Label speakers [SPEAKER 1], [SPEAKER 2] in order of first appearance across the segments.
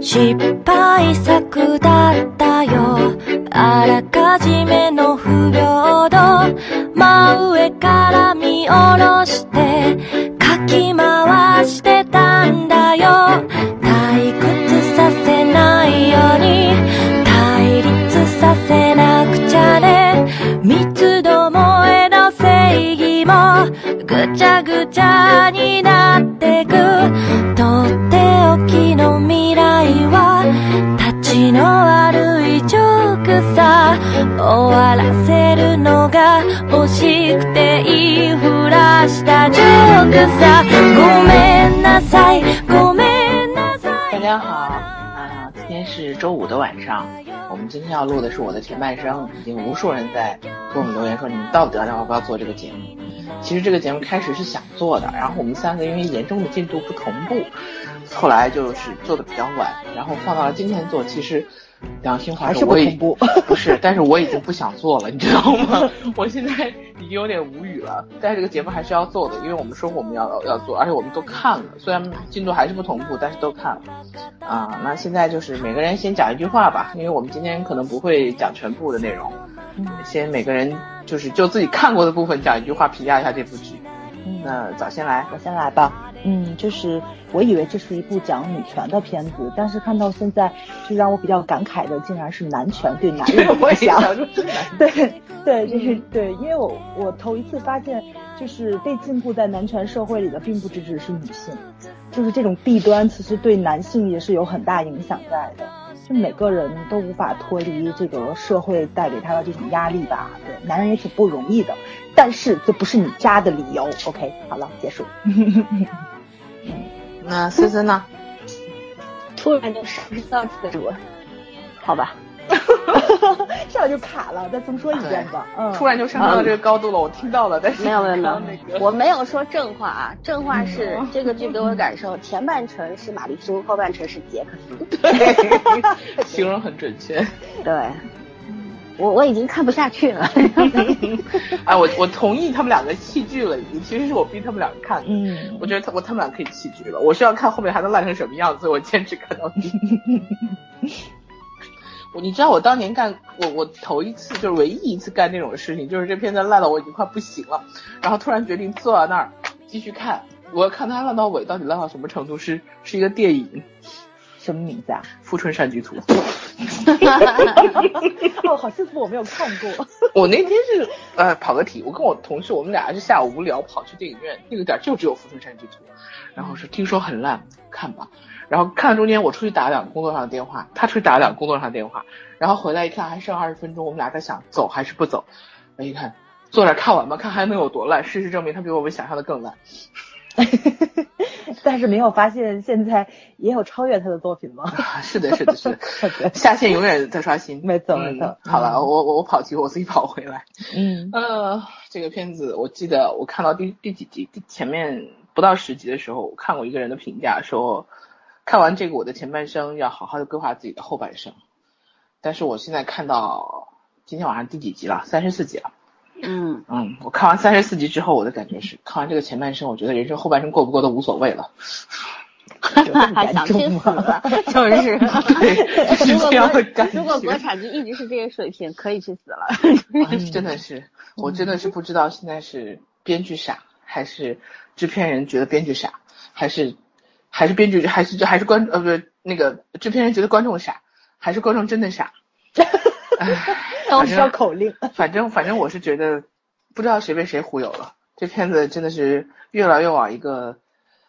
[SPEAKER 1] 失敗作だったよあらかじめの不平等真上から見下ろしてかき回してたんだよ退屈させないように対立させなくちゃね密度もえの正義もぐちゃぐちゃになってくとっておきの未来は立ちの悪いジョークさ終わらせるのが惜しくて言いふらしたジョークさごめんなさいごめんなさい
[SPEAKER 2] 大家好啊，今天是周五的晚上，我们今天要录的是我的前半生，已经无数人在给我们留言说你们到底要不要做这个节目。其实这个节目开始是想做的，然后我们三个因为严重的进度不同步，后来就是做的比较晚，然后放到了今天做。其实良心话
[SPEAKER 3] 还是不
[SPEAKER 2] 我已
[SPEAKER 3] 同步
[SPEAKER 2] 不是，但是我已经不想做了，你知道吗？我现在已经有点无语了。但是这个节目还是要做的，因为我们说我们要要做，而且我们都看了，虽然进度还是不同步，但是都看了。啊，那现在就是每个人先讲一句话吧，因为我们今天可能不会讲全部的内容，
[SPEAKER 3] 嗯
[SPEAKER 2] 先每个人就是就自己看过的部分讲一句话，评价一下这部剧。
[SPEAKER 3] 嗯，
[SPEAKER 2] 那早先来，
[SPEAKER 3] 我先来吧。嗯，就是我以为这是一部讲女权的片子，但是看到现在，就让我比较感慨的，竟然是男权对男人的
[SPEAKER 2] 我
[SPEAKER 3] 影
[SPEAKER 2] 也想 嗯
[SPEAKER 3] 响。
[SPEAKER 2] 说这个
[SPEAKER 3] 对 对，就是对，因为我我头一次发现，就是被禁锢在男权社会里的，并不只只是女性，就是这种弊端，其实对男性也是有很大影响在的。就每个人都无法脱离这个社会带给他的这种压力吧。对，男人也挺不容易的，但是这不是你渣的理由。OK，好了，结束。
[SPEAKER 2] 那森森呢？
[SPEAKER 4] 突然就上升到这个，好吧，
[SPEAKER 3] 上来就卡了，再重说一遍吧。嗯，
[SPEAKER 2] 突然就上升到这个高度了，我听到了，但是
[SPEAKER 4] 没有没有没有
[SPEAKER 2] 刚刚那，个
[SPEAKER 4] 我没有说正话啊，正话是
[SPEAKER 2] 嗯
[SPEAKER 4] 这个剧给我的感受，前半程是马丽苏，后半程是杰克斯。
[SPEAKER 2] 对， 形容很准确。
[SPEAKER 4] 对，
[SPEAKER 2] 嗯
[SPEAKER 4] 我我已经看不下去了。
[SPEAKER 2] 哎，我我同意他们两个弃剧了，已经。其实是我逼他们两个看的。
[SPEAKER 3] 嗯
[SPEAKER 2] 我觉得他我他们俩可以弃剧了，我是要看后面还能烂成什么样，所以我坚持看到底。 我你知道我当年干我我头一次就是唯一一次干这种事情，就是这片子烂到我已经快不行了，然后突然决定坐到那儿继续看，我要看它烂到尾，到底烂到什么程度是是一个电影《
[SPEAKER 3] 什么名字啊？
[SPEAKER 2] 富春山居图》。
[SPEAKER 3] 哦，好幸福，我没有看过。
[SPEAKER 2] 我那天是呃跑个题，我跟我同事我们俩是下午无聊跑去电影院，那个点儿就只有《富春山居图》，然后说听说很烂，看吧。然后看到中间我出去打了两个工作上的电话，他出去打了两个工作上的电话，然后回来一看还剩二十分钟，我们俩在想走还是不走。我一看坐那儿看完吧，看还能有多烂。事实证明他比我们想象的更烂。
[SPEAKER 3] 但是没有发现现在也有超越他的作品吗？
[SPEAKER 2] 啊是的，是的， 是的
[SPEAKER 3] 对，
[SPEAKER 2] 下线永远在刷新。
[SPEAKER 3] 没错
[SPEAKER 2] 嗯
[SPEAKER 3] 没错
[SPEAKER 2] 好了，我我我跑题，我自己跑回来。
[SPEAKER 3] 嗯
[SPEAKER 2] 呃，这个片子我记得我看到第第几集，第前面不到十集的时候，我看过一个人的评价说，看完这个我的前半生要好好的规划自己的后半生。但是我现在看到今天晚上第几集了？三十四集了。
[SPEAKER 4] 嗯，
[SPEAKER 2] 嗯，我看完三十四集之后，我的感觉是，看完这个前半生，我觉得人生后半生过不过都无所谓了。
[SPEAKER 4] 嗯还想去 死了， 就是。
[SPEAKER 2] 对，是
[SPEAKER 4] 如果
[SPEAKER 2] 这样的
[SPEAKER 4] 国
[SPEAKER 2] 感觉。
[SPEAKER 4] 如果国产剧一直是这个水平，可以去死了。
[SPEAKER 2] 真的是，我真的是不知道现在是编剧傻，还是制片人觉得编剧傻，还是还是编剧还是还是观呃不是那个制片人觉得观众傻，还是观众真的傻？唉
[SPEAKER 3] 都
[SPEAKER 2] 反
[SPEAKER 3] 需要
[SPEAKER 2] 正
[SPEAKER 3] 口令。
[SPEAKER 2] 反正反正我是觉得不知道谁被谁忽悠了，这片子真的是越来越往一个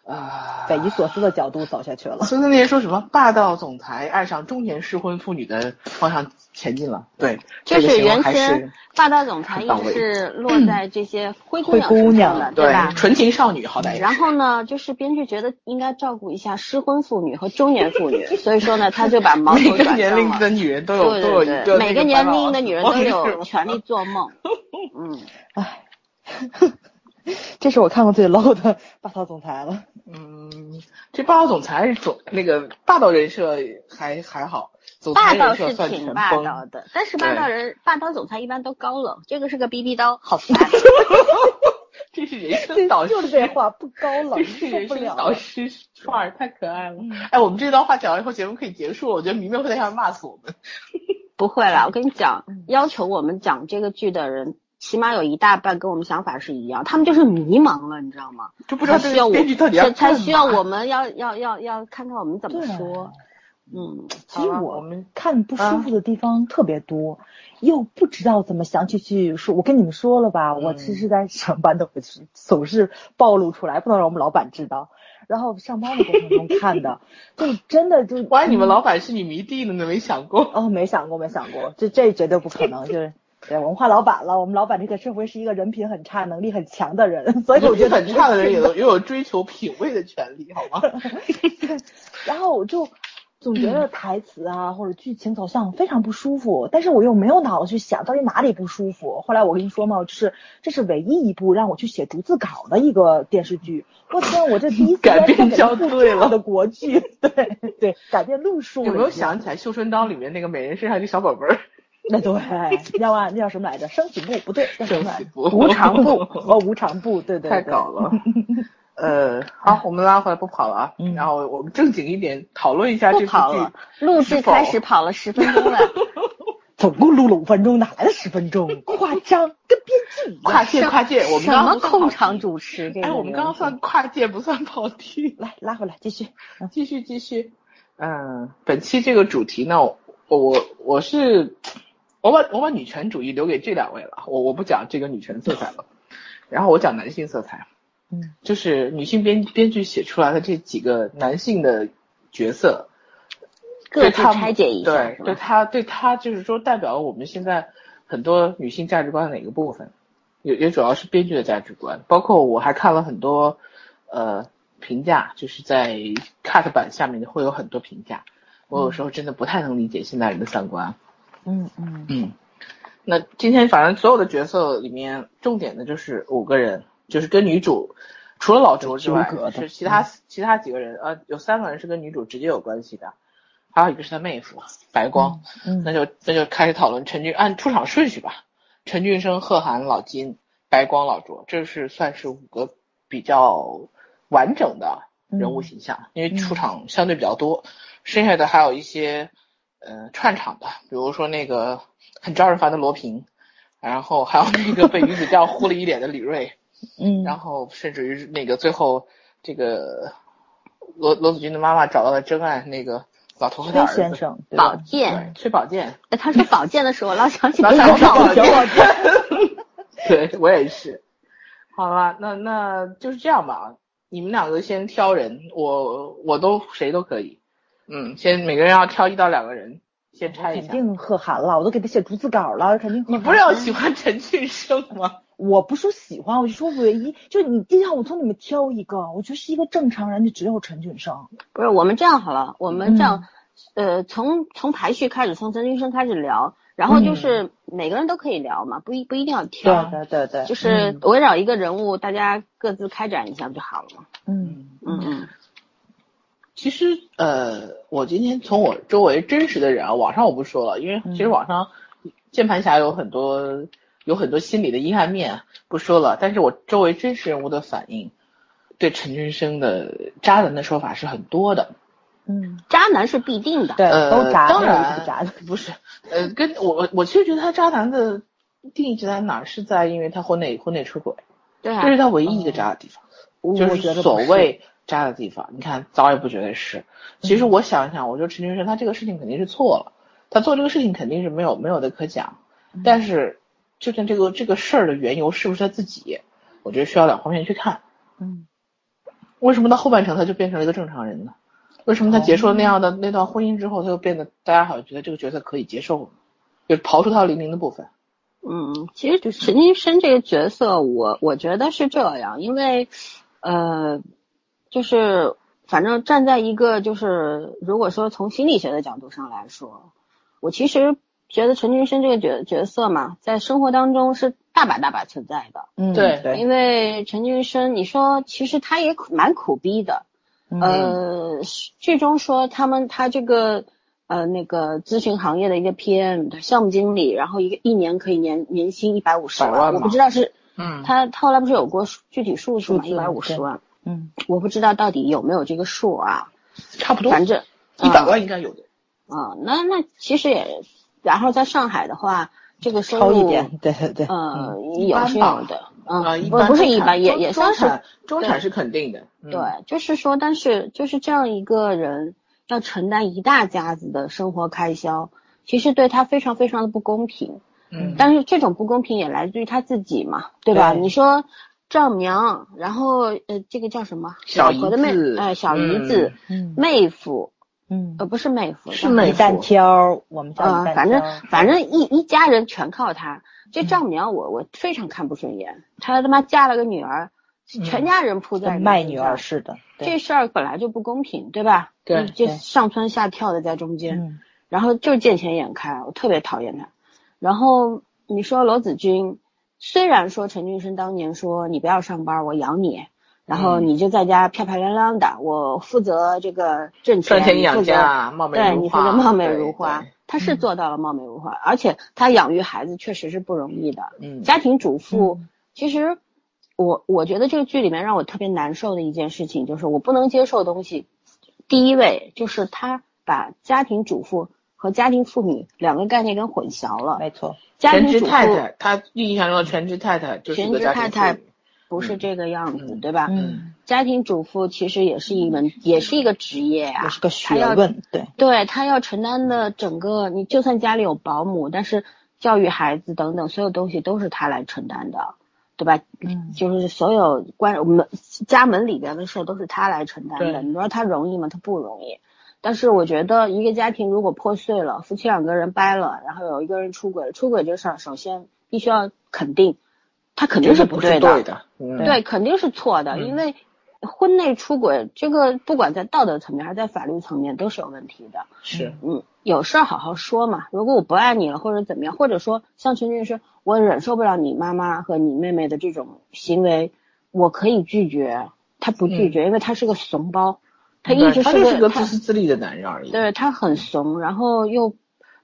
[SPEAKER 2] 啊。
[SPEAKER 3] 匪夷所思的角度走下去了。
[SPEAKER 2] 孙思那些说什么霸道总裁爱上中年适婚妇女的方向前进了，对，
[SPEAKER 4] 就
[SPEAKER 2] 这个
[SPEAKER 4] 是
[SPEAKER 2] 形容
[SPEAKER 4] 原
[SPEAKER 2] 还
[SPEAKER 4] 先
[SPEAKER 2] 是
[SPEAKER 4] 霸道总裁一
[SPEAKER 2] 到
[SPEAKER 4] 直
[SPEAKER 2] 位
[SPEAKER 4] 是落在这些灰姑
[SPEAKER 3] 灰
[SPEAKER 4] 娘
[SPEAKER 3] 姑
[SPEAKER 4] 身上
[SPEAKER 3] 娘
[SPEAKER 4] 的，
[SPEAKER 2] 对
[SPEAKER 4] 吧？
[SPEAKER 2] 纯情少女好歹也是。
[SPEAKER 4] 然后呢，就是编剧觉得应该照顾一下失婚妇女和中年妇女，所以说呢，他就把矛
[SPEAKER 2] 每
[SPEAKER 4] 头
[SPEAKER 2] 个
[SPEAKER 4] 转
[SPEAKER 2] 年
[SPEAKER 4] 向
[SPEAKER 2] 龄
[SPEAKER 4] 了。
[SPEAKER 2] 的女人都有
[SPEAKER 4] 对
[SPEAKER 2] 都有一
[SPEAKER 4] 对
[SPEAKER 2] 个
[SPEAKER 4] 对，每个
[SPEAKER 2] 那
[SPEAKER 4] 年
[SPEAKER 2] 烦恼啊
[SPEAKER 4] 龄的女人都有
[SPEAKER 2] 是
[SPEAKER 4] 权利做梦。 嗯，
[SPEAKER 3] 这是我看过最 low 的霸道总裁了。
[SPEAKER 2] 嗯，这霸道总裁是总那个霸道人设还还好，总
[SPEAKER 4] 霸
[SPEAKER 2] 裁
[SPEAKER 4] 道
[SPEAKER 2] 人设
[SPEAKER 4] 是
[SPEAKER 2] 算
[SPEAKER 4] 挺
[SPEAKER 2] 全
[SPEAKER 4] 霸
[SPEAKER 2] 崩。
[SPEAKER 4] 道的，但是霸
[SPEAKER 2] 对
[SPEAKER 4] 道人霸道总裁一般都高冷，这个是个逼逼刀，好烦。
[SPEAKER 2] 这是 人生
[SPEAKER 5] 这
[SPEAKER 2] 导师，
[SPEAKER 5] 就是这话不高冷，
[SPEAKER 2] 这是人
[SPEAKER 5] 受不
[SPEAKER 2] 生
[SPEAKER 5] 了
[SPEAKER 2] 导
[SPEAKER 5] 了。
[SPEAKER 2] 师串儿，太可爱了。
[SPEAKER 3] 嗯
[SPEAKER 2] 哎，我们这段话讲完以后，节目可以结束了。我觉得迷妹会在下面骂死我们。
[SPEAKER 4] 不会啦，我跟你讲，
[SPEAKER 2] 嗯
[SPEAKER 4] 要求我们讲这个剧的人，起码有一大半跟我们想法是一样，他们就是迷茫了，你知道吗？
[SPEAKER 2] 就不知道
[SPEAKER 4] 才
[SPEAKER 2] 这
[SPEAKER 4] 需要
[SPEAKER 2] 个
[SPEAKER 4] 我
[SPEAKER 2] 编剧到底要
[SPEAKER 4] 才才
[SPEAKER 2] 干
[SPEAKER 4] 需要
[SPEAKER 2] 嘛
[SPEAKER 4] 我们要要要要看看我们怎么
[SPEAKER 5] 对啊
[SPEAKER 4] 说。嗯，
[SPEAKER 5] 其实
[SPEAKER 2] 好了啊
[SPEAKER 5] 我
[SPEAKER 2] 我们啊
[SPEAKER 5] 看不舒服的地方特别多，又不知道怎么详细去说。我跟你们说了吧，我
[SPEAKER 2] 嗯
[SPEAKER 5] 其实在上班的回去总是暴露出来，不能让我们老板知道。然后上班的过程中看的，就真的 就
[SPEAKER 2] 万一
[SPEAKER 4] 嗯
[SPEAKER 2] 你们老板是你迷弟呢？你没想过？
[SPEAKER 5] 哦，没想过，没想过，这这绝对不可能，就是。对，我们换老板了。我们老板这个社会是一个人品很差、能力很强的人，所以我
[SPEAKER 2] 我
[SPEAKER 5] 觉
[SPEAKER 2] 觉
[SPEAKER 5] 得
[SPEAKER 2] 得很差的人也有也有追求品味的权利，好吗？
[SPEAKER 5] 然后我就总觉得台词啊、或者剧情走向非常不舒服，但是我又没有脑子去想到底哪里不舒服。后来我跟你说嘛，就是这是唯一一部让我去写逐字稿的一个电视剧。我天，我这第一次
[SPEAKER 2] 改变
[SPEAKER 5] 在写
[SPEAKER 2] 校
[SPEAKER 5] 一部
[SPEAKER 2] 对
[SPEAKER 5] 这样
[SPEAKER 2] 了
[SPEAKER 5] 的国剧，对对，改变路数了
[SPEAKER 2] 有没有
[SPEAKER 5] 已经？
[SPEAKER 2] 想起来《绣春刀》里面那个美人身上有个小宝贝儿？
[SPEAKER 5] 那对，要啊，那叫什么来着？生死簿不对，叫什么来
[SPEAKER 2] 生
[SPEAKER 5] 着
[SPEAKER 2] 死？簿
[SPEAKER 5] 无 常簿哦，无常簿，对对对，
[SPEAKER 2] 太搞了。呃，好，我们拉回来不跑了啊。
[SPEAKER 5] 嗯
[SPEAKER 2] 然后我们正经一点讨论一下这
[SPEAKER 4] 不
[SPEAKER 2] 部
[SPEAKER 4] 跑
[SPEAKER 2] 剧
[SPEAKER 4] 了。，录
[SPEAKER 2] 是
[SPEAKER 4] 制
[SPEAKER 2] 否
[SPEAKER 4] 开始跑了十分钟了，
[SPEAKER 5] 总共录了五分钟，哪来的十分钟？夸张，跟编剧一样。
[SPEAKER 2] 跨界，跨界， 我们
[SPEAKER 4] 什
[SPEAKER 2] 刚
[SPEAKER 4] 么
[SPEAKER 2] 刚
[SPEAKER 4] 控场主持？这
[SPEAKER 2] 哎，
[SPEAKER 4] 个
[SPEAKER 2] 我们刚刚
[SPEAKER 4] 人
[SPEAKER 2] 算跨界不算跑题。
[SPEAKER 5] 来拉回来继续。
[SPEAKER 2] 继续继续，嗯，本期这个主题呢，我我我是我把我把女权主义留给这两位了，我我不讲这个女权色彩了，然后我讲男性色彩，
[SPEAKER 5] 嗯，
[SPEAKER 2] 就是女性编编剧写出来的这几个男性的角色，
[SPEAKER 4] 各
[SPEAKER 2] 对
[SPEAKER 4] 自
[SPEAKER 2] 他们
[SPEAKER 4] 拆解一下，
[SPEAKER 2] 对
[SPEAKER 4] 是，
[SPEAKER 2] 对
[SPEAKER 4] 吧？
[SPEAKER 2] 他对他就是说代表了我们现在很多女性价值观的哪个部分，也也主要是编剧的价值观，包括我还看了很多呃评价，就是在 cut 版下面会有很多评价，我有时候真的不太能理解现代人的三观。
[SPEAKER 5] 嗯嗯
[SPEAKER 2] 嗯，那今天反正所有的角色里面，重点的就是五个人，就是跟女主除了老卓之外
[SPEAKER 5] 纠葛，的嗯
[SPEAKER 2] 是其他其他几个人，呃，有三个人是跟女主直接有关系的，还有一个是她妹夫白光。
[SPEAKER 5] 嗯
[SPEAKER 2] 那就那就开始讨论陈俊，按出场顺序吧。陈俊生、贺涵、老金、白光、老卓，这是算是五个比较完整的人
[SPEAKER 5] 嗯
[SPEAKER 2] 物形象，因为出场相对比较多。剩下的还有一些呃串场的，比如说那个很招人烦的罗平，然后还有那个被女子这样呼了一脸的李锐，
[SPEAKER 5] 嗯
[SPEAKER 2] 然后甚至于那个最后这个罗罗子君的妈妈找到了真爱，那个老头和他
[SPEAKER 5] 崔
[SPEAKER 2] 儿子
[SPEAKER 5] 先生，对
[SPEAKER 4] 保
[SPEAKER 5] 吧？
[SPEAKER 2] 对
[SPEAKER 4] 健，
[SPEAKER 2] 崔宝剑。
[SPEAKER 4] 哎他说保健的时候，我 老想 起
[SPEAKER 2] 老想
[SPEAKER 4] 保
[SPEAKER 2] 起保
[SPEAKER 4] 健
[SPEAKER 2] 健，对我也是。好啦，那那就是这样吧。你们两个先挑人，我我都谁都可以。嗯，先每个人要挑一到两个人，先拆一
[SPEAKER 5] 肯
[SPEAKER 2] 下。
[SPEAKER 5] 定贺涵了，我都给他写逐字稿了，肯定贺
[SPEAKER 2] 你
[SPEAKER 5] 涵。
[SPEAKER 2] 不是要喜欢陈俊生吗？
[SPEAKER 5] 我不说喜欢，我就说唯一，就你就让我从里面挑一个，我觉得是一个正常人，就只有陈俊生。
[SPEAKER 4] 不是我们这样好了，我们这样
[SPEAKER 5] 嗯，
[SPEAKER 4] 呃，从从排序开始，从陈俊生开始聊，
[SPEAKER 2] 嗯
[SPEAKER 4] 然后就是每个人都可以聊嘛，不一不一定要挑，
[SPEAKER 2] 啊
[SPEAKER 5] 对对对，
[SPEAKER 2] 嗯
[SPEAKER 4] 就是围绕一个人物，大家各自开展一下不就好了嘛。
[SPEAKER 5] 嗯
[SPEAKER 4] 嗯嗯，
[SPEAKER 2] 其实呃，我今天从我周围真实的人啊，网上我不说了，因为其实网上键盘侠有很多有很多心理的阴暗面，啊不说了。但是我周围真实人物的反应，对陈俊生的渣男的说法是很多的。
[SPEAKER 5] 嗯，
[SPEAKER 4] 渣男是必定的，
[SPEAKER 5] 对，
[SPEAKER 2] 呃，
[SPEAKER 5] 都渣，
[SPEAKER 2] 当
[SPEAKER 5] 没有一个
[SPEAKER 2] 然
[SPEAKER 5] 不渣的。
[SPEAKER 2] 不是，呃，跟我我我其实觉得他渣男的定义在哪儿，是在因为他婚内婚内出轨，
[SPEAKER 4] 对啊
[SPEAKER 2] 这，是他唯一一个渣的地方。就
[SPEAKER 5] 我觉
[SPEAKER 2] 是
[SPEAKER 5] 得
[SPEAKER 2] 所
[SPEAKER 5] 不是
[SPEAKER 2] 谓渣的地方。你看，早也不觉得是。其实
[SPEAKER 4] 嗯
[SPEAKER 2] 我想一想，我觉得陈俊生他这个事情肯定是错了，他做这个事情肯定是没有没有的可讲。
[SPEAKER 4] 嗯
[SPEAKER 2] 但是，究竟这个这个事儿的缘由是不是他自己，我觉得需要两方面去看。
[SPEAKER 5] 嗯
[SPEAKER 2] 为什么到后半程他就变成了一个正常人呢？为什么他结束了那样的
[SPEAKER 4] 哦
[SPEAKER 2] 那段婚姻之后，他又变得大家好像觉得这个角色可以接受了，就是刨出他零零的部分。
[SPEAKER 4] 嗯，其实陈金生这个角色我，我觉得是这样，因为，呃，就是反正站在一个就是如果说从心理学的角度上来说，我其实觉得陈俊生这个角角色嘛，在生活当中是大把大把存在的。
[SPEAKER 5] 嗯，
[SPEAKER 2] 对
[SPEAKER 5] 对，
[SPEAKER 4] 因为陈俊生，你说其实他也苦蛮苦逼的，
[SPEAKER 5] 嗯
[SPEAKER 4] 呃，是剧中说他们他这个呃那个咨询行业的一个 PM 的项目经理，然后一个一年可以年年薪一百五十
[SPEAKER 2] 百万嘛
[SPEAKER 4] 我不知道是
[SPEAKER 2] 嗯，
[SPEAKER 4] 他他后来不是有过数具体数字
[SPEAKER 3] 数
[SPEAKER 4] 嘛，
[SPEAKER 3] 字
[SPEAKER 4] 一百五十万，
[SPEAKER 3] 嗯，
[SPEAKER 4] 我不知道到底有没有这个数啊，
[SPEAKER 2] 差不多，
[SPEAKER 4] 反正
[SPEAKER 2] 一百万应该有的。
[SPEAKER 4] 啊、嗯那那其实也，然后在上海的话，这个收
[SPEAKER 3] 超一
[SPEAKER 4] 入
[SPEAKER 3] 点，对对对，
[SPEAKER 4] 呃，
[SPEAKER 2] 嗯一般
[SPEAKER 4] 有是
[SPEAKER 2] 吧
[SPEAKER 4] 有的，
[SPEAKER 2] 啊，
[SPEAKER 4] 嗯，
[SPEAKER 2] 一
[SPEAKER 4] 不
[SPEAKER 2] 般
[SPEAKER 4] 不是
[SPEAKER 2] 中
[SPEAKER 4] 一
[SPEAKER 2] 产
[SPEAKER 4] 般，也
[SPEAKER 2] 中
[SPEAKER 4] 也
[SPEAKER 2] 中
[SPEAKER 4] 算是
[SPEAKER 2] 产，中
[SPEAKER 4] 对
[SPEAKER 2] 产是肯定的。嗯
[SPEAKER 4] 对，就是说，但是就是这样一个人要承担一大家子的生活开销，其实对他非常非常的不公平。
[SPEAKER 2] 嗯，
[SPEAKER 4] 但是这种不公平也来自于他自己嘛，对吧？
[SPEAKER 3] 对
[SPEAKER 4] 你说丈母娘，然后呃，这个叫什么？
[SPEAKER 2] 小
[SPEAKER 4] 老婆
[SPEAKER 2] 姨
[SPEAKER 4] 的妹，
[SPEAKER 2] 子
[SPEAKER 4] 哎，小姨子、
[SPEAKER 3] 嗯
[SPEAKER 4] 妹夫，
[SPEAKER 3] 嗯
[SPEAKER 4] 呃，，不是妹夫，
[SPEAKER 2] 是
[SPEAKER 4] 叫
[SPEAKER 2] 妹
[SPEAKER 3] 一
[SPEAKER 2] 夫
[SPEAKER 3] 蛋挑，我们叫
[SPEAKER 4] 啊、
[SPEAKER 3] 一蛋挑，
[SPEAKER 4] 反正反正一一家人全靠他。这丈
[SPEAKER 2] 嗯
[SPEAKER 4] 母娘我我非常看不顺眼，她他妈嫁了个女儿，
[SPEAKER 2] 嗯
[SPEAKER 4] 全家人扑在人家
[SPEAKER 3] 卖
[SPEAKER 4] 身
[SPEAKER 3] 女
[SPEAKER 4] 上
[SPEAKER 3] 儿似的，对
[SPEAKER 4] 这事儿本来就不公平，对吧？
[SPEAKER 2] 对
[SPEAKER 4] 嗯就
[SPEAKER 3] 对
[SPEAKER 4] 上蹿下跳的在中间，
[SPEAKER 3] 嗯
[SPEAKER 4] 然后就见钱眼开，我特别讨厌他。然后你说罗子君，虽然说陈俊生当年说你不要上班，我养你，然后
[SPEAKER 2] 嗯
[SPEAKER 4] 你就在家漂漂亮亮的，我负责这个挣钱，
[SPEAKER 2] 赚钱
[SPEAKER 4] 你
[SPEAKER 2] 养
[SPEAKER 4] 负责
[SPEAKER 2] 家，貌美
[SPEAKER 4] 对
[SPEAKER 2] 如
[SPEAKER 4] 你
[SPEAKER 2] 花，
[SPEAKER 4] 说的貌美
[SPEAKER 2] 对嗯
[SPEAKER 4] 如花
[SPEAKER 2] 对，
[SPEAKER 4] 他是做到了貌美如花，而且他养育孩子确实是不容易的。
[SPEAKER 2] 嗯，
[SPEAKER 4] 家庭主妇，其实我我觉得这个剧里面让我特别难受的一件事情，就是我不能接受的东西，第一位就是他把家庭主妇和家庭妇女两个概念跟混淆了。
[SPEAKER 3] 没错，
[SPEAKER 4] 家
[SPEAKER 2] 全
[SPEAKER 4] 庭
[SPEAKER 2] 职
[SPEAKER 4] 主
[SPEAKER 2] 太
[SPEAKER 4] 妇
[SPEAKER 2] 太，她印象中的全职太太就是
[SPEAKER 4] 全
[SPEAKER 2] 个
[SPEAKER 4] 职
[SPEAKER 2] 家庭
[SPEAKER 4] 太太
[SPEAKER 2] 妇女
[SPEAKER 4] 不是这个样子，
[SPEAKER 2] 嗯
[SPEAKER 4] 对吧？
[SPEAKER 3] 嗯，
[SPEAKER 4] 家庭主妇其实也是一门，也是一个职业
[SPEAKER 3] 也
[SPEAKER 2] 嗯
[SPEAKER 4] 啊。
[SPEAKER 3] 是个
[SPEAKER 4] 他要
[SPEAKER 3] 学问，对，
[SPEAKER 4] 对他要承担的整个，你就算家里有保姆，但是教育孩子等等所有东西都是他来承担的，对吧？
[SPEAKER 3] 嗯
[SPEAKER 4] 就是所有关门家门里边的事儿都是他来承担的。
[SPEAKER 2] 对
[SPEAKER 4] 你说他容易吗？他不容易。但是我觉得一个家庭如果破碎了，夫妻两个人掰了，然后有一个人出轨了，出轨这事儿首先必须要肯定，他肯定
[SPEAKER 2] 这
[SPEAKER 4] 不
[SPEAKER 2] 不是
[SPEAKER 4] 的，
[SPEAKER 2] 对的，嗯
[SPEAKER 4] 对，肯定是错的，
[SPEAKER 2] 嗯
[SPEAKER 4] 因为婚内出轨这个不管在道德层面还是在法律层面都是有问题的。
[SPEAKER 2] 是
[SPEAKER 4] 嗯，有事儿好好说嘛。如果我不爱你了，或者怎么样，或者说像陈俊生，我忍受不了你妈妈和你妹妹的这种行为，我可以拒绝。他不拒绝，因为他是个怂包，他一直
[SPEAKER 2] 嗯对他就是个
[SPEAKER 4] 个
[SPEAKER 2] 自私自利的男人而已。
[SPEAKER 4] 对他很怂，然后又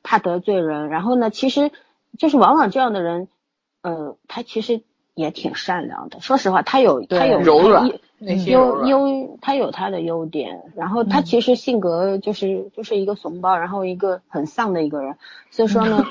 [SPEAKER 4] 怕得罪人，然后呢，其实就是往往这样的人，呃，他其实也挺善良的。说实话，他有他有
[SPEAKER 2] 柔软
[SPEAKER 4] 他有
[SPEAKER 2] 内心柔
[SPEAKER 4] 优
[SPEAKER 2] 软，
[SPEAKER 4] 优，他有他的优点，然后他其实性格就是就是一个怂包，然后一个很丧的一个人，所以说 呢，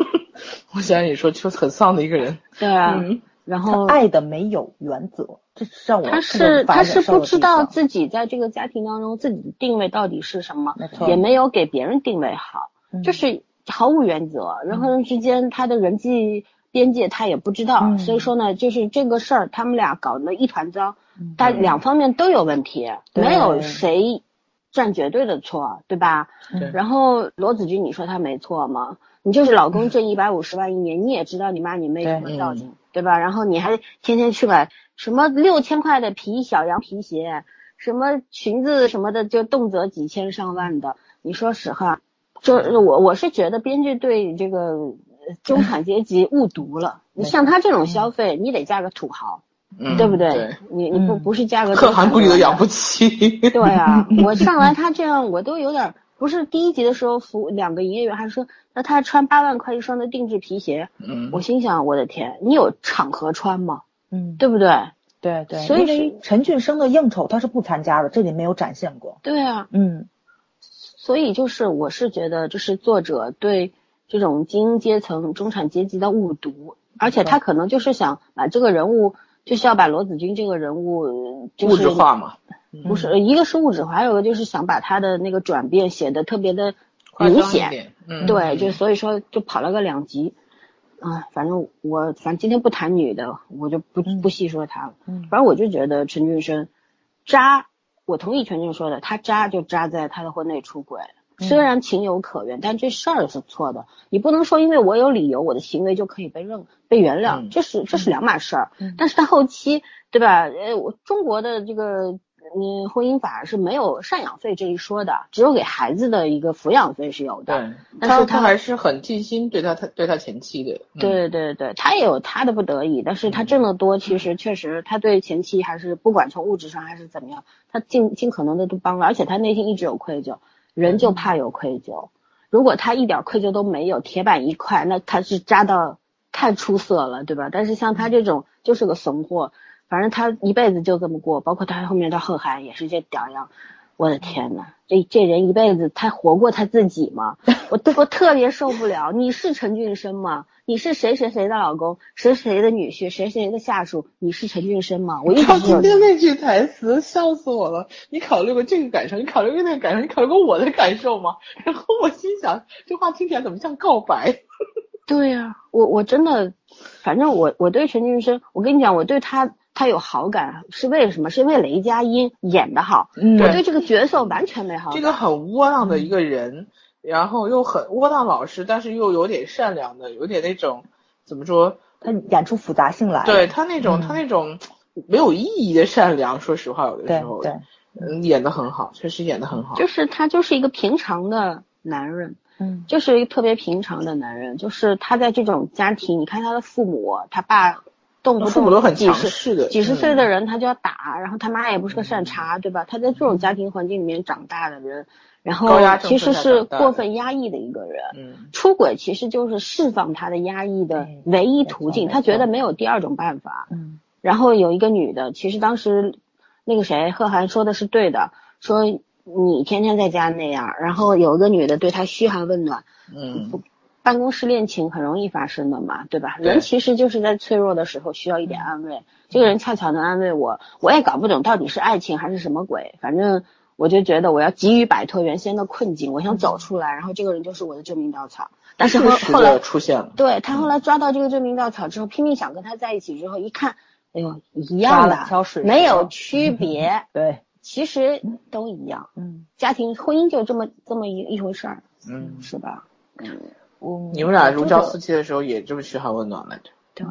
[SPEAKER 2] 我想你说就是很丧的一个人。
[SPEAKER 4] 对啊，
[SPEAKER 2] 嗯
[SPEAKER 4] 然
[SPEAKER 3] 他
[SPEAKER 4] 后
[SPEAKER 3] 爱的没有原则，这是让我
[SPEAKER 4] 他
[SPEAKER 3] 特别
[SPEAKER 4] 是
[SPEAKER 3] 无法
[SPEAKER 4] 他是
[SPEAKER 3] 忍受
[SPEAKER 4] 不
[SPEAKER 3] 的
[SPEAKER 4] 知
[SPEAKER 3] 地
[SPEAKER 4] 道
[SPEAKER 3] 方
[SPEAKER 4] 自己在这个家庭当中自己的定位到底是什么
[SPEAKER 3] 没，错
[SPEAKER 4] 也没有给别人定位好，
[SPEAKER 3] 嗯
[SPEAKER 4] 就是毫无原则，人和人之间他的人际边界他也不知道，
[SPEAKER 3] 嗯
[SPEAKER 4] 所以说呢，就是这个事儿他们俩搞得一团糟，但
[SPEAKER 2] 嗯
[SPEAKER 4] 两方面都有问题，
[SPEAKER 3] 对
[SPEAKER 4] 没有谁占绝对的错，对吧？
[SPEAKER 2] 对
[SPEAKER 4] 然后罗子君，你说他没错吗？你就是老公挣一百五十万一年，你也知道你妈你妹什么造型，对吧？然后你还天天去买什么六千块的皮小羊皮鞋，什么裙子什么的，就动辄几千上万的。你说实话，这
[SPEAKER 2] 嗯
[SPEAKER 4] 我我是觉得编剧对这个 呃中产阶级误读了。你像他这种消费，你得嫁个土豪，
[SPEAKER 2] 嗯，
[SPEAKER 4] 对不对？
[SPEAKER 2] 对，
[SPEAKER 4] 你你不
[SPEAKER 3] 嗯
[SPEAKER 4] 不是嫁个
[SPEAKER 2] 可
[SPEAKER 4] 中产
[SPEAKER 2] 汗估计都
[SPEAKER 4] 阶级
[SPEAKER 2] 养不 起。
[SPEAKER 4] 对啊，我上来他这样，我都有点儿不是第一集的时候，服务两个营业员还说，那他穿八万块一双的定制皮鞋，
[SPEAKER 2] 嗯，
[SPEAKER 4] 我心想，我的天，你有场合穿吗？
[SPEAKER 3] 嗯，
[SPEAKER 4] 对不对？
[SPEAKER 3] 对对，
[SPEAKER 4] 所以
[SPEAKER 3] 因为陈俊生的应酬他是不参加的，这里没有展现过，
[SPEAKER 4] 对啊，
[SPEAKER 3] 嗯
[SPEAKER 4] 所以就是我是觉得，就是作者对这种精英阶层、中产阶级的误读，而且
[SPEAKER 2] 嗯
[SPEAKER 4] 他可能就是想把这个人物，就是要把罗子君这个人物，就
[SPEAKER 2] 物
[SPEAKER 4] 是
[SPEAKER 2] 质化嘛，
[SPEAKER 4] 不是一个是物质化，还有一个就是想把他的那个转变写的特别的
[SPEAKER 2] 夸
[SPEAKER 4] 明
[SPEAKER 2] 张一
[SPEAKER 4] 显。
[SPEAKER 2] 点。嗯，
[SPEAKER 4] 对，就所以说就跑了个两级，啊，反正我反正今天不谈女的，我就不
[SPEAKER 3] 嗯
[SPEAKER 4] 不细说她了。
[SPEAKER 3] 嗯
[SPEAKER 4] 反正我就觉得陈俊生渣，我同意陈俊说的，他渣就渣在他的婚内出轨，
[SPEAKER 3] 嗯
[SPEAKER 4] 虽然情有可原，但这事儿是错的。你不能说因为我有理由，我的行为就可以被认被原谅，
[SPEAKER 2] 嗯
[SPEAKER 4] 这是这是两码事儿。
[SPEAKER 3] 嗯
[SPEAKER 4] 但是他后期对吧？呃，我中国的这个。嗯，婚姻法是没有赡养费这一说的，只有给孩子的一个抚养费是有的。
[SPEAKER 2] 对，
[SPEAKER 4] 但是
[SPEAKER 2] 他
[SPEAKER 4] 他
[SPEAKER 2] 他还是很尽心对他他对他前妻的。嗯，
[SPEAKER 4] 对对对，他也有他的不得已，但是他挣得多，其实确实他对前妻还是不管从物质上还是怎么样，他尽尽可能的都帮了，而且他内心一直有愧疚，人就怕有愧疚。如果他一点愧疚都没有，铁板一块，那他是扎到太出色了，对吧？但是像他这种就是个怂货，反正他一辈子就这么过，包括他后面到贺涵也是这屌样。我的天呐，这这人一辈子他活过他自己吗？我我特别受不了。你是陈俊生吗？你是谁谁谁的老公，谁谁的女婿，谁谁的下属？你是陈俊生吗？我一
[SPEAKER 2] 靠
[SPEAKER 4] 直
[SPEAKER 2] 今
[SPEAKER 4] 就
[SPEAKER 2] 天那句台词笑死我了！你考虑过这个感受，你考虑过那个感受，你考虑过我的感受吗？ 然后我心想，这话听起来怎么像告白？
[SPEAKER 4] 对呀、我我真的，反正我我对陈俊生，我跟你讲，我对他他有好感是为什么？是因为雷佳音演的好，
[SPEAKER 5] 嗯，
[SPEAKER 4] 我对这个角色完全没好
[SPEAKER 2] 这
[SPEAKER 4] 感。
[SPEAKER 2] 个很窝囊的一个人，然后又很窝囊老实，但是又有点善良的，有点那种怎么说？
[SPEAKER 5] 他演出复杂性来了，
[SPEAKER 2] 对他那种、他那种没有意义的善良，说实话，有的
[SPEAKER 5] 对
[SPEAKER 2] 时候，
[SPEAKER 5] 对，
[SPEAKER 2] 嗯，演的很好，确实演的很好。
[SPEAKER 4] 就是他就是一个平常的男人，
[SPEAKER 5] 嗯，
[SPEAKER 4] 就是一个特别平常的男人。就是他在这种家庭，你看他的父母，他爸动不
[SPEAKER 2] 父母都很
[SPEAKER 4] 动几
[SPEAKER 2] 强
[SPEAKER 4] 十
[SPEAKER 2] 势的，
[SPEAKER 4] 几十岁
[SPEAKER 2] 嗯
[SPEAKER 4] 的人他就要打，然后他妈也不是个善茬，对吧？他在这种家庭环境里面长大的人，然后
[SPEAKER 2] 高压政策
[SPEAKER 4] 其实
[SPEAKER 2] 下
[SPEAKER 4] 是
[SPEAKER 2] 长大的
[SPEAKER 4] 过分压抑的一个人。
[SPEAKER 2] 嗯，
[SPEAKER 4] 出轨其实就是释放他的压抑的
[SPEAKER 5] 嗯
[SPEAKER 4] 唯一途
[SPEAKER 5] 没
[SPEAKER 4] 径，
[SPEAKER 5] 错
[SPEAKER 4] 他觉
[SPEAKER 5] 没
[SPEAKER 4] 得
[SPEAKER 5] 错
[SPEAKER 4] 没有第二种办法。
[SPEAKER 5] 嗯
[SPEAKER 4] 然后有一个女的，其实当时那个谁贺涵说的是对的，说你天天在家那样，然后有一个女的对他嘘寒问暖，
[SPEAKER 2] 嗯，
[SPEAKER 4] 办公室恋情很容易发生的嘛，对吧？
[SPEAKER 2] 对
[SPEAKER 4] 人其实就是在脆弱的时候需要一点安
[SPEAKER 5] 嗯
[SPEAKER 4] 慰，这个人恰巧能安慰我，我也搞不懂到底是爱情还是什么鬼，反正我就觉得我要急于摆脱原先的困境，我想走出来，然后这个人就是我的救命稻草。但是后
[SPEAKER 2] 适时
[SPEAKER 4] 后来
[SPEAKER 2] 的出现了，
[SPEAKER 4] 对他后来抓到这个救命稻草之后，拼命想跟他在一起之后，一看，哎呦，一
[SPEAKER 5] 抓
[SPEAKER 4] 样
[SPEAKER 5] 了
[SPEAKER 4] 的，
[SPEAKER 5] 挑水
[SPEAKER 4] 没有
[SPEAKER 5] 了
[SPEAKER 4] 区 别，
[SPEAKER 5] 对，
[SPEAKER 4] 其实都一样。
[SPEAKER 5] 嗯，
[SPEAKER 4] 家庭婚姻就这么这么一一回事儿，
[SPEAKER 2] 嗯，
[SPEAKER 4] 是吧？
[SPEAKER 5] 我
[SPEAKER 2] 你们俩如胶
[SPEAKER 5] 就
[SPEAKER 2] 似漆的时候也这么嘘寒问暖来着，
[SPEAKER 4] 对，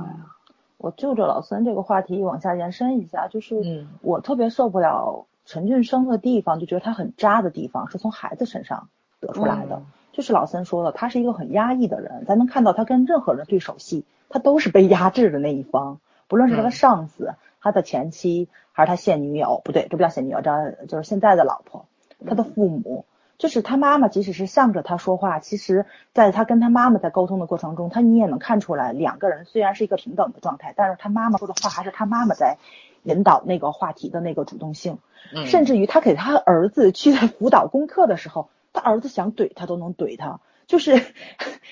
[SPEAKER 5] 我就着老孙这个话题往下延伸一下，就是
[SPEAKER 2] 嗯
[SPEAKER 5] 我特别受不了陈俊生的地方，就觉得他很渣的地方是从孩子身上得出来的。
[SPEAKER 2] 嗯
[SPEAKER 5] 就是老孙说的，他是一个很压抑的人，咱能看到他跟任何人对手戏，他都是被压制的那一方，不论是他的
[SPEAKER 2] 嗯
[SPEAKER 5] 上司、他的前妻，还是他现女友，不对，这不叫现女友，这就是现在的老婆，他的父母。就是他妈妈，即使是向着他说话，其实在他跟他妈妈在沟通的过程中，他你也能看出来，两个人虽然是一个平等的状态，但是他妈妈说的话还是他妈妈在引导那个话题的那个主动性，
[SPEAKER 2] 嗯，
[SPEAKER 5] 甚至于他给他儿子去辅导功课的时候，他儿子想怼他都能怼他，就是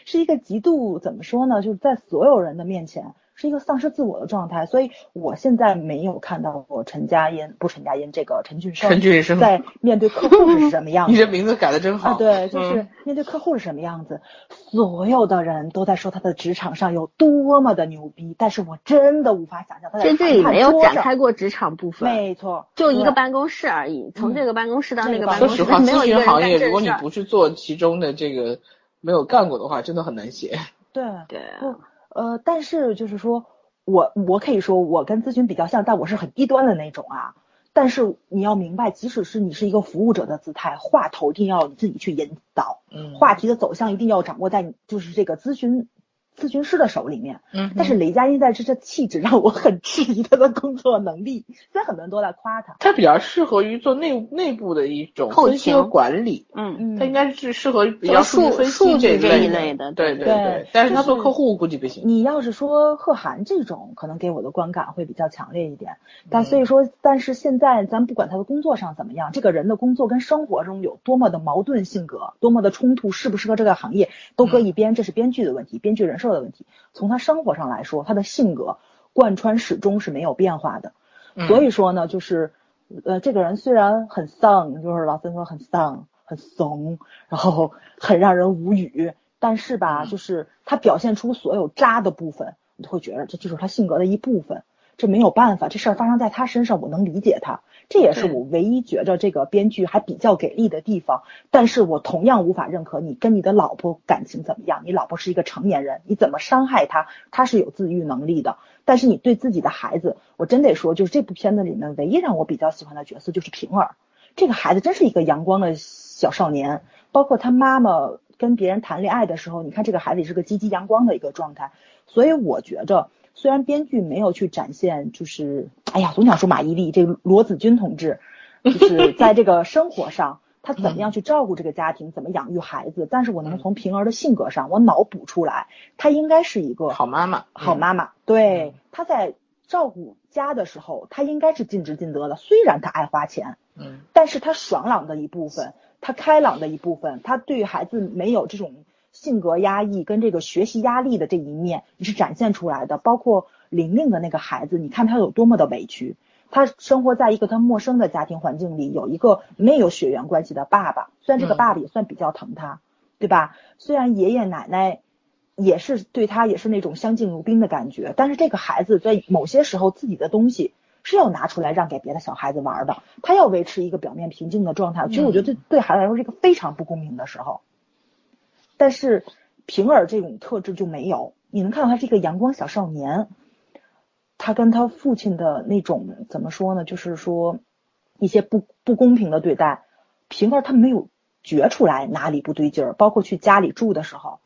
[SPEAKER 5] 是一个极度怎么说呢，就是在所有人的面前是一个丧失自我的状态。所以我现在没有看到过陈佳音，不是陈佳音，这个陈俊生，
[SPEAKER 2] 陈俊生
[SPEAKER 5] 在面对客户是什么 样
[SPEAKER 2] 你这
[SPEAKER 5] 子。
[SPEAKER 2] 名字改的真好，
[SPEAKER 5] 啊，对，就
[SPEAKER 2] 嗯
[SPEAKER 5] 是面对客户是什么样子，所有的人都在说他的职场上有多么的牛逼，但是我真的无法想象他在
[SPEAKER 4] 这剧里
[SPEAKER 5] 谈判
[SPEAKER 4] 没有
[SPEAKER 5] 桌
[SPEAKER 4] 展
[SPEAKER 5] 上
[SPEAKER 4] 开过职场部分，
[SPEAKER 5] 没错，
[SPEAKER 4] 就一个
[SPEAKER 5] 对
[SPEAKER 4] 办公室而已，从嗯这个办公室到那个办
[SPEAKER 2] 说
[SPEAKER 4] 公
[SPEAKER 2] 实
[SPEAKER 4] 室，
[SPEAKER 2] 话，
[SPEAKER 4] 没有
[SPEAKER 2] 咨
[SPEAKER 4] 一个
[SPEAKER 2] 询
[SPEAKER 4] 人
[SPEAKER 2] 行
[SPEAKER 4] 干
[SPEAKER 2] 业，如果
[SPEAKER 4] 正
[SPEAKER 2] 你
[SPEAKER 4] 事儿。
[SPEAKER 2] 不去做其中的这个，没有干过的话，真的很难写。
[SPEAKER 5] 对，
[SPEAKER 4] 对，啊
[SPEAKER 5] 不，呃，但是就是说我我可以说我跟咨询比较像，但我是很低端的那种啊。但是你要明白，即使是你是一个服务者的姿态，话头一定要你自己去引导，
[SPEAKER 2] 嗯
[SPEAKER 5] 话题的走向一定要掌握在你就是这个咨询咨询师的手里面。
[SPEAKER 2] 嗯
[SPEAKER 5] 但是雷佳音在这这气质让我很 质疑他的工作能力，虽然很多人都在夸他，
[SPEAKER 2] 它比较适合于做内内部的一种
[SPEAKER 4] 后
[SPEAKER 2] 分析和
[SPEAKER 4] 勤
[SPEAKER 2] 管理，
[SPEAKER 4] 嗯，
[SPEAKER 5] 嗯
[SPEAKER 2] 它应该是适合于比
[SPEAKER 4] 做
[SPEAKER 2] 较数据
[SPEAKER 4] 数
[SPEAKER 2] 分
[SPEAKER 4] 数
[SPEAKER 2] 析
[SPEAKER 4] 据
[SPEAKER 2] 一
[SPEAKER 4] 这一类的
[SPEAKER 2] 的，对
[SPEAKER 4] 对
[SPEAKER 2] 对
[SPEAKER 5] 对。
[SPEAKER 2] 但是
[SPEAKER 5] 就
[SPEAKER 2] 他做
[SPEAKER 5] 是
[SPEAKER 2] 客户估计不行。
[SPEAKER 5] 你要是说贺涵这种，可能给我的观感会比较强烈一点。但
[SPEAKER 2] 嗯
[SPEAKER 5] 所以说，但是现在咱不管他的工作上怎么样，这个人的工作跟生活中有多么的矛盾性格，多么的冲突，适不适合这个行业，都
[SPEAKER 2] 嗯
[SPEAKER 5] 搁一边，这是编剧的问题，编剧人设的问题。从他生活上来说，他的性格贯穿始终是没有变化的。所
[SPEAKER 2] 以
[SPEAKER 5] 以说呢，就是呃，这个人虽然很丧，就是老三说很丧、很怂，然后很让人无语，但是吧，
[SPEAKER 2] 嗯
[SPEAKER 5] 就是他表现出所有渣的部分，你就会觉得这就是他性格的一部分。这没有办法，这事儿发生在他身上，我能理解他。这也是
[SPEAKER 4] 对
[SPEAKER 5] 我唯一觉着这个编剧还比较给力的地方。但是我同样无法认可你跟你的老婆感情怎么样。你老婆是一个成年人，你怎么伤害她，她是有自愈能力的。但是你对自己的孩子，我真得说，就是这部片子里面唯一让我比较喜欢的角色就是平儿。这个孩子真是一个阳光的小少年，包括他妈妈跟别人谈恋爱的时候，你看这个孩子也是个积极阳光的一个状态。所以我觉着，虽然编剧没有去展现，就是哎呀，总想说马伊琍这个罗子君同志，就是在这个生活上。他怎么样去照顾这个家庭，怎么养育孩子？但是我能从平儿的性格上，我脑补出来，她应该是一个
[SPEAKER 2] 好妈妈，
[SPEAKER 5] 好
[SPEAKER 2] 嗯，
[SPEAKER 5] 妈妈，对
[SPEAKER 2] 嗯
[SPEAKER 5] 她在照顾家的时候，他应该是尽职尽责的。虽然他爱花钱，
[SPEAKER 2] 嗯，
[SPEAKER 5] 但是他爽朗的一部分，他开朗的一部分，他对孩子没有这种性格压抑跟这个学习压力的这一面，你是展现出来的。包括玲玲的那个孩子，你看他有多么的委屈，他生活在一个他陌生的家庭环境里，有一个没有血缘关系的爸爸，虽然这个
[SPEAKER 2] 嗯
[SPEAKER 5] 爸爸也算比较疼他，对吧？虽然爷爷奶奶也是对他也是那种相敬如宾的感觉，但是这个孩子在某些时候自己的东西是要拿出来让给别的小孩子玩的，他要维持一个表面平静的状态。其实我觉得对对孩子来说是一个非常不公平的时候，但是平儿这种特质就没有，你能看到他是一个阳光小少年。他跟他父亲的那种怎么说呢？就是说一些不不公平的对待，平儿他没有觉出来哪里不对劲儿，包括去家里住的时候，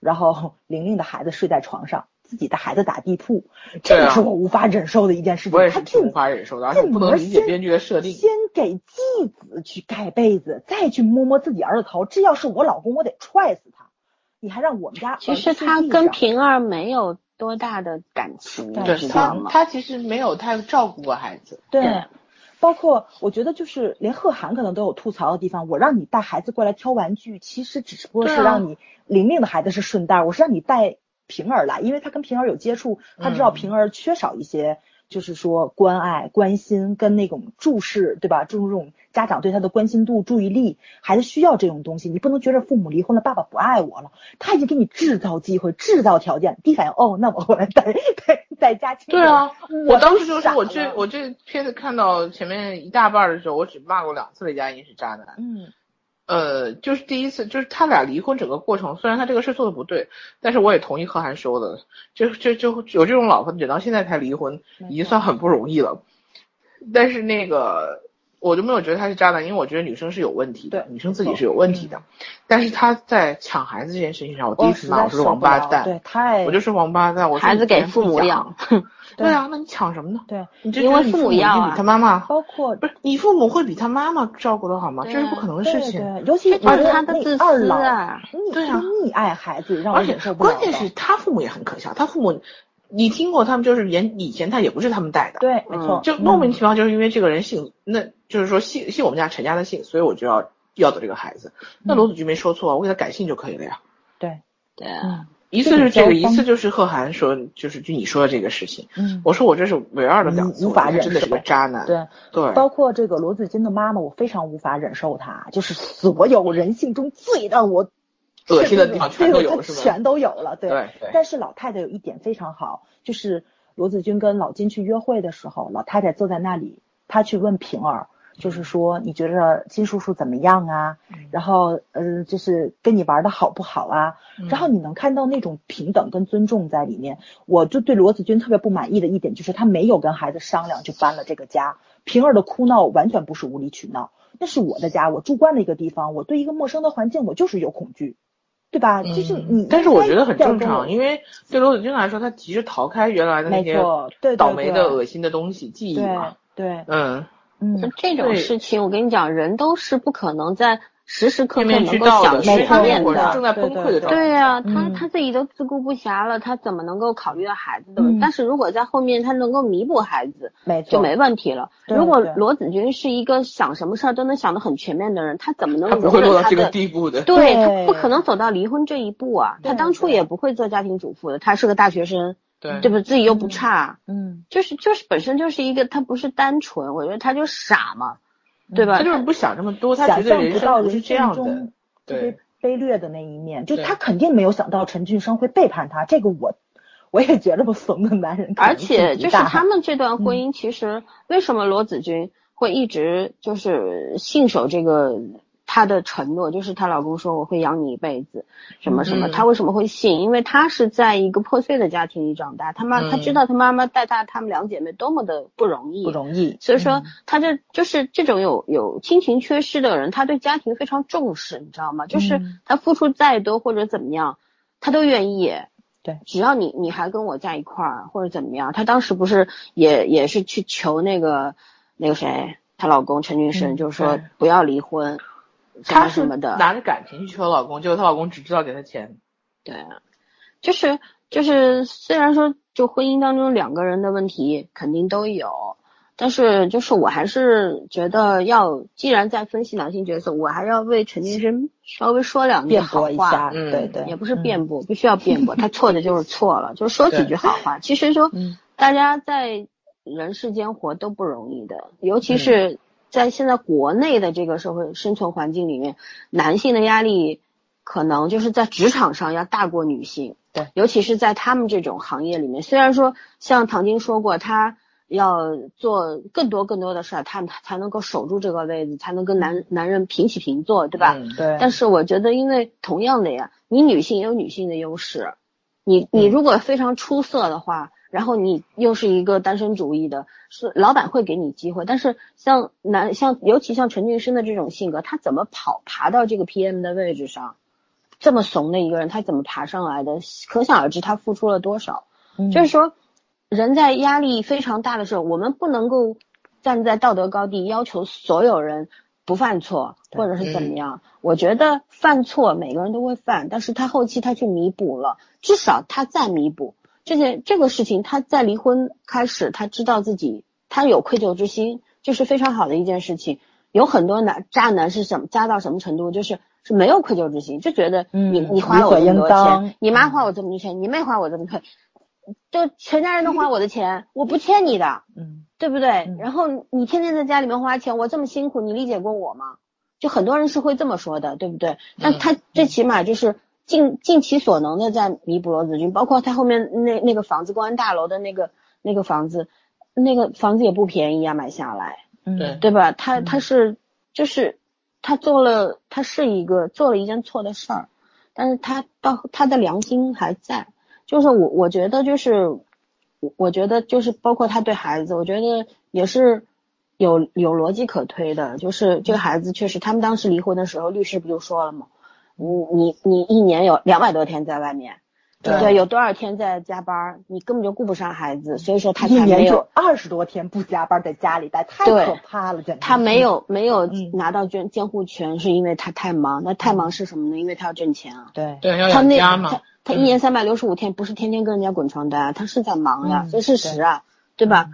[SPEAKER 5] 然后玲玲的孩子睡在床上，自己的孩子打地铺，这
[SPEAKER 2] 对啊
[SPEAKER 5] 个是我无法忍受的一件事情。
[SPEAKER 2] 我也
[SPEAKER 5] 他
[SPEAKER 2] 是
[SPEAKER 5] 就
[SPEAKER 2] 无法忍受的，而且
[SPEAKER 5] 进
[SPEAKER 2] 我不能
[SPEAKER 5] 门
[SPEAKER 2] 理解
[SPEAKER 5] 先
[SPEAKER 2] 编剧的设定。
[SPEAKER 5] 先给继子去盖被子，再去摸摸自己儿子头，这要是我老公，我得踹死他。你还让我们家
[SPEAKER 4] 其
[SPEAKER 5] 儿
[SPEAKER 4] 实
[SPEAKER 5] 子
[SPEAKER 4] 他
[SPEAKER 5] 睡地
[SPEAKER 4] 跟
[SPEAKER 5] 上
[SPEAKER 4] 平儿没有多大的感情，
[SPEAKER 5] 对
[SPEAKER 4] 你
[SPEAKER 2] 对
[SPEAKER 4] 知道
[SPEAKER 2] 他
[SPEAKER 4] 吗，？
[SPEAKER 2] 他其实没有太照顾过孩子。
[SPEAKER 5] 对，包括我觉得就是连贺涵可能都有吐槽的地方。我让你带孩子过来挑玩具，其实只不过是
[SPEAKER 4] 对啊
[SPEAKER 5] 让你玲玲的孩子是顺带儿，我是让你带平儿来，因为他跟平儿有接触，他知道
[SPEAKER 2] 嗯
[SPEAKER 5] 平儿缺少一些。就是说关爱、关心跟那种注视，对吧？注重这种家长对他的关心度、注意力，孩子需要这种东西。你不能觉着父母离婚了，爸爸不爱我了，他已经给你制造机会、制造条件。第一反应，哦，那我过来带带带家亲。
[SPEAKER 2] 对啊，
[SPEAKER 5] 我
[SPEAKER 2] 我当
[SPEAKER 5] 都
[SPEAKER 2] 时就
[SPEAKER 5] 傻
[SPEAKER 2] 说，我
[SPEAKER 5] 了
[SPEAKER 2] 这我这片子看到前面一大半的时候，我只骂过两次雷佳音是渣男。
[SPEAKER 5] 嗯，
[SPEAKER 2] 呃，就是第一次，就是他俩离婚整个过程，虽然他这个事做的不对，但是我也同意贺涵说的，就就就有这种老婆忍到现在才离婚，已经算很不容易了。但是那个我就没有觉得他是渣男，因为我觉得女生是有问题的，
[SPEAKER 5] 对嗯
[SPEAKER 2] 女生自己是有问题的。但是他在抢孩子这件事情上，我第一次
[SPEAKER 5] 哦实
[SPEAKER 2] 骂
[SPEAKER 5] 在
[SPEAKER 2] 我是
[SPEAKER 5] 受
[SPEAKER 2] 王
[SPEAKER 5] 不
[SPEAKER 2] 八
[SPEAKER 5] 了对
[SPEAKER 2] 蛋，，
[SPEAKER 5] 太
[SPEAKER 2] 我就是王八蛋，我说
[SPEAKER 4] 孩
[SPEAKER 2] 你
[SPEAKER 4] 子给
[SPEAKER 2] 别人
[SPEAKER 4] 父
[SPEAKER 2] 不
[SPEAKER 4] 母 养，
[SPEAKER 2] 对啊，那你抢什么呢？
[SPEAKER 5] 对，
[SPEAKER 2] 你这
[SPEAKER 4] 因为
[SPEAKER 2] 就是你
[SPEAKER 4] 父
[SPEAKER 2] 父
[SPEAKER 4] 母
[SPEAKER 2] 母一定
[SPEAKER 4] 要
[SPEAKER 2] 比
[SPEAKER 4] 啊
[SPEAKER 2] 他妈妈
[SPEAKER 5] 包括
[SPEAKER 2] 不是你父母会比他妈妈照顾的好吗？
[SPEAKER 4] 对
[SPEAKER 2] 这是
[SPEAKER 4] 啊
[SPEAKER 2] 不可能的
[SPEAKER 5] 对
[SPEAKER 2] 事情。
[SPEAKER 5] 对，尤其
[SPEAKER 4] 这
[SPEAKER 5] 我觉
[SPEAKER 4] 就是
[SPEAKER 5] 得
[SPEAKER 4] 他的
[SPEAKER 5] 那
[SPEAKER 4] 自
[SPEAKER 5] 二
[SPEAKER 4] 私
[SPEAKER 5] 老
[SPEAKER 4] 啊！
[SPEAKER 5] 溺
[SPEAKER 2] 对啊
[SPEAKER 5] 他溺爱孩子，让我
[SPEAKER 2] 而且
[SPEAKER 5] 忍受不了
[SPEAKER 2] 关
[SPEAKER 5] 的。
[SPEAKER 2] 键是他父母也很可笑，他父母，你听过他们就是原以前他也不是他们带的，
[SPEAKER 5] 对，没
[SPEAKER 4] 嗯
[SPEAKER 5] 错，
[SPEAKER 2] 就
[SPEAKER 5] 嗯
[SPEAKER 2] 莫名其妙就是因为这个人姓，那就是说姓姓我们家陈家的姓，所以我就要要走这个孩子。
[SPEAKER 5] 嗯
[SPEAKER 2] 那罗子菊没说错，啊我给他改姓就可以了呀。
[SPEAKER 5] 对，
[SPEAKER 4] 对，啊
[SPEAKER 5] 嗯
[SPEAKER 2] 一次是这
[SPEAKER 5] 这
[SPEAKER 2] 个，
[SPEAKER 5] 种
[SPEAKER 2] 一
[SPEAKER 5] 交锋
[SPEAKER 2] 次就是贺涵说，就是就你说的这个事情，
[SPEAKER 5] 嗯，
[SPEAKER 2] 我说我这是唯二的两次，
[SPEAKER 5] 无无法
[SPEAKER 2] 我觉得他真的是
[SPEAKER 5] 忍受
[SPEAKER 2] 个渣男。
[SPEAKER 5] 对，
[SPEAKER 2] 对，
[SPEAKER 5] 包括这个罗子君的妈妈，我非常无法忍受她，就是所有人性中最让我
[SPEAKER 2] 恶心的地方全都有
[SPEAKER 5] 对她
[SPEAKER 2] 是吧
[SPEAKER 5] 全都有了，对。
[SPEAKER 2] 对对
[SPEAKER 5] 但是老太太有一点非常好，就是罗子君跟老金去约会的时候，老太太坐在那里，她去问平儿，就是说你觉着金叔叔怎么样啊？
[SPEAKER 2] 嗯
[SPEAKER 5] 然后呃，就是跟你玩的好不好啊？
[SPEAKER 2] 嗯
[SPEAKER 5] 然后你能看到那种平等跟尊重在里面。我就对罗子君特别不满意的一点就是，她没有跟孩子商量就搬了这个家。平儿的哭闹完全不是无理取闹，那是我的家，我住惯的一个地方，我对一个陌生的环境我就是有恐惧，对吧？
[SPEAKER 2] 嗯
[SPEAKER 5] 就是你，
[SPEAKER 2] 但是我觉得很正常，
[SPEAKER 5] 为
[SPEAKER 2] 因为对罗子君来说，他急着逃开原来的那
[SPEAKER 5] 没
[SPEAKER 2] 些
[SPEAKER 5] 错，对对对
[SPEAKER 2] 倒霉的、恶心的东西记忆
[SPEAKER 5] 对
[SPEAKER 2] 嘛。
[SPEAKER 5] 对，
[SPEAKER 2] 嗯，
[SPEAKER 5] 嗯，
[SPEAKER 4] 这种
[SPEAKER 2] 对
[SPEAKER 4] 事情我跟你讲，人都是不可能在时时刻刻
[SPEAKER 2] 面面
[SPEAKER 4] 能
[SPEAKER 2] 俱
[SPEAKER 4] 够
[SPEAKER 2] 到的，
[SPEAKER 4] 想
[SPEAKER 2] 因为
[SPEAKER 4] 全
[SPEAKER 2] 他那
[SPEAKER 4] 面
[SPEAKER 2] 会
[SPEAKER 5] 的
[SPEAKER 2] 儿是
[SPEAKER 4] 的。
[SPEAKER 2] 正在崩溃的状态。
[SPEAKER 4] 对呀、他
[SPEAKER 5] 嗯
[SPEAKER 4] 他自己都自顾不暇了，他怎么能够考虑到孩子的问
[SPEAKER 5] 嗯
[SPEAKER 4] 题？但是如果在后面他能够弥补孩子，
[SPEAKER 5] 没错，
[SPEAKER 4] 就没问题了。
[SPEAKER 5] 对
[SPEAKER 4] 如果
[SPEAKER 5] 对
[SPEAKER 4] 罗子君是一个想什么事儿都能想得很全面的人，他怎么能
[SPEAKER 2] 他不
[SPEAKER 4] 容
[SPEAKER 2] 会
[SPEAKER 4] 忍
[SPEAKER 2] 落到
[SPEAKER 4] 他
[SPEAKER 2] 这个
[SPEAKER 4] 的？
[SPEAKER 2] 地步的。
[SPEAKER 4] 对
[SPEAKER 5] 对
[SPEAKER 4] 他不可能走到离婚这一步啊！
[SPEAKER 5] 对
[SPEAKER 4] 他当初
[SPEAKER 5] 对
[SPEAKER 4] 也不会做家庭主妇的，他是个大学生，
[SPEAKER 2] 对
[SPEAKER 4] 对不对？自己又不
[SPEAKER 5] 嗯
[SPEAKER 4] 差，
[SPEAKER 5] 嗯，
[SPEAKER 4] 就是就是本身就是一个他不是单纯，我觉得他就傻嘛，
[SPEAKER 5] 嗯
[SPEAKER 4] 对吧？
[SPEAKER 2] 他就是不想这么多，他
[SPEAKER 5] 想
[SPEAKER 2] 觉得
[SPEAKER 5] 象
[SPEAKER 2] 人
[SPEAKER 5] 不到
[SPEAKER 2] 生不是
[SPEAKER 5] 人
[SPEAKER 2] 这样
[SPEAKER 5] 生
[SPEAKER 2] 的
[SPEAKER 5] 中。特
[SPEAKER 2] 对
[SPEAKER 5] 别卑劣的那一面，就
[SPEAKER 2] 对
[SPEAKER 5] 他肯定没有想到陈俊生会背叛他，这个我我也觉得不怂的男人可能
[SPEAKER 4] 而
[SPEAKER 5] 性极大，
[SPEAKER 4] 且就是他们这段婚
[SPEAKER 5] 嗯
[SPEAKER 4] 姻，其实为什么罗子君会一直就是信守这个她的承诺，就是她老公说我会养你一辈子，什么什么，
[SPEAKER 2] 嗯
[SPEAKER 4] 她为什么会信？因为她是在一个破碎的家庭里长大，她妈她
[SPEAKER 2] 嗯
[SPEAKER 4] 知道她妈妈带大她们两姐妹多么的不容易，
[SPEAKER 5] 不容易，
[SPEAKER 4] 所以说
[SPEAKER 5] 嗯，
[SPEAKER 4] 他这就是这种有有亲情缺失的人，他对家庭非常重视，你知道吗？就是
[SPEAKER 5] 嗯
[SPEAKER 4] 他付出再多或者怎么样，他都愿意。
[SPEAKER 5] 对
[SPEAKER 4] 只要你你还跟我在一块儿或者怎么样，他当时不是也也是去求那个那个谁，她老公陈俊生，
[SPEAKER 5] 嗯
[SPEAKER 4] 就是说
[SPEAKER 2] 对
[SPEAKER 4] 不要离婚，什
[SPEAKER 2] 她
[SPEAKER 4] 么
[SPEAKER 2] 是
[SPEAKER 4] 什么的。
[SPEAKER 2] 拿着感情去求老公，结果她老公只知道给她钱。
[SPEAKER 4] 对，就是就是虽然说就婚姻当中两个人的问题肯定都有，但是就是我还是觉得要，既然在分析男性角色，我还要为陈俊生稍微说两句
[SPEAKER 3] 辩
[SPEAKER 4] 好
[SPEAKER 3] 驳一
[SPEAKER 4] 话。
[SPEAKER 3] 下，
[SPEAKER 2] 嗯
[SPEAKER 3] 对对，
[SPEAKER 4] 也不是
[SPEAKER 3] 嗯
[SPEAKER 4] 辩驳，必须要辩驳， 他错的就是错了，就是说几句好话。其实说
[SPEAKER 2] 嗯，
[SPEAKER 4] 大家在人世间活都不容易的，尤
[SPEAKER 3] 嗯
[SPEAKER 4] 其是在现在国内的这个社会生存环境里面，男性的压力可能就是在职场上要大过女性。
[SPEAKER 3] 对，
[SPEAKER 4] 尤其是在他们这种行业里面，虽然说像唐晶说过，她要做更多更多的事儿，她才能够守住这个位置，才能跟
[SPEAKER 3] 嗯
[SPEAKER 4] 男男人平起平坐，对吧？
[SPEAKER 2] 嗯
[SPEAKER 3] 对，
[SPEAKER 4] 但是我觉得，因为同样的呀，你女性也有女性的优势，你你如果非常出色的话，然后你又是一个单身主义的，是老板会给你机会。但是像男像尤其像陈俊生的这种性格，他怎么跑爬到这个 PM 的位置上？这么怂的一个人，他怎么爬上来的？可想而知，他付出了多少。
[SPEAKER 3] 嗯
[SPEAKER 4] 就是说，人在压力非常大的时候，我们不能够站在道德高地要求所有人不犯错，
[SPEAKER 3] 对嗯
[SPEAKER 4] 或者是怎么样。我觉得犯错每个人都会犯，但是他后期他去弥补了，至少他在弥补这件这个事情，他在离婚开始，他知道自己他有愧疚之心，这是非常好的一件事情。有很多男渣男是什么渣到什么程度，就是是没有愧疚之心，就觉得你、
[SPEAKER 3] 嗯
[SPEAKER 4] 你花了我
[SPEAKER 3] 理所
[SPEAKER 4] 这
[SPEAKER 3] 应
[SPEAKER 4] 么多
[SPEAKER 3] 当嗯
[SPEAKER 4] 钱，你妈花我这么多钱，你妹花我这么多钱，就全家人都花我的钱，我不欠你的，
[SPEAKER 3] 嗯
[SPEAKER 4] 对不对？
[SPEAKER 3] 嗯
[SPEAKER 4] 然后你天天在家里面花钱，我这么辛苦，你理解过我吗？就很多人是会这么说的，对不对？但他最起码就是尽尽其所能的在弥补罗子君，包括他后面那那个房子，公安大楼的那个那个房子，那个房子也不便宜啊，买下来，
[SPEAKER 3] 嗯
[SPEAKER 2] 对
[SPEAKER 4] 对吧？他
[SPEAKER 3] 嗯
[SPEAKER 4] 他是就是他做了，他是一个做了一件错的事儿，但是他到他的良心还在。就是我我觉得就是我我觉得就是包括他对孩子，我觉得也是有有逻辑可推的。就是这个孩子确实，他们当时离婚的时候，律师不就说了吗？你你你一年有两百多天在外面，
[SPEAKER 2] 对
[SPEAKER 4] 对，有多少天在加班儿，你根本就顾不上孩子，所以说他
[SPEAKER 3] 一
[SPEAKER 4] 才没
[SPEAKER 3] 年
[SPEAKER 4] 有
[SPEAKER 3] 就二十多天不加班，在家里待，太
[SPEAKER 4] 对
[SPEAKER 3] 可怕了，简直。
[SPEAKER 4] 他没有没有
[SPEAKER 3] 嗯
[SPEAKER 4] 拿到监监护权，是因为他太忙。那太忙是什么呢？因为他要挣钱啊。
[SPEAKER 3] 对，
[SPEAKER 2] 对，要
[SPEAKER 4] 他
[SPEAKER 2] 养
[SPEAKER 4] 那
[SPEAKER 2] 家嘛
[SPEAKER 4] 他，他一年三百六十五天，不是天天跟人家滚床单啊，他是在忙呀
[SPEAKER 3] 嗯，
[SPEAKER 4] 这是实啊，对吧？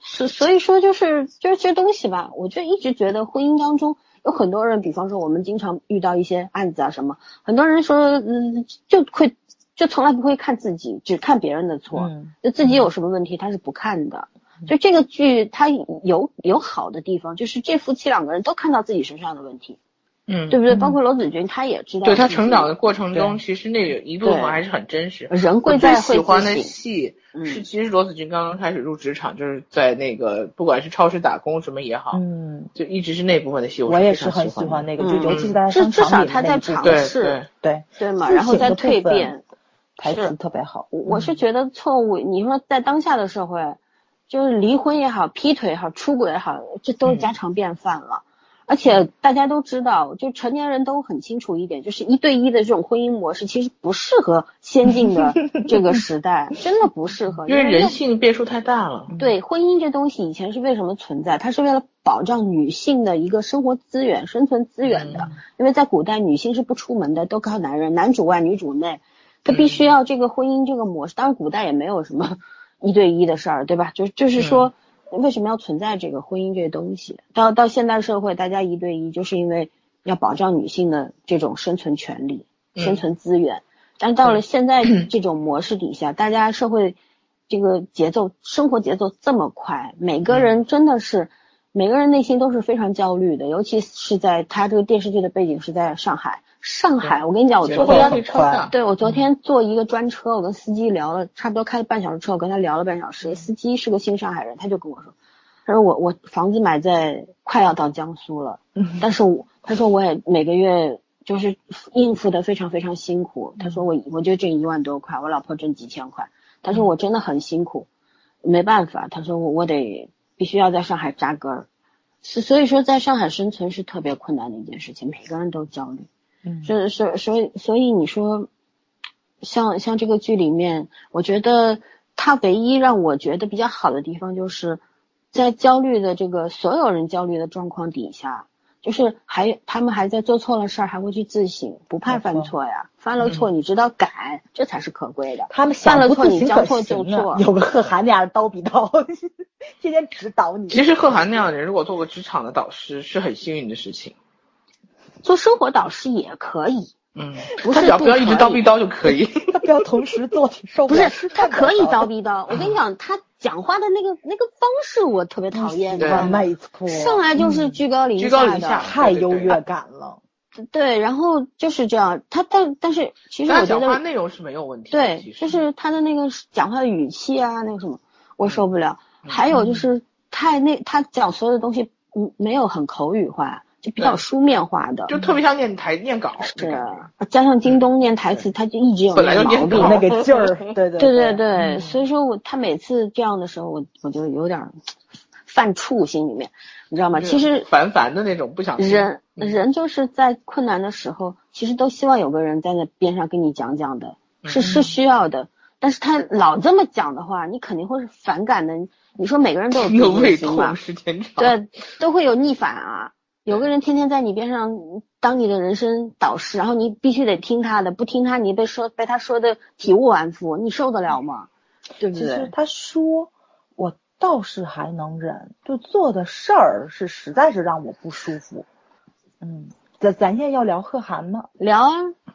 [SPEAKER 4] 所所以说就是就是这东西吧，我就一直觉得婚姻当中有很多人，比方说我们经常遇到一些案子啊什么，很多人说嗯就会就从来不会看自己，只看别人的错。
[SPEAKER 3] 嗯
[SPEAKER 4] 就自己有什么问题，他是不看的。
[SPEAKER 2] 嗯
[SPEAKER 4] 就这个剧，它有有好的地方，就是这夫妻两个人都看到自己身上的问题，
[SPEAKER 2] 嗯，
[SPEAKER 4] 对不对？
[SPEAKER 3] 嗯
[SPEAKER 4] 包括罗子君，她也知道，
[SPEAKER 2] 对他成长的过程中，
[SPEAKER 3] 对
[SPEAKER 2] 其实那有一部分
[SPEAKER 4] 对
[SPEAKER 2] 还是很真实。
[SPEAKER 4] 人
[SPEAKER 2] 我
[SPEAKER 4] 贵
[SPEAKER 2] 最
[SPEAKER 4] 在
[SPEAKER 2] 喜
[SPEAKER 4] 会
[SPEAKER 2] 欢
[SPEAKER 4] 自
[SPEAKER 2] 的
[SPEAKER 4] 省，
[SPEAKER 2] 戏
[SPEAKER 4] 嗯
[SPEAKER 2] 是，其实罗子君刚刚开始入职场，就是在那个不管是超市打工什么也好，
[SPEAKER 3] 嗯，
[SPEAKER 2] 就一直是那部分的戏，
[SPEAKER 3] 我
[SPEAKER 2] 是
[SPEAKER 3] 也
[SPEAKER 2] 非
[SPEAKER 3] 是
[SPEAKER 2] 常
[SPEAKER 3] 很喜
[SPEAKER 2] 喜
[SPEAKER 3] 欢
[SPEAKER 2] 欢的。
[SPEAKER 3] 那个，
[SPEAKER 4] 嗯
[SPEAKER 3] 就尤其是在
[SPEAKER 4] 至
[SPEAKER 3] 商
[SPEAKER 4] 至
[SPEAKER 3] 场
[SPEAKER 4] 少
[SPEAKER 3] 里的
[SPEAKER 4] 他
[SPEAKER 3] 那
[SPEAKER 4] 在
[SPEAKER 3] 一部
[SPEAKER 4] 尝
[SPEAKER 3] 分
[SPEAKER 2] 对对
[SPEAKER 4] 试，
[SPEAKER 3] 对
[SPEAKER 4] 对嘛？
[SPEAKER 3] 自
[SPEAKER 4] 然后
[SPEAKER 3] 省
[SPEAKER 4] 再
[SPEAKER 3] 的部
[SPEAKER 4] 蜕
[SPEAKER 3] 分
[SPEAKER 4] 变。
[SPEAKER 3] 台词
[SPEAKER 4] 是
[SPEAKER 3] 特别好。
[SPEAKER 4] 我
[SPEAKER 2] 嗯
[SPEAKER 4] 我是觉得错误，你说在当下的社会，就是离婚也好，劈腿也好，出轨也好，这都是
[SPEAKER 2] 嗯
[SPEAKER 4] 家常便饭了。而且大家都知道，就成年人都很清楚一点，就是一对一的这种婚姻模式其实不适合先进的这个时代，真的不适 合。
[SPEAKER 2] 因为
[SPEAKER 4] 那
[SPEAKER 2] 人性变数太大了，
[SPEAKER 4] 对婚姻这东西以前是为什么存在？它是为了保障女性的一个生活资源、生存资源的。因为在古代，女性是不出门的，都靠男人，男主外女主内。她必须要这个婚姻这个模式。当然，古代也没有什么一对一的事儿，对吧？就就是说，为什么要存在这个婚姻这个东西？到到现代社会，大家一对一，就是因为要保障女性的这种生存权利、
[SPEAKER 2] 嗯
[SPEAKER 4] 生存资源。但到了现在这种模式底下，大家社会这个节奏、生活节奏这么快，每
[SPEAKER 2] 嗯
[SPEAKER 4] 个人真的是、每个人内心都是非常焦虑的，尤其是在他这个电视剧的背景是在上海。上海，我跟你讲，我
[SPEAKER 2] 节
[SPEAKER 4] 昨
[SPEAKER 2] 奏
[SPEAKER 3] 会
[SPEAKER 4] 天
[SPEAKER 2] 压
[SPEAKER 3] 很
[SPEAKER 2] 力超大。
[SPEAKER 4] 对我昨天坐一个专车，我跟司机聊了差不多开了半小时车，我跟他聊了半小时。司机是个新上海人，他就跟我说，他说我我房子买在快要到江苏了，
[SPEAKER 3] 嗯
[SPEAKER 4] 但是我他说我也每个月就是应付的非常非常辛苦。他说我我就挣一万多块，我老婆挣几千块。他说我真的很辛苦，没办法。他说我我得必须要在上海扎根儿，所所以说在上海生存是特别困难的一件事情，每个人都焦虑。
[SPEAKER 3] 嗯
[SPEAKER 4] 是是，所以所以你说，像像这个剧里面，我觉得它唯一让我觉得比较好的地方，就是在焦虑的这个所有人焦虑的状况底下，就是还他们还在做错了事儿，还会去自省，不怕犯错呀。犯了错，你知道改，这才是可贵的。
[SPEAKER 5] 他们想不自
[SPEAKER 4] 犯了错你
[SPEAKER 5] 行
[SPEAKER 4] 将
[SPEAKER 5] 可
[SPEAKER 4] 错就
[SPEAKER 5] 行啊
[SPEAKER 4] 错
[SPEAKER 5] 有个贺涵那样的刀比刀，天天指导你。
[SPEAKER 2] 其实贺涵那样的人，如果做个职场的导师，是很幸运的事情。
[SPEAKER 4] 做生活导师也可以，
[SPEAKER 2] 嗯，
[SPEAKER 4] 不
[SPEAKER 2] 他
[SPEAKER 4] 是
[SPEAKER 2] 只要不要一直
[SPEAKER 4] 可
[SPEAKER 2] 叨
[SPEAKER 4] 以
[SPEAKER 2] 逼叨就可以。
[SPEAKER 5] 他不要同时做，挺受
[SPEAKER 4] 不
[SPEAKER 5] 了
[SPEAKER 4] 是他可以叨
[SPEAKER 5] 逼，
[SPEAKER 4] 逼叨。我跟你讲，他讲话的那个那个方式我特别讨厌，你知
[SPEAKER 2] 对
[SPEAKER 4] 道吗？
[SPEAKER 5] 没错，
[SPEAKER 4] 上来
[SPEAKER 5] 嗯
[SPEAKER 4] 就是居高临
[SPEAKER 2] 居高临
[SPEAKER 4] 的
[SPEAKER 2] 下
[SPEAKER 5] 太优越感 了。
[SPEAKER 4] 对，然后就是这样。他但但是其实
[SPEAKER 2] 但
[SPEAKER 4] 我
[SPEAKER 2] 是
[SPEAKER 4] 觉
[SPEAKER 2] 讲话
[SPEAKER 4] 得
[SPEAKER 2] 内容是没有问题的。
[SPEAKER 4] 对
[SPEAKER 2] 其，实
[SPEAKER 4] 就是他的那个讲话的语气啊，那个什么，我受不了。
[SPEAKER 2] 嗯
[SPEAKER 4] 还有就是太那他讲所有的东西，嗯，没有很口语化，就比较
[SPEAKER 2] 对
[SPEAKER 4] 书面化的。
[SPEAKER 2] 就特别像念台念稿
[SPEAKER 4] 是
[SPEAKER 2] 的感觉。
[SPEAKER 4] 加上京东念台词，他就一直有
[SPEAKER 2] 本来
[SPEAKER 4] 那个
[SPEAKER 2] 就念
[SPEAKER 4] 毛
[SPEAKER 2] 对
[SPEAKER 4] 病
[SPEAKER 5] 有。那个劲儿，对对
[SPEAKER 4] 对对
[SPEAKER 5] 对
[SPEAKER 4] 对，
[SPEAKER 2] 嗯
[SPEAKER 4] 所以说我他每次这样的时候，我我就有点儿犯怵，心里面，你知道吗？
[SPEAKER 2] 就是
[SPEAKER 4] 其实
[SPEAKER 2] 烦烦的那种，不想听
[SPEAKER 4] 人人就是在困难的时候，其实都希望有个人在那边上跟你讲讲的，是是需要的。但是他老这么讲的话，你肯定会是反感的。你说每个人都有
[SPEAKER 2] 听得
[SPEAKER 4] 自己
[SPEAKER 2] 胃
[SPEAKER 4] 的心
[SPEAKER 2] 痛，
[SPEAKER 4] 嘛，
[SPEAKER 2] 时间长。，
[SPEAKER 4] 对，都会有逆反啊。有个人天天在你边上当你的人生导师，然后你必须得听他的，不听他你被说被他说的体无完肤，你受得了吗？对不
[SPEAKER 5] 其实
[SPEAKER 4] 对？
[SPEAKER 5] 他说我倒是还能忍，就做的事儿是实在是让我不舒服。嗯，咱咱现在要聊贺涵吗？
[SPEAKER 4] 聊啊，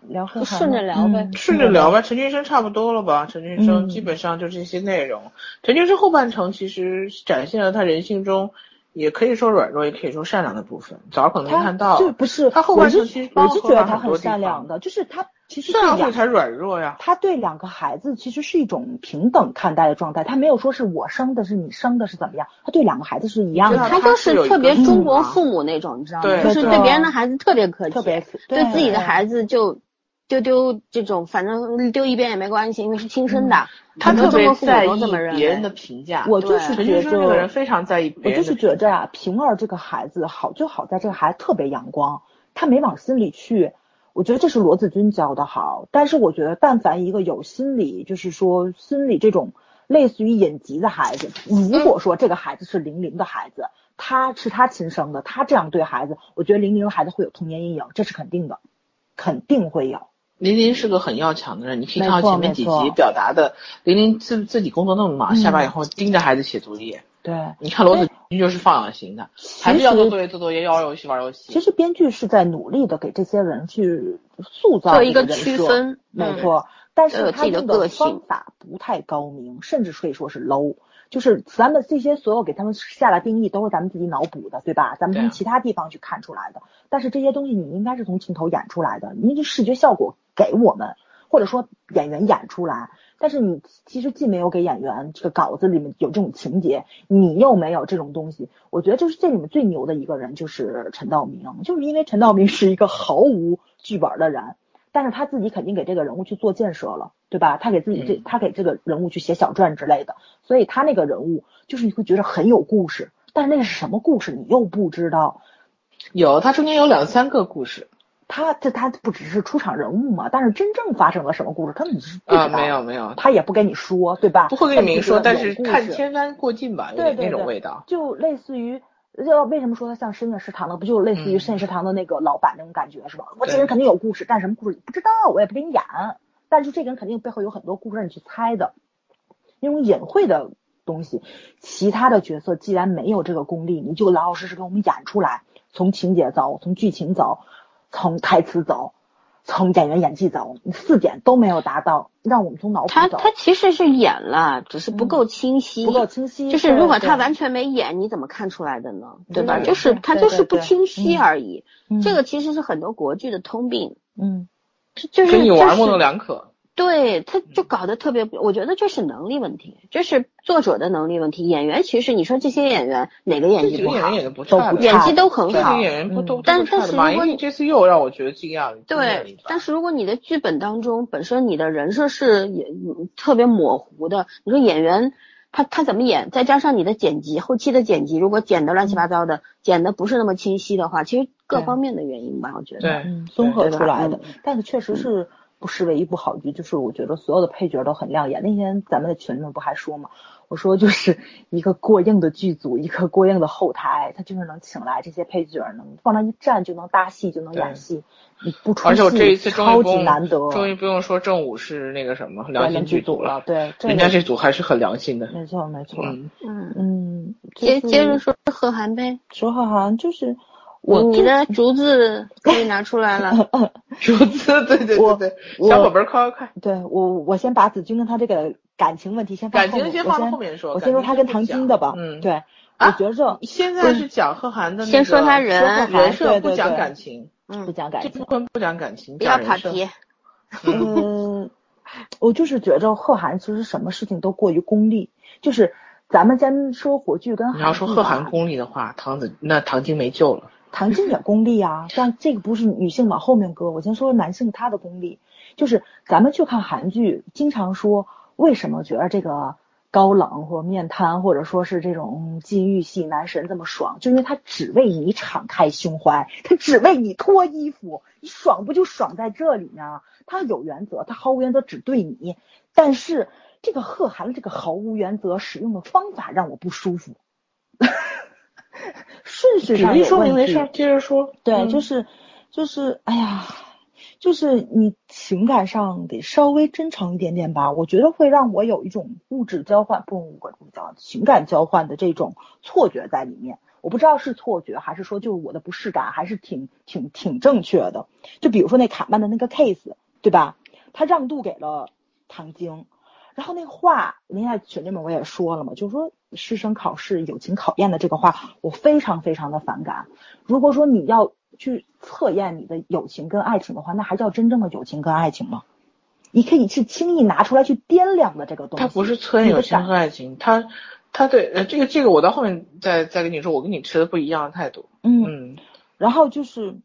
[SPEAKER 5] 聊贺
[SPEAKER 4] 就
[SPEAKER 5] 涵吗，
[SPEAKER 4] 顺着聊呗
[SPEAKER 5] 嗯
[SPEAKER 2] 顺着聊。吧，陈俊生差不多了吧？陈俊生
[SPEAKER 5] 嗯
[SPEAKER 2] 基本上就这些内容。陈俊生后半程其实展现了他人性中，也可以说软弱，也可以说善良的部分。早可能没
[SPEAKER 5] 他
[SPEAKER 2] 看到，
[SPEAKER 5] 就不是
[SPEAKER 2] 他后
[SPEAKER 5] 我
[SPEAKER 2] 半
[SPEAKER 5] 是
[SPEAKER 2] 程其实
[SPEAKER 5] 我
[SPEAKER 2] 包
[SPEAKER 5] 是
[SPEAKER 2] 括
[SPEAKER 5] 觉得
[SPEAKER 2] 了
[SPEAKER 5] 他
[SPEAKER 2] 很多
[SPEAKER 5] 很
[SPEAKER 2] 地
[SPEAKER 5] 善
[SPEAKER 2] 方
[SPEAKER 5] 良的，就是他其实
[SPEAKER 2] 善良所
[SPEAKER 5] 对
[SPEAKER 2] 以
[SPEAKER 5] 两
[SPEAKER 2] 才软弱呀。
[SPEAKER 5] 他对两个孩子其实是一种平等看待的状态，他没有说是我生的是你生的是怎么样，他对两个孩子是一样
[SPEAKER 2] 知道
[SPEAKER 5] 的，
[SPEAKER 4] 他就
[SPEAKER 2] 他是有
[SPEAKER 4] 是
[SPEAKER 2] 一
[SPEAKER 4] 特
[SPEAKER 2] 个
[SPEAKER 4] 别
[SPEAKER 2] 路
[SPEAKER 4] 中国
[SPEAKER 2] 嘛
[SPEAKER 4] 父母那种，你知道吗？
[SPEAKER 2] 对
[SPEAKER 4] 就是
[SPEAKER 5] 对啊
[SPEAKER 4] 对别人的孩子特别客气，
[SPEAKER 5] 特别对
[SPEAKER 4] 对自己的孩
[SPEAKER 5] 子，
[SPEAKER 4] 子就丢丢这种，反正丢一遍也没关系，因为是亲生的。
[SPEAKER 2] 他
[SPEAKER 4] 很多
[SPEAKER 2] 特
[SPEAKER 4] 中
[SPEAKER 2] 别
[SPEAKER 4] 国父
[SPEAKER 2] 在
[SPEAKER 4] 母
[SPEAKER 2] 意
[SPEAKER 4] 都这么认
[SPEAKER 2] 别人的哎
[SPEAKER 4] 为。
[SPEAKER 2] 评价。
[SPEAKER 5] 我就是
[SPEAKER 2] 陈俊
[SPEAKER 5] 觉
[SPEAKER 2] 生这个人
[SPEAKER 5] 得，
[SPEAKER 2] 非常在意
[SPEAKER 5] 我
[SPEAKER 2] 别人的
[SPEAKER 5] 就是
[SPEAKER 2] 评
[SPEAKER 5] 觉着啊，平儿这个孩子好就好在这个孩子特别阳光，他没往心里去。我觉得这是罗子君教的好，但是我觉得但凡一个有心理，就是说心理这种类似于隐疾的孩子，
[SPEAKER 2] 嗯
[SPEAKER 5] 如果说这个孩子是玲玲的孩子，他是他亲生的，他这样对孩子，我觉得玲玲的孩子会有童年阴影，这是肯定的，肯定会有。
[SPEAKER 2] 林林是个很要强的人，你可以
[SPEAKER 5] 没
[SPEAKER 2] 看到
[SPEAKER 5] 错
[SPEAKER 2] 前面
[SPEAKER 5] 没
[SPEAKER 2] 几
[SPEAKER 5] 错
[SPEAKER 2] 集表达的，林林自自己工作那么忙，
[SPEAKER 5] 嗯
[SPEAKER 2] 下班以后盯着孩子写作业。
[SPEAKER 5] 对，
[SPEAKER 2] 你看罗子君就是放养型的，还是要做作业做作业，要玩游戏玩游戏。
[SPEAKER 5] 其实编剧是在努力的给这些人去塑造
[SPEAKER 4] 做一
[SPEAKER 5] 个
[SPEAKER 4] 个
[SPEAKER 5] 人
[SPEAKER 4] 区
[SPEAKER 5] 设
[SPEAKER 4] 分
[SPEAKER 5] 没
[SPEAKER 4] 嗯
[SPEAKER 5] 错。但
[SPEAKER 4] 都
[SPEAKER 5] 是
[SPEAKER 4] 有
[SPEAKER 5] 他
[SPEAKER 4] 自己的
[SPEAKER 5] 用的
[SPEAKER 4] 个性
[SPEAKER 5] 方法不太高明，甚至可以说是 low。就是咱们这些所有给他们下的定义都是咱们自己脑补的，对吧？咱们
[SPEAKER 2] 对啊
[SPEAKER 5] 从其他地方去看出来的。但是这些东西你应该是从镜头演出来的，你这视觉效果给我们，或者说演员演出来。但是你其实既没有给演员这个稿子里面有这种情节，你又没有这种东西。我觉得就是这里面最牛的一个人就是陈道明，就是因为陈道明是一个毫无剧本的人，但是他自己肯定给这个人物去做建设了，对吧？他给自己这
[SPEAKER 2] 嗯
[SPEAKER 5] 他给这个人物去写小传之类的，所以他那个人物就是你会觉得很有故事，但是那个是什么故事你又不知道。
[SPEAKER 2] 有，他中间有两三个故事
[SPEAKER 5] 他这他不只是出场人物嘛，但是真正发生了什么故事，根本就是不知道。
[SPEAKER 2] 啊，没有没有，
[SPEAKER 5] 他也不跟你说，对吧？
[SPEAKER 2] 不会跟你明说，
[SPEAKER 5] 但
[SPEAKER 2] 但
[SPEAKER 5] 你
[SPEAKER 2] 是
[SPEAKER 5] 就觉得有
[SPEAKER 2] 看
[SPEAKER 5] 故事
[SPEAKER 2] 千帆过尽吧，有
[SPEAKER 5] 对
[SPEAKER 2] 点
[SPEAKER 5] 对
[SPEAKER 2] 那种
[SPEAKER 5] 对
[SPEAKER 2] 味道。
[SPEAKER 5] 就类似于。要为什么说它像深夜食堂呢？不就类似于
[SPEAKER 2] 嗯
[SPEAKER 5] 深夜食堂的那个老板那种感觉是吧？我这
[SPEAKER 2] 对
[SPEAKER 5] 人肯定有故事，但什么故事不知道，我也不给你演。但是这个人肯定背后有很多故事让你去猜的，那种隐晦的东西。其他的角色既然没有这个功力，你就老老实实给我们演出来，从情节走，从剧情走，从台词走，从演员演技走，你四点都没有达到，让我们从脑补
[SPEAKER 4] 他
[SPEAKER 5] 走，
[SPEAKER 4] 他其实是演了，只是嗯不够清晰。
[SPEAKER 5] 不够清晰。
[SPEAKER 4] 就是如果他
[SPEAKER 5] 对
[SPEAKER 4] 完全没演，你怎么看出来的呢？
[SPEAKER 5] 对
[SPEAKER 4] 对吧？
[SPEAKER 2] 对
[SPEAKER 4] 就是
[SPEAKER 5] 对
[SPEAKER 4] 他
[SPEAKER 5] 对
[SPEAKER 4] 就是
[SPEAKER 5] 对
[SPEAKER 4] 不
[SPEAKER 5] 对
[SPEAKER 4] 清晰
[SPEAKER 5] 嗯
[SPEAKER 4] 而已。
[SPEAKER 5] 嗯
[SPEAKER 4] 这个其实是很多国剧的通病，
[SPEAKER 5] 嗯，
[SPEAKER 4] 就就是
[SPEAKER 2] 跟你
[SPEAKER 4] 这
[SPEAKER 2] 玩
[SPEAKER 4] 是
[SPEAKER 2] 模棱两可，
[SPEAKER 4] 对，他就搞得特别，我觉得这是能力问题，这是作者的能力问题。演员其实你说这些演员哪个演
[SPEAKER 2] 这
[SPEAKER 4] 技
[SPEAKER 2] 几个
[SPEAKER 4] 不
[SPEAKER 2] 演
[SPEAKER 4] 好
[SPEAKER 2] 员，演的不
[SPEAKER 5] 都
[SPEAKER 2] 差
[SPEAKER 5] 不
[SPEAKER 2] 的，
[SPEAKER 5] 差
[SPEAKER 4] 演技都很
[SPEAKER 2] 这几
[SPEAKER 4] 好
[SPEAKER 2] 个。演员不都
[SPEAKER 5] 嗯
[SPEAKER 2] 都不
[SPEAKER 4] 但但
[SPEAKER 2] 差的。
[SPEAKER 4] 是
[SPEAKER 2] 马
[SPEAKER 4] 如果
[SPEAKER 2] 伊琍
[SPEAKER 4] 你
[SPEAKER 2] 这次又让我觉得惊讶了，
[SPEAKER 4] 对，但是如果你的剧本当中本身你的人设是也嗯特别模糊的，你说演员他他怎么演，再加上你的剪辑后期的剪辑，如果剪的乱七八糟的，剪的不是那么清晰的话，其实各
[SPEAKER 5] 对
[SPEAKER 4] 方面的原因吧，我觉得。
[SPEAKER 2] 对
[SPEAKER 5] 嗯，综合出来的
[SPEAKER 4] 对吧，
[SPEAKER 5] 但是确实是不失为一部好剧。就是我觉得所有的配角都很亮眼。那天咱们的群里面不还说嘛，我说就是 一个过硬的剧组，一个过硬的后台，他就是能请来这些配角，能往那一站就能搭戏，就能演戏，你不出
[SPEAKER 2] 而
[SPEAKER 5] 戏，
[SPEAKER 2] 且我这一次终于
[SPEAKER 5] 超
[SPEAKER 2] 不
[SPEAKER 5] 级
[SPEAKER 2] 用，
[SPEAKER 5] 难得，
[SPEAKER 2] 终于不用说正午是那个什么良
[SPEAKER 5] 关
[SPEAKER 2] 心
[SPEAKER 5] 联
[SPEAKER 2] 剧
[SPEAKER 5] 剧
[SPEAKER 2] 组
[SPEAKER 5] 组
[SPEAKER 2] 了，
[SPEAKER 5] 对，这
[SPEAKER 2] 人家
[SPEAKER 5] 个
[SPEAKER 2] 这组还是很良心的。
[SPEAKER 5] 没错没错，
[SPEAKER 2] 嗯，
[SPEAKER 4] 嗯，
[SPEAKER 5] 嗯，
[SPEAKER 4] 接
[SPEAKER 5] 就是
[SPEAKER 4] 接着说贺涵呗，
[SPEAKER 5] 说浩涵就是
[SPEAKER 4] 你
[SPEAKER 5] 我
[SPEAKER 4] 你
[SPEAKER 5] 这
[SPEAKER 4] 的竹子可以拿出来 了，
[SPEAKER 2] 竹子，对对对
[SPEAKER 5] 我
[SPEAKER 2] 对，
[SPEAKER 5] 我
[SPEAKER 2] 小宝贝儿快快快，
[SPEAKER 5] 对我我先把子君跟他这个感情问题先放
[SPEAKER 2] 感
[SPEAKER 5] 后
[SPEAKER 2] 情
[SPEAKER 5] 面
[SPEAKER 2] 先
[SPEAKER 5] 我
[SPEAKER 2] 放到
[SPEAKER 5] 先
[SPEAKER 2] 后面说
[SPEAKER 5] 我
[SPEAKER 2] 感
[SPEAKER 5] 先说
[SPEAKER 2] 情
[SPEAKER 5] 他
[SPEAKER 2] 先
[SPEAKER 5] 跟
[SPEAKER 2] 不
[SPEAKER 5] 唐
[SPEAKER 2] 讲
[SPEAKER 5] 晶的吧，
[SPEAKER 2] 嗯
[SPEAKER 5] 对，
[SPEAKER 2] 啊
[SPEAKER 5] 我觉着
[SPEAKER 2] 现在是讲贺涵的那个，
[SPEAKER 4] 先说他
[SPEAKER 5] 说
[SPEAKER 4] 人，
[SPEAKER 5] 贺涵
[SPEAKER 2] 人设，不
[SPEAKER 5] 对对
[SPEAKER 2] 讲
[SPEAKER 5] 对
[SPEAKER 2] 感情，
[SPEAKER 5] 不
[SPEAKER 4] 嗯，
[SPEAKER 5] 讲感
[SPEAKER 2] 这
[SPEAKER 5] 情
[SPEAKER 2] 部，分不讲感情，
[SPEAKER 4] 不要
[SPEAKER 2] 讲
[SPEAKER 4] 跑
[SPEAKER 2] 人设。
[SPEAKER 4] 题，
[SPEAKER 5] 嗯，我就是觉着贺涵其实什么事情都过于功利，就是咱们先说火炬跟
[SPEAKER 2] 你要说贺涵
[SPEAKER 5] 吧
[SPEAKER 2] 功利的话，唐子那唐晶没救了。
[SPEAKER 5] 唐晶也功利啊，但这个不是女性往后面搁，我先说男性他的功利，就是咱们去看韩剧，经常说为什么觉得这个高冷或者面瘫，或者说是这种禁欲系男神这么爽，就因为他只为你敞开胸怀，他只为你脱衣服，你爽不就爽在这里呢？他有原则，他毫无原则只对你，但是这个贺涵这个毫无原则使用的方法让我不舒服。 顺序
[SPEAKER 2] 举
[SPEAKER 5] 上
[SPEAKER 2] 例
[SPEAKER 5] 有
[SPEAKER 2] 说明
[SPEAKER 5] 问
[SPEAKER 2] 没
[SPEAKER 5] 题
[SPEAKER 2] 事儿，接着说。
[SPEAKER 5] 对，
[SPEAKER 2] 嗯
[SPEAKER 5] 就是就是，哎呀，就是你情感上得稍微真诚一点点吧。我觉得会让我有一种物质交换，不物质交换，情感交换的这种错觉在里面。我不知道是错觉，还是说就是我的不适感，还是挺挺挺正确的。就比如说那卡曼的那个 case，对吧？他让渡给了唐晶，然后那话，您在群里面我也说了嘛，就是说师生考试友情考验的这个话，我非常非常的反感。如果说你要去测验你的友情跟爱情的话，那还叫真正的友情跟爱情吗？你可以去轻易拿出来去掂量的这个东西。
[SPEAKER 2] 他不是测验
[SPEAKER 5] 你的
[SPEAKER 2] 友情
[SPEAKER 5] 感
[SPEAKER 2] 和爱情，他他对呃这个这个我到后面再再跟你说，我跟你持的不一样的态度。
[SPEAKER 5] 嗯，
[SPEAKER 2] 嗯，
[SPEAKER 5] 然后就是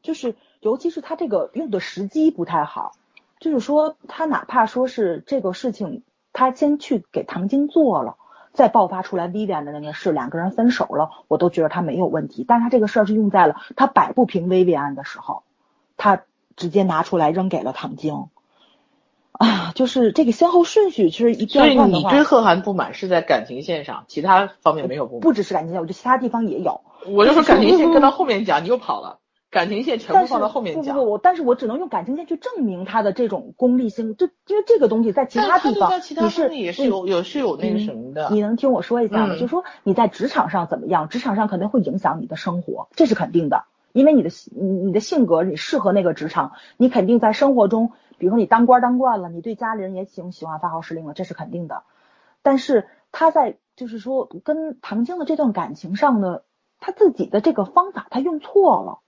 [SPEAKER 5] 就是，尤其是他这个用的时机不太好，就是说他哪怕说是这个事情，他先去给唐晶做了。再爆发出来 Vivian 的那个事，两个人分手了，我都觉得他没有问题。但是他这个事儿是用在了他摆不平 Vivian 的时候，他直接拿出来扔给了唐晶。啊，就是这个先后顺序，其实一
[SPEAKER 2] 所
[SPEAKER 5] 调
[SPEAKER 2] 以
[SPEAKER 5] 换的
[SPEAKER 2] 你
[SPEAKER 5] 话，
[SPEAKER 2] 对贺涵不满是在感情线上，其他方面没有不满。
[SPEAKER 5] 不只是感情线，我觉得其他地方也有。
[SPEAKER 2] 我就说感情线跟到后面讲，你又跑了，感情线全
[SPEAKER 5] 但
[SPEAKER 2] 部
[SPEAKER 5] 是
[SPEAKER 2] 放到后面
[SPEAKER 5] 不不
[SPEAKER 2] 讲。
[SPEAKER 5] 不，我但是我只能用感情线去证明他的这种功利性，这因为这个东西在其
[SPEAKER 2] 但
[SPEAKER 5] 他
[SPEAKER 2] 他
[SPEAKER 5] 地
[SPEAKER 2] 就
[SPEAKER 5] 方
[SPEAKER 2] 在其他
[SPEAKER 5] 你
[SPEAKER 2] 方
[SPEAKER 5] 是
[SPEAKER 2] 面也是
[SPEAKER 5] 你
[SPEAKER 2] 有有是有那个什么的。
[SPEAKER 5] 你能听我说一下吗？
[SPEAKER 2] 嗯
[SPEAKER 5] 就说你在职场上怎么样？职场上肯定会影响你的生活，这是肯定的，因为你的性你你的性格你适合那个职场，你肯定在生活中，比如说你当官当惯了，你对家里人也挺喜欢发号施令了，这是肯定的。但是他在就是说跟唐晶的这段感情上呢，他自己的这个方法他用错了，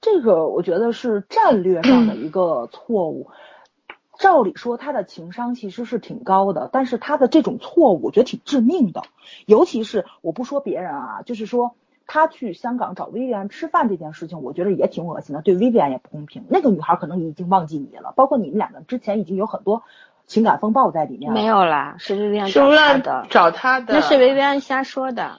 [SPEAKER 5] 这个我觉得是战略上的一个错误。照理说，他的情商其实是挺高的，但是他的这种错误，我觉得挺致命的。尤其是我不说别人啊，就是说他去香港找 Vivian 吃饭这件事情，我觉得也挺恶心的，对 Vivian 也不公平。那个女孩可能已经忘记你了，包括你们两个之前已经有很多情感风暴在里面了。
[SPEAKER 4] 没有啦，是薇薇安
[SPEAKER 2] 是不
[SPEAKER 4] 找
[SPEAKER 2] 是
[SPEAKER 4] 他
[SPEAKER 2] 按
[SPEAKER 4] 的，
[SPEAKER 2] 找他的？
[SPEAKER 4] 那是薇薇安瞎说的，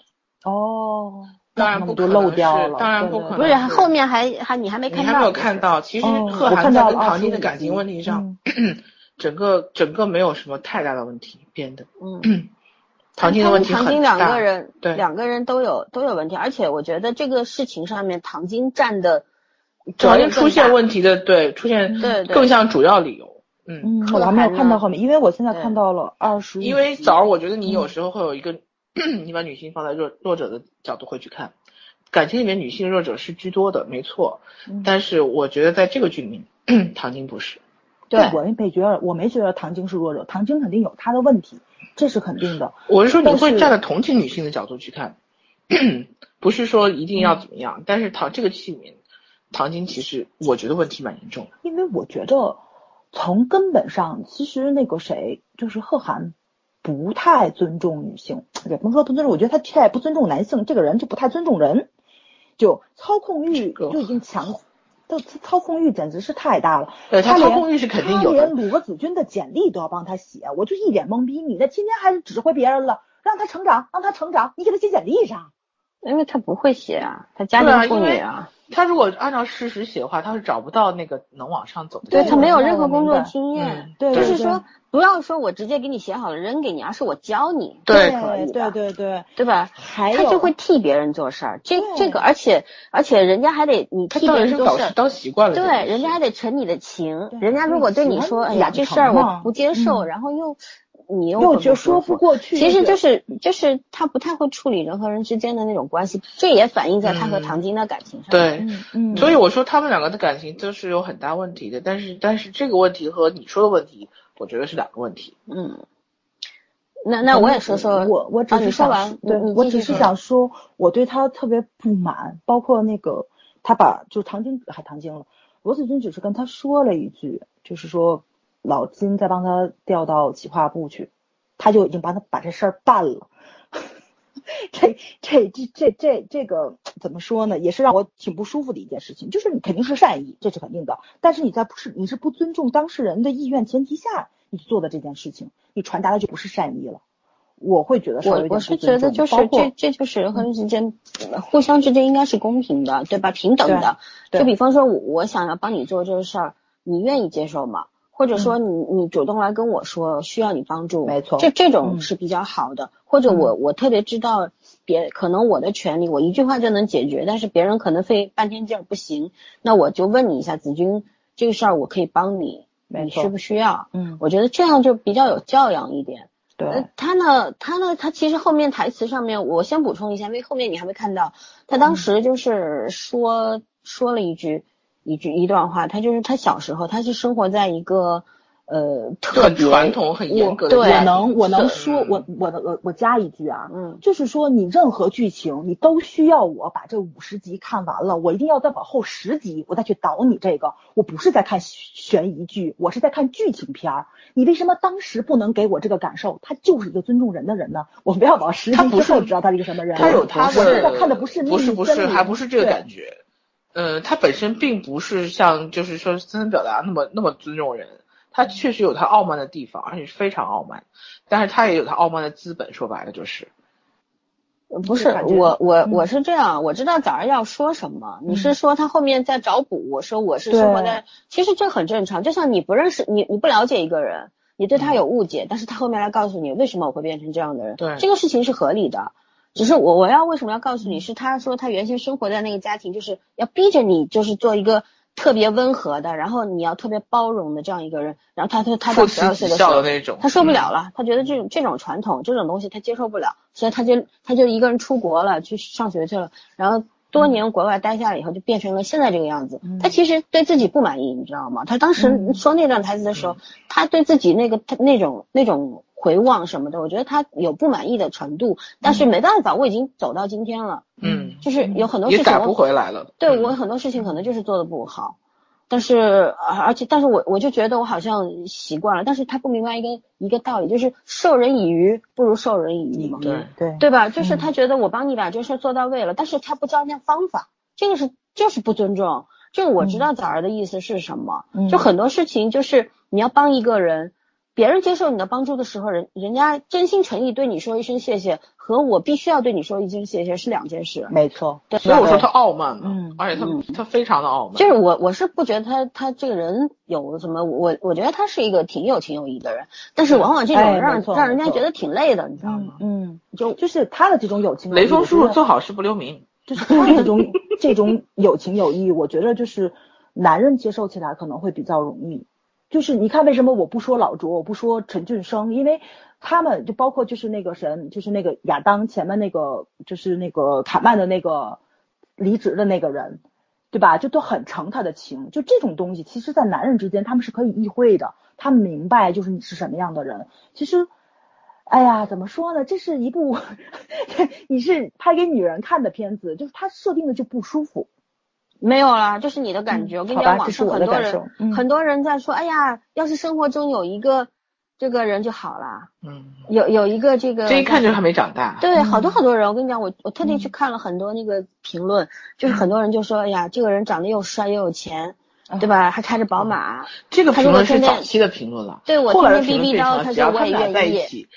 [SPEAKER 5] 哦，
[SPEAKER 2] 当然
[SPEAKER 5] 那
[SPEAKER 2] 不
[SPEAKER 5] 么
[SPEAKER 2] 可
[SPEAKER 5] 就
[SPEAKER 2] 能
[SPEAKER 5] 漏掉
[SPEAKER 2] 是
[SPEAKER 5] 了，
[SPEAKER 2] 当然不
[SPEAKER 5] 对
[SPEAKER 2] 可
[SPEAKER 5] 对对
[SPEAKER 4] 不
[SPEAKER 2] 能
[SPEAKER 4] 是
[SPEAKER 2] 是
[SPEAKER 4] 后面还还你还没
[SPEAKER 2] 你
[SPEAKER 4] 看
[SPEAKER 2] 还
[SPEAKER 4] 到，
[SPEAKER 2] 没有看到，其实
[SPEAKER 5] 哦
[SPEAKER 2] 贺
[SPEAKER 5] 我
[SPEAKER 2] 涵
[SPEAKER 5] 看
[SPEAKER 2] 在
[SPEAKER 5] 到
[SPEAKER 2] 跟
[SPEAKER 5] 了
[SPEAKER 2] 唐晶
[SPEAKER 5] 25
[SPEAKER 2] 的感情
[SPEAKER 5] 集
[SPEAKER 2] 问题上
[SPEAKER 5] 嗯，
[SPEAKER 2] 整个整个没有什么太大的问题编的。
[SPEAKER 4] 嗯，
[SPEAKER 2] 唐晶的问题
[SPEAKER 4] 唐
[SPEAKER 2] 很
[SPEAKER 4] 晶两
[SPEAKER 2] 大，
[SPEAKER 4] 个人，
[SPEAKER 2] 对
[SPEAKER 4] 两个人都有都有问题，而且我觉得这个事情上面唐晶占的责
[SPEAKER 2] 唐晶
[SPEAKER 4] 任
[SPEAKER 2] 出现问题的，对，出现
[SPEAKER 4] 对对
[SPEAKER 2] 更像主要理由。嗯，
[SPEAKER 5] 嗯，
[SPEAKER 4] 后
[SPEAKER 5] 我还没
[SPEAKER 4] 来
[SPEAKER 5] 有看到
[SPEAKER 4] 呢
[SPEAKER 5] 后面，因为我现在
[SPEAKER 4] 对
[SPEAKER 5] 看到了二十，
[SPEAKER 2] 因为枣儿，我觉得你有时候会有一个， 你把女性放在弱弱者的角度会去看，感情里面女性弱者是居多的，没错。
[SPEAKER 5] 嗯
[SPEAKER 2] 但是我觉得在这个剧里面， 唐晶不是。
[SPEAKER 4] 对
[SPEAKER 5] 但我也没觉得，我没觉得唐晶是弱者，唐晶肯定有她的问题，这是肯定的。
[SPEAKER 2] 我是说你
[SPEAKER 5] 但
[SPEAKER 2] 会
[SPEAKER 5] 是
[SPEAKER 2] 站在同情女性的角度去看，不是说一定要怎么样，但是唐这个戏里面，唐晶其实我觉得问题蛮严重的。
[SPEAKER 5] 因为我觉着从根本上，其实那个谁，就是贺涵，不太尊重女性，也不能说不尊重，我觉得他太不尊重男性，这个人就不太尊重人，就操控欲
[SPEAKER 2] 个
[SPEAKER 5] 就已经强，都操控欲简直是太大了。
[SPEAKER 2] 对他操
[SPEAKER 5] 连
[SPEAKER 2] 控欲是肯定有
[SPEAKER 5] 他连
[SPEAKER 2] 的，
[SPEAKER 5] 鲁国子君的简历都要帮他写，我就一脸懵逼，你那天天还是指挥别人了，让他成长，让他成长，你给他写简历啥？
[SPEAKER 4] 因为他不会写啊，他家
[SPEAKER 2] 对啊
[SPEAKER 4] 庭妇
[SPEAKER 2] 因为
[SPEAKER 4] 女啊，
[SPEAKER 2] 他如果按照事实写的话，他是找不到那个能往上走的。
[SPEAKER 4] 对
[SPEAKER 5] 对
[SPEAKER 4] 他没有
[SPEAKER 5] 我
[SPEAKER 4] 任何
[SPEAKER 5] 明白
[SPEAKER 4] 工作
[SPEAKER 5] 我明白
[SPEAKER 4] 经验
[SPEAKER 2] 嗯，
[SPEAKER 5] 对
[SPEAKER 4] 就
[SPEAKER 5] 对
[SPEAKER 4] 是
[SPEAKER 5] 对
[SPEAKER 4] 说不要说我直接给你写好了扔给你，而是我教你，
[SPEAKER 2] 对
[SPEAKER 4] 就可以
[SPEAKER 5] 对
[SPEAKER 4] 的，
[SPEAKER 5] 对对，
[SPEAKER 4] 对吧？
[SPEAKER 5] 还有
[SPEAKER 4] 他就会替别人做事儿，这
[SPEAKER 5] 对
[SPEAKER 4] 这个，而且而且人家还得你
[SPEAKER 2] 他
[SPEAKER 4] 替
[SPEAKER 2] 当
[SPEAKER 4] 别
[SPEAKER 2] 然是
[SPEAKER 4] 人做
[SPEAKER 2] 倒
[SPEAKER 4] 事儿，
[SPEAKER 2] 倒习惯了这个事。
[SPEAKER 4] 对，人家还得承你的情
[SPEAKER 5] 对。
[SPEAKER 4] 人家如果对你
[SPEAKER 5] 喜欢
[SPEAKER 4] 说，哎呀，
[SPEAKER 5] 养
[SPEAKER 4] 这
[SPEAKER 5] 成
[SPEAKER 4] 事儿我
[SPEAKER 5] 嘛
[SPEAKER 4] 不接受，
[SPEAKER 5] 嗯
[SPEAKER 4] 然后又你又
[SPEAKER 5] 又
[SPEAKER 4] 很
[SPEAKER 5] 就
[SPEAKER 4] 舒
[SPEAKER 5] 说
[SPEAKER 4] 服
[SPEAKER 5] 不。过去，
[SPEAKER 4] 其实
[SPEAKER 5] 对
[SPEAKER 4] 就是就是他不太会处理人和人之间的那种关系，这也反映在他和
[SPEAKER 2] 嗯
[SPEAKER 4] 唐晶的感情上。
[SPEAKER 2] 对，
[SPEAKER 5] 嗯嗯，
[SPEAKER 2] 所以我说他们两个的感情都是有很大问题的，但是但是这个问题和你说的问题，我觉得是两个问题。
[SPEAKER 4] 嗯，那那我也说说，
[SPEAKER 5] 我我只
[SPEAKER 4] 啊
[SPEAKER 5] 是
[SPEAKER 4] 你说
[SPEAKER 5] 想
[SPEAKER 4] 完
[SPEAKER 5] 说，
[SPEAKER 4] 你
[SPEAKER 5] 对
[SPEAKER 4] 你
[SPEAKER 5] 我
[SPEAKER 4] 继
[SPEAKER 5] 只
[SPEAKER 4] 续
[SPEAKER 5] 是
[SPEAKER 4] 说
[SPEAKER 5] 想说，我对他特别不满，包括那个他把就唐晶还唐晶了，罗子君只是跟他说了一句，就是说老金在帮他调到企划部去，他就已经帮他把这事儿办了。这这这这这这个怎么说呢？也是让我挺不舒服的一件事情，就是你肯定是善意，这是肯定的，但是你在不是你是不尊重当事人的意愿前提下，你做的这件事情，你传达的就不是善意了。我会觉得稍微
[SPEAKER 4] 我
[SPEAKER 5] 有点
[SPEAKER 4] 我
[SPEAKER 5] 不
[SPEAKER 4] 是
[SPEAKER 5] 尊
[SPEAKER 4] 觉得
[SPEAKER 5] 重
[SPEAKER 4] 就是
[SPEAKER 5] 包括
[SPEAKER 4] 这这就是人和人之间、呃互相之间应该是公平的，对吧？平等的。
[SPEAKER 5] 对对
[SPEAKER 4] 就比方说我我想要帮你做这个事儿，你愿意接受吗？或者说你、你主动来跟我说需要你帮助，
[SPEAKER 5] 嗯没错
[SPEAKER 4] 这这种
[SPEAKER 5] 嗯
[SPEAKER 4] 是比较好的。或者我我特别知道别可能我的权利，我一句话就能解决，但是别人可能费半天劲儿不行，那我就问你一下，子君这个事儿我可以帮你，
[SPEAKER 5] 没
[SPEAKER 4] 你
[SPEAKER 5] 错
[SPEAKER 4] 需不呃需要？
[SPEAKER 5] 嗯
[SPEAKER 4] 我觉得这样就比较有教养一点。
[SPEAKER 5] 对
[SPEAKER 4] 呃，他呢，他呢，他其实后面台词上面，我先补充一下，因为后面你还没看到，他当时就是说、说了一句一句一段话，他就是他小时候，他是生活在一个呃特
[SPEAKER 2] 很
[SPEAKER 4] 别
[SPEAKER 2] 传统、很严格的
[SPEAKER 4] 我对
[SPEAKER 2] 家
[SPEAKER 5] 我
[SPEAKER 2] 庭
[SPEAKER 5] 能我能
[SPEAKER 4] 对
[SPEAKER 5] 说我我我我加一句啊，
[SPEAKER 4] 嗯
[SPEAKER 5] 就是说你任何剧情你都需要我把这五十集看完了，我一定要再往后十集我再去导你这个，我不是在看悬疑剧，我是在看剧情片儿。你为什么当时不能给我这个感受？他就是一个尊重人的人呢？我们要往十
[SPEAKER 2] 他
[SPEAKER 5] 集
[SPEAKER 2] 不
[SPEAKER 5] 之后
[SPEAKER 2] 是
[SPEAKER 5] 知道他是一个什么人。
[SPEAKER 2] 他有
[SPEAKER 5] 我
[SPEAKER 2] 他
[SPEAKER 5] 我
[SPEAKER 2] 的
[SPEAKER 5] 现在看的不是
[SPEAKER 2] 不是
[SPEAKER 5] 命
[SPEAKER 2] 不
[SPEAKER 5] 真
[SPEAKER 2] 是
[SPEAKER 5] 理
[SPEAKER 2] 还不是这个
[SPEAKER 5] 对
[SPEAKER 2] 感觉，呃，他本身并不是像就是说森森表达那么那么尊重人，他确实有他傲慢的地方，而且是非常傲慢，但是他也有他傲慢的资本，说白了就是，
[SPEAKER 4] 呃不是
[SPEAKER 5] 就感觉
[SPEAKER 4] 我我
[SPEAKER 5] 嗯
[SPEAKER 4] 我是这样，我知道早上要说什么，你是说他后面在找补，我说我是
[SPEAKER 5] 对
[SPEAKER 4] 生活在，其实这很正常，就像你不认识你你不了解一个人，你对他有误解，但是他后面来告诉你为什么我会变成这样的人，
[SPEAKER 2] 对
[SPEAKER 4] 这个事情是合理的。只是我我要为什么要告诉你是他说他原先生活在那个家庭就是要逼着你就是做一个特别温和的，然后你要特别包容的这样一个人，然后他他他
[SPEAKER 2] 父
[SPEAKER 4] 到十
[SPEAKER 2] 慈
[SPEAKER 4] 二岁
[SPEAKER 2] 子
[SPEAKER 4] 的时候
[SPEAKER 2] 孝的那种，
[SPEAKER 4] 他受不了了，他觉得这种这种传统这种东西他接受不了，所以他就他就一个人出国了，去上学去了，然后
[SPEAKER 2] 嗯
[SPEAKER 4] 多年国外待下来以后，就变成了现在这个样子。
[SPEAKER 5] 嗯
[SPEAKER 4] 他其实对自己不满意，你知道吗？他当时
[SPEAKER 5] 嗯
[SPEAKER 4] 说那段台词的时候，
[SPEAKER 2] 嗯
[SPEAKER 4] 他对自己那个他那种那种回望什么的，我觉得他有不满意的程度，但是没办法，我已经走到今天了，
[SPEAKER 2] 嗯，
[SPEAKER 4] 就是有很多
[SPEAKER 2] 也
[SPEAKER 4] 事情
[SPEAKER 2] 改
[SPEAKER 4] 我
[SPEAKER 2] 不回来了，
[SPEAKER 4] 对
[SPEAKER 2] 嗯
[SPEAKER 4] 我很多事情可能就是做的不好，但是而而且但是我我就觉得我好像习惯了，但是他不明白一个一个道理，就是授人以鱼不如授人以渔嘛，
[SPEAKER 2] 对嗯
[SPEAKER 5] 对
[SPEAKER 4] 对吧？就是他觉得我帮你把这事儿做到位了，但是他不教人家方法，这个是就是不尊重。这个我
[SPEAKER 2] 嗯
[SPEAKER 4] 知道枣儿的意思是什么，
[SPEAKER 5] 嗯
[SPEAKER 4] 就很多事情就是你要帮一个人，别人接受你的帮助的时候，人人家真心诚意对你说一声谢谢，和我必须要对你说一声谢谢是两件事。
[SPEAKER 5] 没错，
[SPEAKER 4] 对
[SPEAKER 2] 所以我说他傲慢嘛，
[SPEAKER 5] 嗯
[SPEAKER 2] 而且他、
[SPEAKER 4] 嗯
[SPEAKER 2] 他非常的傲慢，
[SPEAKER 4] 就是我我是不觉得他他这个人有什么，我我觉得他是一个挺有情有义的人，但是往往这种
[SPEAKER 5] 哎
[SPEAKER 4] 让、
[SPEAKER 5] 没错
[SPEAKER 4] 让人家
[SPEAKER 5] 没错
[SPEAKER 4] 觉得挺累的，你知道
[SPEAKER 5] 嗯
[SPEAKER 4] 吗？
[SPEAKER 5] 嗯，
[SPEAKER 4] 就
[SPEAKER 5] 就是他的这种友情，
[SPEAKER 2] 雷锋叔
[SPEAKER 5] 我
[SPEAKER 2] 叔
[SPEAKER 5] 觉得
[SPEAKER 2] 做好事不留名，
[SPEAKER 5] 就是他这种这种有情有义，我觉得就是男人接受起来可能会比较容易。就是你看，为什么我不说老卓，我不说陈俊生，因为他们就包括就是那个神，就是那个亚当前面那个，就是那个卡曼的那个离职的那个人，对吧？就都很诚他的情，就这种东西，其实，在男人之间他们是可以意会的，他们明白就是你是什么样的人。其实，哎呀，怎么说呢？这是一 部你是拍给女人看的片子，就是它设定的就不舒服。
[SPEAKER 4] 没有啦，这是你的感觉。我跟
[SPEAKER 5] 嗯
[SPEAKER 4] 你
[SPEAKER 5] 好
[SPEAKER 4] 讲，
[SPEAKER 5] 吧，
[SPEAKER 4] 网
[SPEAKER 5] 这是
[SPEAKER 4] 上
[SPEAKER 5] 我
[SPEAKER 4] 很
[SPEAKER 5] 的
[SPEAKER 4] 多
[SPEAKER 5] 感
[SPEAKER 4] 人、
[SPEAKER 5] 受。嗯，
[SPEAKER 4] 很多人在说，哎呀，要是生活中有一个这个人就好啦，
[SPEAKER 2] 嗯，
[SPEAKER 4] 有有一个这个
[SPEAKER 2] 这一看就是还没长大，
[SPEAKER 4] 对，
[SPEAKER 5] 嗯
[SPEAKER 4] 好多好多人，我跟你讲，我我特地去
[SPEAKER 5] 嗯
[SPEAKER 4] 看了很多那个评论，就是很多人就说，哎呀，这个人长得又帅又有钱，
[SPEAKER 5] 啊
[SPEAKER 4] 对吧？还开着宝马，
[SPEAKER 2] 这个
[SPEAKER 4] 他
[SPEAKER 2] 评
[SPEAKER 4] 如果
[SPEAKER 2] 论是
[SPEAKER 4] 天天
[SPEAKER 2] 早期的评论了。
[SPEAKER 4] 对我
[SPEAKER 2] 后来
[SPEAKER 4] 天
[SPEAKER 2] 的
[SPEAKER 4] 天
[SPEAKER 2] 评论
[SPEAKER 4] 逼逼
[SPEAKER 2] 变成
[SPEAKER 4] 叨，
[SPEAKER 2] 了
[SPEAKER 4] 他
[SPEAKER 2] 只
[SPEAKER 4] 说
[SPEAKER 2] 要
[SPEAKER 4] 我
[SPEAKER 2] 他
[SPEAKER 4] 也
[SPEAKER 2] 们俩在
[SPEAKER 4] 愿意
[SPEAKER 2] 一。起，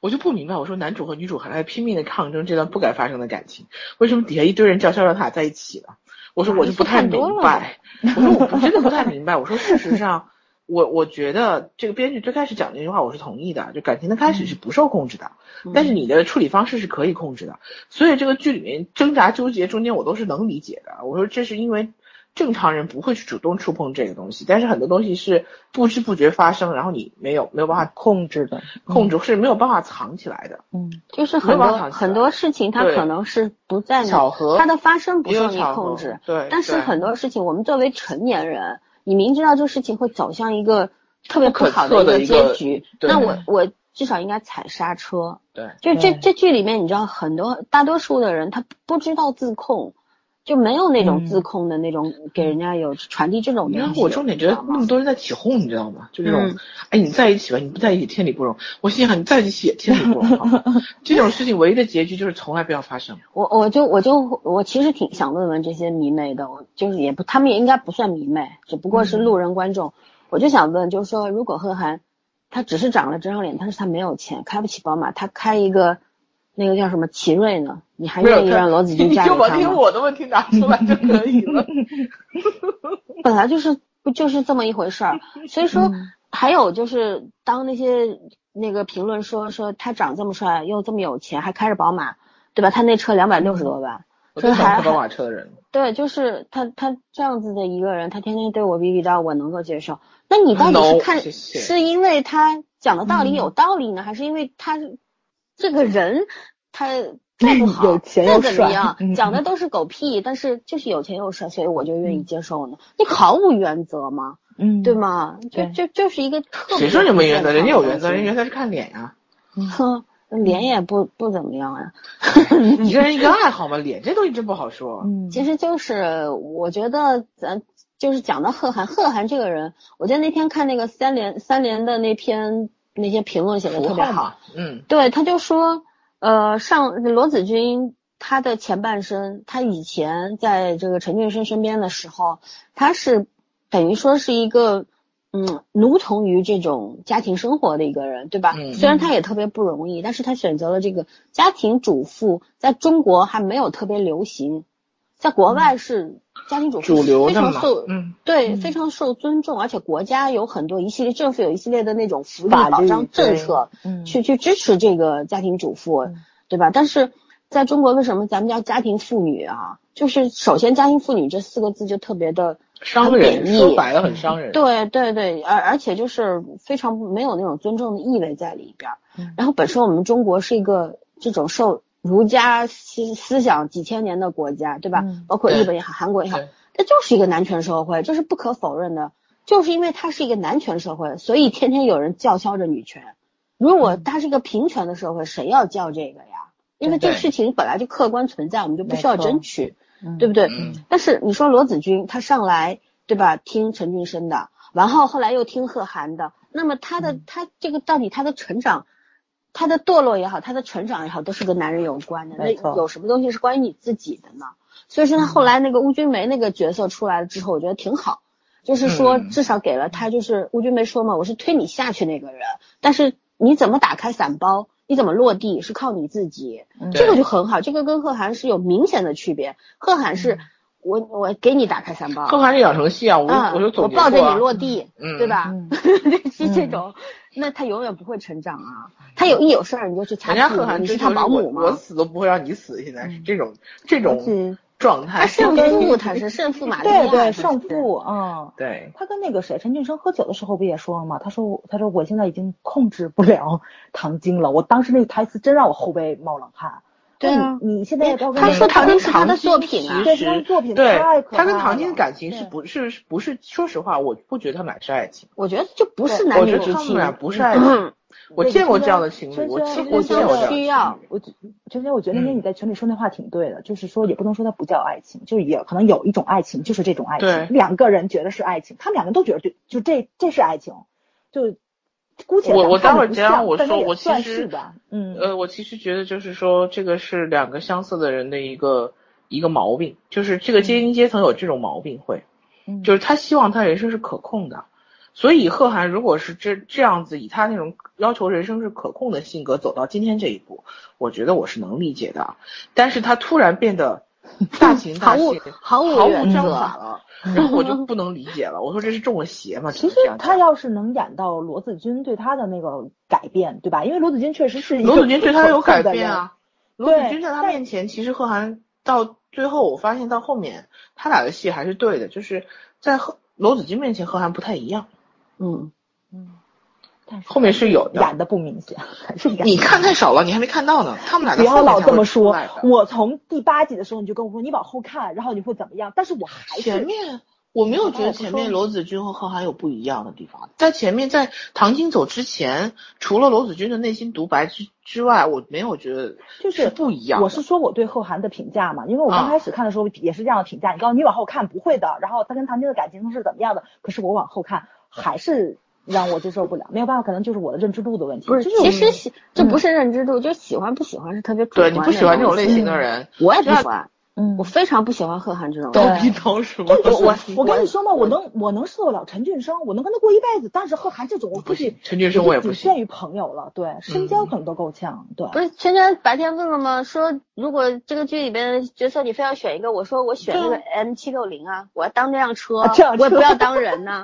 [SPEAKER 2] 我就不明白，我说男主和女主还在拼命的抗争这段不该发生的感情，为什么底下一堆人叫嚣让他俩在一起呢？我啊说我就不太明白，我说我不真的不太明白。我说事实上，我我觉得这个编剧最开始讲那句话我是同意的，就感情的开始是不受控制的，但是你的处理方式是可以控制的。所以这个剧里面挣扎纠结中间我都是能理解的。我说这是因为正常人不会去主动触碰这个东西，但是很多东西是不知不觉发生，然后你没有没有办法
[SPEAKER 6] 控制的，
[SPEAKER 2] 控制，是没有办法藏起来的。
[SPEAKER 6] 嗯，
[SPEAKER 4] 就是很
[SPEAKER 2] 没有办
[SPEAKER 4] 多
[SPEAKER 2] 法
[SPEAKER 4] 很多事情它
[SPEAKER 2] 对
[SPEAKER 4] 可能是不在你，
[SPEAKER 2] 巧合
[SPEAKER 4] 它的发生不
[SPEAKER 2] 也有
[SPEAKER 4] 受你
[SPEAKER 2] 巧合
[SPEAKER 4] 控制，
[SPEAKER 2] 对，
[SPEAKER 4] 但是
[SPEAKER 2] 对
[SPEAKER 4] 很多事情我们作为成年人，你明知道这事情会走向一个特别
[SPEAKER 2] 不可
[SPEAKER 4] 好
[SPEAKER 2] 测的
[SPEAKER 4] 的
[SPEAKER 2] 一个
[SPEAKER 4] 结局，
[SPEAKER 2] 对
[SPEAKER 4] 那我我至少应该踩刹车。
[SPEAKER 2] 对
[SPEAKER 4] 就这
[SPEAKER 6] 对
[SPEAKER 4] 这剧里面，你知道很多大多数的人他不不知道自控，就没有那种
[SPEAKER 6] 嗯
[SPEAKER 4] 自控的那种、给人家有传递这种
[SPEAKER 2] 然
[SPEAKER 4] 东
[SPEAKER 2] 后
[SPEAKER 4] 西。
[SPEAKER 2] 我重点觉
[SPEAKER 4] 你
[SPEAKER 2] 得
[SPEAKER 4] 知道吗
[SPEAKER 2] 那么多人在起哄，你知道吗？就这种，
[SPEAKER 4] 嗯
[SPEAKER 2] 哎，你在一起吧，你不在一起天理不容。我心想，你在一起也天理不容，好吗？这种事情唯一的结局就是从来不要发生。
[SPEAKER 4] 我我就我就我其实挺想问问这些迷妹的，我就是也不，他们也应该不算迷妹，只不过是
[SPEAKER 2] 嗯
[SPEAKER 4] 路人观众。我就想问，就是说，如果贺涵他只是长了这张脸，但是他没有钱，开不起宝马，他开一个那个叫什么奇瑞呢？你还愿意
[SPEAKER 2] 他
[SPEAKER 4] 让罗子 君
[SPEAKER 2] 你
[SPEAKER 4] 嫁给
[SPEAKER 2] 就
[SPEAKER 4] 他
[SPEAKER 2] 把听
[SPEAKER 4] 吗？
[SPEAKER 2] 我的问题拿出来就可以 了。
[SPEAKER 4] 本来就是不就是这么一回 事儿，所以说
[SPEAKER 2] 嗯
[SPEAKER 4] 还有就是当那些那个评论说说他长这么帅又这么有钱，还开着宝马，对吧？他那车两百六十多万。
[SPEAKER 2] 我最讨厌开宝马车的人了。
[SPEAKER 4] 对，就是他他这样子的一个人，他天天对我比比叨，我能够接受。那你到底
[SPEAKER 2] No，
[SPEAKER 4] 是看
[SPEAKER 2] 谢谢
[SPEAKER 4] 是因为他讲的
[SPEAKER 6] 嗯
[SPEAKER 4] 道理有道理呢，还是因为他这个人他 再不好
[SPEAKER 6] 有钱
[SPEAKER 4] 再
[SPEAKER 6] 又
[SPEAKER 4] 怎么
[SPEAKER 6] 帅
[SPEAKER 4] 样，
[SPEAKER 6] 嗯
[SPEAKER 4] 讲的都是狗屁，但是就是有钱又帅，所以我就愿意接受呢？你毫无原则吗？
[SPEAKER 6] 嗯，
[SPEAKER 4] 对？吗？就
[SPEAKER 6] 对
[SPEAKER 4] 就就是一个特别
[SPEAKER 2] 谁说你没原则？
[SPEAKER 4] 不健
[SPEAKER 2] 人家有
[SPEAKER 4] 康
[SPEAKER 2] 原
[SPEAKER 4] 的
[SPEAKER 2] 则，人
[SPEAKER 4] 东西
[SPEAKER 2] 家原则是看脸啊呀、
[SPEAKER 4] 哼，
[SPEAKER 6] 嗯
[SPEAKER 4] 脸也不不怎么样啊呀、
[SPEAKER 2] 一个人一个爱好嘛，脸这东西真不好说。
[SPEAKER 6] 嗯，
[SPEAKER 4] 其实就是我觉得咱就是讲到贺涵，贺涵这个人，我觉得那天看那个三联三联的那篇那些评论写的
[SPEAKER 2] 符
[SPEAKER 4] 特别
[SPEAKER 2] 号
[SPEAKER 4] 好，
[SPEAKER 2] 嘛，嗯，
[SPEAKER 4] 对，他就说，呃，上罗子君她的前半生，她以前在这个陈俊生身边的时候，她是等于说是一个嗯奴从于这种家庭生活的一个人，对吧？
[SPEAKER 2] 嗯
[SPEAKER 4] 虽然她也特别不容易，但是她选择了这个家庭主妇，在中国还没有特别流行，在国外是家庭主妇
[SPEAKER 2] 嗯主流
[SPEAKER 4] 非
[SPEAKER 2] 的
[SPEAKER 4] 常
[SPEAKER 2] 嘛
[SPEAKER 4] 受，
[SPEAKER 2] 嗯，
[SPEAKER 4] 对，非常受尊重，而且国家有很多一系列政府有一系列的那种福利
[SPEAKER 6] 法律
[SPEAKER 4] 保障政
[SPEAKER 6] 对
[SPEAKER 4] 策，
[SPEAKER 6] 嗯
[SPEAKER 4] 去去支持这个家庭主妇，对吧？但是在中国，为什么咱们叫家庭妇女啊？就是首先“家庭妇女”这四个字就特别的
[SPEAKER 2] 伤
[SPEAKER 4] 很
[SPEAKER 2] 人，
[SPEAKER 4] 贬义
[SPEAKER 2] 说白了很伤人。
[SPEAKER 4] 对对对，而而且就是非常没有那种尊重的意味在里边儿。然后本身我们中国是一个这种受儒家思思想几千年的国家，对吧？
[SPEAKER 6] 嗯
[SPEAKER 4] 包括
[SPEAKER 2] 对
[SPEAKER 4] 日本也好，韩国也好
[SPEAKER 2] 对，
[SPEAKER 4] 这就是一个男权社会，这是不可否认的。就是因为它是一个男权社会，所以天天有人叫嚣着女权。如果它是一个平权的社会，谁要叫这个呀？因为这
[SPEAKER 2] 对
[SPEAKER 4] 事情本来就客观存在，我们就不需要
[SPEAKER 6] 没错
[SPEAKER 4] 争取。
[SPEAKER 6] 嗯
[SPEAKER 4] 对不对？
[SPEAKER 2] 嗯
[SPEAKER 4] 但是你说罗子君她上来对吧，听陈俊生的，然后后来又听贺涵的，那么她的她这个到底她的成长，她的堕落也好，她的成长也好，都是跟男人有关的。那
[SPEAKER 6] 没错
[SPEAKER 4] 有什么东西是关于你自己的呢？所以说她后来那个邬君梅那个角色出来了之后，我觉得挺好。就是说，
[SPEAKER 2] 嗯
[SPEAKER 4] 至少给了她，就是邬君梅说嘛，我是推你下去那个人，但是你怎么打开伞包，你怎么落地，是靠你自己。这个就很好，这个跟贺涵是有明显的区别。贺涵是、我我给你打开三包，
[SPEAKER 2] 后还是养成系啊，我
[SPEAKER 4] 啊，
[SPEAKER 2] 我就总结过
[SPEAKER 4] 抱
[SPEAKER 2] 啊。
[SPEAKER 4] 着你落地，
[SPEAKER 2] 嗯
[SPEAKER 4] 对吧？
[SPEAKER 6] 嗯
[SPEAKER 4] 是这种，那他永远不会成长啊。他有一有事儿你就去查
[SPEAKER 2] 人家
[SPEAKER 4] 屁
[SPEAKER 2] 贺
[SPEAKER 4] 股，
[SPEAKER 2] 涵
[SPEAKER 4] 你是
[SPEAKER 2] 追
[SPEAKER 4] 他
[SPEAKER 2] 求
[SPEAKER 4] 保
[SPEAKER 2] 我，
[SPEAKER 4] 姆
[SPEAKER 2] 我
[SPEAKER 4] 吗？嗯
[SPEAKER 2] 死都不会让你死，现在是这种这种
[SPEAKER 6] 嗯
[SPEAKER 2] 状态。
[SPEAKER 4] 他胜负，他是胜负玛利亚，
[SPEAKER 6] 对对，
[SPEAKER 4] 是
[SPEAKER 6] 胜负啊。
[SPEAKER 2] 对，
[SPEAKER 6] 他跟那个谁陈俊生喝酒的时候不也说了吗？他说我他说我现在已经控制不了糖精了。我当时那个台词真让我后背冒冷汗。
[SPEAKER 4] 对
[SPEAKER 6] 那
[SPEAKER 4] 啊
[SPEAKER 6] 你你现在要不要跟
[SPEAKER 4] 他
[SPEAKER 6] 那
[SPEAKER 4] 说
[SPEAKER 6] 个
[SPEAKER 4] 唐晶是他的
[SPEAKER 2] 唐晶
[SPEAKER 4] 作品啊
[SPEAKER 2] 其
[SPEAKER 6] 对他的
[SPEAKER 2] 实
[SPEAKER 6] 作品
[SPEAKER 2] 对
[SPEAKER 6] 太可
[SPEAKER 2] 他跟
[SPEAKER 6] 怕
[SPEAKER 2] 唐晶的
[SPEAKER 6] 了
[SPEAKER 2] 感情是
[SPEAKER 6] 对
[SPEAKER 2] 不是是不是？说实话，我不觉得他们俩是爱情，
[SPEAKER 4] 我觉得就不是
[SPEAKER 2] 我
[SPEAKER 4] 男
[SPEAKER 2] 觉
[SPEAKER 4] 女嗯
[SPEAKER 2] 得
[SPEAKER 4] 之
[SPEAKER 2] 他们
[SPEAKER 4] 情。
[SPEAKER 2] 俩不是爱 情。我见过这样的情
[SPEAKER 6] 对
[SPEAKER 2] 侣，我
[SPEAKER 6] 对
[SPEAKER 2] 见
[SPEAKER 6] 对
[SPEAKER 2] 过
[SPEAKER 4] 互
[SPEAKER 2] 见过这样
[SPEAKER 4] 相
[SPEAKER 2] 的
[SPEAKER 4] 需要
[SPEAKER 2] 情侣。
[SPEAKER 6] 我觉陈姐，我觉得那
[SPEAKER 2] 嗯
[SPEAKER 6] 天你在群里说那话挺对的，就是说也不能说它不叫爱情，就是也可能有一种爱情就是这种爱
[SPEAKER 2] 对
[SPEAKER 6] 情，两个人觉得是爱情，他们两个都觉得对，就这这是爱情，就姑且
[SPEAKER 2] 我
[SPEAKER 6] 咱看着
[SPEAKER 2] 我待会儿
[SPEAKER 6] 不
[SPEAKER 2] 再让
[SPEAKER 6] 像
[SPEAKER 2] 我
[SPEAKER 6] 但它
[SPEAKER 2] 说
[SPEAKER 6] 也
[SPEAKER 2] 我其
[SPEAKER 6] 算
[SPEAKER 2] 实
[SPEAKER 6] 是吧，嗯
[SPEAKER 2] 呃，我其实觉得就是说，这个是两个相似的人的一个一个毛病，就是这
[SPEAKER 4] 嗯
[SPEAKER 2] 个精英阶层有这种毛病会，
[SPEAKER 6] 嗯
[SPEAKER 2] 就是他希望他人生是可控的。所以贺涵如果是这这样子，以他那种要求人生是可控的性格走到今天这一步，我觉得我是能理解的。但是他突然变得大 情大
[SPEAKER 4] 毫无
[SPEAKER 2] 性，
[SPEAKER 4] 毫无
[SPEAKER 2] 毫无
[SPEAKER 4] 原
[SPEAKER 2] 章
[SPEAKER 4] 则
[SPEAKER 2] 法了，然后我就不能理解了。我说这是中了邪吗？
[SPEAKER 5] 其实
[SPEAKER 2] 这样
[SPEAKER 5] 他
[SPEAKER 2] 讲
[SPEAKER 5] 要是能演到罗子君对他的那个改变，对吧？因为罗子君确实是一个
[SPEAKER 2] 罗子君对他有改
[SPEAKER 5] 很
[SPEAKER 2] 变啊，罗
[SPEAKER 5] 对
[SPEAKER 2] 子君在他
[SPEAKER 5] 但
[SPEAKER 2] 面前，其实贺涵到最后，我发现到后面他俩的戏还是对的，就是在贺罗子君面前，贺涵不太一样，
[SPEAKER 4] 嗯，
[SPEAKER 5] 但是
[SPEAKER 2] 后面是有的。
[SPEAKER 5] 演的不明显，还是演。
[SPEAKER 2] 你看太少了，你还没看到 呢。他们俩
[SPEAKER 5] 不
[SPEAKER 2] 的后
[SPEAKER 5] 要
[SPEAKER 2] 面
[SPEAKER 5] 老
[SPEAKER 2] 才
[SPEAKER 5] 这
[SPEAKER 2] 会
[SPEAKER 5] 么
[SPEAKER 2] 出
[SPEAKER 5] 说
[SPEAKER 2] 来的，
[SPEAKER 5] 我从第八集的时候你就跟我说你往后看，然后你会怎么样？但是我还是
[SPEAKER 2] 前面我没有觉得前面罗子君和贺涵有不一样的地方，在前面在唐晶走之前，除了罗子君的内心独白之之外，我没有觉得
[SPEAKER 5] 就是
[SPEAKER 2] 不一样的。
[SPEAKER 5] 我是说我对贺涵的评价嘛，因为我
[SPEAKER 2] 啊
[SPEAKER 5] 刚开始看的时候也是这样的评价，你告诉你往后看不会的，然后他跟唐晶的感情是怎么样的，可是我往后看还是让我接受不了，没有办法，可能就是我的认知度的问题。
[SPEAKER 4] 不是，
[SPEAKER 5] 这种
[SPEAKER 4] 其实喜这
[SPEAKER 6] 嗯
[SPEAKER 4] 不是认知度，就喜欢不喜欢是特别主
[SPEAKER 2] 对
[SPEAKER 4] 观
[SPEAKER 2] 你
[SPEAKER 4] 的
[SPEAKER 2] 不喜欢这种
[SPEAKER 4] 东
[SPEAKER 2] 类
[SPEAKER 4] 西
[SPEAKER 2] 型的人，
[SPEAKER 4] 我也不
[SPEAKER 2] 对啊
[SPEAKER 4] 喜欢，
[SPEAKER 5] 嗯
[SPEAKER 4] 我非常不喜欢贺涵这种
[SPEAKER 5] 对
[SPEAKER 4] 人。
[SPEAKER 2] 倒逼倒数。
[SPEAKER 5] 我我我跟
[SPEAKER 4] 我
[SPEAKER 5] 你说嘛，我能我能受得了陈俊生，我能跟他过一辈子，但是贺涵这种我
[SPEAKER 2] 不
[SPEAKER 5] 估计
[SPEAKER 2] 行陈俊生我也不
[SPEAKER 5] 仅
[SPEAKER 2] 行
[SPEAKER 5] 限于朋友了，对，深交可能都够呛，对。
[SPEAKER 4] 不是圈圈白天问了吗？说如果这个剧里边角色你非要选一个，我说我选那个 M 七六零啊，我要当这辆车，
[SPEAKER 5] 这辆车
[SPEAKER 4] 我也不要当人呐，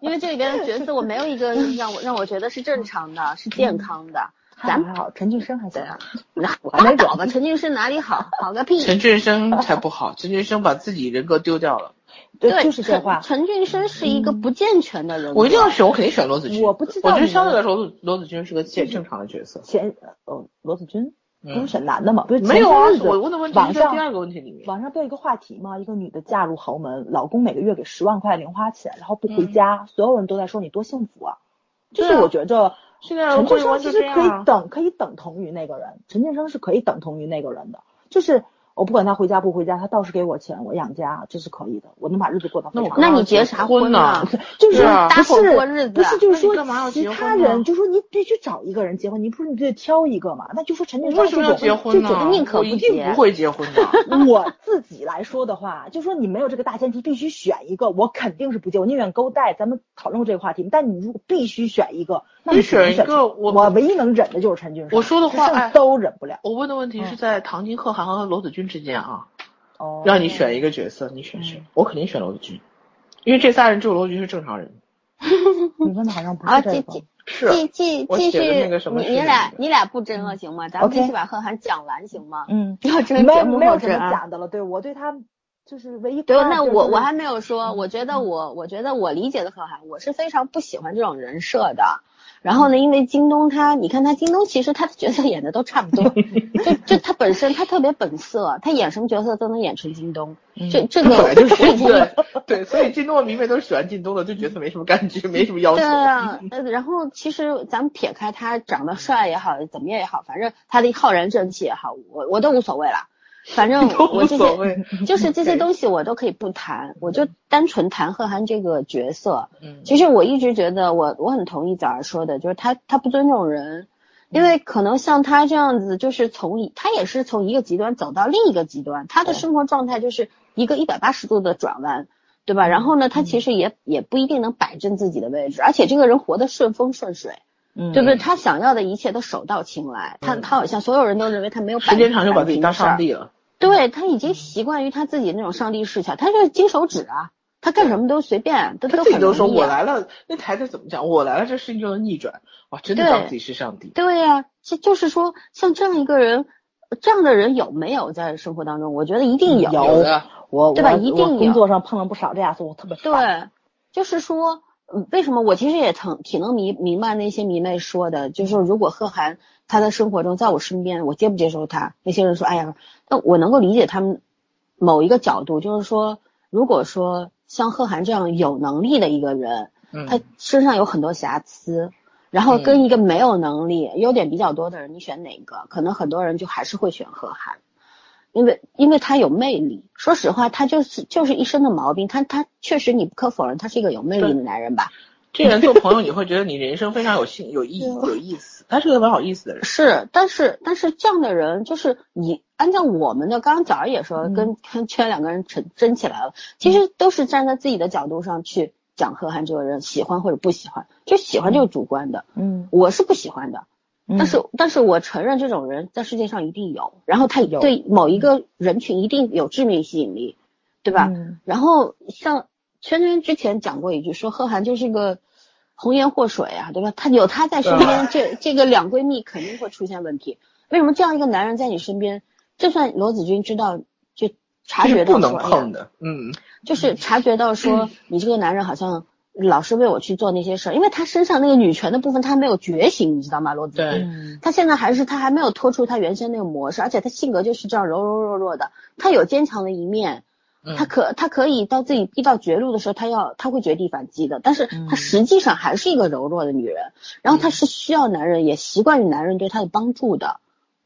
[SPEAKER 4] 因为这里边的角色我没有一个让我让我觉得是正常的，是健康的。
[SPEAKER 5] 还
[SPEAKER 4] 咱
[SPEAKER 5] 好
[SPEAKER 4] 们
[SPEAKER 5] 还好，陈俊生还行
[SPEAKER 4] 对，啊，那我
[SPEAKER 5] 还没
[SPEAKER 4] 拉
[SPEAKER 5] 准
[SPEAKER 4] 倒吧，陈俊生哪里好？好个屁！
[SPEAKER 2] 陈俊生才不好，陈俊生把自己人格丢掉了。
[SPEAKER 5] 对，就是这 话。
[SPEAKER 4] 陈陈俊生是一个不健全的人格，
[SPEAKER 2] 我一定要选，我肯定选罗子君。
[SPEAKER 5] 我不知道
[SPEAKER 2] 我觉得
[SPEAKER 5] 你
[SPEAKER 2] 相对来
[SPEAKER 5] 们
[SPEAKER 2] 说，罗罗子君是个健正常的角色。
[SPEAKER 5] 前呃罗子君
[SPEAKER 2] 嗯
[SPEAKER 5] 不是选男的嘛？不是
[SPEAKER 2] 没有啊
[SPEAKER 5] 前些日，子
[SPEAKER 2] 我问的问题
[SPEAKER 5] 网
[SPEAKER 2] 是在
[SPEAKER 5] 上
[SPEAKER 2] 第二个问题里面。
[SPEAKER 5] 网上不有一个话题嘛？一个女的嫁入豪门，老公每个月给十万块零花钱，然后不回家，所有人都在说你多幸福啊。就
[SPEAKER 2] 嗯
[SPEAKER 5] 是
[SPEAKER 2] 对啊呃
[SPEAKER 5] 我觉着
[SPEAKER 2] 现在
[SPEAKER 5] 陈
[SPEAKER 2] 婚
[SPEAKER 5] 俊
[SPEAKER 2] 姻观
[SPEAKER 5] 生
[SPEAKER 2] 就
[SPEAKER 5] 其
[SPEAKER 2] 这
[SPEAKER 5] 实可
[SPEAKER 2] 样
[SPEAKER 5] 以
[SPEAKER 2] 啊。
[SPEAKER 5] 等，可以等同于那个人。陈俊生是可以等同于那个人的，就是我不管他回家不回家，他倒是给我钱，我养家，这是可以的，我能把日子过得非常好。
[SPEAKER 4] 那你结啥
[SPEAKER 2] 婚
[SPEAKER 4] 呢？
[SPEAKER 5] 就是
[SPEAKER 2] 对啊
[SPEAKER 5] 说
[SPEAKER 4] 搭
[SPEAKER 5] 不
[SPEAKER 4] 伙
[SPEAKER 5] 是
[SPEAKER 4] 过日子
[SPEAKER 5] 不是就是
[SPEAKER 2] 那你
[SPEAKER 5] 说
[SPEAKER 2] 干嘛要
[SPEAKER 5] 其
[SPEAKER 2] 结
[SPEAKER 5] 他
[SPEAKER 2] 婚呢
[SPEAKER 5] 人，就说你必须找一个人结婚，你不是你得挑一个嘛？那就说陈俊生
[SPEAKER 2] 为什么要
[SPEAKER 5] 这种
[SPEAKER 2] 结婚 呢
[SPEAKER 5] 这？种
[SPEAKER 4] 宁可
[SPEAKER 2] 我
[SPEAKER 4] 不
[SPEAKER 2] 一定
[SPEAKER 4] 结
[SPEAKER 2] 不会结婚的。
[SPEAKER 5] 我自己来说的话，就说你没有这个大前提，必须选一个，我肯定是不接，我宁愿勾带。咱们讨论过这个话题，但你如果必须选一个，那
[SPEAKER 2] 你
[SPEAKER 5] 只能
[SPEAKER 2] 选一个
[SPEAKER 5] 我
[SPEAKER 2] 我
[SPEAKER 5] 唯一能忍的就是陈俊生。
[SPEAKER 2] 我说的话
[SPEAKER 5] 只剩
[SPEAKER 2] 哎
[SPEAKER 5] 都忍不了。
[SPEAKER 2] 我问的问题是
[SPEAKER 5] 嗯
[SPEAKER 2] 在唐晶、贺涵和罗子君之间啊，
[SPEAKER 5] 哦
[SPEAKER 2] 让你选一个角色，你选谁？我肯定选罗子君，因为这仨人只有罗子君是正常人。
[SPEAKER 5] 你问的好像不
[SPEAKER 4] 啊，
[SPEAKER 5] 是这个。
[SPEAKER 4] 继继
[SPEAKER 2] 是
[SPEAKER 4] 继继
[SPEAKER 2] 我
[SPEAKER 4] 继
[SPEAKER 2] 写的
[SPEAKER 4] 续
[SPEAKER 2] 那个什，么
[SPEAKER 4] 你
[SPEAKER 2] 是
[SPEAKER 4] 你俩
[SPEAKER 2] 那个
[SPEAKER 4] 你俩不争了啊行吗？咱们
[SPEAKER 5] OK
[SPEAKER 4] 继续把贺涵讲完 行吗？
[SPEAKER 5] 嗯，
[SPEAKER 4] 要争
[SPEAKER 5] 没
[SPEAKER 4] 节
[SPEAKER 5] 有
[SPEAKER 4] 目
[SPEAKER 5] 没
[SPEAKER 4] 好
[SPEAKER 5] 有什
[SPEAKER 4] 争
[SPEAKER 5] 么
[SPEAKER 4] 啊！
[SPEAKER 5] 讲的了，对我对他就是唯一不
[SPEAKER 4] 对，
[SPEAKER 2] 啊
[SPEAKER 5] 爱
[SPEAKER 4] 那
[SPEAKER 5] 就是
[SPEAKER 4] 我
[SPEAKER 5] 这个
[SPEAKER 4] 我还没有说，
[SPEAKER 2] 嗯
[SPEAKER 4] 我觉得我我觉得我理解的贺涵，我是非常不喜欢这种人设的。然后呢，
[SPEAKER 2] 嗯
[SPEAKER 4] 因为京东他，你看他京东其实他的角色演的都差不多，就就他本身他特别本色，他演什么角色都能演成京东，这这
[SPEAKER 2] 他
[SPEAKER 4] 个
[SPEAKER 2] 嗯本来 就是
[SPEAKER 4] 我已经
[SPEAKER 2] 对对，所以靳东的迷妹都是喜欢靳东的，对角色没什么感觉，没什么要求
[SPEAKER 4] 对。啊，呃然后其实咱们撇开他长得帅也好，怎么样也好，反正他的浩然正气也好，我我都无所谓了。反正
[SPEAKER 2] 都
[SPEAKER 4] 我
[SPEAKER 2] 无
[SPEAKER 4] 这
[SPEAKER 2] 所
[SPEAKER 4] 些
[SPEAKER 2] 谓。
[SPEAKER 4] 就是这些
[SPEAKER 2] OK
[SPEAKER 4] 东西我都可以不谈，我就单纯谈贺涵这个角色。
[SPEAKER 2] 嗯
[SPEAKER 4] 其实我一直觉得我我很同意早儿说的，就是他他不尊重人，
[SPEAKER 2] 嗯
[SPEAKER 4] 因为可能像他这样子，就是从一他也是从一个极端走到另一个极端，他的生活状态就是一个一百八十度的转弯，对吧？然后呢，他
[SPEAKER 2] 嗯
[SPEAKER 4] 其实也也不一定能摆正自己的位置，而且这个人活得顺风顺水，
[SPEAKER 5] 嗯
[SPEAKER 4] 对不对？他想要的一切都手到擒来，他他好像所有人都认为他没有摆
[SPEAKER 2] 嗯时间长就把自己当上
[SPEAKER 4] 摆平
[SPEAKER 2] 帝了。
[SPEAKER 4] 对他已经习惯于他自己那种上帝视角，他就是金手指啊，他干什么都随便，都
[SPEAKER 2] 他
[SPEAKER 4] 都
[SPEAKER 2] 自己
[SPEAKER 4] 很
[SPEAKER 2] 都说
[SPEAKER 4] 容易
[SPEAKER 2] 我
[SPEAKER 4] 啊。
[SPEAKER 2] 来了，那台词怎么讲？我来了，这事情就能逆转。哇，真的
[SPEAKER 4] 对
[SPEAKER 2] 当自己是上帝。
[SPEAKER 4] 对呀、这就是说，像这样一个人，这样的人有没有在生活当中？我觉得一定有。
[SPEAKER 2] 有的，
[SPEAKER 5] 嗯
[SPEAKER 6] 哦
[SPEAKER 5] 我
[SPEAKER 4] 对吧
[SPEAKER 5] 我
[SPEAKER 4] 一定
[SPEAKER 5] 我
[SPEAKER 4] 有
[SPEAKER 5] 工作上碰了不少这样的，我特别烦。
[SPEAKER 4] 对，就是说，嗯为什么我其实也挺挺能明明白那些迷妹说的，就是说如果贺涵他在生活中在我身边，我接不接受他？那些人说，哎呀，那我能够理解他们某一个角度，就是说，如果说像贺涵这样有能力的一个人，
[SPEAKER 2] 嗯，
[SPEAKER 4] 他身上有很多瑕疵。然后跟一个没有能力、优点比较多的人，你选哪个？可能很多人就还是会选贺涵。因为因为他有魅力。说实话，他就是就是一身的毛病，他他确实你不可否认，他是一个有魅力的男人吧？
[SPEAKER 2] 这个人做朋友，你会觉得你人生非常有幸、有意、有意思。他啊是个蛮有意思的人。
[SPEAKER 4] 是，但是但是这样的人，就是你按照我们的，刚刚早上也说，跟跟圈两个人争争起来了，其实都是站在自己的角度上去讲贺涵这个人，喜欢或者不喜欢，就喜欢就是主观的，
[SPEAKER 5] 嗯
[SPEAKER 4] 我是不喜欢的。
[SPEAKER 2] 嗯
[SPEAKER 4] 但
[SPEAKER 6] 嗯
[SPEAKER 4] 是，但是我承认这种人在世界上一定有，然后他
[SPEAKER 6] 有
[SPEAKER 4] 对某一个人群一定有致命吸引力，对吧？
[SPEAKER 6] 嗯
[SPEAKER 4] 然后像圈圈之前讲过一句，说贺涵就是个红颜祸水啊，对吧？他有他在身边，这这个两闺蜜肯定会出现问题。为什么这样一个男人在你身边，就算罗子君知道，就察
[SPEAKER 2] 这
[SPEAKER 4] 觉
[SPEAKER 2] 是
[SPEAKER 4] 到
[SPEAKER 2] 不
[SPEAKER 4] 说
[SPEAKER 2] 能
[SPEAKER 4] 哎呀
[SPEAKER 2] 碰嗯的，嗯，
[SPEAKER 4] 就是察觉到说你这个男人好像老是为我去做那些事儿，因为他身上那个女权的部分他没有觉醒，你知道吗？罗子
[SPEAKER 2] 对
[SPEAKER 4] 君，
[SPEAKER 6] 嗯
[SPEAKER 4] 他现在还是他还没有脱出他原先那个模式，而且他性格就是这样柔柔弱弱的，他有坚强的一
[SPEAKER 2] 嗯
[SPEAKER 4] 面。他可他可以到自己逼到绝路的时候，他要他会绝地反击的，但是他实际上还是一个柔弱的女人，然后她是需要男人，也习惯于男人对她的帮助的，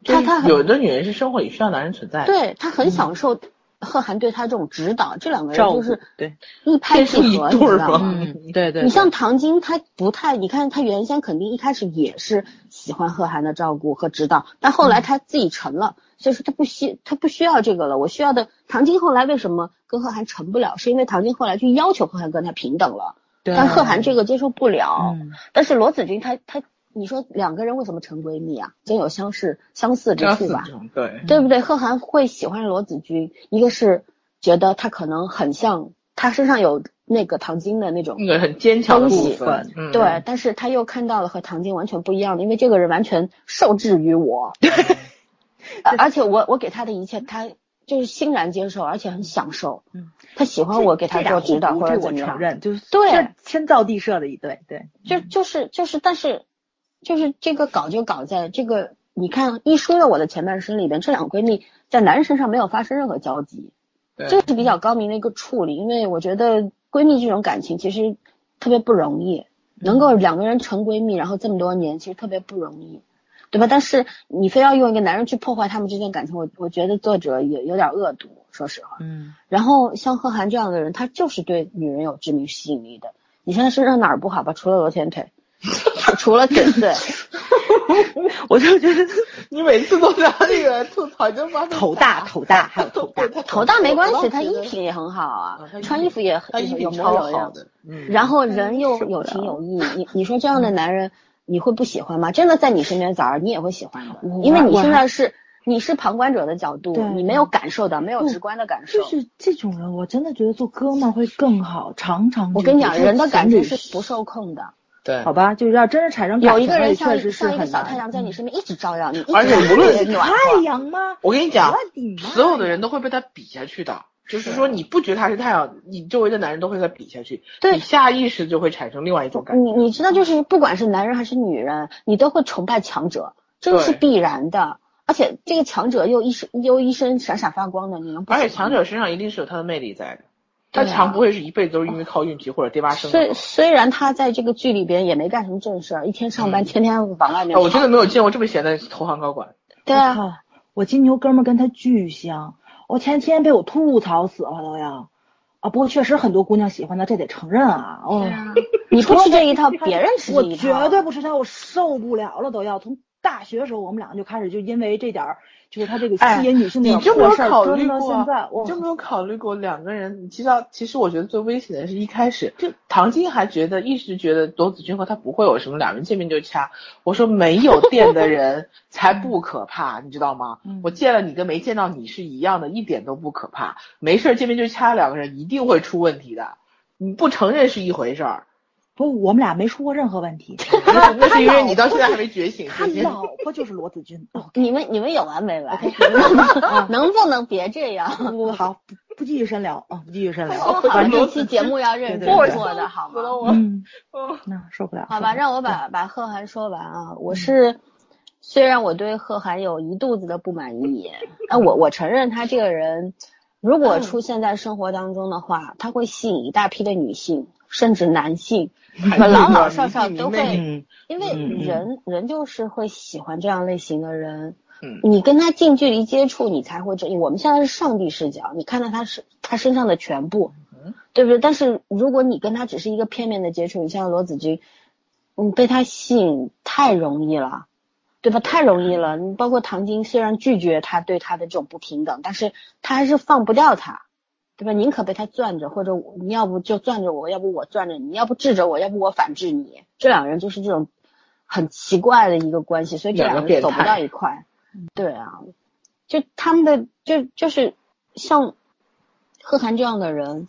[SPEAKER 2] 就
[SPEAKER 4] 她
[SPEAKER 2] 是
[SPEAKER 4] 她很
[SPEAKER 2] 有的女人是生活也需要男人存在的，
[SPEAKER 4] 对她很享受贺涵对她这种指导，这两个人
[SPEAKER 5] 照顾
[SPEAKER 4] 就是
[SPEAKER 5] 对
[SPEAKER 4] 一拍
[SPEAKER 2] 天
[SPEAKER 4] 即
[SPEAKER 2] 生一
[SPEAKER 4] 合，你
[SPEAKER 2] 对
[SPEAKER 4] 知
[SPEAKER 2] 儿
[SPEAKER 4] 道
[SPEAKER 2] 嘛
[SPEAKER 4] 吗？
[SPEAKER 5] 嗯，对对，
[SPEAKER 4] 你像
[SPEAKER 5] 对
[SPEAKER 4] 唐晶，她不太，你看她原先肯定一开始也是喜欢贺涵的照顾和指导，但后来她自己成了，所以说她不需她不需要这个了。我需要的唐晶后来为什么跟贺涵成不了，是因为唐晶后来去要求贺涵跟她平等了，
[SPEAKER 5] 对
[SPEAKER 4] 但贺涵这个接受不了。
[SPEAKER 5] 嗯
[SPEAKER 4] 但是罗子君她她，你说两个人为什么成闺蜜啊？真有相似相似之
[SPEAKER 2] 要死
[SPEAKER 4] 处吧
[SPEAKER 2] 这？种，对，
[SPEAKER 4] 对不对？贺涵会喜欢罗子君，一个是觉得她可能很像，她身上有那个唐晶的那种
[SPEAKER 2] 那个很坚强的
[SPEAKER 4] 东
[SPEAKER 2] 部
[SPEAKER 4] 西
[SPEAKER 2] 分，嗯，
[SPEAKER 4] 对，但是他又看到了和唐晶完全不一样的，因为这个人完全受制于 我，呃而且我我给他的一切，他就是欣然接受，而且很享受。
[SPEAKER 5] 嗯，
[SPEAKER 4] 他喜欢我给他做指导或者
[SPEAKER 5] 这
[SPEAKER 4] 怎
[SPEAKER 5] 我
[SPEAKER 4] 么
[SPEAKER 5] 承
[SPEAKER 4] 样，
[SPEAKER 5] 认，嗯就是
[SPEAKER 4] 对
[SPEAKER 5] 这天造地设的一对，对，
[SPEAKER 4] 就就是就是，但是就是这个搞就搞在这个，你看《一说的我的前半生》里边，这两闺蜜在男人身上没有发生任何交集，
[SPEAKER 2] 对
[SPEAKER 4] 这是比较高明的一个处理，因为我觉得闺蜜这种感情其实特别不容易，
[SPEAKER 2] 嗯
[SPEAKER 4] 能够两个人成闺蜜，然后这么多年，其实特别不容易，对吧？但是你非要用一个男人去破坏他们之间感情，我我觉得作者也有点恶毒，说实话。
[SPEAKER 5] 嗯，
[SPEAKER 4] 然后像贺涵这样的人，他就是对女人有致命吸引力的。你现在身上哪儿不好吧？除了罗 天腿，除除了腿，对，
[SPEAKER 5] 我就觉得
[SPEAKER 2] 你每次都拿那 个吐槽，你真发现
[SPEAKER 5] 头 大口大，还有头大，
[SPEAKER 4] 头大没关系，他
[SPEAKER 2] 觉
[SPEAKER 4] 衣
[SPEAKER 2] 得
[SPEAKER 4] 品也很好啊
[SPEAKER 2] 啊他，衣
[SPEAKER 4] 穿
[SPEAKER 2] 品
[SPEAKER 4] 衣服也
[SPEAKER 2] 他
[SPEAKER 4] 很
[SPEAKER 2] 衣
[SPEAKER 4] 有
[SPEAKER 2] 品
[SPEAKER 4] 模
[SPEAKER 2] 超
[SPEAKER 4] 有
[SPEAKER 2] 好
[SPEAKER 4] 样。
[SPEAKER 2] 的，嗯，
[SPEAKER 4] 然后人又
[SPEAKER 5] 受不
[SPEAKER 4] 有情
[SPEAKER 5] 了
[SPEAKER 4] 有义，你你说这样的男人，你会不喜欢吗？真的在你身边走儿，你也会喜欢的，因为你现在是你是旁观者的角度
[SPEAKER 6] 对，
[SPEAKER 4] 你没有感受的，没有直观的感受
[SPEAKER 6] 就。是这种人，我真的觉得做哥们儿会更好，常常
[SPEAKER 4] 我跟你讲，人的感
[SPEAKER 6] 觉
[SPEAKER 4] 情是不受控的。
[SPEAKER 2] 对
[SPEAKER 6] 好。吧，就是要真是产生
[SPEAKER 4] 有
[SPEAKER 6] 感
[SPEAKER 4] 一
[SPEAKER 6] 情
[SPEAKER 4] 个人
[SPEAKER 6] 了，
[SPEAKER 4] 像
[SPEAKER 6] 确实是
[SPEAKER 4] 一像一个
[SPEAKER 6] 很
[SPEAKER 4] 小太
[SPEAKER 6] 难。
[SPEAKER 4] 阳
[SPEAKER 5] 嗯
[SPEAKER 4] 在你身边一直照耀你，
[SPEAKER 2] 而且无论
[SPEAKER 4] 你暖和
[SPEAKER 6] 太阳吗？
[SPEAKER 2] 我跟你讲
[SPEAKER 4] 啊
[SPEAKER 6] 我，的妈！
[SPEAKER 2] 所有的人都会被他比下去的。就是说，你不觉得他是太阳，你周围的男人都会被他比下去，
[SPEAKER 4] 对嗯
[SPEAKER 2] 你下意识就会产生另外一种感觉。
[SPEAKER 4] 你你知道，就是不管是男人还是女人，你都会崇拜强者，这个是
[SPEAKER 2] 对
[SPEAKER 4] 必然的。而且这个强者又一身又一身闪闪发光的，你能不
[SPEAKER 2] 而且
[SPEAKER 4] 喜欢
[SPEAKER 2] 哎强
[SPEAKER 4] 吗
[SPEAKER 2] 者身上一定是有他的魅力在的，
[SPEAKER 4] 对
[SPEAKER 2] 他
[SPEAKER 4] 啊
[SPEAKER 2] 强不会是一辈子都是因为靠运气或者爹妈生的
[SPEAKER 4] 虽。虽然他在这个剧里边也没干什么正事儿，一天上班，
[SPEAKER 2] 嗯
[SPEAKER 4] 天天往外面
[SPEAKER 2] 哎
[SPEAKER 4] 跑。
[SPEAKER 2] 我真的没有见过这么闲的投行高管。
[SPEAKER 4] 对
[SPEAKER 6] 我
[SPEAKER 4] 啊，
[SPEAKER 6] 靠，我金牛哥们儿跟他巨像，我前天被我吐槽死了都要。啊，不过确实很多姑娘喜欢他，这得承认啊。哦，
[SPEAKER 4] 你不吃这一套，别人吃
[SPEAKER 6] 我
[SPEAKER 4] 这一套。
[SPEAKER 6] 绝对不吃他，我受不了了都要。从大学的时候，我们两个就开始就因为这点儿，就是他这个吸引女性
[SPEAKER 2] 你
[SPEAKER 6] 的
[SPEAKER 2] 就没有
[SPEAKER 6] 破事儿
[SPEAKER 2] 考
[SPEAKER 6] 折腾
[SPEAKER 2] 虑
[SPEAKER 6] 到
[SPEAKER 2] 过
[SPEAKER 6] 现在
[SPEAKER 2] 啊，，
[SPEAKER 6] 我
[SPEAKER 2] 你就没有考虑过两个人？你知道，其实我觉得最危险的是一开始
[SPEAKER 6] 就，
[SPEAKER 2] 唐晶还觉得一直觉得罗子君和他不会有什么，两人见面就掐。我说没有电的人才不可怕，你知道吗？我见了你跟没见到你是一样的，一点都不可怕。没事儿见面就掐，两个人一定会出问题的。你不承认是一回事儿，
[SPEAKER 6] 不，我们俩没出过任何问 题。
[SPEAKER 2] 那那是因为你到现在还没觉醒。
[SPEAKER 6] 他
[SPEAKER 2] 首先
[SPEAKER 6] 老婆就是罗子 君。哦，
[SPEAKER 4] 你们你们有完没完？ 能能不能别这样？
[SPEAKER 6] 不不不好，不不继续深聊啊，不继续深
[SPEAKER 2] 好
[SPEAKER 5] 哦
[SPEAKER 6] 聊。
[SPEAKER 4] 好，
[SPEAKER 2] 反正
[SPEAKER 4] 这期节目要认真
[SPEAKER 6] 对对对
[SPEAKER 4] 做的好
[SPEAKER 2] 死
[SPEAKER 4] 吗？
[SPEAKER 2] 了我，
[SPEAKER 6] 嗯，
[SPEAKER 2] 嗯
[SPEAKER 6] 那受不了。
[SPEAKER 4] 好吧，
[SPEAKER 6] 受不了
[SPEAKER 4] 让我把把贺涵说完啊。我是虽然我对贺涵有一肚子的不满意，但我我承认他这个人，如果出现在生活当中的话，他会吸引一大批的女性，甚至男性，
[SPEAKER 2] 哎
[SPEAKER 4] 老老
[SPEAKER 2] 呀
[SPEAKER 4] 少
[SPEAKER 2] 你
[SPEAKER 4] 少
[SPEAKER 2] 你
[SPEAKER 4] 都
[SPEAKER 2] 妹
[SPEAKER 4] 会
[SPEAKER 5] 嗯，
[SPEAKER 4] 因为人人就是会喜欢这样类型的人。
[SPEAKER 2] 嗯
[SPEAKER 4] 你跟他近距离接触，你才会这。我们现在是上帝视角，你看到他是他身上的全部，
[SPEAKER 5] 嗯
[SPEAKER 4] 对不对？但是如果你跟他只是一个片面的接触，你像罗子君，你被他吸引太容易了，对吧？太容易了。你包括唐晶，虽然拒绝他对他的这种不平等，但是他还是放不掉他，对吧？宁可被他攥着，或者我你要不就攥着我，要不我攥着你，要不治着我，要不我反制你。这两个人就是这种很奇怪的一个关系，所以这
[SPEAKER 2] 两个
[SPEAKER 4] 两人走
[SPEAKER 2] 变
[SPEAKER 4] 不
[SPEAKER 2] 态
[SPEAKER 4] 到一块。对啊，就他们的就就是像贺涵这样的人，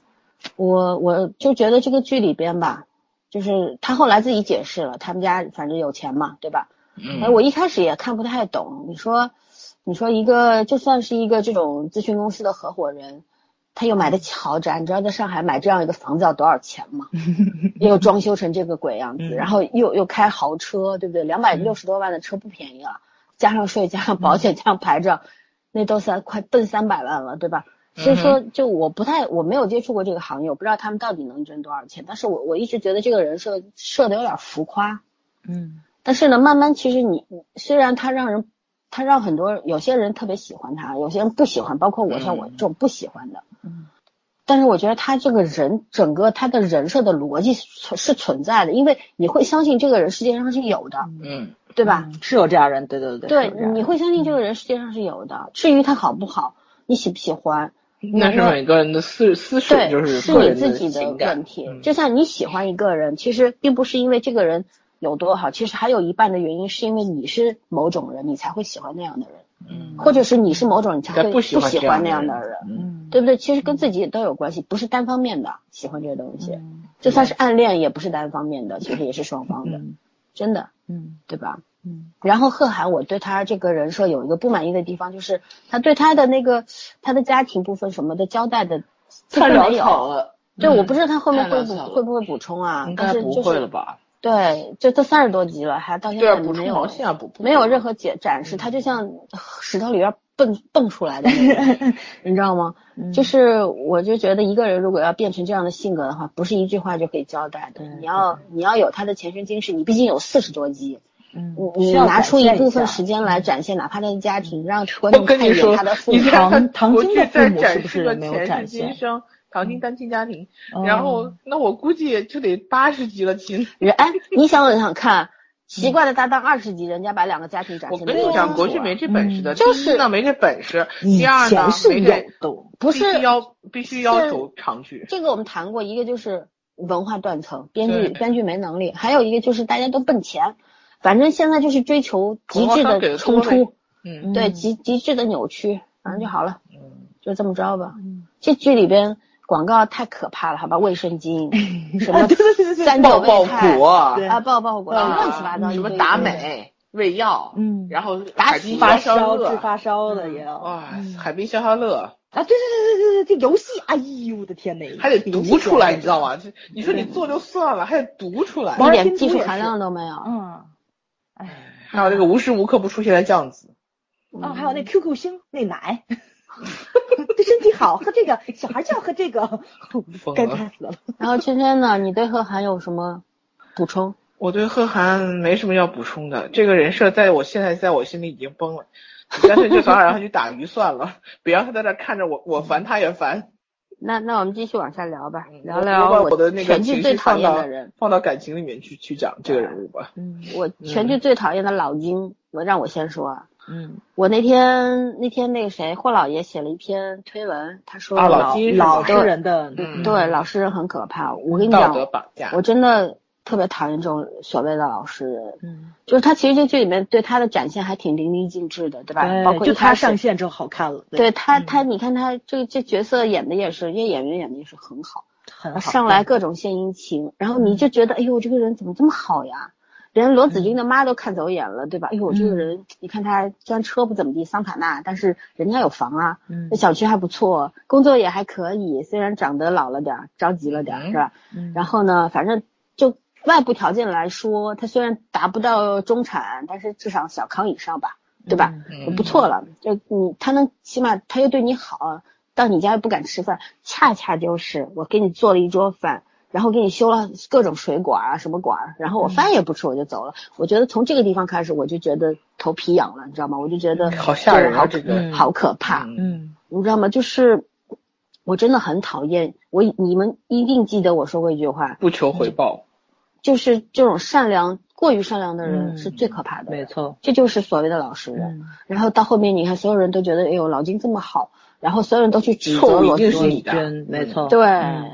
[SPEAKER 4] 我我就觉得这个剧里边吧，就是他后来自己解释了，他们家反正有钱嘛，对吧？哎，
[SPEAKER 2] 嗯，
[SPEAKER 4] 我一开始也看不太懂。你说，你说一个就算是一个这种咨询公司的合伙人，他又买得起豪宅，你知道在上海买这样一个房子要多少钱 吗？又装修成这个鬼样子，
[SPEAKER 2] 嗯
[SPEAKER 4] 然后又又开豪车，对不对？两百六十多万的车不便宜了，加上税，加上保
[SPEAKER 2] 嗯
[SPEAKER 4] 险，加上牌照，那都三快奔三百万了，对吧？所以
[SPEAKER 2] 嗯
[SPEAKER 4] 说，就我不太我没有接触过这个行业，我不知道他们到底能挣多少钱。但是我我一直觉得这个人设设的有点浮夸，
[SPEAKER 6] 嗯
[SPEAKER 4] 但是呢，慢慢其实你虽然他让人，他让很多有些人特别喜欢他，有些人不喜欢，包括我
[SPEAKER 2] 嗯
[SPEAKER 4] 像我这种不喜欢的。嗯。但是我觉得他这个人，整个他的人设的逻辑是是存在的，因为你会相信这个人世界上是有的，
[SPEAKER 2] 嗯
[SPEAKER 4] 对吧？
[SPEAKER 5] 是有这样人，对对对，
[SPEAKER 4] 对
[SPEAKER 5] 是有这样，人
[SPEAKER 4] 你会相信这个人世界上是有的。至于他好不好，你喜不喜欢，
[SPEAKER 2] 那是每个人的私私事，
[SPEAKER 4] 对，
[SPEAKER 2] 就是
[SPEAKER 4] 是
[SPEAKER 2] 个
[SPEAKER 4] 你
[SPEAKER 2] 人
[SPEAKER 4] 自己的
[SPEAKER 2] 情
[SPEAKER 4] 问
[SPEAKER 2] 感。
[SPEAKER 4] 题。
[SPEAKER 2] 嗯
[SPEAKER 4] 就像你喜欢一个人，其实并不是因为这个人有多好，其实还有一半的原因是因为你是某种人，你才会喜欢那样的人，
[SPEAKER 2] 嗯，
[SPEAKER 4] 或者是你是某种人，你才
[SPEAKER 2] 才
[SPEAKER 4] 会
[SPEAKER 2] 不
[SPEAKER 4] 喜
[SPEAKER 2] 欢
[SPEAKER 4] 欢那样
[SPEAKER 2] 样
[SPEAKER 4] 的
[SPEAKER 2] 人
[SPEAKER 4] 人，，
[SPEAKER 2] 嗯
[SPEAKER 4] 对不对？其实跟自己都有关系，不是单方面的喜欢这个东
[SPEAKER 2] 嗯
[SPEAKER 4] 西，
[SPEAKER 6] 嗯
[SPEAKER 4] 就算是暗恋也不是单方面的，其实也是双方的，
[SPEAKER 6] 嗯
[SPEAKER 4] 真的，
[SPEAKER 5] 嗯
[SPEAKER 4] 对吧？
[SPEAKER 5] 嗯，
[SPEAKER 4] 然后贺涵，我对他这个人设有一个不满意的地方，就是他对他的那个他的家庭部分什么的交代的，
[SPEAKER 2] 太
[SPEAKER 4] 没有。
[SPEAKER 2] 潦草了。
[SPEAKER 4] 对，
[SPEAKER 2] 嗯
[SPEAKER 4] 我不知道他后面
[SPEAKER 2] 太
[SPEAKER 4] 会
[SPEAKER 2] 垃
[SPEAKER 4] 不
[SPEAKER 2] 圾了
[SPEAKER 4] 会不会补充啊？
[SPEAKER 2] 应
[SPEAKER 4] 但
[SPEAKER 2] 该
[SPEAKER 4] 是
[SPEAKER 2] 不
[SPEAKER 4] 就
[SPEAKER 2] 会了
[SPEAKER 4] 是
[SPEAKER 2] 吧？
[SPEAKER 4] 对，就这三十多集了，还到现
[SPEAKER 2] 对啊，
[SPEAKER 4] 在都
[SPEAKER 2] 补充
[SPEAKER 4] 没
[SPEAKER 2] 毛
[SPEAKER 4] 有
[SPEAKER 2] 线啊，补
[SPEAKER 4] 没有任何解展
[SPEAKER 2] 嗯
[SPEAKER 4] 示，他就像石头里边蹦蹦出来的那 种，你知道吗？
[SPEAKER 2] 嗯
[SPEAKER 6] 嗯
[SPEAKER 4] 就是我就觉得一个人如果要变成这样的性格的话，不是一句话就可以交代的。你要你要有他的前生今世，你毕竟有四十多集，
[SPEAKER 5] 嗯
[SPEAKER 4] 你你
[SPEAKER 6] 需要
[SPEAKER 4] 拿出
[SPEAKER 6] 展
[SPEAKER 4] 一
[SPEAKER 6] 现一
[SPEAKER 4] 部分
[SPEAKER 6] 下
[SPEAKER 4] 时间来展现，哪怕他的家庭，让
[SPEAKER 2] 嗯
[SPEAKER 4] 观
[SPEAKER 2] 我
[SPEAKER 4] 众
[SPEAKER 2] 跟
[SPEAKER 4] 看
[SPEAKER 2] 你
[SPEAKER 4] 一
[SPEAKER 2] 说
[SPEAKER 4] 眼他的，父
[SPEAKER 2] 你
[SPEAKER 4] 母。
[SPEAKER 2] 看看
[SPEAKER 5] 唐
[SPEAKER 2] 国
[SPEAKER 5] 晶
[SPEAKER 2] 剧
[SPEAKER 5] 的
[SPEAKER 2] 在
[SPEAKER 5] 父母
[SPEAKER 2] 展
[SPEAKER 5] 是不
[SPEAKER 2] 示
[SPEAKER 5] 是
[SPEAKER 2] 了
[SPEAKER 5] 没有
[SPEAKER 2] 前
[SPEAKER 5] 展
[SPEAKER 2] 世今
[SPEAKER 5] 现
[SPEAKER 2] 生，唐晶单亲家庭，
[SPEAKER 6] 哦
[SPEAKER 2] 然
[SPEAKER 6] 嗯
[SPEAKER 2] 后那我估计就得八十集了，亲。
[SPEAKER 4] 人哎，你想想看，《奇怪的搭档》二十集，人家把两个家庭展
[SPEAKER 2] 我
[SPEAKER 4] 现
[SPEAKER 2] 跟
[SPEAKER 4] 的
[SPEAKER 2] 你讲，国剧
[SPEAKER 4] 剧
[SPEAKER 2] 没这本事的。
[SPEAKER 5] 嗯
[SPEAKER 2] 第
[SPEAKER 4] 就是
[SPEAKER 2] 一呢，没这本事；
[SPEAKER 5] 以
[SPEAKER 2] 第二呢
[SPEAKER 5] 前，是
[SPEAKER 2] 没
[SPEAKER 5] 有
[SPEAKER 2] 这
[SPEAKER 5] 的，
[SPEAKER 4] 不
[SPEAKER 2] 必须
[SPEAKER 4] 是
[SPEAKER 2] 要必须要
[SPEAKER 4] 是
[SPEAKER 2] 求长剧。
[SPEAKER 4] 这个我们谈过，一个就是文化断层，编剧
[SPEAKER 2] 对
[SPEAKER 4] 编剧没能力，还有一个就是大家都奔钱，反正现在就是追求极
[SPEAKER 2] 广告
[SPEAKER 4] 致
[SPEAKER 2] 商给
[SPEAKER 4] 的
[SPEAKER 2] 的
[SPEAKER 4] 冲
[SPEAKER 2] 多呗
[SPEAKER 4] 突，
[SPEAKER 2] 嗯
[SPEAKER 4] 对极极致的扭曲，反正就好了，
[SPEAKER 2] 嗯，
[SPEAKER 4] 就这么着吧。
[SPEAKER 6] 嗯
[SPEAKER 4] 这剧里边广告太可怕了，好吧，卫生巾 什
[SPEAKER 6] 啊
[SPEAKER 4] 么三九
[SPEAKER 2] 爆
[SPEAKER 4] 胃
[SPEAKER 2] 爆
[SPEAKER 4] 泰
[SPEAKER 2] 果，
[SPEAKER 4] 啊，爆爆果
[SPEAKER 2] 啊
[SPEAKER 4] 乱七八糟一
[SPEAKER 2] 什
[SPEAKER 4] 堆
[SPEAKER 2] 么
[SPEAKER 4] 的，
[SPEAKER 2] 达美、胃药，
[SPEAKER 5] 嗯
[SPEAKER 2] 然后
[SPEAKER 4] 达
[SPEAKER 2] 海
[SPEAKER 4] 喜
[SPEAKER 2] 滨
[SPEAKER 6] 发
[SPEAKER 2] 消
[SPEAKER 6] 烧
[SPEAKER 2] 乐
[SPEAKER 6] 治，发烧
[SPEAKER 2] 嗯
[SPEAKER 6] 的也有啊，
[SPEAKER 2] 哇，
[SPEAKER 4] 嗯
[SPEAKER 2] 海滨消消乐
[SPEAKER 6] 对对对对对对，这游戏，哎呦我的天呐，
[SPEAKER 2] 还得读出来，你知道吗？
[SPEAKER 4] 嗯
[SPEAKER 2] 这你说你做就算了，还得读出来。
[SPEAKER 4] 一点技术含量都没有。
[SPEAKER 6] 嗯，
[SPEAKER 2] 还有这个无时无刻不出现的酱子，
[SPEAKER 6] 哦，还有那 QQ 星那奶， 对身体好，喝这个，小孩就要喝这个，
[SPEAKER 2] 疯
[SPEAKER 6] 该
[SPEAKER 2] 了
[SPEAKER 6] 怕死了。
[SPEAKER 4] 嗯然后圈圈呢，你对贺涵有什么补充？
[SPEAKER 2] 我对贺涵没什么要补充的，这个人设在我现在在我心里已经崩了，干脆就早点让他去打鱼算了，别让他在这儿看着我，我烦他也烦。
[SPEAKER 4] 那那我们继续往下聊吧，
[SPEAKER 2] 嗯
[SPEAKER 4] 聊
[SPEAKER 2] 我
[SPEAKER 4] 聊
[SPEAKER 2] 把我的那个
[SPEAKER 4] 全
[SPEAKER 2] 情
[SPEAKER 4] 剧
[SPEAKER 2] 绪
[SPEAKER 4] 最讨
[SPEAKER 2] 放
[SPEAKER 4] 厌
[SPEAKER 2] 到嗯
[SPEAKER 4] 的人，
[SPEAKER 2] 放到感情里面去去讲这个人物吧。
[SPEAKER 4] 我全剧最讨厌的老金，我让我先说啊。
[SPEAKER 5] 嗯，
[SPEAKER 4] 我那天那天那个谁霍老爷写了一篇推文，他说
[SPEAKER 2] 啊，
[SPEAKER 4] 老
[SPEAKER 2] 老金是吧
[SPEAKER 6] 老实人的，
[SPEAKER 2] 嗯
[SPEAKER 4] 对老实人很可怕。我跟你
[SPEAKER 2] 道
[SPEAKER 4] 讲，
[SPEAKER 2] 德绑架
[SPEAKER 4] 我，真的特别讨厌这种所谓的老实人，
[SPEAKER 5] 嗯，
[SPEAKER 4] 就是他其实这剧里面对他的展现还挺淋漓尽致的，对吧？包括
[SPEAKER 5] 就
[SPEAKER 4] 一开
[SPEAKER 5] 他
[SPEAKER 4] 始
[SPEAKER 5] 上线之后好看了，
[SPEAKER 4] 对，他，
[SPEAKER 2] 嗯
[SPEAKER 4] 他你看他这个这角色演的也是，这演员演的也是很好，
[SPEAKER 5] 很好，
[SPEAKER 4] 上来各种献殷勤，然后你就觉得，哎呦，这个人怎么这么好呀？连罗子君的妈都看走眼了，对吧？哎呦，这个人，你看他虽然车不怎么地，桑塔纳，但是人家有房啊，
[SPEAKER 5] 嗯
[SPEAKER 4] 那小区还不错，工作也还可以，虽然长得老了点儿，着急了点儿，
[SPEAKER 2] 嗯
[SPEAKER 4] 是吧？然后呢，反正就外部条件来说，他虽然达不到中产，但是至少小康以上吧，对吧？
[SPEAKER 2] 嗯
[SPEAKER 4] 不错了，就你他能起码他又对你好，到你家又不敢吃饭，恰恰就是我给你做了一桌饭，然后给你修了各种水管啊什么管儿，然后
[SPEAKER 2] 嗯
[SPEAKER 4] 我饭也不吃我就走了。我觉得从这个地方开始我就觉得头皮痒了，你知道吗？我就觉得
[SPEAKER 2] 好吓人啊，
[SPEAKER 4] 好
[SPEAKER 2] 这个
[SPEAKER 4] 好可怕，
[SPEAKER 2] 嗯
[SPEAKER 5] 嗯
[SPEAKER 4] 你知道吗？就是我真的很讨厌我，你们一定记得我说过一句话，
[SPEAKER 2] 不求回报，
[SPEAKER 4] 就是这种善良过于善良的人
[SPEAKER 5] 嗯
[SPEAKER 4] 是最可怕的人，
[SPEAKER 5] 没错，
[SPEAKER 4] 这就是所谓的老实人。
[SPEAKER 5] 嗯，
[SPEAKER 4] 然后到后面，你看所有人都觉得，哎呦，老金这么好，然后所有人都去指责
[SPEAKER 2] 错误
[SPEAKER 4] 罗
[SPEAKER 2] 一定
[SPEAKER 4] 罗
[SPEAKER 2] 是你
[SPEAKER 4] 里。
[SPEAKER 2] 的，哦
[SPEAKER 5] 真没错，
[SPEAKER 4] 对，
[SPEAKER 5] 嗯
[SPEAKER 2] 嗯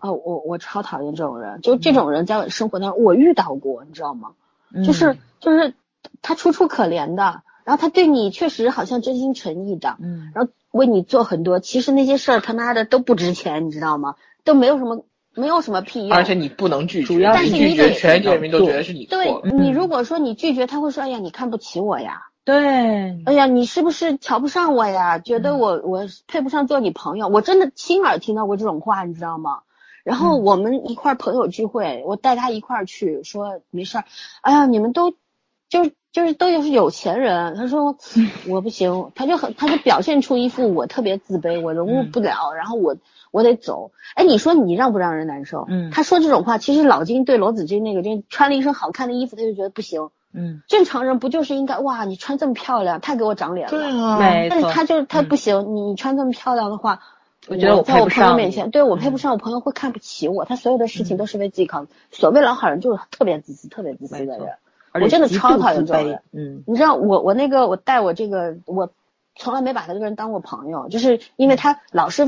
[SPEAKER 4] 哦，我我超讨厌这种人，就这种人在我生活当中我遇到过，你知道吗？
[SPEAKER 5] 嗯
[SPEAKER 2] 嗯
[SPEAKER 4] 就是就是他楚楚可怜的，然后他对你确实好像真心诚意的，
[SPEAKER 5] 嗯，
[SPEAKER 4] 然后为你做很多，其实那些事儿他妈的都不值钱，你知道吗？都没有什么没有什么屁用。
[SPEAKER 2] 而且你不能拒绝，
[SPEAKER 5] 主要
[SPEAKER 4] 嗯是
[SPEAKER 2] 你
[SPEAKER 4] 你
[SPEAKER 2] 拒绝，
[SPEAKER 4] 得
[SPEAKER 2] 全人民都觉得是你错嗯
[SPEAKER 4] 对
[SPEAKER 2] 了。
[SPEAKER 4] 你如果说你拒绝，他会说：“哎呀，你看不起我呀，
[SPEAKER 5] 对，
[SPEAKER 4] 哎呀，你是不是瞧不上我呀？觉得我、我配不上做你朋友？”我真的亲耳听到过这种话，你知道吗？然后我们一块儿朋友聚会，我带他一块儿去，说没事儿。哎呀，你们都就是就是都是有钱人。他说我不行，他就很他就表现出一副我特别自卑，我融入不了，然后我我得走。哎，你说你让不让人难受？
[SPEAKER 5] 嗯
[SPEAKER 4] 他说这种话，其实老金对罗子君那个，就穿了一身好看的衣服，他就觉得不行。
[SPEAKER 5] 嗯，
[SPEAKER 4] 正常人不就是应该哇，你穿这么漂亮，太给我长脸了。
[SPEAKER 2] 对啊，
[SPEAKER 5] 没
[SPEAKER 4] 但是
[SPEAKER 5] 错，嗯
[SPEAKER 4] 他就是他不行，你你穿这么漂亮的话，
[SPEAKER 5] 我觉得我
[SPEAKER 4] 在
[SPEAKER 5] 配
[SPEAKER 4] 我
[SPEAKER 5] 不
[SPEAKER 4] 朋友
[SPEAKER 5] 上
[SPEAKER 4] 面
[SPEAKER 5] 你嗯
[SPEAKER 4] 前，对我配不上，我朋友会看不起我。他所有的事情都是为自己考虑。所谓老好人就是特别自私、特别自私
[SPEAKER 5] 没
[SPEAKER 4] 的
[SPEAKER 5] 错
[SPEAKER 4] 人。
[SPEAKER 5] 而
[SPEAKER 4] 我
[SPEAKER 5] 且
[SPEAKER 4] 真的
[SPEAKER 5] 极
[SPEAKER 4] 超
[SPEAKER 5] 度
[SPEAKER 4] 讨厌
[SPEAKER 5] 自
[SPEAKER 4] 这种
[SPEAKER 5] 卑
[SPEAKER 4] 人
[SPEAKER 5] 嗯
[SPEAKER 4] 你知道我我那个我带我这个我从来没把他这个人当过朋友，就是因为他老是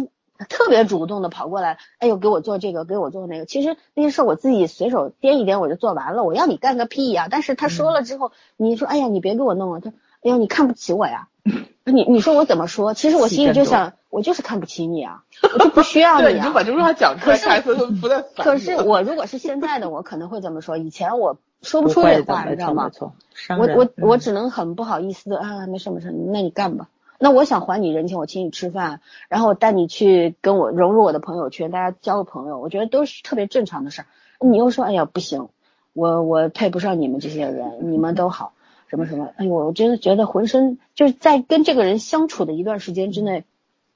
[SPEAKER 4] 特别主动的跑过来，哎呦给我做这个给我做那个，其实那些事儿我自己随手颠一颠我就做完了，我要你干个屁呀、但是他说了之后，你说哎呀你别给我弄了，他哎呦你看不起我呀。 你你说我怎么说？其实我心里就想，我就是看不起你啊，我就不需要
[SPEAKER 2] 对，
[SPEAKER 4] 你
[SPEAKER 2] 已
[SPEAKER 4] 啊
[SPEAKER 2] 经。把这句话讲出来，
[SPEAKER 4] 可是
[SPEAKER 2] 下一次都不再反你了。
[SPEAKER 4] 可是我如果是现在的我，可能会这么说。以前我说
[SPEAKER 5] 不
[SPEAKER 4] 不出
[SPEAKER 5] 会
[SPEAKER 4] 这
[SPEAKER 5] 的
[SPEAKER 4] 话，
[SPEAKER 5] 没
[SPEAKER 4] 你知
[SPEAKER 5] 错
[SPEAKER 4] 道吗
[SPEAKER 5] 没？错伤
[SPEAKER 4] 我
[SPEAKER 5] 人
[SPEAKER 4] 我我
[SPEAKER 5] 嗯
[SPEAKER 4] 只能很不好意思的啊，没事没事，那你干吧。那我想还你人情，我请你吃饭，然后我带你去跟我融入我的朋友圈，大家交个朋友，我觉得都是特别正常的事儿。你又说，哎呀不行，我我配不上你们这些人，你们都好，什么什么，哎呦，我真的觉得浑身就是在跟这个人相处的一段时间之内，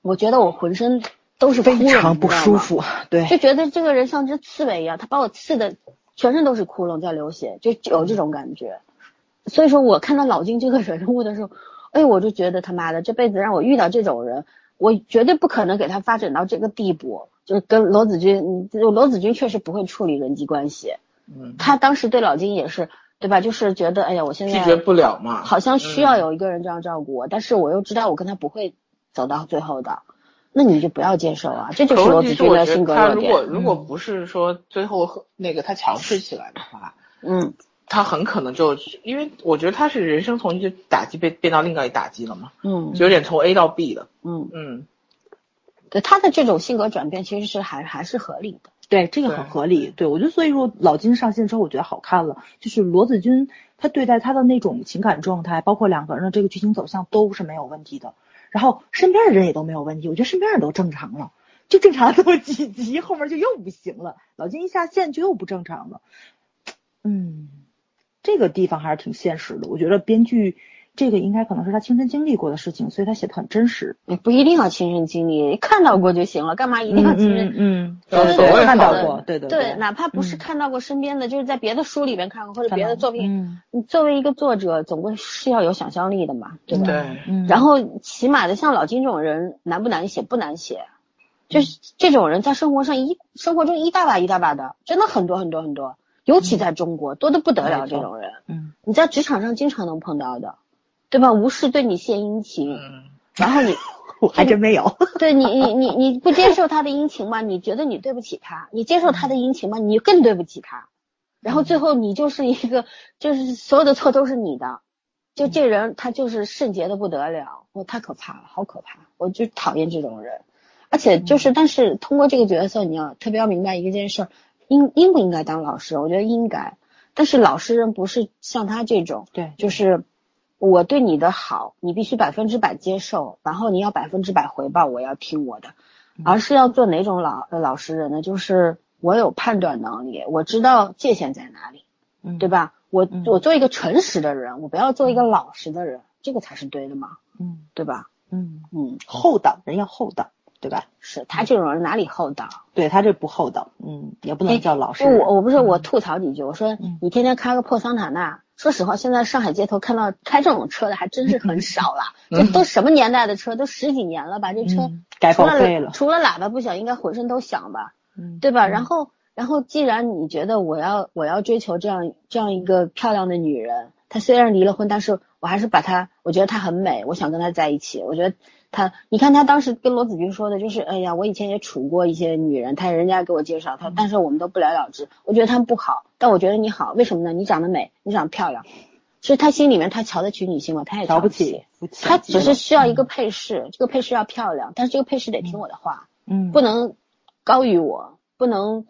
[SPEAKER 4] 我觉得我浑身都是
[SPEAKER 5] 非
[SPEAKER 4] 枯了
[SPEAKER 5] 常不舒，服，对，
[SPEAKER 4] 就觉得这个人像只刺猬一样，他把我刺的全身都是窟窿在流血，就有这种感觉。所以说我看到老金这个人物的时候，哎，我就觉得他妈的这辈子让我遇到这种人，我绝对不可能给他发展到这个地步。就是跟罗子君，嗯就罗子君确实不会处理人际关系，
[SPEAKER 2] 嗯
[SPEAKER 4] 他当时对老金也是，对吧？就是觉得哎呀，我现在
[SPEAKER 2] 拒绝不嗯了嘛，
[SPEAKER 4] 好像需要有一个人这样照顾我，但是我又知道我跟他不会走到最后的，那你就不要接受啊，这就是
[SPEAKER 2] 可
[SPEAKER 4] 罗
[SPEAKER 2] 问
[SPEAKER 4] 子
[SPEAKER 2] 题是，
[SPEAKER 4] 君
[SPEAKER 2] 我
[SPEAKER 4] 的
[SPEAKER 2] 觉
[SPEAKER 4] 性
[SPEAKER 2] 得
[SPEAKER 4] 格
[SPEAKER 2] 他
[SPEAKER 4] 弱
[SPEAKER 2] 如果
[SPEAKER 4] 点。
[SPEAKER 2] 如果不是说最后和那个他强势起来的话，
[SPEAKER 4] 嗯，
[SPEAKER 2] 他很可能就因为我觉得他是人生从一个打击被变到另外一个打击了嘛，
[SPEAKER 4] 嗯
[SPEAKER 2] 就有点从 A 到 B 了。
[SPEAKER 4] 嗯，
[SPEAKER 2] 嗯，
[SPEAKER 4] 对他的这种性格转变其实是还还是合理的。
[SPEAKER 5] 对，这个
[SPEAKER 2] 对
[SPEAKER 5] 很合理。对我就所以说，老金上线之后，我觉得好看了。就是罗子君，她对待她的那种情感状态，包括两个人的这个剧情走向都是没有问题的。然后身边的人也都没有问题，我觉得身边人都正常了，就正 常这么几集，后面就又不行了。老金一下线就又不正常了。嗯，这个地方还是挺现实的。我觉得编剧这个应该可能是他亲身经历过的事情，所以他写的很真实。
[SPEAKER 4] 你不一定要亲身经历，看到过就行了，干嘛一定要亲身？
[SPEAKER 5] 嗯，
[SPEAKER 2] 正
[SPEAKER 5] 对
[SPEAKER 2] 所
[SPEAKER 5] 对
[SPEAKER 2] 谓
[SPEAKER 5] 看
[SPEAKER 2] 好
[SPEAKER 5] 到
[SPEAKER 2] 人
[SPEAKER 5] 过，对对
[SPEAKER 4] 对，嗯哪怕不是看到过身边的，就是在别的书里面看过或者
[SPEAKER 5] 看
[SPEAKER 4] 别
[SPEAKER 5] 到
[SPEAKER 4] 的作品，
[SPEAKER 5] 嗯
[SPEAKER 4] 你作为一个作者，总归是要有想象力的嘛，对吧？
[SPEAKER 2] 对，
[SPEAKER 5] 嗯，
[SPEAKER 4] 然后起码的，像老金这种人，难不难写？不难写，就是这种人在生活上一生活中一大把一大把的，真的很多很多很多，尤其在中国、多的不得了。
[SPEAKER 5] 没错
[SPEAKER 4] 这种人，
[SPEAKER 5] 嗯，
[SPEAKER 4] 你在职场上经常能碰到的，对吧？无事对你献殷勤，
[SPEAKER 2] 嗯，
[SPEAKER 4] 然后你
[SPEAKER 5] 我还真没 有。
[SPEAKER 4] 对你你你你不接受他的殷勤嘛？你觉得你对不起他？你接受他的殷勤嘛？你更对不起他。然后最后你就是一个，就是所有的错都是你的。就这人他就是圣洁的不得了，我太可怕了，好可怕！我就讨厌这种人。而且就是，但是通过这个角色，你要特别要明白一件事儿，应应不应该当老师？我觉得应该，但是老实人不是像他这种，
[SPEAKER 5] 对
[SPEAKER 4] 就是我对你的好，你必须百分之百接受，然后你要百分之百回报，我要听我的，而是要做哪种老呃老实人呢？就是我有判断能力，我知道界限在哪里，
[SPEAKER 5] 嗯
[SPEAKER 4] 对吧？我
[SPEAKER 5] 嗯
[SPEAKER 4] 我做一个诚实的人，我不要做一个老实的人，这个才是对的嘛，
[SPEAKER 5] 嗯
[SPEAKER 4] 对吧？
[SPEAKER 5] 嗯，
[SPEAKER 4] 嗯，
[SPEAKER 5] 厚道，人要厚道，对吧？
[SPEAKER 4] 是他这种人哪里厚道？
[SPEAKER 5] 对他这不厚道，嗯，也不能叫老实
[SPEAKER 4] 不
[SPEAKER 5] 人。
[SPEAKER 4] 哎我我不是我吐槽你一句，我说
[SPEAKER 5] 嗯
[SPEAKER 4] 你天天开个破桑塔纳，说实话，现在上海街头看到开这种车的还真是很 少了。这都什么年代的车，都十几年了吧？这车
[SPEAKER 5] 嗯改
[SPEAKER 4] 除
[SPEAKER 5] 报
[SPEAKER 4] 了
[SPEAKER 5] 废了，
[SPEAKER 4] 除了喇叭不响，应该浑身都响吧？
[SPEAKER 5] 嗯
[SPEAKER 4] 对吧？然后然后既然你觉得我要我要追求这样这样一个漂亮的女人，他虽然离了婚，但是我还是把他，我觉得他很美，我想跟他在一起。我觉得他，你看他当时跟罗子君说的，就是哎呀，我以前也处过一些女人，他人家给我介绍
[SPEAKER 5] 嗯
[SPEAKER 4] 他，但是我们都不了了之。我觉得他们不好，但我觉得你好，为什么呢？你长得美，你长得漂亮。其实他心里面他瞧得起女性吗？他也
[SPEAKER 5] 瞧不
[SPEAKER 4] 不
[SPEAKER 5] 起，，不起
[SPEAKER 4] 他只是需要一个配饰，这个配饰要漂亮，但是这个配饰得听我的话，
[SPEAKER 5] 嗯嗯
[SPEAKER 4] 不能高于我，不能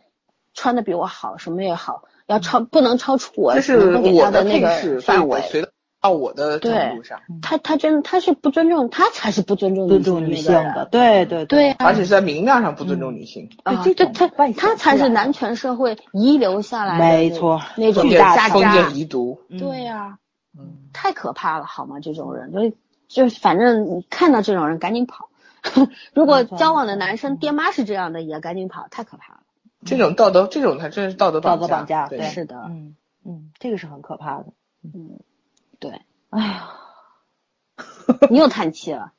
[SPEAKER 4] 穿的比我好，什么也好，
[SPEAKER 5] 嗯
[SPEAKER 4] 要超不能超出我
[SPEAKER 2] 这是
[SPEAKER 4] 能够给他
[SPEAKER 2] 我的
[SPEAKER 4] 那
[SPEAKER 2] 配
[SPEAKER 4] 个
[SPEAKER 2] 饰，所以
[SPEAKER 4] 范
[SPEAKER 2] 我
[SPEAKER 4] 围。
[SPEAKER 2] 随到到我的程
[SPEAKER 4] 对
[SPEAKER 2] 度上，
[SPEAKER 4] 他他真他是不尊重，他才是不尊重
[SPEAKER 5] 嗯尊重女
[SPEAKER 4] 女
[SPEAKER 5] 性
[SPEAKER 4] 性
[SPEAKER 5] 的，对对
[SPEAKER 4] 对呀、
[SPEAKER 2] 而且是在明面上不尊重
[SPEAKER 5] 嗯
[SPEAKER 2] 女性。
[SPEAKER 4] 啊，
[SPEAKER 5] 对这
[SPEAKER 4] 对
[SPEAKER 5] 种
[SPEAKER 4] 他
[SPEAKER 5] 外显
[SPEAKER 4] 他才
[SPEAKER 5] 出
[SPEAKER 4] 是
[SPEAKER 5] 来的
[SPEAKER 4] 男权社会遗留下来的
[SPEAKER 5] 没
[SPEAKER 4] 那
[SPEAKER 5] 错
[SPEAKER 4] 啊那种
[SPEAKER 2] 封
[SPEAKER 5] 巨大
[SPEAKER 4] 家
[SPEAKER 2] 建
[SPEAKER 5] 的
[SPEAKER 2] 封
[SPEAKER 4] 家
[SPEAKER 2] 建遗毒，
[SPEAKER 4] 对啊呀、
[SPEAKER 2] 嗯，
[SPEAKER 4] 太可怕了，好吗？这种人，所以就是反正你看到这种人赶紧跑。 如果交往的男
[SPEAKER 5] 嗯
[SPEAKER 4] 生爹妈是这样的，也赶紧跑，太可怕了。
[SPEAKER 2] 这种道德，这种才真是道德
[SPEAKER 5] 道
[SPEAKER 2] 架。
[SPEAKER 5] 德嗯绑架，
[SPEAKER 2] 对，
[SPEAKER 4] 是的
[SPEAKER 5] 嗯嗯，这个是很可怕的。
[SPEAKER 4] 对
[SPEAKER 5] 哎呀，
[SPEAKER 4] 你又叹气了，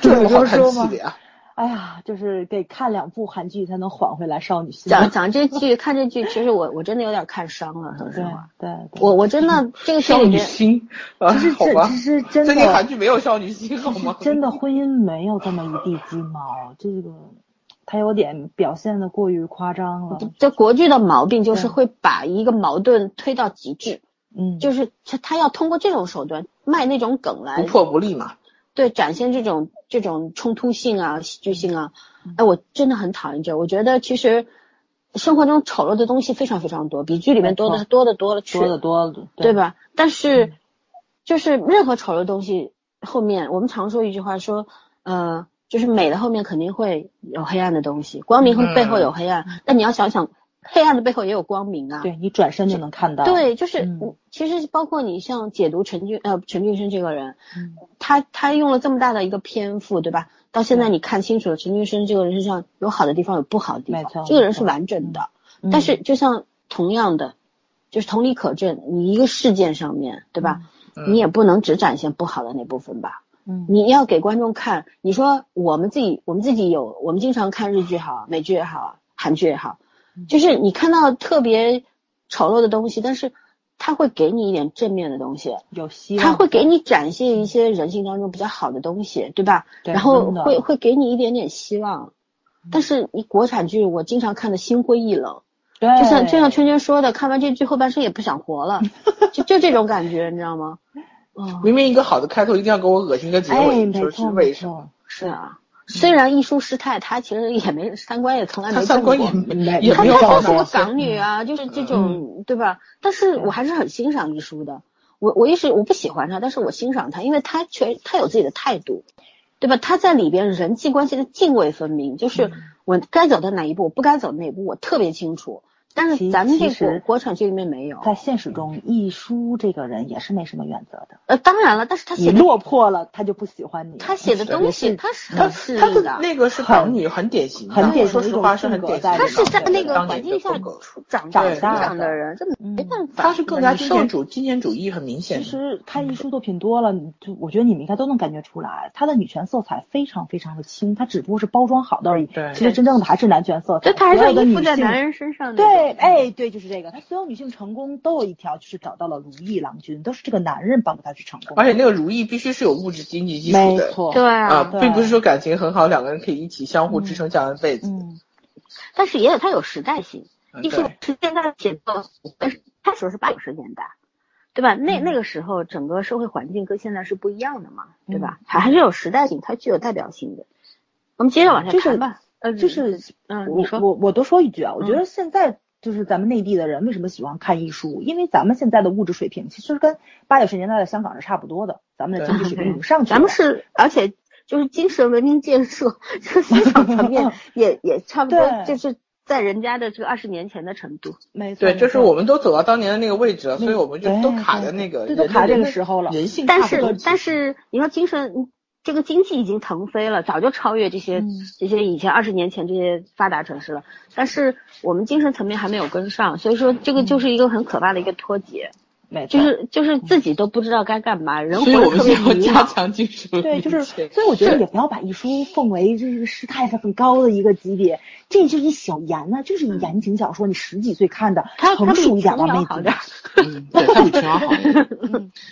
[SPEAKER 2] 这
[SPEAKER 5] 这
[SPEAKER 2] 有
[SPEAKER 5] 不
[SPEAKER 2] 好
[SPEAKER 5] 是
[SPEAKER 2] 叹
[SPEAKER 5] 说
[SPEAKER 2] 气
[SPEAKER 5] 吗
[SPEAKER 2] 的呀。
[SPEAKER 5] 哎呀，就是得看两部韩剧才能缓回来少女心。
[SPEAKER 4] 讲讲这剧，看这剧，其实我我真的有点看伤了，说实
[SPEAKER 5] 对
[SPEAKER 4] 话，
[SPEAKER 5] 对对，
[SPEAKER 4] 啊我我 真的这个剧
[SPEAKER 2] 少
[SPEAKER 4] 里
[SPEAKER 2] 女
[SPEAKER 4] 面，
[SPEAKER 2] 心啊
[SPEAKER 5] 其实，
[SPEAKER 2] 好
[SPEAKER 5] 这
[SPEAKER 2] 吧
[SPEAKER 5] 其，实真
[SPEAKER 2] 最近韩
[SPEAKER 5] 的
[SPEAKER 2] 剧没有少女心， 好吗？
[SPEAKER 5] 真的婚姻没有这么一地鸡毛，这个他有点表现的过于夸张了。
[SPEAKER 4] 这国剧的毛病就是
[SPEAKER 5] 对
[SPEAKER 4] 会把一个矛盾推到极致，
[SPEAKER 5] 嗯，
[SPEAKER 4] 就是他他要通过这种手段卖那种梗来
[SPEAKER 2] 不破不立嘛。
[SPEAKER 4] 对，展现这种这种冲突性啊、戏剧性啊，
[SPEAKER 5] 嗯
[SPEAKER 4] 哎，我真的很讨厌这。我觉得其实生活中丑陋的东西非常非常多，比剧里面多的
[SPEAKER 5] 没错
[SPEAKER 4] 多的多了去
[SPEAKER 5] 说的
[SPEAKER 4] 了，
[SPEAKER 5] 多了，
[SPEAKER 4] 对？吧？但是、
[SPEAKER 5] 嗯
[SPEAKER 4] 就是任何丑陋的东西后面，我们常说一句话说，呃，就是美的后面肯定会有黑暗的东西，光
[SPEAKER 5] 嗯
[SPEAKER 4] 明会背后有黑暗，但你要想想，黑暗的背后也有光明啊。
[SPEAKER 5] 对你转身就能看到。
[SPEAKER 4] 对，就是、
[SPEAKER 5] 嗯
[SPEAKER 4] 嗯其实包括你像解读陈俊呃陈俊生这个人，
[SPEAKER 5] 嗯
[SPEAKER 4] 他他用了这么大的一个篇幅，对吧？到现在
[SPEAKER 5] 嗯
[SPEAKER 4] 你看清楚了，陈俊生这个人身上有好的地方，有不好的地
[SPEAKER 5] 没错
[SPEAKER 4] 方，这个人是
[SPEAKER 5] 没错
[SPEAKER 4] 完整的。
[SPEAKER 5] 嗯，
[SPEAKER 4] 但是就像同样的，就是同理可证，你一个事件上面，对吧？
[SPEAKER 2] 嗯
[SPEAKER 4] 你也不能只展现不好的那部分吧？
[SPEAKER 5] 嗯
[SPEAKER 4] 你要给观众看，你说我们自己，我们自己有，我们经常看日剧也好，美剧也好，韩剧也好，
[SPEAKER 5] 嗯
[SPEAKER 4] 就是你看到特别丑陋的东西，但是它会给你一点正面的东西，
[SPEAKER 5] 有希望，
[SPEAKER 4] 它会给你展现一些人性当中比较好的东西，对吧？
[SPEAKER 5] 对
[SPEAKER 4] 然后
[SPEAKER 5] 真的嗯
[SPEAKER 4] 会会给你一点点希望。但是你国产剧，我经常看的心灰意冷，
[SPEAKER 5] 对
[SPEAKER 4] 就像就像圈圈说的，看完这剧后半生也不想 活了，就就这种感觉，你知道吗？哦，
[SPEAKER 2] 明明一个好的开头，一定要给我恶心个结
[SPEAKER 5] 哎，
[SPEAKER 2] 尾，
[SPEAKER 5] 没
[SPEAKER 2] 这是
[SPEAKER 5] 错
[SPEAKER 2] 为
[SPEAKER 5] 没
[SPEAKER 2] 什么？
[SPEAKER 5] 错，
[SPEAKER 4] 是
[SPEAKER 2] 嗯
[SPEAKER 4] 啊，虽然一舒师太，她其实也没三观也从来
[SPEAKER 2] 他
[SPEAKER 4] 没
[SPEAKER 2] 三
[SPEAKER 4] 正过
[SPEAKER 2] 观，也没
[SPEAKER 5] 没
[SPEAKER 2] 也
[SPEAKER 4] 她
[SPEAKER 2] 没有
[SPEAKER 4] 她
[SPEAKER 2] 好
[SPEAKER 4] 是个
[SPEAKER 2] 到嗯
[SPEAKER 4] 港女啊，就是这种对吧？但是我还是很欣赏一舒的，我我一直我不喜欢她，但是我欣赏她，因为她确她有自己的态度，对吧？她在里边人际关系的泾渭分明，就是
[SPEAKER 2] 嗯
[SPEAKER 4] 我该走的哪一步，不该走的哪一步，我特别清楚。但是
[SPEAKER 5] 其
[SPEAKER 4] 咱们这
[SPEAKER 5] 其实
[SPEAKER 4] 国国产剧里面没有，嗯
[SPEAKER 5] 在现实中，一舒这个人也是没什么原则的。
[SPEAKER 4] 呃，当然了，但是她
[SPEAKER 5] 你
[SPEAKER 4] 写的
[SPEAKER 5] 落魄了，他就不喜欢你。
[SPEAKER 4] 她写的东西，
[SPEAKER 5] 是
[SPEAKER 4] 她是
[SPEAKER 2] 他
[SPEAKER 4] 很势
[SPEAKER 2] 他
[SPEAKER 4] 利
[SPEAKER 2] 的
[SPEAKER 4] 的。
[SPEAKER 2] 那个是港女，很典型的，
[SPEAKER 5] 很典
[SPEAKER 2] 说
[SPEAKER 5] 型
[SPEAKER 2] 实话是很典型的。
[SPEAKER 4] 他是在
[SPEAKER 5] 对
[SPEAKER 4] 那个
[SPEAKER 2] 当
[SPEAKER 4] 环
[SPEAKER 2] 年
[SPEAKER 4] 境
[SPEAKER 2] 的
[SPEAKER 4] 下
[SPEAKER 2] 风格
[SPEAKER 4] 长
[SPEAKER 5] 长
[SPEAKER 4] 成
[SPEAKER 5] 大
[SPEAKER 4] 长
[SPEAKER 5] 的
[SPEAKER 4] 的嗯人，这没办法。
[SPEAKER 2] 他是更加
[SPEAKER 4] 你
[SPEAKER 2] 经
[SPEAKER 4] 受
[SPEAKER 2] 典主经典主义很明显
[SPEAKER 5] 其
[SPEAKER 2] 的。
[SPEAKER 5] 实看一书作品多了，你就我觉得你们应该都能感觉出来，她的女权色彩非常非常的轻，她只不过是包装好的而已。
[SPEAKER 2] 对
[SPEAKER 5] 其实真正的还是男权色彩。
[SPEAKER 4] 对，他还
[SPEAKER 5] 所
[SPEAKER 4] 是
[SPEAKER 5] 有的
[SPEAKER 4] 依
[SPEAKER 5] 女
[SPEAKER 4] 附在
[SPEAKER 5] 性
[SPEAKER 4] 男人身上的。
[SPEAKER 5] 对，哎，对，就是这个。她所有女性成功都有一条，就是找到了如意郎君，都是这个男人帮助她去成功。
[SPEAKER 2] 而且那个如意必须是有物质经济基础
[SPEAKER 5] 没
[SPEAKER 2] 的
[SPEAKER 5] 错，
[SPEAKER 4] 对
[SPEAKER 2] 啊
[SPEAKER 4] 啊，，
[SPEAKER 5] 对
[SPEAKER 2] 并不是说感情很好，两个人可以一起相互支撑下半辈子。
[SPEAKER 5] 嗯，
[SPEAKER 4] 但是也有它有时代性。
[SPEAKER 2] 嗯
[SPEAKER 4] 艺术
[SPEAKER 2] 对
[SPEAKER 4] 是现在的写作，但是开始是八九十年代，对吧？那那个时候整个社会环境跟现在是不一样的嘛，对吧？还还是有时代性，它具有代表性的。我们接着往下
[SPEAKER 5] 就是
[SPEAKER 4] 谈吧。呃，
[SPEAKER 5] 就是
[SPEAKER 4] 嗯，
[SPEAKER 5] 我
[SPEAKER 4] 你说嗯
[SPEAKER 5] 我我多说一句啊，我觉得现在就是咱们内地的人为什么喜欢看艺书，因为咱们现在的物质水平其实跟八九十年代的香港是差不多的，咱们的经济水平已经上去了。
[SPEAKER 4] 咱们是，而且就是精神文明建设，这个思想 层面也也差不多，
[SPEAKER 5] 对
[SPEAKER 4] 就是在人家的这个二十年前的程度。
[SPEAKER 5] 没错，
[SPEAKER 2] 对，
[SPEAKER 5] 没
[SPEAKER 2] 就是
[SPEAKER 5] 错
[SPEAKER 2] 我们都走到当年的那个位置了，所以我们就
[SPEAKER 5] 对
[SPEAKER 2] 都卡在那个
[SPEAKER 5] 对都
[SPEAKER 2] 人
[SPEAKER 5] 卡
[SPEAKER 2] 类
[SPEAKER 5] 这个
[SPEAKER 2] 的
[SPEAKER 5] 时候了
[SPEAKER 2] 人性
[SPEAKER 4] 但
[SPEAKER 2] 差不多
[SPEAKER 4] 是但是你说精神这个经济已经腾飞了，早就超越这些、
[SPEAKER 2] 嗯
[SPEAKER 4] 这些以前二十年前这些发达城市了。但是我们精神层面还没有跟上，所以说这个就是一个很可怕的一个脱节。
[SPEAKER 5] 没
[SPEAKER 4] 就
[SPEAKER 5] 错
[SPEAKER 4] 是就是自己都不知道该干嘛，人活
[SPEAKER 2] 所以我
[SPEAKER 4] 着
[SPEAKER 2] 们
[SPEAKER 4] 特别
[SPEAKER 2] 要
[SPEAKER 4] 迷
[SPEAKER 2] 加
[SPEAKER 4] 茫。
[SPEAKER 2] 强技术。
[SPEAKER 5] 对，就是，所以我觉得也不要把一书奉为这个师太很高的一个级别，这就是一小言呐、就是一言情小说，你十几岁看的，
[SPEAKER 4] 他他
[SPEAKER 5] 成熟
[SPEAKER 4] 比
[SPEAKER 5] 一点吧，
[SPEAKER 4] 琼瑶
[SPEAKER 5] 妹
[SPEAKER 4] 好
[SPEAKER 5] 子
[SPEAKER 4] 点。
[SPEAKER 2] 嗯，对，他比琼瑶好一 点。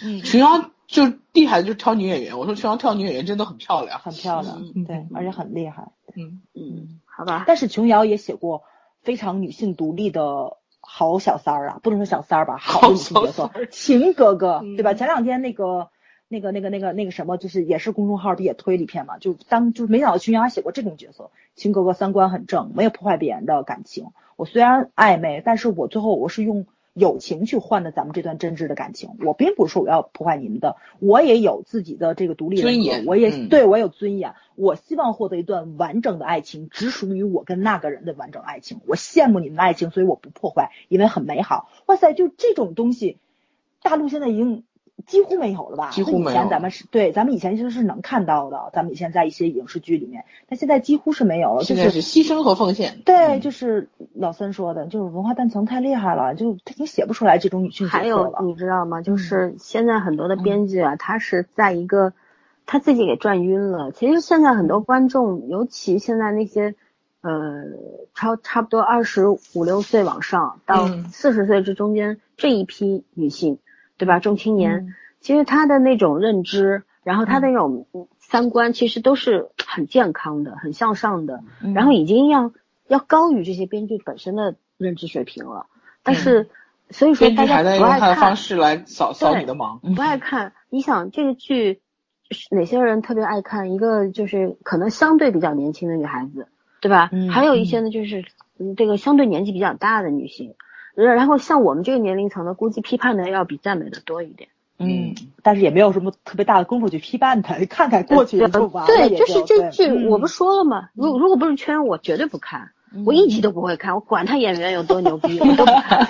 [SPEAKER 5] 嗯
[SPEAKER 2] 琼瑶就厉害，就是挑女演员。我说琼瑶挑女演员真的很漂亮。
[SPEAKER 5] 很漂亮
[SPEAKER 2] 嗯，
[SPEAKER 5] 对，而且很厉害。
[SPEAKER 2] 嗯，
[SPEAKER 4] 嗯，好吧，
[SPEAKER 5] 但是琼瑶也写过非常女性独立的好小三儿啊，不能说小三儿吧，好的女性角色
[SPEAKER 2] 好小三儿，
[SPEAKER 5] 秦格格，对吧？前两天那个。那个、那个、那个、那个什么，就是也是公众号不也推理片嘛，就当就是没想到秦瑶还写过这种角色。秦格格三观很正，没有破坏别人的感情。我虽然暧昧，但是我最后我是用友情去换的咱们这段真挚的感情。我并不是说我要破坏你们的，我也有自己的这个独立人
[SPEAKER 2] 尊
[SPEAKER 5] 格
[SPEAKER 2] 严
[SPEAKER 5] 我也、
[SPEAKER 2] 嗯
[SPEAKER 5] 对我有尊严。我希望获得一段完整的爱情，只属于我跟那个人的完整爱情。我羡慕你们的爱情，所以我不破坏，因为很美好。哇塞，就这种东西，大陆现在已经几乎没有了吧？
[SPEAKER 2] 几乎没
[SPEAKER 5] 以
[SPEAKER 2] 有
[SPEAKER 5] 前咱们是对，咱们以前其实是能看到的，咱们以前在一些影视剧里面，但现在几乎是没有了。就
[SPEAKER 2] 现在是牺牲和奉献。
[SPEAKER 5] 对，
[SPEAKER 2] 嗯
[SPEAKER 5] 就是老三说的，就是文化断层太厉害了，就他已经写不出来这种女性角
[SPEAKER 4] 还
[SPEAKER 5] 色
[SPEAKER 4] 有
[SPEAKER 5] 了。
[SPEAKER 4] 你知道吗？就是现在很多的编剧啊，他是在一个他自己给转晕了。其实现在很多观众，尤其现在那些呃超差不多二十五六岁往上到
[SPEAKER 2] 嗯
[SPEAKER 4] 四十岁这中间、这一批女性，对吧？中青年，其实她的那种认知，然后她的那种三观，其实都是很健康的、很向上的，
[SPEAKER 2] 嗯
[SPEAKER 4] 然后已经要要高于这些编剧本身的认知水平了。但是，所以说
[SPEAKER 2] 嗯编剧
[SPEAKER 4] 大
[SPEAKER 2] 还
[SPEAKER 4] 家
[SPEAKER 2] 在
[SPEAKER 4] 不
[SPEAKER 2] 用
[SPEAKER 4] 爱
[SPEAKER 2] 他的
[SPEAKER 4] 看
[SPEAKER 2] 方，式嗯来扫扫你的盲。
[SPEAKER 4] 不爱看。你想这个剧，哪些人特别爱看？一个就是可能相对比较年轻的女孩子，对吧？
[SPEAKER 5] 嗯
[SPEAKER 4] 还有一些呢，就是嗯这个相对年纪比较大的女性。呃然后像我们这个年龄层的，估计批判的要比赞美的多一点。
[SPEAKER 5] 嗯，但是也没有什么特别大的功夫去批判他，看看过去也就完了。
[SPEAKER 4] 对，
[SPEAKER 5] 也
[SPEAKER 4] 就是这
[SPEAKER 5] 对
[SPEAKER 4] 剧，
[SPEAKER 2] 嗯
[SPEAKER 4] 我不说了吗？如如果不是圈，我绝对不看，我一集都不会看，我管他演员有多牛逼，我都不看，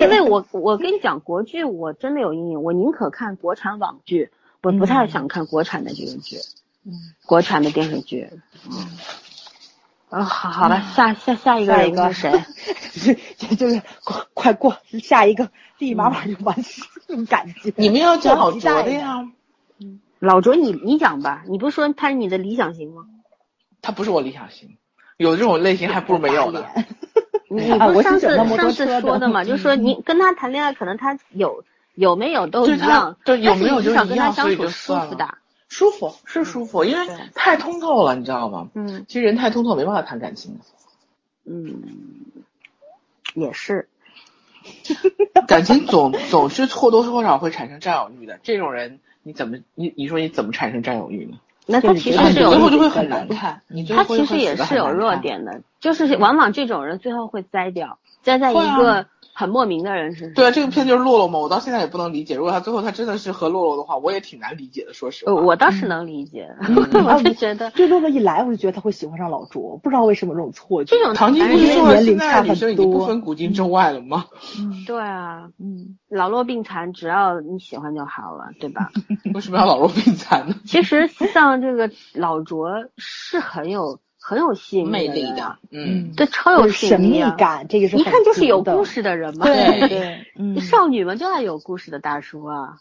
[SPEAKER 4] 因为我我跟你讲，国剧我真的有阴影，我宁可看国产网剧，我不太想看国产的这个剧，国产的电视剧，嗯，啊，好好吧，下下下一个
[SPEAKER 5] 下一
[SPEAKER 4] 人
[SPEAKER 5] 个
[SPEAKER 4] 是谁？
[SPEAKER 5] 就是就是快快过下一个，立马马就完事，这种感觉。
[SPEAKER 2] 你们要讲老
[SPEAKER 5] 期
[SPEAKER 2] 卓
[SPEAKER 5] 待
[SPEAKER 2] 的
[SPEAKER 5] 呢
[SPEAKER 2] 呀，
[SPEAKER 4] 老卓，你你讲吧，你不是说他是你的理想型吗？
[SPEAKER 2] 他不是我理想型，有这种类型还不如没有呢。
[SPEAKER 4] 你
[SPEAKER 5] 啊
[SPEAKER 4] 不
[SPEAKER 5] 我是
[SPEAKER 4] 是上次
[SPEAKER 5] 想到摩
[SPEAKER 4] 上
[SPEAKER 5] 托
[SPEAKER 4] 次
[SPEAKER 5] 车
[SPEAKER 4] 说
[SPEAKER 5] 的
[SPEAKER 4] 的嘛，就是说你跟他谈恋爱，可能他有有没有都
[SPEAKER 2] 对
[SPEAKER 4] 一
[SPEAKER 2] 他
[SPEAKER 4] 样，
[SPEAKER 2] 对有
[SPEAKER 4] 但是
[SPEAKER 2] 没有
[SPEAKER 4] 你
[SPEAKER 2] 就
[SPEAKER 4] 至
[SPEAKER 2] 是
[SPEAKER 4] 少
[SPEAKER 2] 一
[SPEAKER 4] 跟他
[SPEAKER 2] 样所
[SPEAKER 4] 相
[SPEAKER 2] 以
[SPEAKER 4] 处
[SPEAKER 2] 就
[SPEAKER 4] 舒
[SPEAKER 2] 算
[SPEAKER 4] 服
[SPEAKER 2] 了
[SPEAKER 4] 的，
[SPEAKER 2] 舒服是舒服，因为太通透了，你知道吗？
[SPEAKER 4] 嗯
[SPEAKER 2] 其实人太通透没办法谈感 情的，
[SPEAKER 4] 嗯，也是，
[SPEAKER 2] 感情总总是或多或少会产生占有欲的。这种人你怎么你你说你怎么产生占有欲呢？
[SPEAKER 4] 那他其
[SPEAKER 2] 啊
[SPEAKER 4] 实
[SPEAKER 2] 你
[SPEAKER 4] 是
[SPEAKER 2] 最后
[SPEAKER 4] 有，
[SPEAKER 2] 就会很难看，你最
[SPEAKER 4] 他
[SPEAKER 2] 后会
[SPEAKER 4] 嗯其实
[SPEAKER 2] 会
[SPEAKER 4] 也
[SPEAKER 2] 死得
[SPEAKER 4] 是
[SPEAKER 2] 很
[SPEAKER 4] 有
[SPEAKER 2] 难
[SPEAKER 4] 弱
[SPEAKER 2] 看。
[SPEAKER 4] 点的，就是往往这种人最后会栽掉，栽在
[SPEAKER 2] 会
[SPEAKER 4] 一
[SPEAKER 2] 啊
[SPEAKER 4] 个很莫名的人身上。
[SPEAKER 2] 对啊，这个片就是洛洛嘛，我到现在也不能理解。如果他最后他真的是和洛洛的话，我也挺难理解的，说实话。嗯
[SPEAKER 4] 呃，我倒是能理解，
[SPEAKER 5] 啊
[SPEAKER 4] 我就
[SPEAKER 5] 你
[SPEAKER 4] 觉得
[SPEAKER 5] 这洛洛一来，我就觉得他会喜欢上老卓，不知道为什么这种错觉。
[SPEAKER 4] 这种
[SPEAKER 2] 唐晶
[SPEAKER 4] 男
[SPEAKER 2] 不是
[SPEAKER 4] 人
[SPEAKER 2] 说了
[SPEAKER 5] 年
[SPEAKER 2] 现
[SPEAKER 5] 龄
[SPEAKER 2] 在
[SPEAKER 5] 差
[SPEAKER 2] 的女
[SPEAKER 5] 很
[SPEAKER 2] 生已经不
[SPEAKER 5] 多
[SPEAKER 2] 分古
[SPEAKER 4] 嗯
[SPEAKER 2] 今中外了吗？
[SPEAKER 4] 对啊，
[SPEAKER 5] 嗯，
[SPEAKER 4] 老弱病残，只要你喜欢就好了，对吧？
[SPEAKER 2] 为什么要老弱病残呢？
[SPEAKER 4] 其实像这个老卓是很有很有吸引
[SPEAKER 2] 魅
[SPEAKER 4] 的
[SPEAKER 2] 力
[SPEAKER 4] 人啊，
[SPEAKER 2] 嗯，
[SPEAKER 4] 对，超
[SPEAKER 5] 有
[SPEAKER 4] 有吸
[SPEAKER 5] 神
[SPEAKER 4] 引
[SPEAKER 5] 秘
[SPEAKER 4] 力啊，
[SPEAKER 5] 感，这个是
[SPEAKER 4] 一看就是有
[SPEAKER 5] 故
[SPEAKER 4] 故
[SPEAKER 5] 事。
[SPEAKER 4] 事的人嘛。
[SPEAKER 2] 对
[SPEAKER 5] 对，嗯
[SPEAKER 4] 少女们就爱有故事的大叔啊。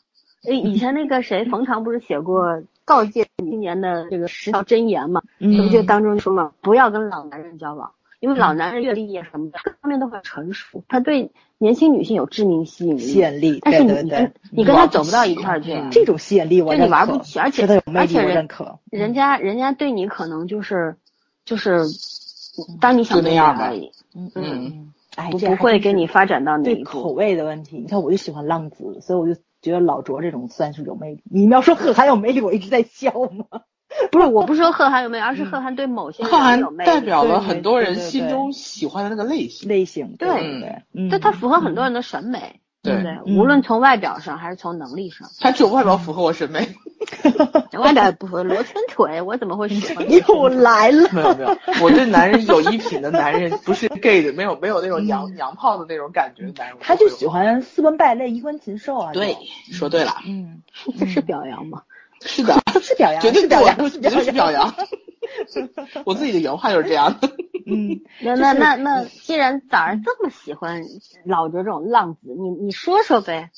[SPEAKER 4] 哎，以前那个谁，冯唐不是写过告诫青年的这个十条箴言嘛？
[SPEAKER 5] 嗯
[SPEAKER 4] 不就当中说嘛，不要跟老男人交往，因为老男人阅历啊什么的，各方面都很成熟，他对年轻女性有致命吸引力。
[SPEAKER 5] 吸引力，
[SPEAKER 4] 但是
[SPEAKER 5] 对对嗯
[SPEAKER 4] 你你
[SPEAKER 5] 对
[SPEAKER 4] 跟，你跟他走不到一块儿去，
[SPEAKER 5] 这种吸引力我
[SPEAKER 4] 就
[SPEAKER 5] 认
[SPEAKER 4] 你
[SPEAKER 5] 可，
[SPEAKER 4] 玩不起，而且
[SPEAKER 5] 觉得有魅
[SPEAKER 4] 而
[SPEAKER 5] 力
[SPEAKER 4] 且
[SPEAKER 5] 我
[SPEAKER 4] 人
[SPEAKER 5] 认可。
[SPEAKER 4] 人家人家对你可能就是就是，当你想
[SPEAKER 2] 就那样吧
[SPEAKER 4] 而已，
[SPEAKER 5] 嗯
[SPEAKER 2] 嗯，
[SPEAKER 5] 哎，
[SPEAKER 4] 不
[SPEAKER 5] 这
[SPEAKER 4] 不
[SPEAKER 5] 还
[SPEAKER 4] 会
[SPEAKER 5] 真
[SPEAKER 4] 给
[SPEAKER 5] 是
[SPEAKER 4] 你发展到哪
[SPEAKER 5] 对
[SPEAKER 4] 一步
[SPEAKER 5] 口。味的问题。你看，我就喜欢浪子，所以我就觉得老卓这种算是有魅力。你们要说贺涵有魅力，我一直在笑吗？
[SPEAKER 4] 不是，我不是说贺涵有魅力，而是贺涵对某些
[SPEAKER 2] 贺
[SPEAKER 4] 人有
[SPEAKER 2] 涵
[SPEAKER 4] 魅
[SPEAKER 2] 代
[SPEAKER 4] 力。
[SPEAKER 2] 表
[SPEAKER 5] 对
[SPEAKER 2] 了
[SPEAKER 5] 对
[SPEAKER 2] 很多
[SPEAKER 5] 对
[SPEAKER 2] 人
[SPEAKER 5] 对
[SPEAKER 2] 心
[SPEAKER 5] 对
[SPEAKER 2] 中喜欢的那个类型。
[SPEAKER 5] 类型，
[SPEAKER 4] 对
[SPEAKER 5] 对对，嗯，？
[SPEAKER 4] 对他符合很多人的审美，
[SPEAKER 2] 对
[SPEAKER 4] 对嗯不对？无论从外表上还是从能力 上，
[SPEAKER 2] 他只有外表符合我审美，
[SPEAKER 4] 外表也不符合罗圈腿，我怎么会喜 欢
[SPEAKER 5] 嗯又来了，
[SPEAKER 2] 没有没有，我对男人有一品的男人，不是 gay 的，没有没有那种娘娘炮的那种感觉的男人，
[SPEAKER 5] 他就喜欢斯文败类、衣冠禽兽啊。
[SPEAKER 2] 对
[SPEAKER 5] 这种，
[SPEAKER 2] 说对了，
[SPEAKER 5] 嗯，
[SPEAKER 4] 这是表扬吗？
[SPEAKER 2] 是 的，
[SPEAKER 5] 是表扬，
[SPEAKER 2] 绝对
[SPEAKER 5] 是
[SPEAKER 2] 对
[SPEAKER 5] 表
[SPEAKER 2] 我
[SPEAKER 5] 扬，是
[SPEAKER 2] 绝
[SPEAKER 5] 表
[SPEAKER 2] 对是
[SPEAKER 5] 扬。
[SPEAKER 2] 表扬。 我自己的原话就是这样的，
[SPEAKER 5] 嗯，
[SPEAKER 4] 那那那那，既然早上这么喜欢老卓这种浪子，你你说说呗，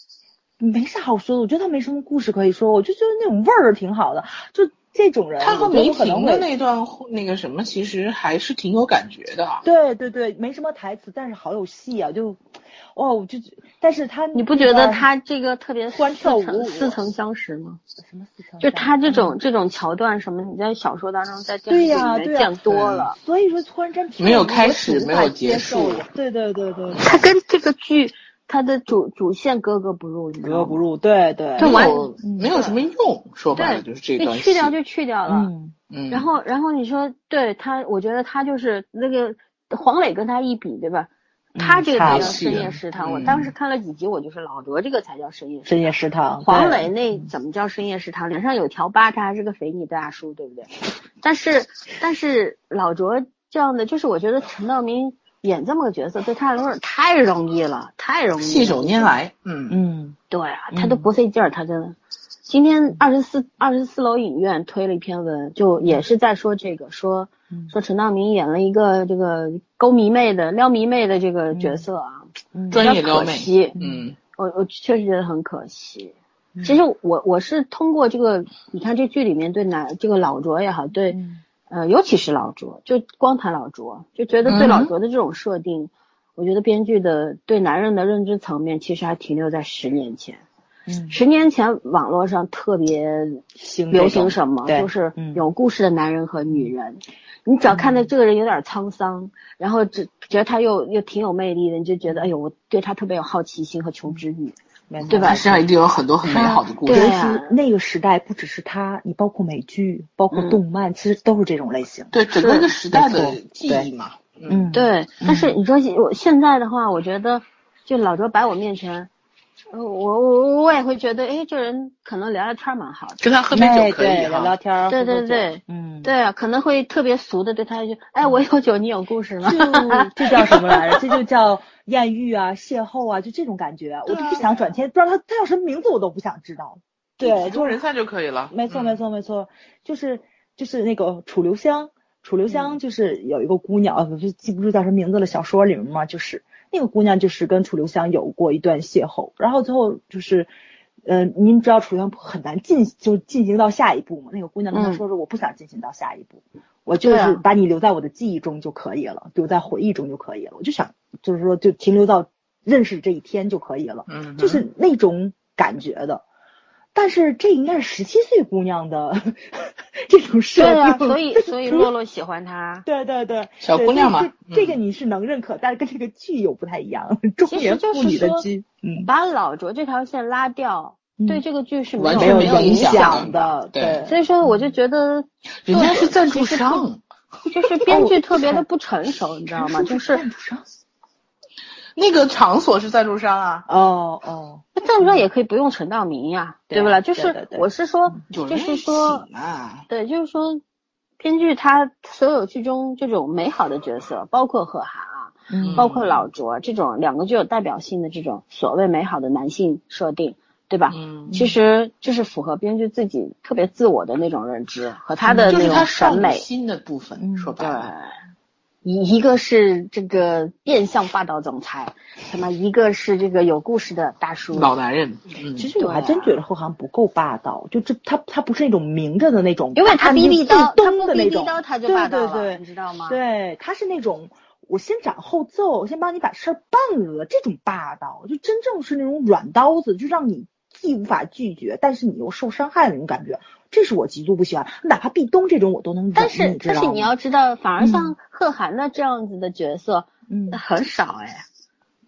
[SPEAKER 5] 没啥好说的，我觉得他没什么故事可以说，我就觉得那种味儿挺好的，就这种人，
[SPEAKER 2] 他和
[SPEAKER 5] 我觉得
[SPEAKER 2] 梅
[SPEAKER 5] 我可能
[SPEAKER 2] 婷的
[SPEAKER 5] 会
[SPEAKER 2] 那段那个什么，其实还是挺有感觉的。
[SPEAKER 5] 对对对，没什么台词，但是好有戏啊，就，哦，我就，但是他
[SPEAKER 4] 你不觉得他这个特别
[SPEAKER 5] 欢
[SPEAKER 4] 似
[SPEAKER 5] 跳
[SPEAKER 4] 曾
[SPEAKER 5] 舞
[SPEAKER 4] 似曾相识吗？
[SPEAKER 5] 什么四川
[SPEAKER 4] 就
[SPEAKER 5] 话
[SPEAKER 4] 他这嗯种这种桥段什么，你在小说当中在电视
[SPEAKER 5] 对
[SPEAKER 4] 剧
[SPEAKER 5] 呀
[SPEAKER 4] 里
[SPEAKER 5] 对
[SPEAKER 4] 面
[SPEAKER 5] 呀
[SPEAKER 4] 见多了，
[SPEAKER 5] 嗯所以说突然间
[SPEAKER 2] 没有
[SPEAKER 5] 跳舞
[SPEAKER 2] 开
[SPEAKER 5] 我
[SPEAKER 2] 始
[SPEAKER 5] 挺无
[SPEAKER 2] 没
[SPEAKER 5] 法
[SPEAKER 2] 有结
[SPEAKER 5] 接受
[SPEAKER 2] 束嗯
[SPEAKER 5] 的对对对对，对
[SPEAKER 4] 他跟这个剧它的主主线格格不入，你知
[SPEAKER 5] 格
[SPEAKER 4] 道
[SPEAKER 5] 格
[SPEAKER 4] 吗
[SPEAKER 5] 不入，对对，
[SPEAKER 4] 这
[SPEAKER 2] 没
[SPEAKER 4] 完
[SPEAKER 2] 有没有什么用，说白了就是这
[SPEAKER 4] 对，
[SPEAKER 2] 段
[SPEAKER 4] 你
[SPEAKER 2] 戏。
[SPEAKER 4] 去掉就去掉了。
[SPEAKER 5] 嗯，
[SPEAKER 2] 嗯，
[SPEAKER 4] 然后，然后你说，对他，我觉得他就是那个黄磊跟他一比，对吧？他这个
[SPEAKER 5] 差
[SPEAKER 4] 才叫
[SPEAKER 2] 了
[SPEAKER 4] 深夜
[SPEAKER 2] 嗯
[SPEAKER 4] 食堂。我当时看了几集，我就是老罗这个才叫深夜食
[SPEAKER 5] 深夜
[SPEAKER 4] 堂。
[SPEAKER 5] 食堂，对
[SPEAKER 4] 黄磊那怎么叫深夜食堂？脸上有条疤，他还是个肥腻大叔，对不对？但是，但是老卓这样的，就是我觉得陈道明演这么个角色，对他来说太容易了，太容易了。
[SPEAKER 2] 信手拈来，嗯，
[SPEAKER 5] 嗯，
[SPEAKER 4] 对啊，他都不费劲儿，他真的。今天二十四二十四楼影院推了一篇文，就也是在说这个，说
[SPEAKER 5] 嗯
[SPEAKER 4] 说陈道明演了一个这个勾迷妹的撩迷妹的这个角色啊，比
[SPEAKER 2] 专业
[SPEAKER 4] 较
[SPEAKER 2] 撩
[SPEAKER 4] 可
[SPEAKER 2] 妹，
[SPEAKER 4] 惜。
[SPEAKER 2] 嗯
[SPEAKER 4] 我我确实觉得很可惜。其实我我是通过这个，你看这剧里面对男这个老卓也好，对、
[SPEAKER 5] 嗯
[SPEAKER 4] 呃，尤其是老卓，就光谈老卓，就觉得对
[SPEAKER 2] 嗯
[SPEAKER 4] 老卓的这种设定，我觉得编剧的对男人的认知层面其实还停留在十年前。
[SPEAKER 5] 嗯
[SPEAKER 4] 十年前网络上特别
[SPEAKER 5] 行
[SPEAKER 4] 流
[SPEAKER 5] 这
[SPEAKER 4] 行
[SPEAKER 5] 种
[SPEAKER 4] 什么，
[SPEAKER 5] 对
[SPEAKER 4] 就是
[SPEAKER 5] 嗯
[SPEAKER 4] 有故事的男人和女人。你只要看到这个人有点沧桑，然后只觉得他又又挺有魅力的，你就觉得哎呦，我对他特别有好奇心和求知欲，
[SPEAKER 5] 嗯
[SPEAKER 4] 对吧
[SPEAKER 2] 他？身上一定有很多很美好的故
[SPEAKER 4] 对
[SPEAKER 5] 尤
[SPEAKER 2] 事。
[SPEAKER 4] 啊
[SPEAKER 5] 其那个时代，不只是他，你包括美剧，包括
[SPEAKER 4] 嗯
[SPEAKER 5] 动漫，其实都是这种类型。
[SPEAKER 2] 对整个一个时代
[SPEAKER 5] 没
[SPEAKER 2] 的
[SPEAKER 5] 错
[SPEAKER 2] 记忆嘛，嗯，
[SPEAKER 5] 嗯，，
[SPEAKER 4] 对，但是你说我现在的话，我觉得就老周摆我面前，呃我我我也会觉得，哎，这人可能聊聊天儿蛮好的。
[SPEAKER 2] 跟他喝杯
[SPEAKER 5] 对
[SPEAKER 2] 酒可以
[SPEAKER 5] 哎对，聊聊
[SPEAKER 2] 哈，
[SPEAKER 5] 天儿，
[SPEAKER 4] 对
[SPEAKER 5] 喝喝
[SPEAKER 4] 对
[SPEAKER 5] 酒
[SPEAKER 4] 对，
[SPEAKER 5] 嗯，
[SPEAKER 4] 对啊，可能会特别俗的对他一句，哎，我有酒，你有故事吗？
[SPEAKER 5] 就这叫什么来着？这就叫艳遇啊、邂逅啊，就这种感觉，我就不想转天，不知道他他叫什么名字，我都不想知道。对，就
[SPEAKER 2] 中人散就可以了。
[SPEAKER 5] 没错
[SPEAKER 2] 嗯
[SPEAKER 5] 没，错没错，就是就是那个楚留香，楚留
[SPEAKER 4] 嗯
[SPEAKER 5] 香就是有一个姑娘，呃，我就记不住叫什么名字了，小说里面嘛，就是那个姑娘就是跟楚留香有过一段邂逅，然后最后就是。呃，您知道楚留香很难进，就进行到下一步嘛？那个姑娘跟他
[SPEAKER 4] 嗯
[SPEAKER 5] 说说，我不想进行到下一步，我就
[SPEAKER 4] 对啊
[SPEAKER 5] 是把你留在我的记忆中就可以了，留在回忆中就可以了。我就想，就是说，就停留到认识这一天就可以了。
[SPEAKER 2] 嗯，嗯
[SPEAKER 5] 就是那种感觉的。但是这应该是十七岁姑娘的 这种设
[SPEAKER 4] 对
[SPEAKER 5] 定，。
[SPEAKER 4] 啊，所以所以洛洛喜欢他
[SPEAKER 5] 对对对，
[SPEAKER 2] 小姑娘嘛
[SPEAKER 5] 对这这
[SPEAKER 2] 嗯
[SPEAKER 5] 这个你是能认可，但是跟这个剧又不太一样，中
[SPEAKER 4] 其实
[SPEAKER 5] 年
[SPEAKER 4] 就
[SPEAKER 5] 妇
[SPEAKER 4] 是
[SPEAKER 5] 女的
[SPEAKER 4] 说
[SPEAKER 5] 剧，嗯，
[SPEAKER 4] 把老卓这条线拉掉，
[SPEAKER 5] 嗯
[SPEAKER 4] 对这个剧是
[SPEAKER 2] 完
[SPEAKER 4] 有
[SPEAKER 2] 全
[SPEAKER 5] 没有
[SPEAKER 2] 没有
[SPEAKER 5] 影
[SPEAKER 2] 影
[SPEAKER 5] 响
[SPEAKER 2] 响
[SPEAKER 5] 的
[SPEAKER 2] 的，对
[SPEAKER 4] 所以说，我就觉 得
[SPEAKER 2] 人家是赞助
[SPEAKER 4] 其实
[SPEAKER 2] 商，
[SPEAKER 4] 就是编剧特别的不成熟，你知道吗？就是
[SPEAKER 5] 看不上
[SPEAKER 2] 那个场所是赞助商啊，
[SPEAKER 5] 哦哦，
[SPEAKER 4] 赞助商也可以不用陈道明呀，
[SPEAKER 5] 对
[SPEAKER 4] 对不啦？就
[SPEAKER 5] 对对
[SPEAKER 4] 是
[SPEAKER 5] 对嗯
[SPEAKER 4] 我是说，
[SPEAKER 2] 有
[SPEAKER 4] 就
[SPEAKER 2] 人
[SPEAKER 4] 是说，
[SPEAKER 2] 请啊，
[SPEAKER 4] 对，就是说，编剧他所有剧中这种美好的角色，包括贺涵啊，
[SPEAKER 5] 嗯
[SPEAKER 4] 包括老卓这种两个具有代表性的这种所谓美好的男性设定，对吧？
[SPEAKER 2] 嗯，
[SPEAKER 4] 其实就是符合编剧自己特别自我的那种认知和嗯他的
[SPEAKER 2] 就
[SPEAKER 4] 那
[SPEAKER 2] 是他
[SPEAKER 4] 种
[SPEAKER 2] 少
[SPEAKER 4] 审
[SPEAKER 2] 女
[SPEAKER 4] 美。
[SPEAKER 2] 心的部分，说白
[SPEAKER 4] 对
[SPEAKER 2] 了，，
[SPEAKER 4] 一一个是这个变相霸道总裁，什么一个是这个有故事的大叔。
[SPEAKER 2] 老男人，嗯
[SPEAKER 5] 其，实我还
[SPEAKER 4] 对啊
[SPEAKER 5] 真觉得贺涵不够霸道，就这他他不是那种明着的那种，
[SPEAKER 4] 因为他逼逼
[SPEAKER 5] 大
[SPEAKER 4] 叨，
[SPEAKER 5] 明
[SPEAKER 4] 他
[SPEAKER 5] 正东
[SPEAKER 4] 不
[SPEAKER 5] 的
[SPEAKER 4] 逼
[SPEAKER 5] 那
[SPEAKER 4] 逼
[SPEAKER 5] 种
[SPEAKER 4] 叨，他就
[SPEAKER 5] 对
[SPEAKER 4] 霸道了，
[SPEAKER 5] 对对
[SPEAKER 4] 你知道吗？
[SPEAKER 5] 对，他是那种我先斩后奏，我先帮你把事儿办了这种霸道，就真正是那种软刀子，就让你既无法拒绝，但是你又受伤害的那种感觉，这是我极度不喜欢。哪怕壁咚这种我都能忍，
[SPEAKER 4] 但是
[SPEAKER 5] 你嗯知
[SPEAKER 4] 但
[SPEAKER 5] 道
[SPEAKER 4] 是
[SPEAKER 5] 吗
[SPEAKER 4] 你要知道，反而
[SPEAKER 5] 嗯
[SPEAKER 4] 像贺涵的这样子的角色
[SPEAKER 5] 嗯，
[SPEAKER 4] 很少哎，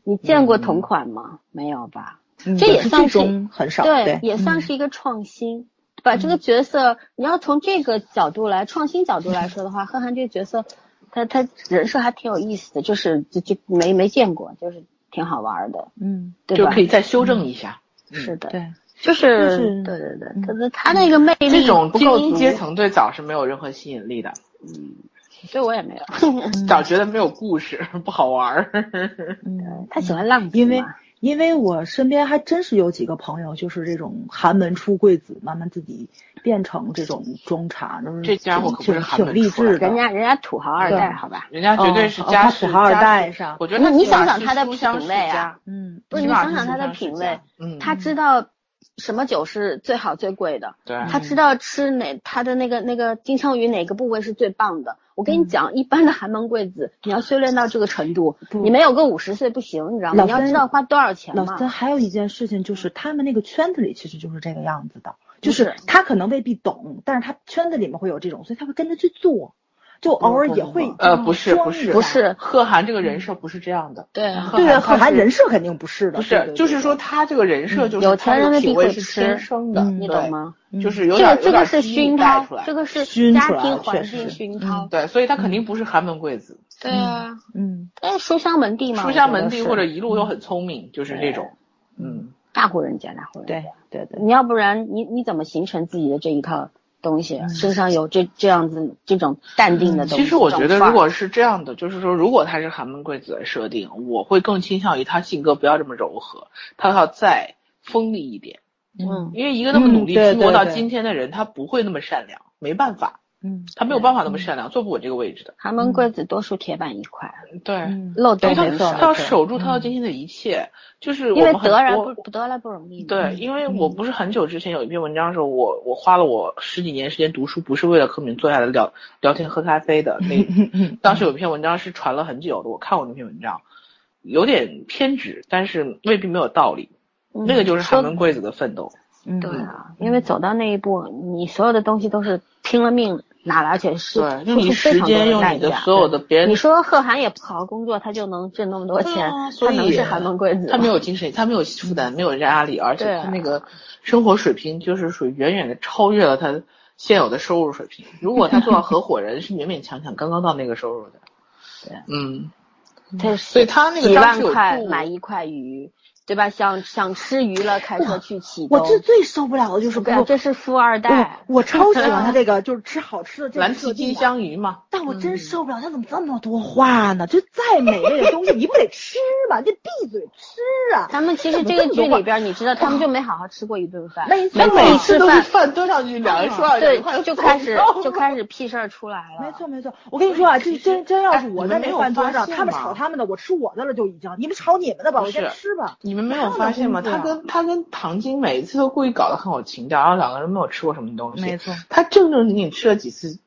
[SPEAKER 4] 你见过同款吗？没有吧？这
[SPEAKER 5] 嗯
[SPEAKER 4] 也
[SPEAKER 5] 可是
[SPEAKER 4] 算
[SPEAKER 5] 最
[SPEAKER 4] 是
[SPEAKER 5] 终很少，对，嗯
[SPEAKER 4] 也算是一个创新。把这个角色，你要从这个角度来创新角度来说的话，贺涵这个角色，他他人设还挺有意思的，就是就就没没见过，就是挺好玩的，
[SPEAKER 5] 嗯，
[SPEAKER 4] 对
[SPEAKER 2] 就
[SPEAKER 4] 吧
[SPEAKER 2] 可？以再修正一下。
[SPEAKER 4] 是的，
[SPEAKER 5] 对，
[SPEAKER 4] 就是
[SPEAKER 5] 就是
[SPEAKER 4] 对对对
[SPEAKER 5] 嗯，
[SPEAKER 4] 他他他那个魅力
[SPEAKER 2] 这种
[SPEAKER 4] 不
[SPEAKER 2] 精
[SPEAKER 4] 够
[SPEAKER 2] 英
[SPEAKER 4] 足
[SPEAKER 2] 阶，层对早是没有任何吸引力的，
[SPEAKER 4] 对我也没有。
[SPEAKER 2] 早觉得没有故事，不好玩儿。
[SPEAKER 5] 嗯，
[SPEAKER 4] 他喜欢浪子嘛，
[SPEAKER 5] 因为因为我身边还真是有几个朋友，就是这种寒门出贵子，慢慢自己变成这种中产，就是
[SPEAKER 2] 这家伙可不是
[SPEAKER 5] 挺
[SPEAKER 2] 寒
[SPEAKER 5] 挺
[SPEAKER 2] 门
[SPEAKER 5] 励
[SPEAKER 2] 出来
[SPEAKER 5] 志的。
[SPEAKER 4] 人家人家土豪二代，
[SPEAKER 5] 对
[SPEAKER 4] 好吧？
[SPEAKER 2] 人家绝对是
[SPEAKER 5] 哦
[SPEAKER 2] 家
[SPEAKER 5] 他
[SPEAKER 2] 世
[SPEAKER 5] 土豪二
[SPEAKER 2] 家
[SPEAKER 5] 代
[SPEAKER 2] 世
[SPEAKER 5] 上
[SPEAKER 2] 我觉得他
[SPEAKER 4] 你
[SPEAKER 2] 起码
[SPEAKER 4] 想想
[SPEAKER 2] 是
[SPEAKER 4] 他的
[SPEAKER 2] 书香
[SPEAKER 4] 品
[SPEAKER 2] 世
[SPEAKER 4] 味啊
[SPEAKER 2] 家，
[SPEAKER 5] 嗯，
[SPEAKER 4] 不是
[SPEAKER 2] 起
[SPEAKER 4] 你
[SPEAKER 2] 码
[SPEAKER 4] 想
[SPEAKER 2] 是
[SPEAKER 4] 想
[SPEAKER 2] 书
[SPEAKER 4] 他的
[SPEAKER 2] 香世
[SPEAKER 4] 品
[SPEAKER 2] 家
[SPEAKER 4] 味，
[SPEAKER 2] 嗯，
[SPEAKER 4] 他知道什么酒是最好最贵的，
[SPEAKER 2] 对，
[SPEAKER 4] 他知道吃哪他的那个那个金枪鱼哪个部位是最棒的。我跟
[SPEAKER 5] 嗯
[SPEAKER 4] 你讲，一般的寒门贵子，你要修炼到这个程度，
[SPEAKER 5] 不
[SPEAKER 4] 你没有个五十岁不行，你知道吗？
[SPEAKER 5] 嗯老
[SPEAKER 4] 你要
[SPEAKER 5] 三
[SPEAKER 4] 知道花多少钱
[SPEAKER 5] 老
[SPEAKER 4] 嘛
[SPEAKER 5] 三。还有一件事情就是，他们那个圈子里其实就是这个样子的，就
[SPEAKER 2] 嗯
[SPEAKER 4] 不
[SPEAKER 5] 是
[SPEAKER 4] 是
[SPEAKER 5] 他可能未必懂，但是他圈子里面会有这种，所以他会跟着去做，就偶尔也会
[SPEAKER 2] 呃，不是不是
[SPEAKER 4] 不 是，
[SPEAKER 2] 贺涵这个人设不是这样的，
[SPEAKER 4] 对啊，
[SPEAKER 2] 贺
[SPEAKER 5] 对
[SPEAKER 2] 涵
[SPEAKER 5] 啊，可
[SPEAKER 2] 他
[SPEAKER 5] 汗
[SPEAKER 2] 是
[SPEAKER 5] 人设肯定不是
[SPEAKER 4] 嗯
[SPEAKER 5] 的，
[SPEAKER 2] 不
[SPEAKER 5] 对
[SPEAKER 2] 是，就是说，他这个人设就是
[SPEAKER 4] 有
[SPEAKER 2] 他
[SPEAKER 4] 钱人
[SPEAKER 2] 的
[SPEAKER 4] 的
[SPEAKER 2] 品
[SPEAKER 4] 地
[SPEAKER 2] 味
[SPEAKER 4] 会
[SPEAKER 2] 是
[SPEAKER 4] 吃
[SPEAKER 2] 天生的，
[SPEAKER 5] 嗯
[SPEAKER 4] 你
[SPEAKER 2] 对
[SPEAKER 4] 懂？吗？
[SPEAKER 2] 就是有
[SPEAKER 4] 这
[SPEAKER 2] 点
[SPEAKER 4] 个
[SPEAKER 2] 儿
[SPEAKER 4] 这
[SPEAKER 2] 有点
[SPEAKER 4] 个
[SPEAKER 2] 儿
[SPEAKER 4] 是
[SPEAKER 2] 基因
[SPEAKER 4] 熏
[SPEAKER 2] 带
[SPEAKER 4] 陶
[SPEAKER 2] 出，来
[SPEAKER 4] 这个嗯是
[SPEAKER 5] 熏
[SPEAKER 4] 家
[SPEAKER 5] 出来
[SPEAKER 4] 庭
[SPEAKER 5] 了
[SPEAKER 4] 环
[SPEAKER 5] 确实
[SPEAKER 4] 境
[SPEAKER 5] 是
[SPEAKER 4] 熏陶。
[SPEAKER 2] 对，所以他肯定不是寒门贵子，
[SPEAKER 4] 对啊，
[SPEAKER 5] 嗯
[SPEAKER 4] 但是书香门第嘛，
[SPEAKER 2] 书
[SPEAKER 4] 我
[SPEAKER 2] 香
[SPEAKER 4] 觉
[SPEAKER 2] 门
[SPEAKER 4] 得
[SPEAKER 2] 第
[SPEAKER 4] 是
[SPEAKER 2] 或者一路都很聪明，就是这种，嗯，
[SPEAKER 4] 大户人家，大户人家。
[SPEAKER 5] 对对对，
[SPEAKER 4] 你要不然你你怎么形成自己的这一套东西？
[SPEAKER 5] 嗯
[SPEAKER 4] 身上有这这样子这种淡定的东
[SPEAKER 2] 嗯
[SPEAKER 4] 西。
[SPEAKER 2] 其实我觉
[SPEAKER 4] 这
[SPEAKER 2] 得，
[SPEAKER 4] 种范儿
[SPEAKER 2] 如果是这样的，就是说，如果他是寒门贵子的设定，我会更倾向于他性格不要这么柔和，他要再锋利一点。
[SPEAKER 4] 嗯，
[SPEAKER 2] 因为一个那么努力
[SPEAKER 5] 嗯对
[SPEAKER 2] 拼搏到
[SPEAKER 5] 对对
[SPEAKER 2] 今天的人，他不会那么善良，没办法，
[SPEAKER 5] 嗯
[SPEAKER 2] 他没有办法那么善良，坐不稳这个位置的。
[SPEAKER 4] 寒门贵子多数铁板一块，
[SPEAKER 2] 对，
[SPEAKER 5] 嗯，
[SPEAKER 4] 漏
[SPEAKER 2] 所
[SPEAKER 4] 洞
[SPEAKER 2] 以他
[SPEAKER 4] 很
[SPEAKER 2] 他要
[SPEAKER 4] 少。
[SPEAKER 2] 守住他到今天的一切，就是我
[SPEAKER 4] 因为
[SPEAKER 2] 们很
[SPEAKER 4] 得来
[SPEAKER 2] 多。
[SPEAKER 4] 不得来不容易嘛。
[SPEAKER 2] 对，因
[SPEAKER 4] 嗯
[SPEAKER 2] 为我不是很久之前有一篇文章说我，我花了我十几年时间读书，不是为了和你们坐下来聊聊天、喝咖啡的。 那当时有一篇文章是传了很久的，我看过那篇文章，有点偏执，但是未必没有道理。
[SPEAKER 4] 嗯
[SPEAKER 2] 那个就是寒
[SPEAKER 4] 说
[SPEAKER 2] 门贵子的奋斗。
[SPEAKER 5] 嗯
[SPEAKER 4] 对啊，因为走到那一步，你所有的东西都是拼了命拿来，而且是
[SPEAKER 2] 对，
[SPEAKER 4] 付
[SPEAKER 2] 用你
[SPEAKER 4] 出非
[SPEAKER 2] 时
[SPEAKER 4] 常多
[SPEAKER 2] 间，
[SPEAKER 4] 的
[SPEAKER 2] 用
[SPEAKER 4] 代
[SPEAKER 2] 你的
[SPEAKER 4] 价。
[SPEAKER 2] 所有的别人
[SPEAKER 4] 你，说贺涵也不好好工作，他就能挣那么多钱，
[SPEAKER 2] 啊所
[SPEAKER 4] 他
[SPEAKER 2] 以
[SPEAKER 4] 能是寒门贵子吗？
[SPEAKER 2] 他没有精神，他没有负担，没有人家压力，而且
[SPEAKER 4] 对啊
[SPEAKER 2] 他那个生活水平就是属于远远的超越了他现有的收入水平。如果他做到合伙人，是勉勉强强刚刚到那个收入的。
[SPEAKER 4] 对，
[SPEAKER 2] 嗯，
[SPEAKER 4] 他
[SPEAKER 2] 所
[SPEAKER 4] 所
[SPEAKER 2] 以他那个
[SPEAKER 4] 几
[SPEAKER 2] 张是
[SPEAKER 4] 万
[SPEAKER 2] 有
[SPEAKER 4] 块
[SPEAKER 2] 度
[SPEAKER 4] 买一块鱼，对吧？想想吃鱼了，开
[SPEAKER 2] 啊
[SPEAKER 4] 车去启
[SPEAKER 5] 我
[SPEAKER 4] 东。
[SPEAKER 5] 最最受不了的就是
[SPEAKER 4] 对啊，
[SPEAKER 5] 我
[SPEAKER 4] 这是富二代。
[SPEAKER 5] 我超喜 欢他这个，就是吃好吃的这
[SPEAKER 2] 蓝
[SPEAKER 5] 个
[SPEAKER 2] 皮
[SPEAKER 5] 设
[SPEAKER 2] 金嗯
[SPEAKER 5] 定的。
[SPEAKER 2] 镶鱼嘛，
[SPEAKER 5] 但我真受不了，他怎么这么多话呢？就再美味的东西，你不得吃吗？你得闭嘴吃啊！
[SPEAKER 4] 他们其实这个剧里边，你知道，他们就没好好吃过一顿饭
[SPEAKER 5] 那一，次
[SPEAKER 4] 每
[SPEAKER 2] 每
[SPEAKER 4] 一
[SPEAKER 2] 次
[SPEAKER 4] 吃
[SPEAKER 2] 都是
[SPEAKER 4] 饭，哦
[SPEAKER 2] 饭端上去，两人说两块
[SPEAKER 4] 对，就开始 就开始屁事儿出来了。
[SPEAKER 5] 没错没错，我跟你说啊，这真真要是
[SPEAKER 2] 哎
[SPEAKER 5] 我
[SPEAKER 2] 你们
[SPEAKER 5] 在
[SPEAKER 2] 没
[SPEAKER 5] 那
[SPEAKER 2] 有
[SPEAKER 5] 饭桌
[SPEAKER 2] 发
[SPEAKER 5] 上，
[SPEAKER 2] 现
[SPEAKER 5] 他们
[SPEAKER 2] 吗
[SPEAKER 5] 炒他们的，我吃我的了就已经，你们炒你们的吧，
[SPEAKER 2] 不
[SPEAKER 5] 我
[SPEAKER 2] 是
[SPEAKER 5] 先吃吧。
[SPEAKER 2] 你们没有发现吗？他跟他跟唐晶每一次都故意搞得很有情调，然后两个人没有吃过什么东西。
[SPEAKER 5] 没错，
[SPEAKER 2] 他正正经经吃了几次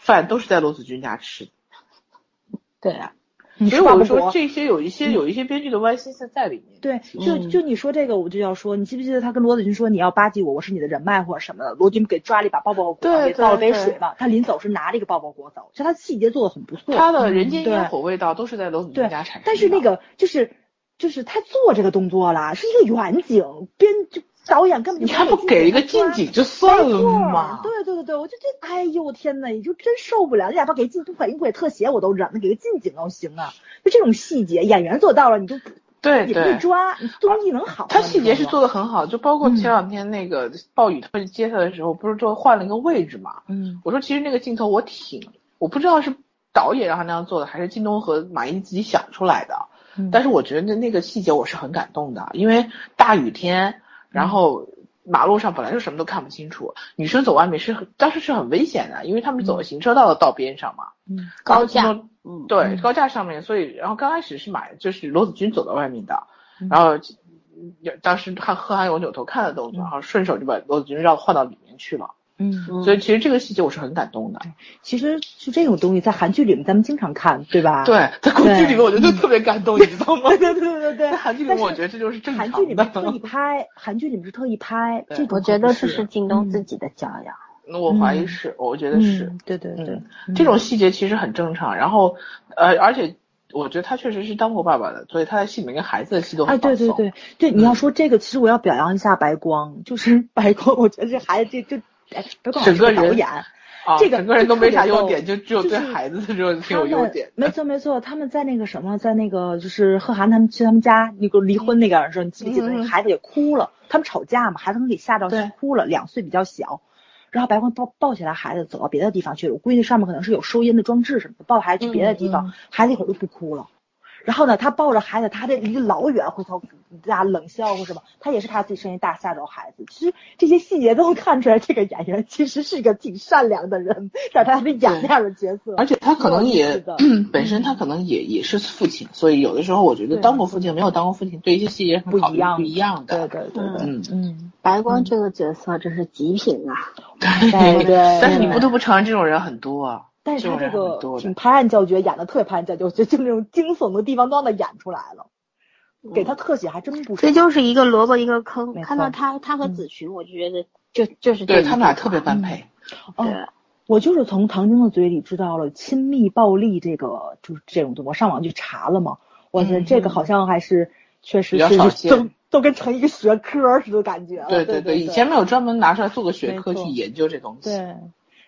[SPEAKER 2] 饭，都是在罗子君家吃的。
[SPEAKER 4] 对啊，
[SPEAKER 5] 你
[SPEAKER 2] 所
[SPEAKER 5] 吃
[SPEAKER 2] 以
[SPEAKER 5] 吧
[SPEAKER 2] 我
[SPEAKER 5] 不嗯
[SPEAKER 2] 说
[SPEAKER 5] 博。
[SPEAKER 2] 这些有一些有一些编剧的歪心思在里面。
[SPEAKER 5] 对，就
[SPEAKER 2] 嗯
[SPEAKER 5] 就你说这个，我就要说，你记不记得他跟罗子君说你要巴结我，我是你的人脉或者什么的？罗子君给抓了一把抱抱
[SPEAKER 2] 对
[SPEAKER 5] 果，也倒了
[SPEAKER 2] 对
[SPEAKER 5] 杯
[SPEAKER 2] 对
[SPEAKER 5] 水嘛。他临走是拿了一个抱抱果走，就他细节做的很不错。嗯
[SPEAKER 2] 他的人间
[SPEAKER 5] 对
[SPEAKER 2] 烟火味道都是在罗子君
[SPEAKER 5] 对
[SPEAKER 2] 家产生的。
[SPEAKER 5] 但是那个就是就是他做这个动作啦，是一个远景，编就导演根本
[SPEAKER 2] 你
[SPEAKER 5] 就
[SPEAKER 2] 还不给一个近景就算了嘛？
[SPEAKER 5] 对对对对，我就觉得，哎呦我天呐，你就真受不了，你哪怕给近不反应鬼特写我都忍了，给个近景都行啊。就这种细节，演员做到了，你就
[SPEAKER 2] 对
[SPEAKER 5] 也不会
[SPEAKER 2] 对。
[SPEAKER 5] 抓，你东西能好吗？
[SPEAKER 2] 他细节是
[SPEAKER 5] 你知道
[SPEAKER 2] 做
[SPEAKER 5] 吗，嗯
[SPEAKER 2] 的很好，就包括前两天那个暴雨他去接他的时候，不是就换了一个位置嘛？
[SPEAKER 5] 嗯
[SPEAKER 2] 我说其实那个镜头我挺，我不知道是导演让他那样做的，还是靳东和马伊自己想出来的。
[SPEAKER 5] 嗯
[SPEAKER 2] 但是我觉得那那个细节我是很感动的，因为大雨天，然后马路上本来就什么都看不清楚，女生走外面是很当时是很危险的，因为他们走的行车道的道边上嘛，
[SPEAKER 5] 嗯
[SPEAKER 4] 嗯高架
[SPEAKER 2] 然后靳东
[SPEAKER 4] 嗯，
[SPEAKER 2] 对高架上面，所以然后刚开始是买就是罗子君走到外面的，
[SPEAKER 4] 嗯
[SPEAKER 2] 然后有当时看贺涵有扭头看的动
[SPEAKER 4] 嗯
[SPEAKER 2] 作，然后顺手就把罗子君绕换到里面去了，
[SPEAKER 5] 嗯，
[SPEAKER 2] 所以其实这个细节我是很感动的。
[SPEAKER 5] 其实就这种东西在韩剧里面咱们经常看，对吧？
[SPEAKER 2] 对，在国剧里面我觉得特别感动，你知道吗？
[SPEAKER 5] 啊 嗯对对对对 对
[SPEAKER 2] 在。韩剧里
[SPEAKER 5] 但
[SPEAKER 2] 面
[SPEAKER 5] 是
[SPEAKER 2] 我觉得这就是正常
[SPEAKER 5] 韩
[SPEAKER 2] 的。
[SPEAKER 5] 剧里面是特意拍，韩剧里面是特意拍，
[SPEAKER 2] 对
[SPEAKER 5] 这种
[SPEAKER 4] 我觉得
[SPEAKER 5] 可不
[SPEAKER 4] 这是靳东自己的教养。
[SPEAKER 2] 那我怀疑是，我觉得
[SPEAKER 5] 嗯
[SPEAKER 2] 是，
[SPEAKER 5] 对对对，
[SPEAKER 2] 嗯这种细节其实很正常。然后，呃，而且我觉得他确实是当过爸爸的，所以他在戏里面跟孩子的戏都
[SPEAKER 5] 哎，
[SPEAKER 2] 很放
[SPEAKER 5] 对
[SPEAKER 2] 松。嗯
[SPEAKER 5] 对对对，你要说这个，其实我要表扬一下白光，就是白光，我觉得这孩子这这，哎，白光
[SPEAKER 2] 整个
[SPEAKER 5] 是导
[SPEAKER 2] 人
[SPEAKER 5] 演，
[SPEAKER 2] 啊，
[SPEAKER 5] 这个
[SPEAKER 2] 整个人都没啥优点，
[SPEAKER 5] 特
[SPEAKER 2] 就只有
[SPEAKER 5] 就
[SPEAKER 2] 对
[SPEAKER 5] 是
[SPEAKER 2] 孩子的时候挺
[SPEAKER 5] 他
[SPEAKER 2] 有
[SPEAKER 5] 们
[SPEAKER 2] 优点。
[SPEAKER 5] 没错没错，他们在那个什么，在那个就是贺涵他们去他们家那个离婚那个的时候，你记不记得
[SPEAKER 2] 嗯嗯
[SPEAKER 5] 那个孩子也哭了，他们吵架嘛，孩子给吓到
[SPEAKER 2] 对
[SPEAKER 5] 哭了，两岁比较小。然后白光抱抱起来孩子走到别
[SPEAKER 2] 嗯
[SPEAKER 5] 的地方去了，我估计那上面可能是有收音的装置什么的，抱孩子去别的地方，孩子一会儿就不哭了。
[SPEAKER 6] 然后呢，他抱着孩子，他还得离老远回头大家冷笑或什么，他也是怕自己声音大吓着孩子。其实这些细节都能看出来，这个演员其实是一个挺善良的人，但是他得演那样的角色。
[SPEAKER 2] 而且他可能
[SPEAKER 6] 是
[SPEAKER 2] 也嗯
[SPEAKER 6] 的
[SPEAKER 2] 本
[SPEAKER 5] 嗯
[SPEAKER 2] 身他可能也也是父亲，所以有的时候我觉得
[SPEAKER 6] 对
[SPEAKER 2] 当过父亲没有当过父亲，对一些细节很考
[SPEAKER 6] 不一
[SPEAKER 2] 虑
[SPEAKER 6] 样
[SPEAKER 2] 不一样
[SPEAKER 6] 对
[SPEAKER 2] 的。
[SPEAKER 6] 对对对，
[SPEAKER 2] 嗯，
[SPEAKER 6] 嗯，
[SPEAKER 4] 白光这个角色真是极品啊！
[SPEAKER 6] 对对。
[SPEAKER 2] 但是你不得不承认，这种人很多啊。
[SPEAKER 6] 但是他这
[SPEAKER 2] 这种人很
[SPEAKER 6] 个
[SPEAKER 2] 多的
[SPEAKER 6] 挺拍案叫绝，演的特别拍案叫绝，我觉得就那种惊悚的地方都让他演出来了，给
[SPEAKER 2] 嗯
[SPEAKER 6] 他特写还真不少。
[SPEAKER 4] 这就是一个萝卜一个坑
[SPEAKER 6] 没。错
[SPEAKER 4] 看到他，他和子群，我就觉得就就是这
[SPEAKER 2] 对
[SPEAKER 4] 一啊
[SPEAKER 2] 他们俩特别般配，
[SPEAKER 4] 对
[SPEAKER 6] 哦我就是从唐晶的嘴里知道了亲密暴力这个就是这种东西，我上网去查了嘛，我觉得
[SPEAKER 2] 嗯
[SPEAKER 6] 这个好像还是确实
[SPEAKER 2] 比较
[SPEAKER 6] 是
[SPEAKER 2] 少
[SPEAKER 6] 就都
[SPEAKER 2] 见
[SPEAKER 6] 都跟成一个学科似的感觉了。
[SPEAKER 5] 嗯
[SPEAKER 2] 对
[SPEAKER 6] 对
[SPEAKER 2] 对，
[SPEAKER 6] 对，
[SPEAKER 2] 以前没有专门拿出来做个学科
[SPEAKER 6] 没错
[SPEAKER 2] 去研究这东西。
[SPEAKER 6] 对，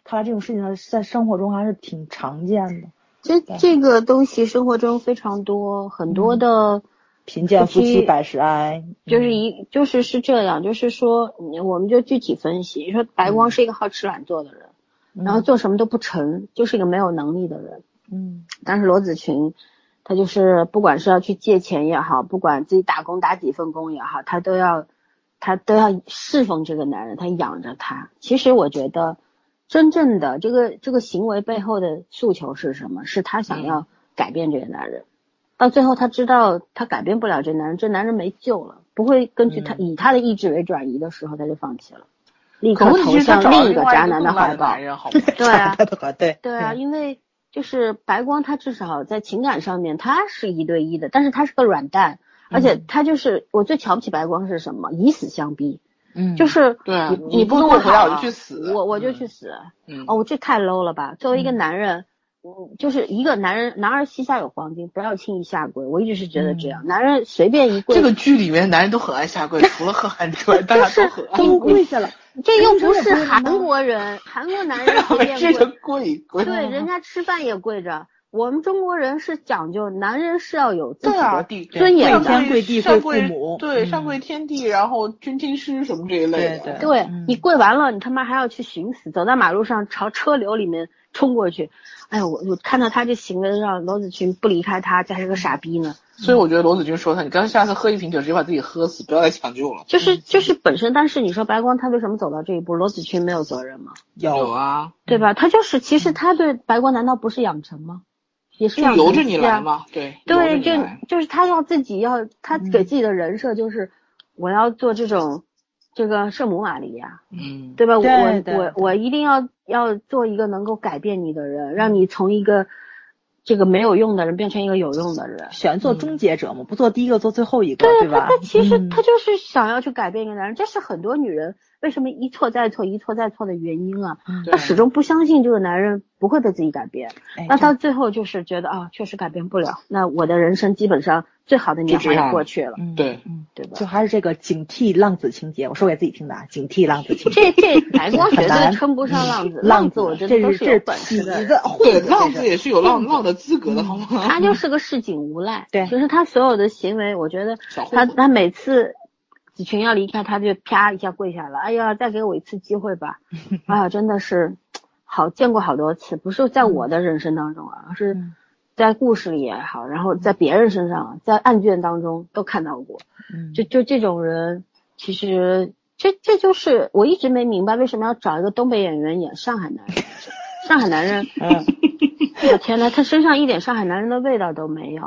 [SPEAKER 6] 看来这种事情在生活中还是挺常见的，
[SPEAKER 4] 这这个东西生活中非常多，很多的
[SPEAKER 6] 贫贱夫
[SPEAKER 4] 夫
[SPEAKER 6] 妻
[SPEAKER 4] 妻
[SPEAKER 6] 百事哀，嗯
[SPEAKER 4] 就是一就是是这样，就是说，嗯我们就具体分析，你说白光是一个好吃懒做的人，然后做什么都不成，就是一个没有能力的人。
[SPEAKER 6] 嗯
[SPEAKER 4] 但是罗子群，他就是不管是要去借钱也好，不管自己打工打几份工也好，他都要他都要侍奉这个男人，他养着他。其实我觉得，真正的这个这个行为背后的诉求是什么？是他想要改变这个男人。到最后，他知道他改变不了这男人，这男人没救了，不会根据他、以他的意志为转移的时候，他就放弃了，立刻
[SPEAKER 2] 嗯可问
[SPEAKER 4] 投
[SPEAKER 2] 题是，他
[SPEAKER 4] 向
[SPEAKER 2] 找到
[SPEAKER 4] 另一
[SPEAKER 2] 另
[SPEAKER 4] 个
[SPEAKER 2] 外
[SPEAKER 4] 渣
[SPEAKER 2] 一个
[SPEAKER 4] 男的
[SPEAKER 2] 更
[SPEAKER 4] 怀
[SPEAKER 2] 烂
[SPEAKER 4] 抱
[SPEAKER 2] 男。人，好 吗？
[SPEAKER 4] 对啊，
[SPEAKER 6] 对嗯
[SPEAKER 4] 对啊，因为就是白光他至少在情感上面他是一对一的，但是他是个软蛋，而
[SPEAKER 2] 嗯
[SPEAKER 4] 且他就是、我最瞧不起白光是什么？以死相逼，
[SPEAKER 6] 嗯
[SPEAKER 4] 就是
[SPEAKER 2] 对啊
[SPEAKER 4] 你
[SPEAKER 2] 你
[SPEAKER 4] 不
[SPEAKER 2] 不
[SPEAKER 4] 跟
[SPEAKER 2] 跟我
[SPEAKER 4] 好
[SPEAKER 2] 回来
[SPEAKER 4] 啊
[SPEAKER 2] 我就去死
[SPEAKER 4] 我我就
[SPEAKER 2] 嗯
[SPEAKER 4] 去死。
[SPEAKER 2] 嗯，
[SPEAKER 4] 哦，我这太 low 了吧！作为一个男人，嗯，就是一个男人，男儿膝下有黄金，不要轻易下跪。我一直是觉得这样，男人随便一跪，
[SPEAKER 2] 嗯这个剧里面男人都很爱下 跪，除了贺涵之外，大家都很爱
[SPEAKER 6] 都跪下了，
[SPEAKER 4] 这又不
[SPEAKER 6] 这个
[SPEAKER 4] 是
[SPEAKER 6] 不是
[SPEAKER 4] 韩
[SPEAKER 6] 吗
[SPEAKER 4] 国人，韩国男 人随便
[SPEAKER 2] 啊这
[SPEAKER 4] 跪
[SPEAKER 2] 个。跪跪。
[SPEAKER 4] 对，人家吃饭也跪着。我们中国人是讲究，男人是要有自己
[SPEAKER 2] 对啊
[SPEAKER 4] 的
[SPEAKER 2] 地
[SPEAKER 4] 尊严
[SPEAKER 2] 上
[SPEAKER 4] 的。
[SPEAKER 2] 跪
[SPEAKER 5] 天跪地
[SPEAKER 2] 上
[SPEAKER 5] 跪
[SPEAKER 2] 跪
[SPEAKER 5] 父母
[SPEAKER 2] 对，
[SPEAKER 5] 嗯
[SPEAKER 2] 上跪天地，然后君亲师什么这一类的。
[SPEAKER 5] 对对
[SPEAKER 4] 对
[SPEAKER 2] 嗯
[SPEAKER 4] 你跪完了，你他妈还要去寻死，走到马路上朝车流里面冲过去。哎呦，我我看到他这行为，让罗子群不离开他，这还是个傻逼呢。
[SPEAKER 2] 所以我觉得罗子君说他，你干脆下次喝一瓶酒，直接把自己喝死，不要再抢救了。
[SPEAKER 4] 就是就是本身，但是你说白光他为什么走到这一步？罗子群没有责任吗？
[SPEAKER 2] 有啊，
[SPEAKER 4] 对吧？他就是其实他对白光难道不是养成吗？也是
[SPEAKER 2] 就
[SPEAKER 4] 养成
[SPEAKER 2] 由着你
[SPEAKER 4] 对啊
[SPEAKER 2] 来嘛，对，由
[SPEAKER 4] 对，
[SPEAKER 2] 着
[SPEAKER 4] 就
[SPEAKER 2] 你来
[SPEAKER 4] 就是他要自己要他给自己的人设就是我要做这种这个圣母玛利亚，
[SPEAKER 2] 嗯，
[SPEAKER 4] 对吧？我
[SPEAKER 5] 对对
[SPEAKER 4] 我我我一定要要做一个能够改变你的人，让你从一个这个没有用的人变成一个有用的人。
[SPEAKER 5] 选做终结者嘛，不做第一个，做最后一个，
[SPEAKER 4] 对
[SPEAKER 5] 对吧
[SPEAKER 4] 他，？他其实
[SPEAKER 5] 嗯
[SPEAKER 4] 他就是想要去改变一个男人，这是很多女人为什么一错再错、一错再错的原因啊。
[SPEAKER 2] 对
[SPEAKER 4] 她始终不相信这个男人不会被自己改变，
[SPEAKER 5] 哎
[SPEAKER 4] 那到最后就是觉得啊，确实改变不了，那我的人生基本上最好的年华
[SPEAKER 2] 就这样
[SPEAKER 4] 也过去了，
[SPEAKER 5] 嗯
[SPEAKER 2] 对，
[SPEAKER 4] 对吧
[SPEAKER 5] 就？还是这个警惕浪子情节，我说给自己听的啊，警惕浪子情节。
[SPEAKER 4] 这这白光绝
[SPEAKER 5] 很
[SPEAKER 4] 对
[SPEAKER 5] 难
[SPEAKER 4] 称不上浪子，
[SPEAKER 5] 浪
[SPEAKER 4] 子我觉得
[SPEAKER 5] 这
[SPEAKER 4] 都
[SPEAKER 5] 是
[SPEAKER 4] 是
[SPEAKER 5] 这
[SPEAKER 4] 有
[SPEAKER 5] 是
[SPEAKER 4] 本事的
[SPEAKER 5] 痞
[SPEAKER 4] 人。
[SPEAKER 5] 子混
[SPEAKER 2] 对，
[SPEAKER 5] 子，
[SPEAKER 2] 浪子也是有浪浪的资格的，好吗？
[SPEAKER 4] 他就是个市井无赖，
[SPEAKER 5] 对
[SPEAKER 4] 其实他所有的行为，我觉得
[SPEAKER 2] 小混
[SPEAKER 4] 他
[SPEAKER 2] 混
[SPEAKER 4] 他每次子群要离开，他就啪一下跪下了，哎呀，再给我一次机会 吧，哎呀，真的是好见过好多次，不是在我的人生当中啊，而是
[SPEAKER 5] 嗯
[SPEAKER 4] 在故事里也好，然后在别人身上，在案卷当中都看到过，就就这种人，其实这这就是我一直没明白为什么要找一个东北演员演上海男人，上海男人，我天呐，他身上一点上海男人的味道都没有，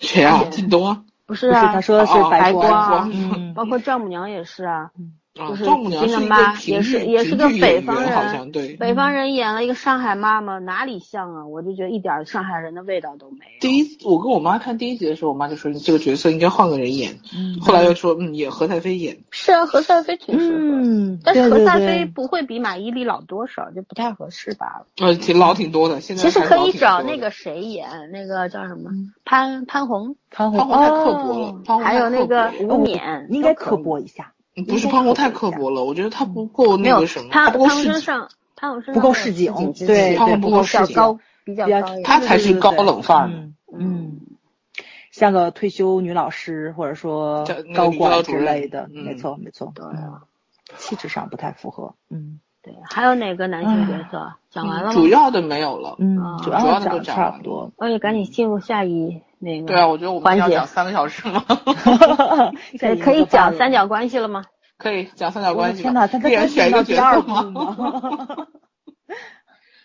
[SPEAKER 2] 谁啊？靳东啊，
[SPEAKER 4] 不
[SPEAKER 5] 嗯
[SPEAKER 4] 是
[SPEAKER 5] 不是
[SPEAKER 4] 啊，
[SPEAKER 5] 他说的是
[SPEAKER 2] 哦
[SPEAKER 4] 白
[SPEAKER 5] 光，
[SPEAKER 4] 啊，
[SPEAKER 5] 嗯，
[SPEAKER 4] 包括丈母娘也是啊，
[SPEAKER 2] 啊，
[SPEAKER 4] 就是
[SPEAKER 2] 丈母娘
[SPEAKER 4] 金
[SPEAKER 2] 是
[SPEAKER 4] 的
[SPEAKER 2] 一
[SPEAKER 4] 妈
[SPEAKER 2] 个平
[SPEAKER 4] 也是
[SPEAKER 2] 剧
[SPEAKER 4] 也是个
[SPEAKER 2] 平剧演
[SPEAKER 4] 北
[SPEAKER 2] 员
[SPEAKER 4] 方人
[SPEAKER 2] 好像对。
[SPEAKER 4] 北方人演了一个上海妈妈，哪里像啊？我就觉得一点上海人的味道都没有。
[SPEAKER 2] 第一，我跟我妈看第一集的时候，我妈就说你这个角色应该换个人演，后来又说嗯，也何太妃演，
[SPEAKER 4] 是啊，何赛飞挺适合的。
[SPEAKER 5] 嗯，
[SPEAKER 4] 但是何赛
[SPEAKER 5] 对
[SPEAKER 4] 飞不会比马伊琍老多少，就不太合适吧？
[SPEAKER 2] 呃，挺老挺多的。现在
[SPEAKER 4] 其实
[SPEAKER 2] 还是
[SPEAKER 4] 可
[SPEAKER 2] 老
[SPEAKER 4] 以
[SPEAKER 2] 挺
[SPEAKER 4] 找
[SPEAKER 2] 多
[SPEAKER 4] 那
[SPEAKER 2] 的
[SPEAKER 4] 个谁演，那个叫什么
[SPEAKER 5] 嗯
[SPEAKER 4] 潘潘虹，
[SPEAKER 5] 潘
[SPEAKER 2] 潘
[SPEAKER 5] 虹
[SPEAKER 2] 虹太刻薄了，潘虹
[SPEAKER 4] 哦还
[SPEAKER 2] 太
[SPEAKER 4] 有那
[SPEAKER 2] 刻薄
[SPEAKER 4] 个
[SPEAKER 2] 了哎
[SPEAKER 4] 吴冕，
[SPEAKER 5] 应该
[SPEAKER 4] 都可
[SPEAKER 5] 刻
[SPEAKER 4] 以。
[SPEAKER 5] 薄一下，
[SPEAKER 2] 嗯不是潘虹太刻薄了，我觉得他不够
[SPEAKER 4] 嗯没
[SPEAKER 2] 那
[SPEAKER 4] 有
[SPEAKER 2] 个什么，
[SPEAKER 4] 潘
[SPEAKER 2] 他
[SPEAKER 4] 潘
[SPEAKER 2] 不够
[SPEAKER 4] 虹
[SPEAKER 2] 市
[SPEAKER 4] 身
[SPEAKER 2] 井，
[SPEAKER 4] 上，潘虹身
[SPEAKER 5] 不
[SPEAKER 4] 上
[SPEAKER 5] 够
[SPEAKER 4] 有
[SPEAKER 5] 市井
[SPEAKER 4] 之气
[SPEAKER 5] 对
[SPEAKER 2] 潘虹不够
[SPEAKER 4] 比较
[SPEAKER 2] 市井
[SPEAKER 4] 高，比较
[SPEAKER 5] 比较
[SPEAKER 4] 高一点。
[SPEAKER 2] 他才是高冷范儿呢。
[SPEAKER 5] 嗯嗯，像个退休女老师或者说
[SPEAKER 2] 叫那个
[SPEAKER 5] 高
[SPEAKER 2] 女教
[SPEAKER 5] 管
[SPEAKER 2] 主
[SPEAKER 5] 之
[SPEAKER 2] 任
[SPEAKER 5] 类的，
[SPEAKER 2] 嗯啊
[SPEAKER 5] 没错没错，
[SPEAKER 4] 对
[SPEAKER 5] 嗯气质上不太符合，嗯
[SPEAKER 4] 对，还有哪个男性角色？讲完了吗
[SPEAKER 2] 嗯主？要的没有了，
[SPEAKER 5] 嗯
[SPEAKER 4] 啊，
[SPEAKER 5] 主
[SPEAKER 2] 主要
[SPEAKER 5] 要
[SPEAKER 2] 的都
[SPEAKER 5] 讲
[SPEAKER 2] 讲
[SPEAKER 5] 差
[SPEAKER 2] 完
[SPEAKER 5] 不多，
[SPEAKER 4] 我也赶紧进入下一那个
[SPEAKER 2] 对啊，我觉得我们要
[SPEAKER 4] 环节
[SPEAKER 2] 讲三个小时吗？
[SPEAKER 4] 对可以讲三角关系了吗？
[SPEAKER 2] 可以讲三角关系
[SPEAKER 5] 天哪，
[SPEAKER 2] 吗？
[SPEAKER 5] 他他
[SPEAKER 2] 一人选一个角
[SPEAKER 5] 第二
[SPEAKER 2] 色
[SPEAKER 5] 部
[SPEAKER 2] 吗？
[SPEAKER 5] 吗？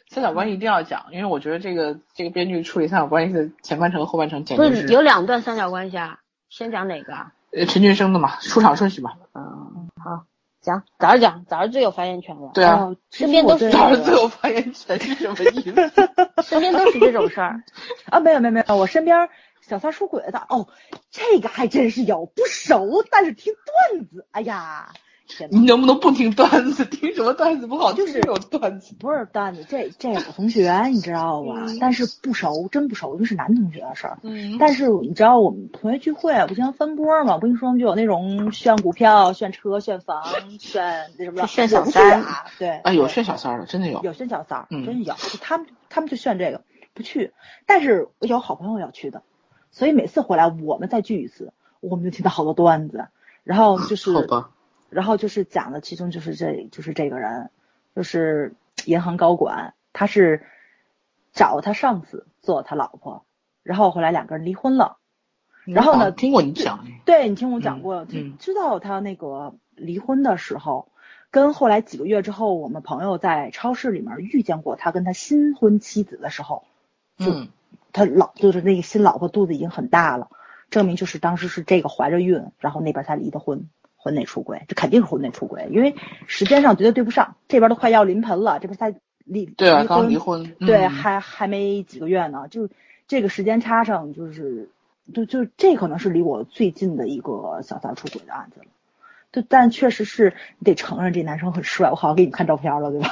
[SPEAKER 2] 三角关系一定要讲，因为我觉得这个这个编剧处理三角关系的前半程和后半程简
[SPEAKER 4] 不
[SPEAKER 2] 直
[SPEAKER 4] 是
[SPEAKER 2] 是
[SPEAKER 4] 有两段三角关系啊，先讲哪个啊？
[SPEAKER 2] 呃陈俊生的嘛，出场顺序嘛。
[SPEAKER 4] 嗯，好，讲早上讲，早上最有发言权了。
[SPEAKER 2] 对啊，
[SPEAKER 5] 哦其
[SPEAKER 4] 身
[SPEAKER 5] 实
[SPEAKER 4] 边
[SPEAKER 5] 我
[SPEAKER 4] 都是
[SPEAKER 5] 对
[SPEAKER 2] 早上最后发言权是什么意思？
[SPEAKER 4] 身边都是这种事儿。
[SPEAKER 5] 啊，没有没有没有，我身边小三儿出轨的哦，这个还真是有，不熟，但是听段子，哎呀，天
[SPEAKER 2] 你
[SPEAKER 5] 哪，
[SPEAKER 2] 能不能不听段子？ 听什么段子不好？就是有段子。
[SPEAKER 5] 不是段子，这这我同学你知道吧？但是不熟，真不熟，因为是男同学的事儿。
[SPEAKER 2] 嗯，
[SPEAKER 5] 但是你知道我们同学聚会啊不经常翻波嘛？我跟你说，我们就有那种炫股票、炫车、炫房、炫那什么的，
[SPEAKER 4] 炫小
[SPEAKER 5] 有
[SPEAKER 4] 三
[SPEAKER 5] 啊，对，
[SPEAKER 2] 哎，有
[SPEAKER 5] 对
[SPEAKER 2] 炫小三儿的，真的有。
[SPEAKER 5] 有炫小三儿，
[SPEAKER 2] 嗯
[SPEAKER 5] 真有，就他们他们就炫这个不去，但是我有好朋友要去的，所以每次回来我们再聚一次，我们就听到好多段子，然后就
[SPEAKER 2] 啊好
[SPEAKER 5] 是，
[SPEAKER 2] 吧，
[SPEAKER 5] 然后就是讲的其中就是这就是这个人，就是银行高管，他是找他上司做他老婆，然后后来两个人离婚了，然后
[SPEAKER 2] 我
[SPEAKER 5] 呢，
[SPEAKER 2] 听过你讲，
[SPEAKER 5] 对你听我讲过，
[SPEAKER 2] 嗯
[SPEAKER 5] 知道他那个离婚的时候，跟后来几个月之后，我们朋友在超市里面遇见过他跟他新婚妻子的时候，
[SPEAKER 2] 嗯，
[SPEAKER 5] 他老就是那个新老婆肚子已经很大了，证明就是当时是这个怀着孕，然后那边才离的婚，婚内出轨，这肯定是婚内出轨，因为时间上绝对对不上，这边都快要临盆了，这边才离
[SPEAKER 2] 对啊，
[SPEAKER 5] 离
[SPEAKER 2] 刚
[SPEAKER 5] 婚
[SPEAKER 2] 离婚，嗯
[SPEAKER 5] 对，还还没几个月呢，就这个时间差上，就是就就这可能是离我最近的一个小三出轨的案子了。就但确实是你得承认这男生很帅，我好像给你们看照片了，对吧？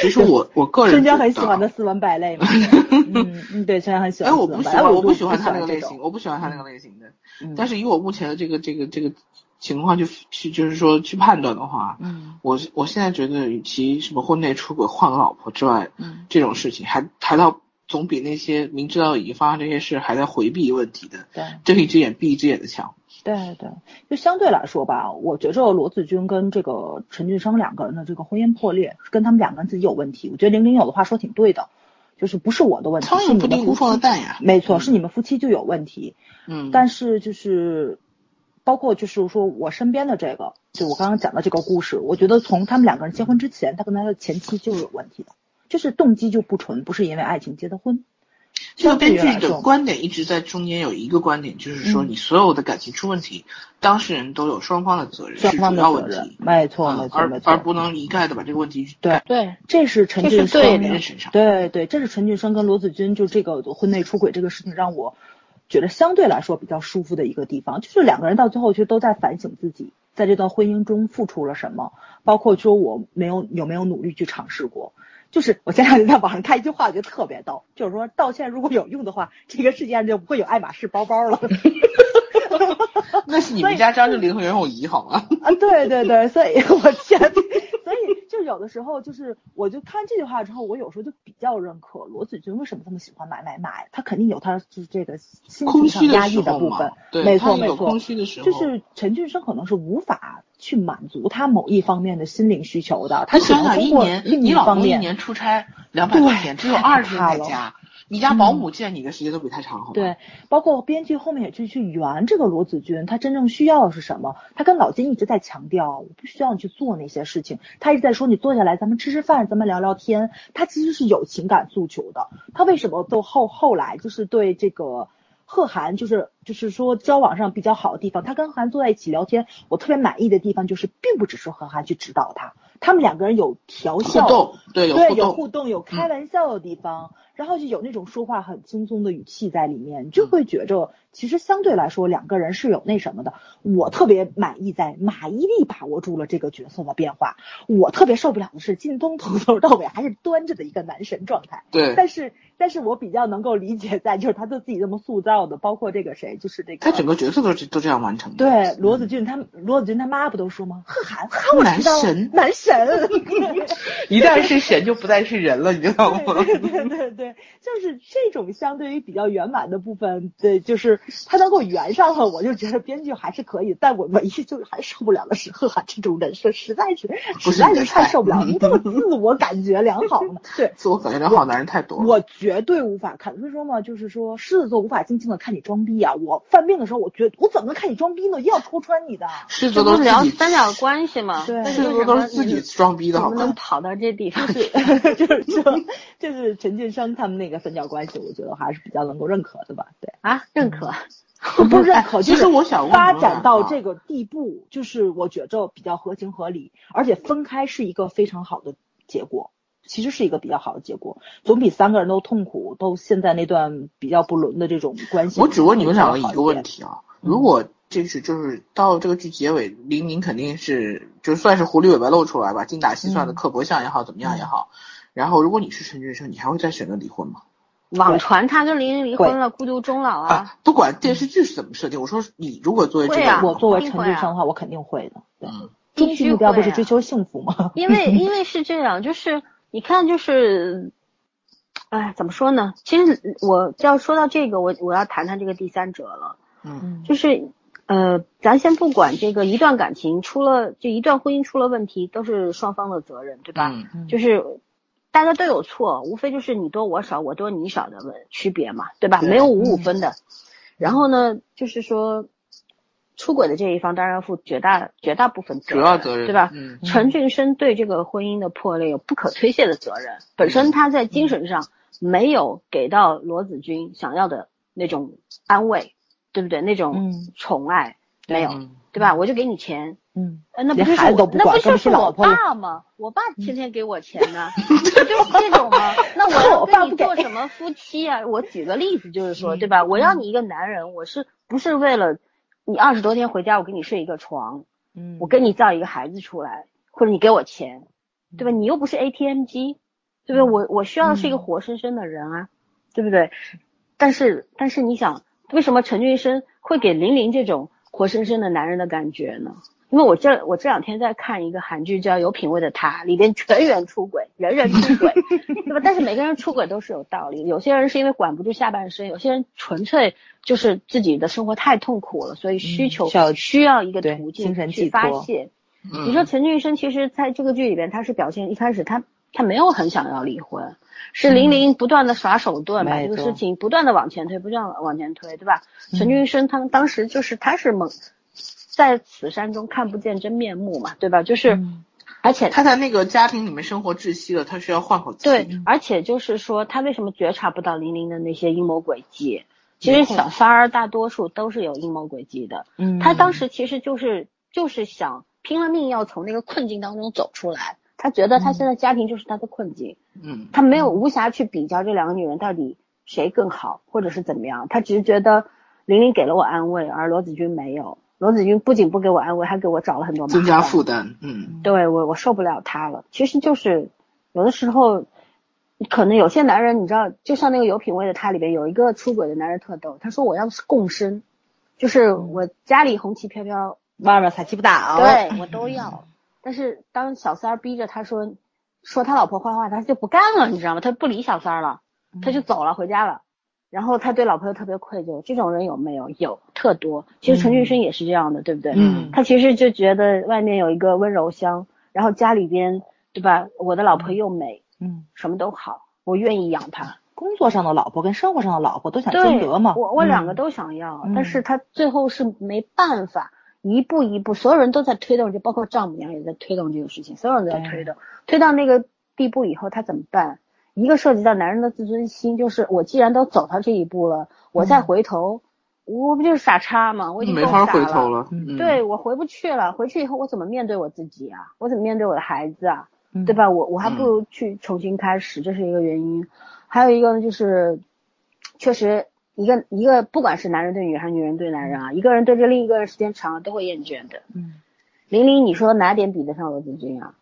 [SPEAKER 2] 其实我我 个人
[SPEAKER 5] 瞬间
[SPEAKER 2] 觉
[SPEAKER 5] 很喜
[SPEAKER 2] 得
[SPEAKER 5] 欢的斯文 败类嘛，嗯嗯，对，瞬间很喜
[SPEAKER 2] 哎，
[SPEAKER 5] 欢斯
[SPEAKER 2] 我
[SPEAKER 5] 文
[SPEAKER 2] 不
[SPEAKER 5] 败类。
[SPEAKER 2] 喜欢，我
[SPEAKER 5] 我
[SPEAKER 2] 不喜欢他那
[SPEAKER 5] 这
[SPEAKER 2] 个类
[SPEAKER 5] 种
[SPEAKER 2] 型，，我不喜欢他那个类型的。
[SPEAKER 5] 嗯
[SPEAKER 2] 但是以我目前的这个这个这个情况去去就是说去判断的话，
[SPEAKER 5] 嗯
[SPEAKER 2] 我是我现在觉得，与其什么婚内出轨换个老婆之外，
[SPEAKER 5] 嗯
[SPEAKER 2] 这种事情还还到总比那些明知道已经发生这些事还在回避问题的
[SPEAKER 5] 对
[SPEAKER 2] 睁一只眼闭一只眼的强。
[SPEAKER 5] 对对，就相对来说吧，我觉着罗子君跟这个陈俊生两个人的这个婚姻破裂，是跟他们两个人自己有问题。我觉得玲玲有的话说挺对的，就是不是我的问题，
[SPEAKER 2] 苍
[SPEAKER 5] 是
[SPEAKER 2] 蝇不
[SPEAKER 5] 你
[SPEAKER 2] 叮无
[SPEAKER 5] 们
[SPEAKER 2] 缝
[SPEAKER 5] 夫
[SPEAKER 2] 的
[SPEAKER 5] 妻，
[SPEAKER 2] 蛋呀。
[SPEAKER 5] 没错，是你们夫妻就有问题。
[SPEAKER 2] 嗯，
[SPEAKER 5] 但是就是包括就是说我身边的这个，就我刚刚讲的这个故事，我觉得从他们两个人结婚之前，他跟他的前妻就是有问题的，就是动机就不纯，不是因为爱情结的婚。
[SPEAKER 2] 这个
[SPEAKER 5] 相对
[SPEAKER 2] 编
[SPEAKER 5] 于
[SPEAKER 2] 剧
[SPEAKER 5] 来
[SPEAKER 2] 的
[SPEAKER 5] 说，
[SPEAKER 2] 观点一直在中间有一个观点，就是说
[SPEAKER 5] 嗯
[SPEAKER 2] 你所有的感情出问题，当事人都有双方的责任，
[SPEAKER 5] 双
[SPEAKER 2] 是
[SPEAKER 5] 方
[SPEAKER 2] 主
[SPEAKER 5] 的
[SPEAKER 2] 要
[SPEAKER 5] 责
[SPEAKER 2] 问
[SPEAKER 5] 任
[SPEAKER 2] 题，，
[SPEAKER 5] 没错
[SPEAKER 2] 啊
[SPEAKER 5] 没错没
[SPEAKER 2] 而
[SPEAKER 5] 错，
[SPEAKER 2] 而不能一概的把这个问题
[SPEAKER 5] 对
[SPEAKER 4] 对，
[SPEAKER 5] 这是陈
[SPEAKER 4] 这是
[SPEAKER 5] 俊生，
[SPEAKER 4] 对
[SPEAKER 2] 放
[SPEAKER 4] 的
[SPEAKER 2] 别人身上。
[SPEAKER 5] 对对，这是陈俊生跟罗子君就这个婚内出轨这个事情让我觉得相对来说比较舒服的一个地方，就是两个人到最后其实都在反省自己在这段婚姻中付出了什么，包括说我没有有没有努力去尝试过。就是我前两天在网上看一句话，我觉得特别逗，就是说道歉如果有用的话，这个世界上就不会有爱马仕包包了。
[SPEAKER 2] 那是你们家张智霖和袁咏仪好吗？
[SPEAKER 5] 啊，对对对，所以 我 天，所以就有的时候就是，我就看这句话之后，我有时候就比较认可罗子君为什么这么喜欢买买买，他肯定有他 就是这个心
[SPEAKER 2] 空虚
[SPEAKER 5] 情上
[SPEAKER 2] 的
[SPEAKER 5] 压
[SPEAKER 2] 时
[SPEAKER 5] 抑
[SPEAKER 2] 候
[SPEAKER 5] 部
[SPEAKER 2] 嘛
[SPEAKER 5] 分，，
[SPEAKER 2] 对，
[SPEAKER 5] 没
[SPEAKER 2] 他
[SPEAKER 5] 错
[SPEAKER 2] 也有
[SPEAKER 5] 没错
[SPEAKER 2] 空虚的时候，
[SPEAKER 5] 就是陈俊生可能是无法去满足他某一方面的心灵需求的，他
[SPEAKER 2] 你
[SPEAKER 5] 只
[SPEAKER 2] 想
[SPEAKER 5] 能
[SPEAKER 2] 想一
[SPEAKER 5] 通过
[SPEAKER 2] 年，
[SPEAKER 5] 另
[SPEAKER 2] 你
[SPEAKER 5] 一
[SPEAKER 2] 老
[SPEAKER 5] 方
[SPEAKER 2] 公一
[SPEAKER 5] 面。
[SPEAKER 2] 年出差两百多
[SPEAKER 5] 对
[SPEAKER 2] 天，只有二十天在
[SPEAKER 5] 太嗯
[SPEAKER 2] 家，你家保姆见你的时间都比他长，好吗？
[SPEAKER 5] 对，包括编剧后面也去去圆这个罗子君，她真正需要的是什么？她跟老金一直在强调，我不需要你去做那些事情。她一直在说，你坐下来，咱们吃吃饭，咱们聊聊天。她其实是有情感诉求的。她为什么都后后来就是对这个贺涵，就是就是说交往上比较好的地方，她跟贺涵坐在一起聊天，我特别满意的地方就是，并不只是贺涵去指导她，他们两个人有调
[SPEAKER 2] 互
[SPEAKER 5] 笑。
[SPEAKER 2] 动，对，有
[SPEAKER 5] 对，
[SPEAKER 2] 互
[SPEAKER 5] 有
[SPEAKER 2] 动，嗯
[SPEAKER 5] 互动，有开玩笑的地方，然后就有那种说话很轻松的语气在里
[SPEAKER 2] 嗯
[SPEAKER 5] 面，你就会觉着其实相对来说两个人是有那什么的。我特别满意在马伊琍把握住了这个角色的变化，我特别受不了的是靳东从头到尾还是端着的一个男神状态。
[SPEAKER 2] 对，
[SPEAKER 5] 但是，但是我比较能够理解在就是他对自己这么塑造的，包括这个谁，就是这个
[SPEAKER 2] 他整个嗯角色都是都这样完成的。
[SPEAKER 5] 对，罗子君他罗子君他妈不都说吗？贺涵，贺涵我
[SPEAKER 2] 男
[SPEAKER 5] 知道
[SPEAKER 2] 神
[SPEAKER 5] 男神。
[SPEAKER 2] 一旦是神就不再是人了，你知道吗？
[SPEAKER 5] 对对对对对，就是这种相对于比较圆满的部分，对，就是他能够圆上了，我就觉得编剧还是可以。但我唯一就是还受不了的是贺涵这种人设，实在是
[SPEAKER 2] 不是
[SPEAKER 5] 实
[SPEAKER 2] 你
[SPEAKER 5] 在
[SPEAKER 2] 的
[SPEAKER 5] 是太
[SPEAKER 2] 菜
[SPEAKER 5] 受不了，你怎么自我感觉良好 呢？对，
[SPEAKER 2] 自我感觉良好的男人太多了。
[SPEAKER 5] 我绝对无法看，所以说嘛，就是说狮子座无法静静的看你装逼啊！我犯病的时候，我觉我怎么能看你装逼呢？一定要戳穿 你的。
[SPEAKER 2] 狮子
[SPEAKER 4] 这
[SPEAKER 2] 座
[SPEAKER 4] 不
[SPEAKER 2] 都
[SPEAKER 4] 是
[SPEAKER 2] 是
[SPEAKER 4] 聊
[SPEAKER 2] 自己，
[SPEAKER 4] 三角关系吗？
[SPEAKER 5] 对
[SPEAKER 4] 但
[SPEAKER 2] 狮
[SPEAKER 4] 是
[SPEAKER 2] 子座
[SPEAKER 4] 为什
[SPEAKER 2] 都
[SPEAKER 4] 么
[SPEAKER 2] 是自己
[SPEAKER 4] 你
[SPEAKER 2] 装逼的好
[SPEAKER 4] 怎么能
[SPEAKER 2] 吗？
[SPEAKER 4] 跑到这地方去？
[SPEAKER 5] 就是说，就是陈俊生他们那个三角关系，我觉得还是比较能够认可的吧。对，
[SPEAKER 4] 啊，认可。
[SPEAKER 5] 不是认可，
[SPEAKER 2] 其
[SPEAKER 5] 就
[SPEAKER 2] 实
[SPEAKER 5] 是
[SPEAKER 2] 我想问
[SPEAKER 5] 发
[SPEAKER 2] 你们俩
[SPEAKER 5] 展到
[SPEAKER 2] 啊
[SPEAKER 5] 这个地步，就是我觉着比较合情合理，而且分开是一个非常好的结果，其实是一个比较好的结果，总比三个人都痛苦，都陷在那段比较不伦的这种关系里。
[SPEAKER 2] 我只问你们两个
[SPEAKER 5] 好
[SPEAKER 2] 一个问
[SPEAKER 5] 点。
[SPEAKER 2] 题啊，如果这是就是到这个剧结尾，林宁肯定是就算是狐狸尾巴露出来吧，精打细
[SPEAKER 4] 嗯
[SPEAKER 2] 算的刻薄相也好，怎么样也好。然后，如果你是陈俊生，你还会再选择离婚吗？
[SPEAKER 4] 网传他跟林离婚了，孤独终老啊。
[SPEAKER 2] 啊，不管电视剧是怎么设定，我说你如果作为这
[SPEAKER 4] 会
[SPEAKER 2] 个
[SPEAKER 4] 啊
[SPEAKER 2] 人，
[SPEAKER 5] 我作为陈
[SPEAKER 4] 肯定会
[SPEAKER 5] 俊
[SPEAKER 4] 啊
[SPEAKER 5] 生的话，我肯定会的。对，
[SPEAKER 2] 嗯
[SPEAKER 5] 终极目标不是追求幸福吗？
[SPEAKER 4] 因为 因为是这样，就是你看，就是，哎，怎么说呢？其实我要说到这个，我我要谈谈这个第三者了，
[SPEAKER 2] 嗯，
[SPEAKER 4] 就是呃，咱先不管这个一段感情出了，这一段婚姻出了问题，都是双方的责任，对吧？
[SPEAKER 2] 嗯
[SPEAKER 4] 就是大家都有错，无非就是你多我少，我多你少的问区别嘛，对吧？没有
[SPEAKER 2] 嗯
[SPEAKER 4] 五五分的。然后呢，就是说出轨的这一方当然要负绝大绝大部分责
[SPEAKER 2] 主
[SPEAKER 4] 任，
[SPEAKER 2] 要责任
[SPEAKER 4] 对吧？
[SPEAKER 2] 嗯
[SPEAKER 4] 陈俊生对这个婚姻的破裂有不可推卸的责任，本
[SPEAKER 2] 嗯
[SPEAKER 4] 身他在精神上没有给到罗子君想要的那种安慰，对不对？那种
[SPEAKER 5] 嗯
[SPEAKER 4] 宠爱、没有，
[SPEAKER 2] 嗯
[SPEAKER 4] 对吧？我就给你钱，
[SPEAKER 5] 嗯，
[SPEAKER 4] 呃那不
[SPEAKER 5] 连
[SPEAKER 4] 就是
[SPEAKER 5] 孩子
[SPEAKER 4] 我
[SPEAKER 5] 都不
[SPEAKER 4] 那
[SPEAKER 5] 管
[SPEAKER 4] 不
[SPEAKER 5] 更
[SPEAKER 4] 就
[SPEAKER 5] 不是
[SPEAKER 4] 是
[SPEAKER 5] 老嗯
[SPEAKER 4] 我
[SPEAKER 5] 婆了
[SPEAKER 4] 爸吗？我爸天天给我钱呢、 不就是这种吗？那 我
[SPEAKER 5] 我
[SPEAKER 4] 要
[SPEAKER 5] 爸
[SPEAKER 4] 跟
[SPEAKER 5] 不
[SPEAKER 4] 你
[SPEAKER 5] 给嗯
[SPEAKER 4] 做什么夫妻啊？我举个例子就是说，对吧？我要你一个男人，我是不是为了你二十多天回家我跟你睡一个床，
[SPEAKER 5] 嗯
[SPEAKER 4] 我跟你造一个孩子出来，或者你给我钱，对吧？你又不是 ATM 机，对不对？我我需要的是一个活生生的人啊，对不对？但是但是你想，为什么陈俊生会给林玲这种活生生的男人的感觉呢？因为我这我这两天在看一个韩剧叫《有品位的他》，里边全员出轨，人人出轨，对吧？但是每个人出轨都是有道理的，有些人是因为管不住下半身，有些人纯粹就是自己的生活太痛苦了，所以需求、
[SPEAKER 5] 需要
[SPEAKER 4] 需要一个
[SPEAKER 5] 对
[SPEAKER 4] 途径
[SPEAKER 5] 精神
[SPEAKER 4] 去
[SPEAKER 5] 寄
[SPEAKER 4] 发
[SPEAKER 5] 托
[SPEAKER 4] 泄。
[SPEAKER 2] 嗯
[SPEAKER 4] 你说陈俊生其实在这个剧里边，他是表现一开始他他没有很想要离婚，是林玲不断的耍手段，
[SPEAKER 5] 嗯
[SPEAKER 4] 把
[SPEAKER 5] 没
[SPEAKER 4] 这个
[SPEAKER 5] 错
[SPEAKER 4] 事情不断的往前推，不断地往前推，对吧？
[SPEAKER 5] 嗯
[SPEAKER 4] 陈俊生他们当时就是他是猛，在此山中看不见真面目嘛，对吧？就是，
[SPEAKER 5] 嗯
[SPEAKER 4] 而且
[SPEAKER 2] 他在那个家庭里面生活窒息了，他需要换口气。
[SPEAKER 4] 对，而且就是说他为什么觉察不到林玲的那些阴谋诡计？其实小三儿大多数都是有阴谋诡计的，
[SPEAKER 5] 嗯
[SPEAKER 4] 他当时其实就是就是想拼了命要从那个困境当中走出来。他觉得他现在家庭就是他的困境，
[SPEAKER 2] 嗯，
[SPEAKER 4] 他没有无暇去比较这两个女人到底谁更好，或者是怎么样。他只是觉得玲玲给了我安慰，而罗子君没有。罗子君不仅不给我安慰，还给我找了很多麻烦，
[SPEAKER 2] 增加负担。嗯
[SPEAKER 4] 对我我受不了他了。其实就是有的时候，可能有些男人，你知道，就像那个有品位的他里边有一个出轨的男人特逗，他说我要是共生，就是我家里红旗飘飘，
[SPEAKER 5] 外面彩旗不打
[SPEAKER 4] 嗯对我都要。但是当小三儿逼着他说说他老婆坏话，他就不干了，你知道吗？他不理小三儿了，他就走了，回家了。然后他对老婆又特别愧疚，这种人有没有？有，特多。其实陈俊生也是这样的，对不对？
[SPEAKER 2] 嗯
[SPEAKER 4] 他其实就觉得外面有一个温柔乡，然后家里边，对吧？我的老婆又美，
[SPEAKER 5] 嗯，
[SPEAKER 4] 什么都好，我愿意养她。
[SPEAKER 5] 工作上的老婆跟生活上的老婆都想
[SPEAKER 4] 对
[SPEAKER 5] 争，得嘛。
[SPEAKER 4] 我我
[SPEAKER 5] 嗯
[SPEAKER 4] 两个都想要，但是他最后是没办法，一步一步，所有人都在推动，就包括丈母娘也在推动这个事情，所有人都在推动，推到那个地步以后，他怎么办？一个涉及到男人的自尊心，就是我既然都走到这一步了，我
[SPEAKER 5] 嗯
[SPEAKER 4] 再回头，我不就是傻叉吗？我已经
[SPEAKER 2] 没
[SPEAKER 4] 够
[SPEAKER 2] 法
[SPEAKER 4] 傻
[SPEAKER 2] 回头
[SPEAKER 4] 了
[SPEAKER 2] 了。嗯，
[SPEAKER 4] 对我回不去了，回去以后我怎么面对我自己啊？我怎么面对我的孩子啊？
[SPEAKER 5] 嗯
[SPEAKER 4] 对吧？我我还不如去重新开始，这是一个原因。还有一个呢，就是确实一个一个不管是男人对女人还是女人对男人啊，一个人对着另一个人时间长了都会厌倦的。
[SPEAKER 5] 嗯，
[SPEAKER 4] 玲玲，你说哪点比得上罗子君啊？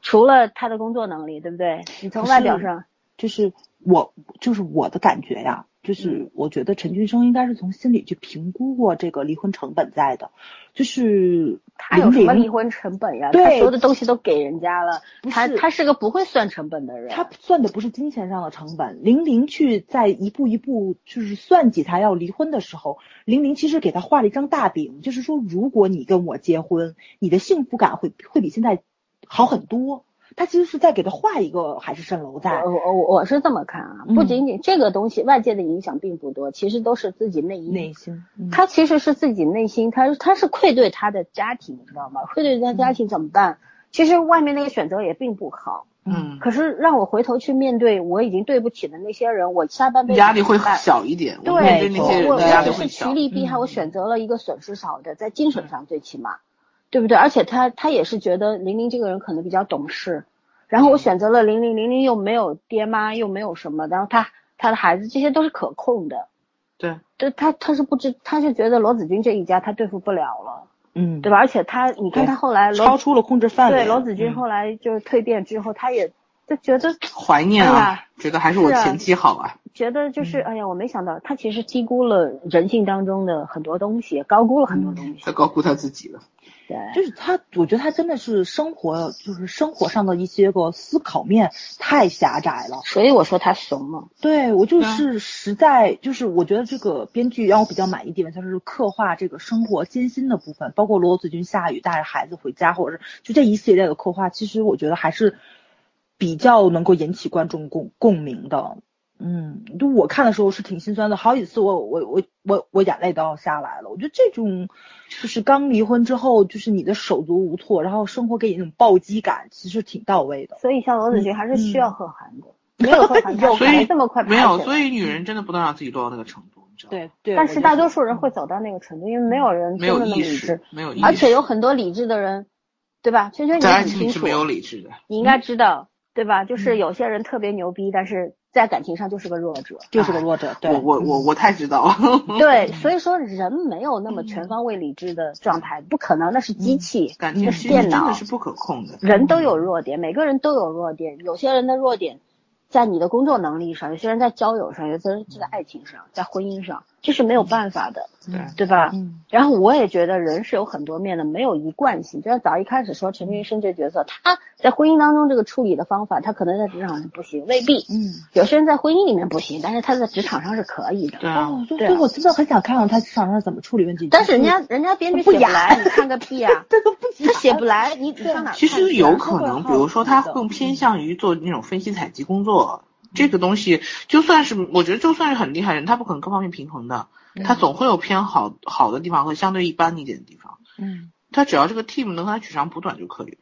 [SPEAKER 4] 除了她的工作能力，对不对？你从外表上，
[SPEAKER 5] 就是我就是我的感觉呀，
[SPEAKER 4] 嗯
[SPEAKER 5] 就是我觉得陈俊生应该是从心里去评估过这个离婚成本在的，就是
[SPEAKER 4] 他有什么
[SPEAKER 5] 林
[SPEAKER 4] 离
[SPEAKER 5] 玲
[SPEAKER 4] 婚成本呀？
[SPEAKER 5] 对
[SPEAKER 4] 他所有的东西都给人家了，
[SPEAKER 5] 不
[SPEAKER 4] 他
[SPEAKER 5] 是
[SPEAKER 4] 他是个不会算成本的人。
[SPEAKER 5] 他算的不是金钱上的成本，玲玲去在一步一步就是算计他要离婚的时候，玲玲其实给他画了一张大饼，就是说如果你跟我结婚，你的幸福感会会比现在好很多。他其实是在给他画一个海市蜃楼在
[SPEAKER 4] 哎我，我我我是这么看啊，
[SPEAKER 5] 嗯
[SPEAKER 4] 不仅仅这个东西外界的影响并不多，其实都是自己内因。
[SPEAKER 5] 内心，嗯
[SPEAKER 4] 他其实是自己内心，他他是愧对他的家庭，你知道吗？愧对他家庭怎么办？其实外面那个选择也并不好，
[SPEAKER 2] 嗯，
[SPEAKER 4] 可是让我回头去面对我已经对不起的那些人，我下半辈子
[SPEAKER 2] 压力会
[SPEAKER 4] 怎么办
[SPEAKER 2] 小一点，我
[SPEAKER 4] 对，
[SPEAKER 2] 面对那些
[SPEAKER 4] 我
[SPEAKER 2] 人
[SPEAKER 4] 我
[SPEAKER 2] 的压力
[SPEAKER 4] 我
[SPEAKER 2] 会
[SPEAKER 4] 是趋
[SPEAKER 2] 小。嗯
[SPEAKER 4] 利避害，我选择了一个损失少的，在精神上最起码，对不对？而且他他也是觉得玲玲这个人可能比较懂事，然后
[SPEAKER 2] 嗯
[SPEAKER 4] 我选择了玲玲，玲玲又没有爹妈，又没有什么，然后他他的孩子这些都是可控的。
[SPEAKER 2] 对，
[SPEAKER 4] 对他他是不知，他是觉得罗子君这一家他对付不了了，
[SPEAKER 5] 嗯，
[SPEAKER 4] 对吧？而且他你看
[SPEAKER 5] 对
[SPEAKER 4] 他后来罗
[SPEAKER 5] 超出了控制范围。
[SPEAKER 4] 对罗子君
[SPEAKER 5] 嗯
[SPEAKER 4] 后来就是蜕变之后，他也就觉得
[SPEAKER 2] 怀念
[SPEAKER 4] 哎
[SPEAKER 2] 啊
[SPEAKER 4] 呀，
[SPEAKER 2] 觉得还是我
[SPEAKER 4] 是啊
[SPEAKER 2] 前妻好啊。
[SPEAKER 4] 觉得就是，哎呀，我没想到他其实低估了人性当中的很多东西，高估了很多东西。
[SPEAKER 2] 他高估他自己了。
[SPEAKER 4] 对，
[SPEAKER 5] 就是他，我觉得他真的是生活，就是生活上的一些个思考面太狭窄了。
[SPEAKER 4] 所以我说他怂嘛。
[SPEAKER 5] 对我就
[SPEAKER 2] 对啊
[SPEAKER 5] 是实在就是，我觉得这个编剧让我比较满意的地方，就是刻画这个生活艰辛的部分，包括罗子君下雨带着孩子回家，或者是就这一系列的刻画，其实我觉得还是比较能够引起观众共共鸣的。嗯，就我看的时候是挺心酸的，好几次我我我我我眼泪都要下来了。我觉得这种就是刚离婚之后，就是你的手足无措，然后生活给你那种暴击感，其实挺到位的。
[SPEAKER 4] 所以像罗子君还是需要贺涵的，没有贺 涵
[SPEAKER 5] 有
[SPEAKER 4] 他
[SPEAKER 2] 所以
[SPEAKER 4] 才这么快爬
[SPEAKER 2] 没
[SPEAKER 4] 起来
[SPEAKER 2] 有，所以女人真的不能让自己落到那个程度，你知道吗？
[SPEAKER 5] 对对，
[SPEAKER 4] 但
[SPEAKER 5] 我
[SPEAKER 4] 是
[SPEAKER 5] 觉
[SPEAKER 4] 大
[SPEAKER 5] 得
[SPEAKER 4] 多数人会走到那个程度，因为没有人
[SPEAKER 2] 没
[SPEAKER 4] 真
[SPEAKER 2] 有
[SPEAKER 4] 的那么
[SPEAKER 2] 意
[SPEAKER 4] 理
[SPEAKER 2] 识
[SPEAKER 4] 智，，
[SPEAKER 2] 没有意识，
[SPEAKER 4] 而且有很多理智的人，对吧？圈圈你
[SPEAKER 2] 在
[SPEAKER 4] 也
[SPEAKER 2] 爱
[SPEAKER 4] 很
[SPEAKER 2] 情里
[SPEAKER 4] 清
[SPEAKER 2] 是
[SPEAKER 4] 楚
[SPEAKER 2] 没，有理智嗯的。
[SPEAKER 4] 你应该知道，对吧？就是有些人特别牛逼，但是在感情上就是个弱者。
[SPEAKER 5] 就是个弱者。对，嗯
[SPEAKER 2] 我我我我太知道了，
[SPEAKER 4] 对，所以说人没有那么全方位理智的状态，不可能，那是机器，
[SPEAKER 2] 感
[SPEAKER 4] 那
[SPEAKER 2] 情
[SPEAKER 4] 是
[SPEAKER 2] 其实
[SPEAKER 4] 电
[SPEAKER 2] 真
[SPEAKER 4] 脑
[SPEAKER 2] 的是。不可控的。
[SPEAKER 4] 人都有弱点，每个人都有弱点，有些人的弱点在你的工作能力上，有些人在交友上，有些人是在爱情上，在婚姻上，这是没有办法的，
[SPEAKER 2] 对，
[SPEAKER 4] 对吧？
[SPEAKER 5] 嗯。
[SPEAKER 4] 然后我也觉得人是有很多面的，没有一贯性。就像早一开始说陈俊生这角色，他在婚姻当中这个处理的方法，他可能在职场上不行，未必。
[SPEAKER 5] 嗯，
[SPEAKER 4] 有些人在婚姻里面不行，但是他在职场上是可以的。
[SPEAKER 2] 对啊，
[SPEAKER 5] 哦，对
[SPEAKER 4] 对
[SPEAKER 5] 对，
[SPEAKER 4] 啊
[SPEAKER 5] 我真的很想看看他职场上怎么处理问题。
[SPEAKER 4] 但是人
[SPEAKER 5] 就
[SPEAKER 4] 家
[SPEAKER 2] 嗯
[SPEAKER 4] 人家编剧写不来，你看个 屁啊！
[SPEAKER 5] 这个不行
[SPEAKER 4] 他写不来，你你上哪儿看去
[SPEAKER 2] 其
[SPEAKER 4] 啊？
[SPEAKER 2] 实有可能，
[SPEAKER 5] 看
[SPEAKER 2] 比如说他
[SPEAKER 5] 看的
[SPEAKER 2] 更偏向于做那种分析采集工作，这个东西就算是我觉得就算是很厉害的人，他不可能各方面平衡的，他总会有偏好好的地方和相对一般一点的地方。
[SPEAKER 5] 嗯，
[SPEAKER 2] 他只要这个 team 能跟他取长补短就可以了。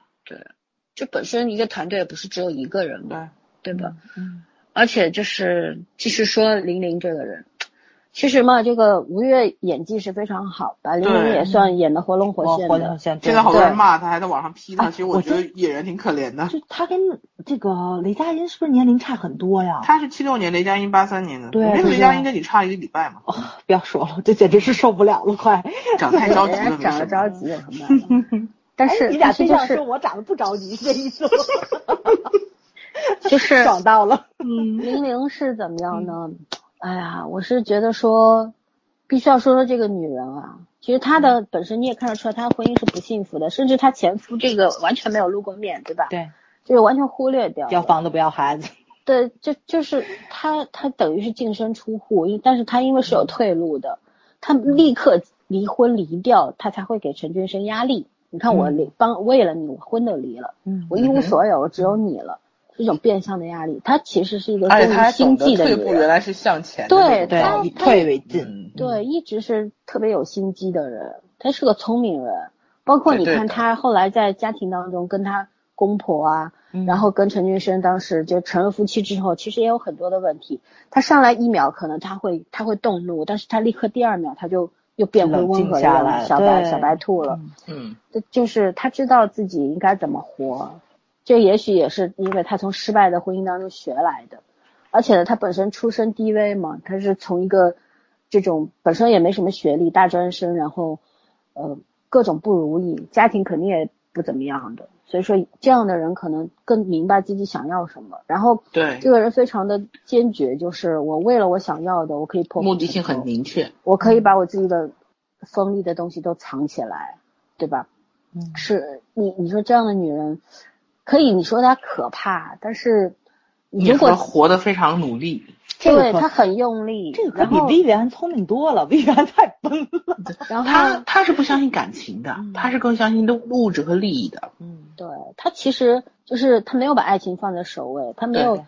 [SPEAKER 4] 就本身一个团队也不是只有一个人嘛，
[SPEAKER 2] 对，
[SPEAKER 4] 对吧？
[SPEAKER 5] 嗯
[SPEAKER 4] 而且就是继续说玲玲这个人，其实嘛，这个吴越演技是非常好的，玲玲
[SPEAKER 2] 对
[SPEAKER 4] 也算演的活龙活
[SPEAKER 5] 我
[SPEAKER 4] 现
[SPEAKER 5] 活
[SPEAKER 4] 的
[SPEAKER 5] 得。像
[SPEAKER 2] 现在好多
[SPEAKER 4] 对
[SPEAKER 2] 人骂他，还在网上批他，
[SPEAKER 5] 哎
[SPEAKER 2] 其实
[SPEAKER 5] 我
[SPEAKER 2] 觉得
[SPEAKER 5] 真
[SPEAKER 2] 野人挺可怜的。
[SPEAKER 5] 就他跟这个雷佳音是不是年龄差很多呀？
[SPEAKER 2] 他是七六年，雷佳音八三年的，
[SPEAKER 5] 对
[SPEAKER 2] 我觉得
[SPEAKER 5] 对
[SPEAKER 2] 雷佳
[SPEAKER 5] 对
[SPEAKER 2] 音跟你差一个礼拜嘛，
[SPEAKER 5] 不要说了，这简直是受不了了，快！
[SPEAKER 2] 长太着急了，
[SPEAKER 4] 人
[SPEAKER 2] 没
[SPEAKER 4] 哎家长
[SPEAKER 2] 事
[SPEAKER 4] 得着急有什么办 法？但
[SPEAKER 6] 哎
[SPEAKER 4] 是，
[SPEAKER 6] 你俩
[SPEAKER 4] 但是
[SPEAKER 6] 非
[SPEAKER 4] 就
[SPEAKER 6] 要说
[SPEAKER 4] 是
[SPEAKER 6] 我长得不着急，这意思 吗？
[SPEAKER 4] 就是
[SPEAKER 6] 爽到了，
[SPEAKER 4] 玲玲是怎么样呢？
[SPEAKER 6] 嗯
[SPEAKER 4] 哎呀，我是觉得说，必须要说说这个女人啊。其实她
[SPEAKER 6] 嗯
[SPEAKER 4] 的本身你也看得出来，她的婚姻是不幸福的，甚至她前夫这个完全没有露过面，对吧？，
[SPEAKER 5] 对，
[SPEAKER 4] 就是完全忽略掉了。
[SPEAKER 5] 要房子不要孩子，
[SPEAKER 4] 对，就就是她，她等于是净身出户，因但是她因
[SPEAKER 2] 嗯
[SPEAKER 4] 为是有退路的，她立刻离婚离掉，她才会给陈俊生压力。你看
[SPEAKER 2] 嗯
[SPEAKER 4] 我离、帮为了你，我婚都离了，
[SPEAKER 5] 嗯
[SPEAKER 4] 我一无所有，只有你了，这种变相的压力，她其实是一个
[SPEAKER 2] 而哎且
[SPEAKER 4] 工
[SPEAKER 2] 他
[SPEAKER 4] 于
[SPEAKER 2] 还懂
[SPEAKER 4] 心
[SPEAKER 2] 得
[SPEAKER 4] 计的
[SPEAKER 2] 退
[SPEAKER 4] 女
[SPEAKER 2] 步，
[SPEAKER 4] 人
[SPEAKER 2] 原。来是向前的那种道理。
[SPEAKER 4] 对对啊他
[SPEAKER 5] 对，以退为进。
[SPEAKER 2] 嗯，
[SPEAKER 4] 对，一直是特别有心机的人，他是个聪明人。包括
[SPEAKER 2] 哎
[SPEAKER 4] 你
[SPEAKER 2] 对对
[SPEAKER 4] 看
[SPEAKER 2] 的
[SPEAKER 4] 他后来在家庭当中跟他公婆啊，
[SPEAKER 5] 嗯
[SPEAKER 4] 然后跟陈俊生当时就成了夫妻之后，其实也有很多的问题。他上来一秒可能他会他会动怒，但是他立刻第二秒他就又变回
[SPEAKER 5] 冷
[SPEAKER 4] 温
[SPEAKER 5] 静
[SPEAKER 4] 和的
[SPEAKER 5] 下
[SPEAKER 4] 人
[SPEAKER 5] 来
[SPEAKER 4] 了，小白
[SPEAKER 5] 对
[SPEAKER 4] 小白兔了。
[SPEAKER 2] 嗯，
[SPEAKER 4] 这就是他知道自己应该怎么活，这也许也是因为他从失败的婚姻当中学来的，而且呢，他本身出身低微嘛，他是从一个这种本身也没什么学历大专生，然后呃各种不如意，家庭肯定也不怎么样的，所以说这样的人可能更明白自己想要什么。然后
[SPEAKER 2] 对
[SPEAKER 4] 这个人非常的坚决，就是我为了我想要的，我可以破釜
[SPEAKER 2] 目的性
[SPEAKER 4] 沉舟
[SPEAKER 2] 很嗯明确。
[SPEAKER 4] 我可以把我自己的锋利的东西都藏起来，对吧？
[SPEAKER 5] 嗯
[SPEAKER 4] 是你你说这样的女人，可以你说她可怕，但是
[SPEAKER 2] 你
[SPEAKER 4] 如果
[SPEAKER 2] 说活得非常努力，
[SPEAKER 5] 这个
[SPEAKER 4] 对
[SPEAKER 5] 可
[SPEAKER 4] 她很用力，
[SPEAKER 5] 这个可
[SPEAKER 4] 然
[SPEAKER 5] 比
[SPEAKER 4] 后
[SPEAKER 5] Vivian 聪明多了，Vivian 太笨了。
[SPEAKER 4] 然
[SPEAKER 2] 他
[SPEAKER 4] 后
[SPEAKER 2] 他是不相信感情的，他是更相信物物质和利益的。
[SPEAKER 5] 嗯，
[SPEAKER 4] 对她其实就是她没有把爱情放在首位，她没有
[SPEAKER 5] 对。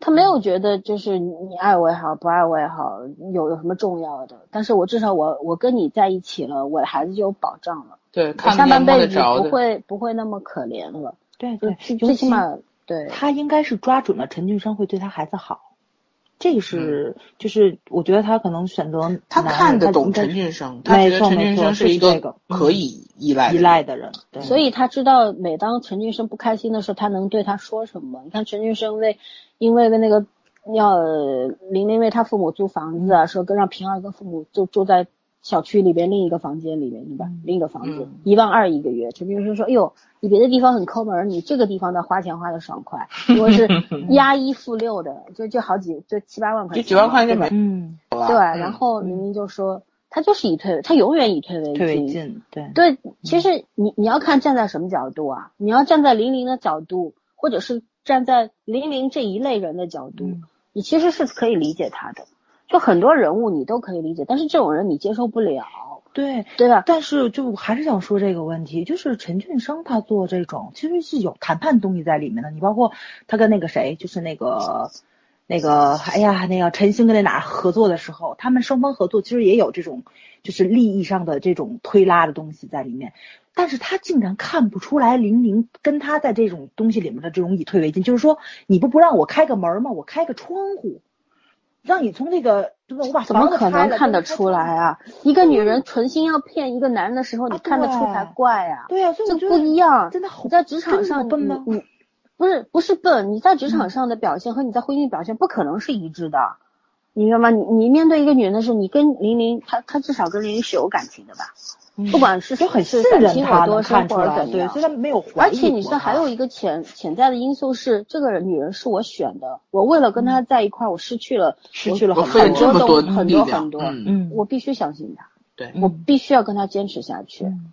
[SPEAKER 4] 她没有觉得就是你爱我也好，不爱我也好，有有什么重要的？但是我至少我我跟你在一起了，我的孩子就有保障了，
[SPEAKER 2] 对，
[SPEAKER 4] 我
[SPEAKER 2] 看
[SPEAKER 4] 下
[SPEAKER 2] 得见
[SPEAKER 4] 半
[SPEAKER 2] 摸
[SPEAKER 4] 辈
[SPEAKER 2] 得
[SPEAKER 4] 子
[SPEAKER 2] 着
[SPEAKER 4] 不
[SPEAKER 2] 的。
[SPEAKER 4] 会不会那么可怜了。
[SPEAKER 5] 对
[SPEAKER 4] 就
[SPEAKER 5] 对，尤
[SPEAKER 4] 最起
[SPEAKER 5] 其
[SPEAKER 4] 码对
[SPEAKER 5] 他应该是抓准了陈俊生会对他孩子好，这个是、就是我觉得他可能选择男人
[SPEAKER 2] 他看得懂
[SPEAKER 5] 应该
[SPEAKER 2] 陈俊生，他觉得
[SPEAKER 5] 没错
[SPEAKER 2] 陈俊
[SPEAKER 5] 没错
[SPEAKER 2] 生
[SPEAKER 5] 就是
[SPEAKER 2] 一
[SPEAKER 5] 这个嗯
[SPEAKER 2] 可以依赖的
[SPEAKER 5] 依
[SPEAKER 2] 人
[SPEAKER 5] 赖的人，对，
[SPEAKER 4] 所以他知道，每当陈俊生不开心的时候，他能对他说什么？你看陈俊生为，因为为那个要呃玲玲为他父母租房子
[SPEAKER 2] 嗯
[SPEAKER 4] 啊，说跟让平儿跟父母就住在小区里边另一个房间里面，对吧？另一个房子
[SPEAKER 2] 嗯
[SPEAKER 4] 一万二一个月，陈俊生说：“哎呦，你别的地方很抠门儿，你这个地方的花钱花的爽快， 如果是押一付六的，就就好几就七八万块
[SPEAKER 2] 就
[SPEAKER 4] 钱，
[SPEAKER 2] 几万块钱
[SPEAKER 4] 对吧
[SPEAKER 2] 没
[SPEAKER 5] 嗯，
[SPEAKER 2] 有了。
[SPEAKER 4] 对，
[SPEAKER 2] 嗯
[SPEAKER 4] 然后玲玲就说。”他就是以退，他永远以退为进，
[SPEAKER 5] 退为进，对
[SPEAKER 4] 对，其实你你要看站在什么角度啊？你要站在玲玲的角度，或者是站在玲玲这一类人的角度，
[SPEAKER 5] 嗯
[SPEAKER 4] 你其实是可以理解他的。就很多人物你都可以理解，但是这种人你接受不了，
[SPEAKER 5] 对。
[SPEAKER 4] 对吧？
[SPEAKER 5] 但是就我还是想说这个问题，就是陈俊生他做这种其实是有谈判东西在里面的，你包括他跟那个谁，就是那个。那个，哎呀，那个陈星跟那哪儿合作的时候，他们双方合作其实也有这种，就是利益上的这种推拉的东西在里面。但是他竟然看不出来玲玲跟他在这种东西里面的这种以退为进，就是说你不不让我开个门吗？我开个窗户，让你从这个，对吧？我把
[SPEAKER 4] 怎么
[SPEAKER 5] 房子
[SPEAKER 4] 可
[SPEAKER 5] 开
[SPEAKER 4] 能
[SPEAKER 5] 了
[SPEAKER 4] 看得
[SPEAKER 5] 就是开
[SPEAKER 4] 出
[SPEAKER 5] 窗户
[SPEAKER 4] 来啊？一个女人存心要骗一个男人的时候，你
[SPEAKER 5] 啊
[SPEAKER 4] 看得出才
[SPEAKER 5] 对
[SPEAKER 4] 怪啊呀、
[SPEAKER 5] 对呀、啊所以
[SPEAKER 4] 这
[SPEAKER 5] 我觉
[SPEAKER 4] 不
[SPEAKER 5] 得
[SPEAKER 4] 一样。
[SPEAKER 5] 真的好嗯
[SPEAKER 4] 你在职场
[SPEAKER 5] 真的
[SPEAKER 4] 上，
[SPEAKER 5] 笨
[SPEAKER 4] 你
[SPEAKER 5] 吗
[SPEAKER 4] 你不是不是笨，你在职场上的表现和你在婚姻表现不可能是一致的，你明白吗？你你面对一个女人的时候，你跟玲玲，她她至少跟玲玲是有感情的吧？不管
[SPEAKER 5] 嗯
[SPEAKER 4] 是
[SPEAKER 5] 就很信
[SPEAKER 4] 是感
[SPEAKER 5] 任
[SPEAKER 4] 情
[SPEAKER 5] 他，能
[SPEAKER 4] 有多
[SPEAKER 5] 看
[SPEAKER 4] 深
[SPEAKER 5] 出
[SPEAKER 4] 或者
[SPEAKER 5] 来，
[SPEAKER 4] 怎么
[SPEAKER 5] 对，
[SPEAKER 4] 样
[SPEAKER 5] 所以。他没有怀疑
[SPEAKER 4] 而且你
[SPEAKER 5] 过
[SPEAKER 4] 这
[SPEAKER 5] 他
[SPEAKER 4] 还有一个潜潜在的因素是，这个人女人是我选的，我为了跟她在一块儿，我失去了
[SPEAKER 5] 嗯失去了
[SPEAKER 2] 我
[SPEAKER 5] 很
[SPEAKER 2] 费了
[SPEAKER 4] 很
[SPEAKER 2] 这
[SPEAKER 4] 多
[SPEAKER 2] 么
[SPEAKER 4] 东很
[SPEAKER 2] 力
[SPEAKER 4] 多
[SPEAKER 2] 量
[SPEAKER 4] 很，多，
[SPEAKER 2] 嗯，
[SPEAKER 5] 嗯，
[SPEAKER 4] 我必须相信她，
[SPEAKER 2] 对，
[SPEAKER 4] 我必须要跟她坚持下去，
[SPEAKER 5] 嗯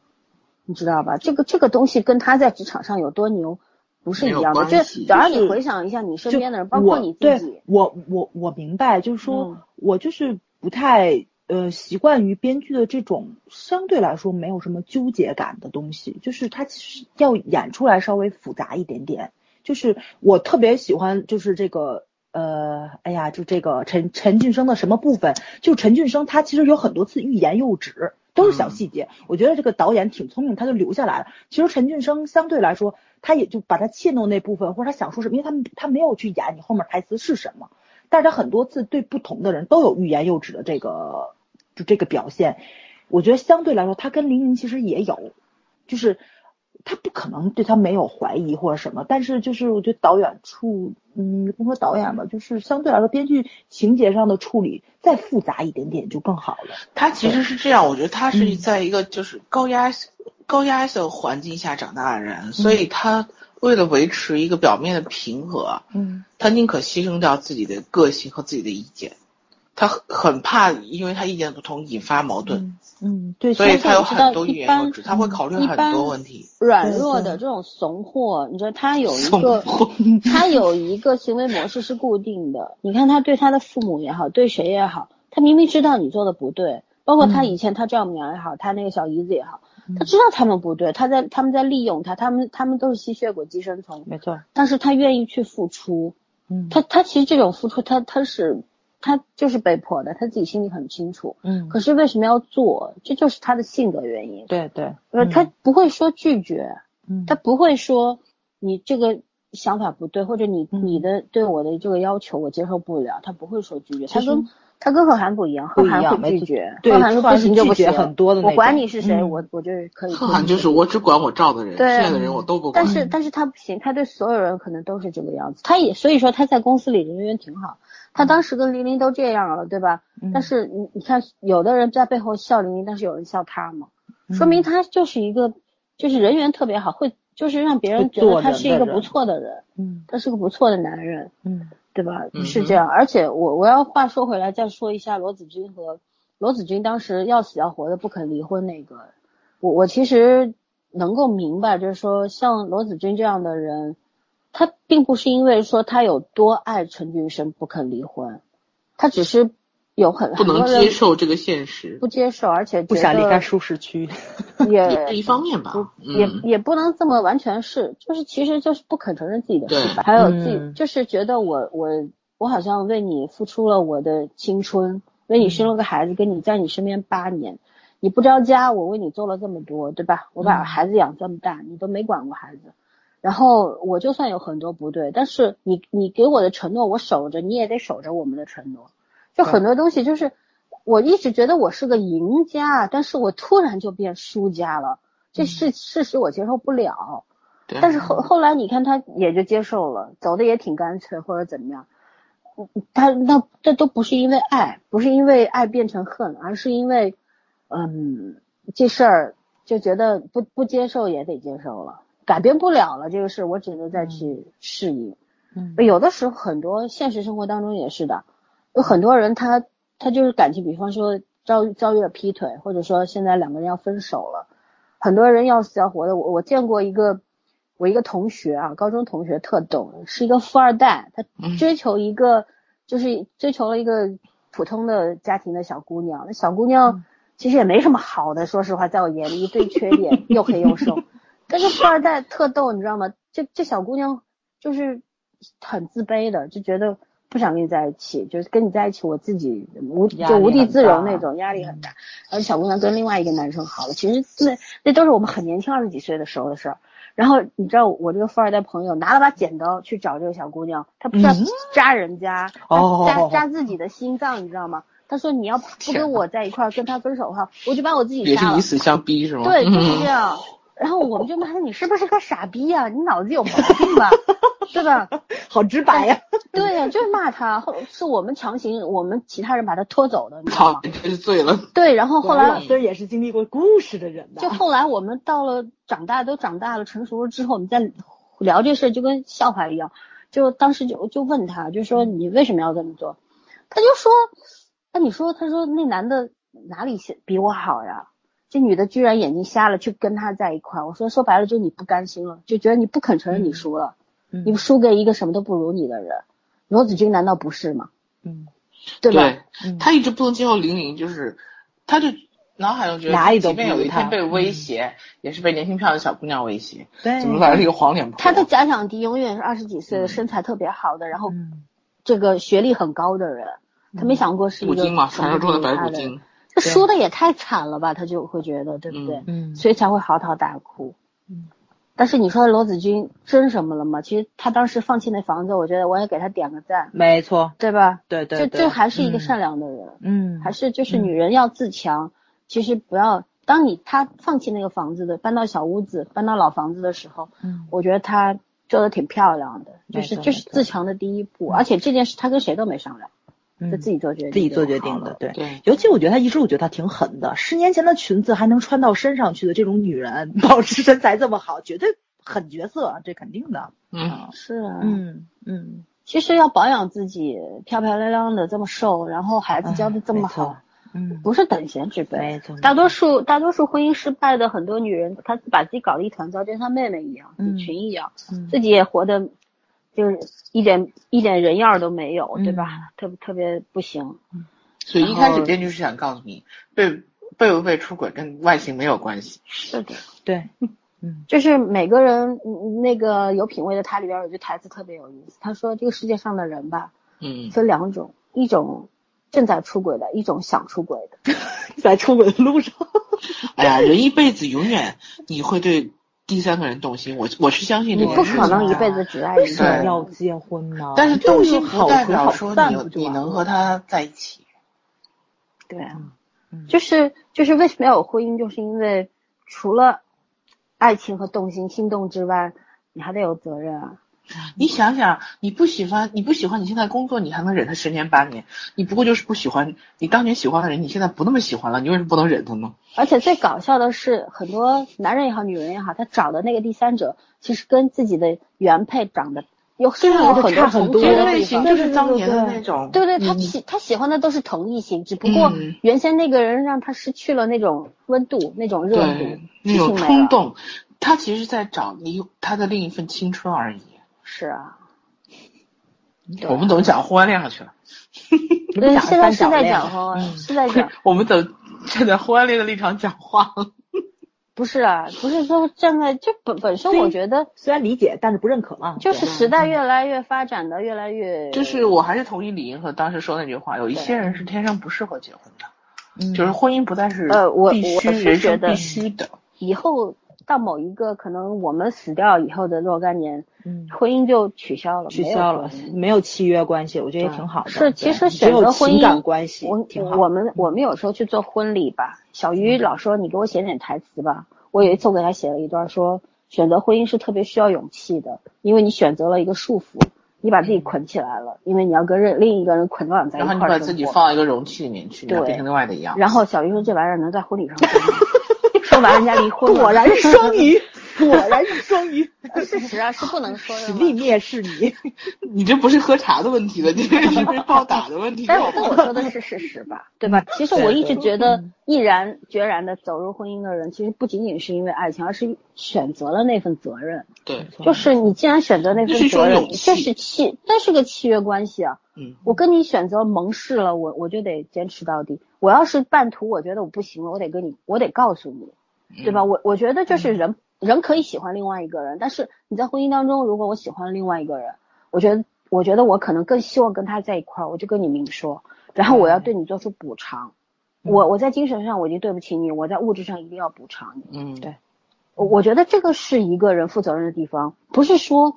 [SPEAKER 4] 你知道吧？这个这个东西跟她在职场上有多牛不是一样
[SPEAKER 2] 没有
[SPEAKER 4] 的，这
[SPEAKER 2] 关系
[SPEAKER 4] 只要你
[SPEAKER 5] 就是
[SPEAKER 4] 回想一下你身
[SPEAKER 5] 就
[SPEAKER 4] 边的人，包括
[SPEAKER 5] 我
[SPEAKER 4] 你自
[SPEAKER 5] 对
[SPEAKER 4] 己，
[SPEAKER 5] 我我我明白，就是说、
[SPEAKER 4] 嗯
[SPEAKER 5] 我就是不太呃习惯于编剧的这种相对来说没有什么纠结感的东西，就是它其实要演出来稍微复杂一点点。就是我特别喜欢，就是这个呃，哎呀，就这个陈陈俊生的什么部分，就陈俊生他其实有很多次欲言又止，都是小细节。我觉得这个导演挺聪明，他就留下来了。其实陈俊生相对来说，他也就把他怯懦那部分，或者他想说什么，因为他们他没有去演你后面台词是什么，但是他很多次对不同的人都有欲言又止的这个就这个表现。我觉得相对来说，他跟林玲其实也有，就是他不可能对他没有怀疑或者什么，但是就是我觉得导演处，嗯，不说导演吧，就是相对来说编剧情节上的处理再复杂一点点就更好了。
[SPEAKER 2] 他其实是这样，我觉得他是
[SPEAKER 5] 嗯
[SPEAKER 2] 在一个就是高压、高压的环境下长大的人，所以他为了维持一个表面的平和，
[SPEAKER 5] 嗯，
[SPEAKER 2] 他宁可牺牲掉自己的个性和自己的意见，他很很怕因为他意见不同引发矛盾，
[SPEAKER 5] 嗯，对，
[SPEAKER 2] 所以
[SPEAKER 4] 像
[SPEAKER 2] 他有
[SPEAKER 4] 我知道
[SPEAKER 2] 很多
[SPEAKER 4] 一
[SPEAKER 2] 欲言又
[SPEAKER 4] 般嗯
[SPEAKER 2] 止，他会考虑
[SPEAKER 4] 一
[SPEAKER 2] 很
[SPEAKER 4] 般
[SPEAKER 2] 多问题。
[SPEAKER 4] 软
[SPEAKER 5] 对
[SPEAKER 4] 弱
[SPEAKER 5] 对
[SPEAKER 4] 的这种怂货，你知道他有一
[SPEAKER 2] 怂
[SPEAKER 4] 个 嗯
[SPEAKER 2] 货，
[SPEAKER 4] 他有一个行为模式是固定的。你看他对他的父母也好，对谁也好，他明明知道你做的不对，包括
[SPEAKER 5] 嗯
[SPEAKER 4] 他以前他丈母娘也好，他那个小姨子也好，他知道他们不对，他在他们在利用他，他们他们都是吸血鬼寄生虫，
[SPEAKER 5] 没错，
[SPEAKER 4] 但是他愿意去付出。
[SPEAKER 5] 嗯
[SPEAKER 4] 他他其实这种付出，他他是他就是被迫的，他自己心里很清楚。
[SPEAKER 5] 嗯，
[SPEAKER 4] 可是为什么要做？这就是他的性格原因。
[SPEAKER 5] 对嗯对，
[SPEAKER 4] 呃，他不会说拒绝，
[SPEAKER 5] 嗯
[SPEAKER 4] 他不会说你这个想法不对，或者你
[SPEAKER 5] 嗯
[SPEAKER 4] 你的对我的这个要求我接受不了，他不会说拒绝。
[SPEAKER 5] 其
[SPEAKER 4] 他
[SPEAKER 5] 实
[SPEAKER 4] 跟他跟贺涵不一样，
[SPEAKER 5] 不
[SPEAKER 4] 贺
[SPEAKER 5] 一
[SPEAKER 4] 涵
[SPEAKER 5] 样
[SPEAKER 4] 会
[SPEAKER 5] 没
[SPEAKER 4] 拒
[SPEAKER 5] 错
[SPEAKER 4] 绝，
[SPEAKER 5] 对
[SPEAKER 4] 贺涵说
[SPEAKER 5] 贺涵
[SPEAKER 4] 不
[SPEAKER 5] 是
[SPEAKER 4] 行就
[SPEAKER 5] 拒
[SPEAKER 4] 不
[SPEAKER 5] 绝
[SPEAKER 4] 行，
[SPEAKER 5] 很多的那
[SPEAKER 4] 我管
[SPEAKER 5] 种
[SPEAKER 4] 你是谁，
[SPEAKER 5] 嗯
[SPEAKER 4] 我我就是可以。
[SPEAKER 2] 贺涵就是我只管我照的人，剩
[SPEAKER 4] 对啊
[SPEAKER 2] 下的人我都不管
[SPEAKER 4] 但。是但是他不行，他对所有人可能都是这个样子。他也所以说他在公司里人缘挺好，他当时跟玲玲都这样了，对吧？
[SPEAKER 5] 嗯
[SPEAKER 4] 但是你你看，有的人在背嗯后笑玲玲，但是有人笑他嘛，说明他就是一个就是人缘特别好，会就是让别人觉得他是一个不错的人，
[SPEAKER 5] 嗯
[SPEAKER 4] 他是个不错的男人，
[SPEAKER 5] 嗯
[SPEAKER 4] 对吧？
[SPEAKER 2] 嗯
[SPEAKER 4] 是这样。而且我我要话说回来，再说一下罗子君和罗子君当时要死要活的不肯离婚那个，我我其实能够明白，就是说像罗子君这样的人，他并不是因为说他有多爱陈俊生不肯离婚，他只是有很
[SPEAKER 2] 不能
[SPEAKER 4] 很多人
[SPEAKER 2] 接受这个现实，
[SPEAKER 4] 不接受，而且
[SPEAKER 5] 不想离开舒适区，
[SPEAKER 2] 也是
[SPEAKER 4] 也
[SPEAKER 2] 一方面吧
[SPEAKER 4] 不。也
[SPEAKER 2] 嗯，
[SPEAKER 4] 也不能这么完全是，就是其实就是不肯承认自己的失败，还有自己、
[SPEAKER 5] 嗯
[SPEAKER 4] 就是觉得我我我好像为你付出了我的青春，为你生了个孩子，跟你在你身边八年，你不着家，我为你做了这么多，对吧？我把孩子养这么大，你都没管过孩子。然后我就算有很多不对，但是你你给我的承诺，我守着，你也得守着我们的承诺。就很多东西，就是我一直觉得我是个赢家，但是我突然就变输家了，这事事实我接受不了。
[SPEAKER 2] 对
[SPEAKER 4] 但是后后来你看他也就接受了，走的也挺干脆或者怎么样。嗯他那这都不是因为爱，不是因为爱变成恨，而是因为，嗯，这事儿就觉得不不接受也得接受了，改变不了了这个事，我只能再去适应。
[SPEAKER 5] 嗯
[SPEAKER 4] 有的时候很多现实生活当中也是的，有很多人他他就是感情，比方说遭遇遭遇了劈腿，或者说现在两个人要分手了，很多人要死要活的。我我见过一个我一个同学啊，高中同学特逗，是一个富二代，他追求一个、就是追求了一个普通的家庭的小姑娘，那小姑娘其实也没什么好的，说实话，在我眼里一堆缺 点，又黑又瘦，但是富二代特逗，你知道吗？这这小姑娘就是很自卑的，就觉得不想跟你在一起，就是跟你在一起我自己无
[SPEAKER 5] 压
[SPEAKER 4] 就
[SPEAKER 5] 力
[SPEAKER 4] 无地
[SPEAKER 5] 很
[SPEAKER 4] 自容
[SPEAKER 5] 大
[SPEAKER 4] 那种，压力很大。而小姑娘跟另外一个男生好了，其实那那都是我们很年轻二十几岁的时候的事儿。然后你知道我这个富二代朋友拿了把剪刀去找这个小姑娘，他不是要扎人家，
[SPEAKER 5] 嗯哦
[SPEAKER 4] 他扎扎自己的心脏，你知道吗？他说你要不跟我在一块儿，跟他分手的话，我就把我自己
[SPEAKER 2] 也是
[SPEAKER 4] 杀了
[SPEAKER 2] 以。死相逼是吗？
[SPEAKER 4] 对，就是
[SPEAKER 2] 嗯
[SPEAKER 4] 这样。然后我们就骂他，你是不是个傻逼呀、你脑子有毛病吧？ 对吧？
[SPEAKER 5] 好直白呀，
[SPEAKER 4] 对呀、就是骂他。后是我们强行，我们其他人把他拖走的，你知道
[SPEAKER 2] 操
[SPEAKER 4] 吗，？
[SPEAKER 2] 真是醉了。
[SPEAKER 4] 对，然后后来
[SPEAKER 5] 老孙也是经历过故事的人
[SPEAKER 4] 就后来我们到了长大都长大了成熟了之后，我们再聊这事儿就跟笑话一样。就当时就就问他，就
[SPEAKER 5] 嗯
[SPEAKER 4] 说你为什么要这么做？他就说，那你说，他说那男的哪里比我好呀？这女的居然眼睛瞎了，去跟他在一块儿。我说说白了，就你不甘心了，就觉得你不肯承认你输了，
[SPEAKER 5] 嗯
[SPEAKER 4] 你输给一个什么都不如你的人。罗子君难道不是吗？
[SPEAKER 5] 嗯，
[SPEAKER 4] 对吧？
[SPEAKER 5] 嗯
[SPEAKER 2] 他一直不能接受凌云，就是他就脑海中觉得，
[SPEAKER 5] 哪里都
[SPEAKER 2] 即便
[SPEAKER 5] 不如
[SPEAKER 2] 有一天
[SPEAKER 5] 他
[SPEAKER 2] 被
[SPEAKER 4] 嗯
[SPEAKER 2] 威胁，也是被年轻漂亮的小姑娘威胁，
[SPEAKER 5] 对
[SPEAKER 2] 怎么来了一个黄脸婆？
[SPEAKER 4] 哎他的假想敌永远是二十几
[SPEAKER 5] 嗯
[SPEAKER 4] 岁的、身材特别好的，然后这个学历很高的人，
[SPEAKER 5] 嗯
[SPEAKER 4] 他没想过是
[SPEAKER 2] 古
[SPEAKER 4] 一个
[SPEAKER 2] 今嘛，传说中的白
[SPEAKER 4] 什
[SPEAKER 2] 骨
[SPEAKER 4] 么都不如他人，
[SPEAKER 2] 精。
[SPEAKER 4] 这输的也太惨了吧，他就会觉得，对不对？
[SPEAKER 5] 嗯
[SPEAKER 4] 所以才会嚎啕大哭。但是你说罗子君真什么了吗？其实他当时放弃那房子，我觉得我也给他点个赞，
[SPEAKER 5] 没错，
[SPEAKER 4] 对吧？
[SPEAKER 5] 对对
[SPEAKER 4] 这
[SPEAKER 5] 对，
[SPEAKER 4] 这还是一个
[SPEAKER 5] 嗯
[SPEAKER 4] 善良的人，
[SPEAKER 5] 嗯
[SPEAKER 4] 还是就是女人要自强，其实不要。当你他放弃那个房子的，搬到小屋子，搬到老房子的时候，
[SPEAKER 5] 嗯
[SPEAKER 4] 我觉得他做的挺漂亮的，就
[SPEAKER 5] 没
[SPEAKER 4] 是
[SPEAKER 5] 错
[SPEAKER 4] 这是
[SPEAKER 5] 没错
[SPEAKER 4] 自强的第一步，而且这件事他跟谁都没商量，就自己做决定，
[SPEAKER 5] 嗯自己做决定的，。对。
[SPEAKER 2] 对，
[SPEAKER 5] 尤其我觉得她一直我觉得她挺狠的，十年前的裙子还能穿到身上去的这种女人， 保持身材这么好，绝对狠角色，啊这肯定的。
[SPEAKER 2] 嗯，
[SPEAKER 4] 是啊，，
[SPEAKER 5] 嗯嗯，
[SPEAKER 4] 其实要保养自己，漂漂亮亮的这么瘦，然后孩子教
[SPEAKER 6] 啊
[SPEAKER 4] 的这么好，，
[SPEAKER 5] 嗯，
[SPEAKER 4] 不是等闲之辈。
[SPEAKER 5] 啊没错，
[SPEAKER 4] 大多数大多数婚姻失败的很多女人，她把自己搞得一团糟，就像妹妹一样，
[SPEAKER 5] 嗯
[SPEAKER 4] 一群一样，
[SPEAKER 5] 嗯
[SPEAKER 4] 自己也活得就是一点一点人样儿都没有，对
[SPEAKER 5] 嗯
[SPEAKER 4] 吧？特特别不行。
[SPEAKER 2] 所以一
[SPEAKER 4] 然
[SPEAKER 2] 开始
[SPEAKER 4] 后
[SPEAKER 2] 编剧是想告诉你，被被不被出轨跟外形没有关系。
[SPEAKER 4] 是的，
[SPEAKER 5] 对，
[SPEAKER 6] 嗯
[SPEAKER 4] 就是每个人嗯那个有品位的，它里边有句台词特别有意思，他说这个世界上的人吧，
[SPEAKER 2] 嗯，
[SPEAKER 4] 分两种，一种正在出轨的，一种想出轨的。
[SPEAKER 5] 在出轨的路上，
[SPEAKER 2] 哎呀，人一辈子永远你会对第三个人动心，我我是相信这
[SPEAKER 4] 你
[SPEAKER 2] 件
[SPEAKER 4] 不
[SPEAKER 2] 事情
[SPEAKER 4] 可能一
[SPEAKER 2] 的
[SPEAKER 4] 辈子
[SPEAKER 6] 哎
[SPEAKER 4] 只爱
[SPEAKER 5] 为
[SPEAKER 4] 一
[SPEAKER 5] 什
[SPEAKER 4] 个
[SPEAKER 5] 么
[SPEAKER 2] 对
[SPEAKER 4] 人。
[SPEAKER 5] 要结婚呢？
[SPEAKER 2] 但是
[SPEAKER 5] 就
[SPEAKER 2] 动心不
[SPEAKER 5] 好
[SPEAKER 2] 代
[SPEAKER 5] 和
[SPEAKER 2] 表
[SPEAKER 5] 好
[SPEAKER 2] 说
[SPEAKER 5] 散
[SPEAKER 2] 你
[SPEAKER 5] 不就
[SPEAKER 2] 你
[SPEAKER 5] 完
[SPEAKER 2] 能
[SPEAKER 5] 了
[SPEAKER 2] 和他在一起。
[SPEAKER 4] 对啊，
[SPEAKER 5] 嗯
[SPEAKER 4] 就是就是为什么要有婚姻，就是因为除了爱情和动心心动之外，你还得有责任啊。
[SPEAKER 2] 你想想，你不喜欢，你不喜欢你现在工作，你还能忍他十年八年，你不过就是不喜欢你当年喜欢的人，你现在不那么喜欢了，你为什么不能忍他呢？
[SPEAKER 4] 而且最搞笑的是，很多男人也好，女人也好，他找的那个第三者，其实跟自己的原配长得有甚至
[SPEAKER 2] 啊
[SPEAKER 4] 有很多
[SPEAKER 6] 差
[SPEAKER 4] 重
[SPEAKER 6] 很
[SPEAKER 4] 叠
[SPEAKER 6] 多
[SPEAKER 4] 的
[SPEAKER 2] 类
[SPEAKER 4] 地
[SPEAKER 2] 型
[SPEAKER 4] 方。
[SPEAKER 2] 就是当年的那种，
[SPEAKER 4] 对对，他
[SPEAKER 2] 嗯
[SPEAKER 4] 喜他喜欢的都是同异性，只不过
[SPEAKER 2] 嗯
[SPEAKER 4] 原先那个人让他失去了那种温度、那种热度
[SPEAKER 2] 对，那
[SPEAKER 4] 激情
[SPEAKER 2] 种
[SPEAKER 4] 没
[SPEAKER 2] 冲
[SPEAKER 4] 了。
[SPEAKER 2] 动，他其实在找你他的另一份青春而已。
[SPEAKER 4] 是啊，
[SPEAKER 2] 我们怎么讲婚外恋上去了？
[SPEAKER 4] 对，现在是在
[SPEAKER 6] 恋
[SPEAKER 4] 讲哈，是在讲，
[SPEAKER 2] 我们等站在婚外恋的立场讲话了。
[SPEAKER 4] 不是啊，不是说站在就本本身，我觉得
[SPEAKER 6] 虽然理解，但是不认可嘛。
[SPEAKER 4] 就
[SPEAKER 6] 对
[SPEAKER 4] 是
[SPEAKER 6] 吧啊嗯
[SPEAKER 4] 时代越来越发展的越来越，
[SPEAKER 2] 就是我还是同意李银河当时说那句话，有一些人是天生不适合结婚
[SPEAKER 6] 嗯
[SPEAKER 2] 的，就是婚姻不再是
[SPEAKER 4] 嗯呃我
[SPEAKER 2] 必须
[SPEAKER 4] 我
[SPEAKER 2] 人
[SPEAKER 4] 是觉
[SPEAKER 2] 生
[SPEAKER 4] 得
[SPEAKER 2] 必须的。
[SPEAKER 4] 以后到某一个可能我们死掉以后的若干年，
[SPEAKER 6] 嗯
[SPEAKER 4] 婚姻就取消了，
[SPEAKER 6] 取
[SPEAKER 4] 没有
[SPEAKER 6] 消
[SPEAKER 4] 婚
[SPEAKER 6] 了嗯
[SPEAKER 4] 姻，
[SPEAKER 5] 嗯
[SPEAKER 6] 没有契约关系，我觉得也挺好的。
[SPEAKER 4] 是，其实
[SPEAKER 6] 对
[SPEAKER 4] 选
[SPEAKER 6] 只
[SPEAKER 4] 择
[SPEAKER 6] 有
[SPEAKER 4] 婚
[SPEAKER 6] 情
[SPEAKER 4] 姻
[SPEAKER 6] 感关系
[SPEAKER 4] 我
[SPEAKER 6] 挺好。嗯
[SPEAKER 4] 我们我们有时候去做婚礼吧，小鱼老说你给我写点台词吧。我有一次我给他写了一段说，选择婚姻是特别需要勇气的，因为你选择了一个束缚，你把自己
[SPEAKER 6] 嗯
[SPEAKER 4] 捆起来了，因为你要跟任另一个人捆绑在一
[SPEAKER 2] 然后
[SPEAKER 4] 块
[SPEAKER 2] 你把
[SPEAKER 4] 儿生
[SPEAKER 2] 自己
[SPEAKER 4] 活
[SPEAKER 2] 放到一个容器里面去，你要
[SPEAKER 4] 对
[SPEAKER 2] 变成另外的一样。
[SPEAKER 4] 然后小鱼说这玩意儿能在婚礼 上说吗？说完人家离婚了，
[SPEAKER 6] 果然是双 鱼，果 然是双鱼，
[SPEAKER 4] 事实啊是不能说的
[SPEAKER 6] 实
[SPEAKER 4] 嘛。
[SPEAKER 6] 力蔑视你。
[SPEAKER 2] 你这不是喝茶的问题了，你这是被暴打的问题。
[SPEAKER 4] 但是我说的是事实吧，嗯对嗯吧？其实我一直觉得，毅然决然的走入婚姻的人，其实不仅仅是因为爱情，而是选择了那份责任。
[SPEAKER 2] 对，
[SPEAKER 4] 就是你既然选择那
[SPEAKER 2] 这是
[SPEAKER 4] 份
[SPEAKER 2] 一种
[SPEAKER 4] 责任，
[SPEAKER 2] 勇气
[SPEAKER 4] 这是契，那是个契约关系啊。
[SPEAKER 2] 嗯，
[SPEAKER 4] 我跟你选择盟誓了，我我就得坚持到底。我要是半途我觉得我不行了，我得跟你，我得告诉你，对吧？我我觉得就是人、人可以喜欢另外一个人，但是你在婚姻当中，如果我喜欢另外一个人，我觉得我觉得我可能更希望跟他在一块儿，我就跟你明说，然后我要对你做出补偿。我我在精神上我已经对不起你，我在物质上一定要补偿你。
[SPEAKER 2] 嗯，
[SPEAKER 4] 对我我觉得这个是一个人负责任的地方，不是说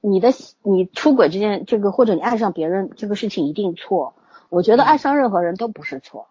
[SPEAKER 4] 你的你出轨这件这个或者你爱上别人这个事情一定错。我觉得爱上任何人都不是错，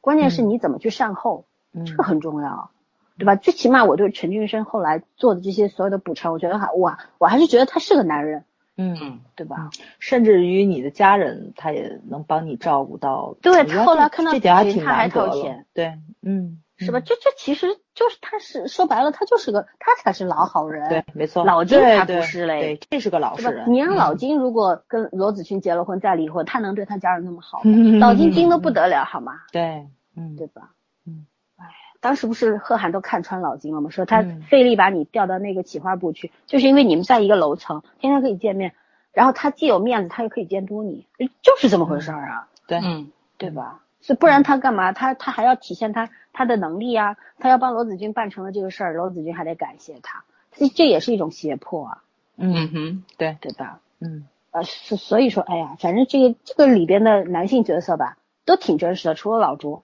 [SPEAKER 4] 关键是
[SPEAKER 6] 嗯
[SPEAKER 4] 你怎么去善后，这个很重要，对吧？最起码我对陈俊生后来做的这些所有的补偿，我觉得还我我还是觉得他是个男人，
[SPEAKER 6] 嗯，
[SPEAKER 2] 嗯，
[SPEAKER 4] 对吧？
[SPEAKER 6] 甚至于你的家人，他也能帮你照顾到。
[SPEAKER 4] 对
[SPEAKER 6] 我觉得
[SPEAKER 4] 他后来看到
[SPEAKER 6] 这点还
[SPEAKER 4] 子云
[SPEAKER 6] 挺
[SPEAKER 4] 他还
[SPEAKER 6] 难得
[SPEAKER 4] 掏
[SPEAKER 6] 了
[SPEAKER 4] 钱。
[SPEAKER 6] 对，嗯，
[SPEAKER 4] 是吧？这这其实就是他是说白了，他就是个他才是老好人，
[SPEAKER 6] 对，没错。
[SPEAKER 4] 老金
[SPEAKER 6] 对
[SPEAKER 4] 他
[SPEAKER 6] 对
[SPEAKER 4] 不是嘞，
[SPEAKER 6] 对，这是个老
[SPEAKER 4] 是
[SPEAKER 6] 实
[SPEAKER 4] 吧？
[SPEAKER 6] 人。嗯
[SPEAKER 4] 你让老金如果跟罗子君结了婚再离婚，他能对他家人那么好吗？老金盯得不得了，好吗？
[SPEAKER 6] 嗯 对，嗯，
[SPEAKER 4] 对吧？
[SPEAKER 6] 嗯，
[SPEAKER 4] 哎，当时不是贺涵都看穿老金了吗？说他
[SPEAKER 6] 嗯
[SPEAKER 4] 费力把你调到那个企划部去，就是因为你们在一个楼层，天天可以见面，然后他既有面子，他又可以监督你，就是这么回事儿啊，
[SPEAKER 6] 对，
[SPEAKER 2] 嗯，
[SPEAKER 4] 对吧？所以不然他干嘛？他他还要体现他他的能力啊，他要帮罗子君办成了这个事儿，罗子君还得感谢他，这这也是一种胁迫啊，
[SPEAKER 2] 嗯哼，
[SPEAKER 4] 对吧？
[SPEAKER 6] 嗯，
[SPEAKER 4] 呃，所所以说，哎呀，反正这个这个里边的男性角色吧，都挺真实的，除了老朱。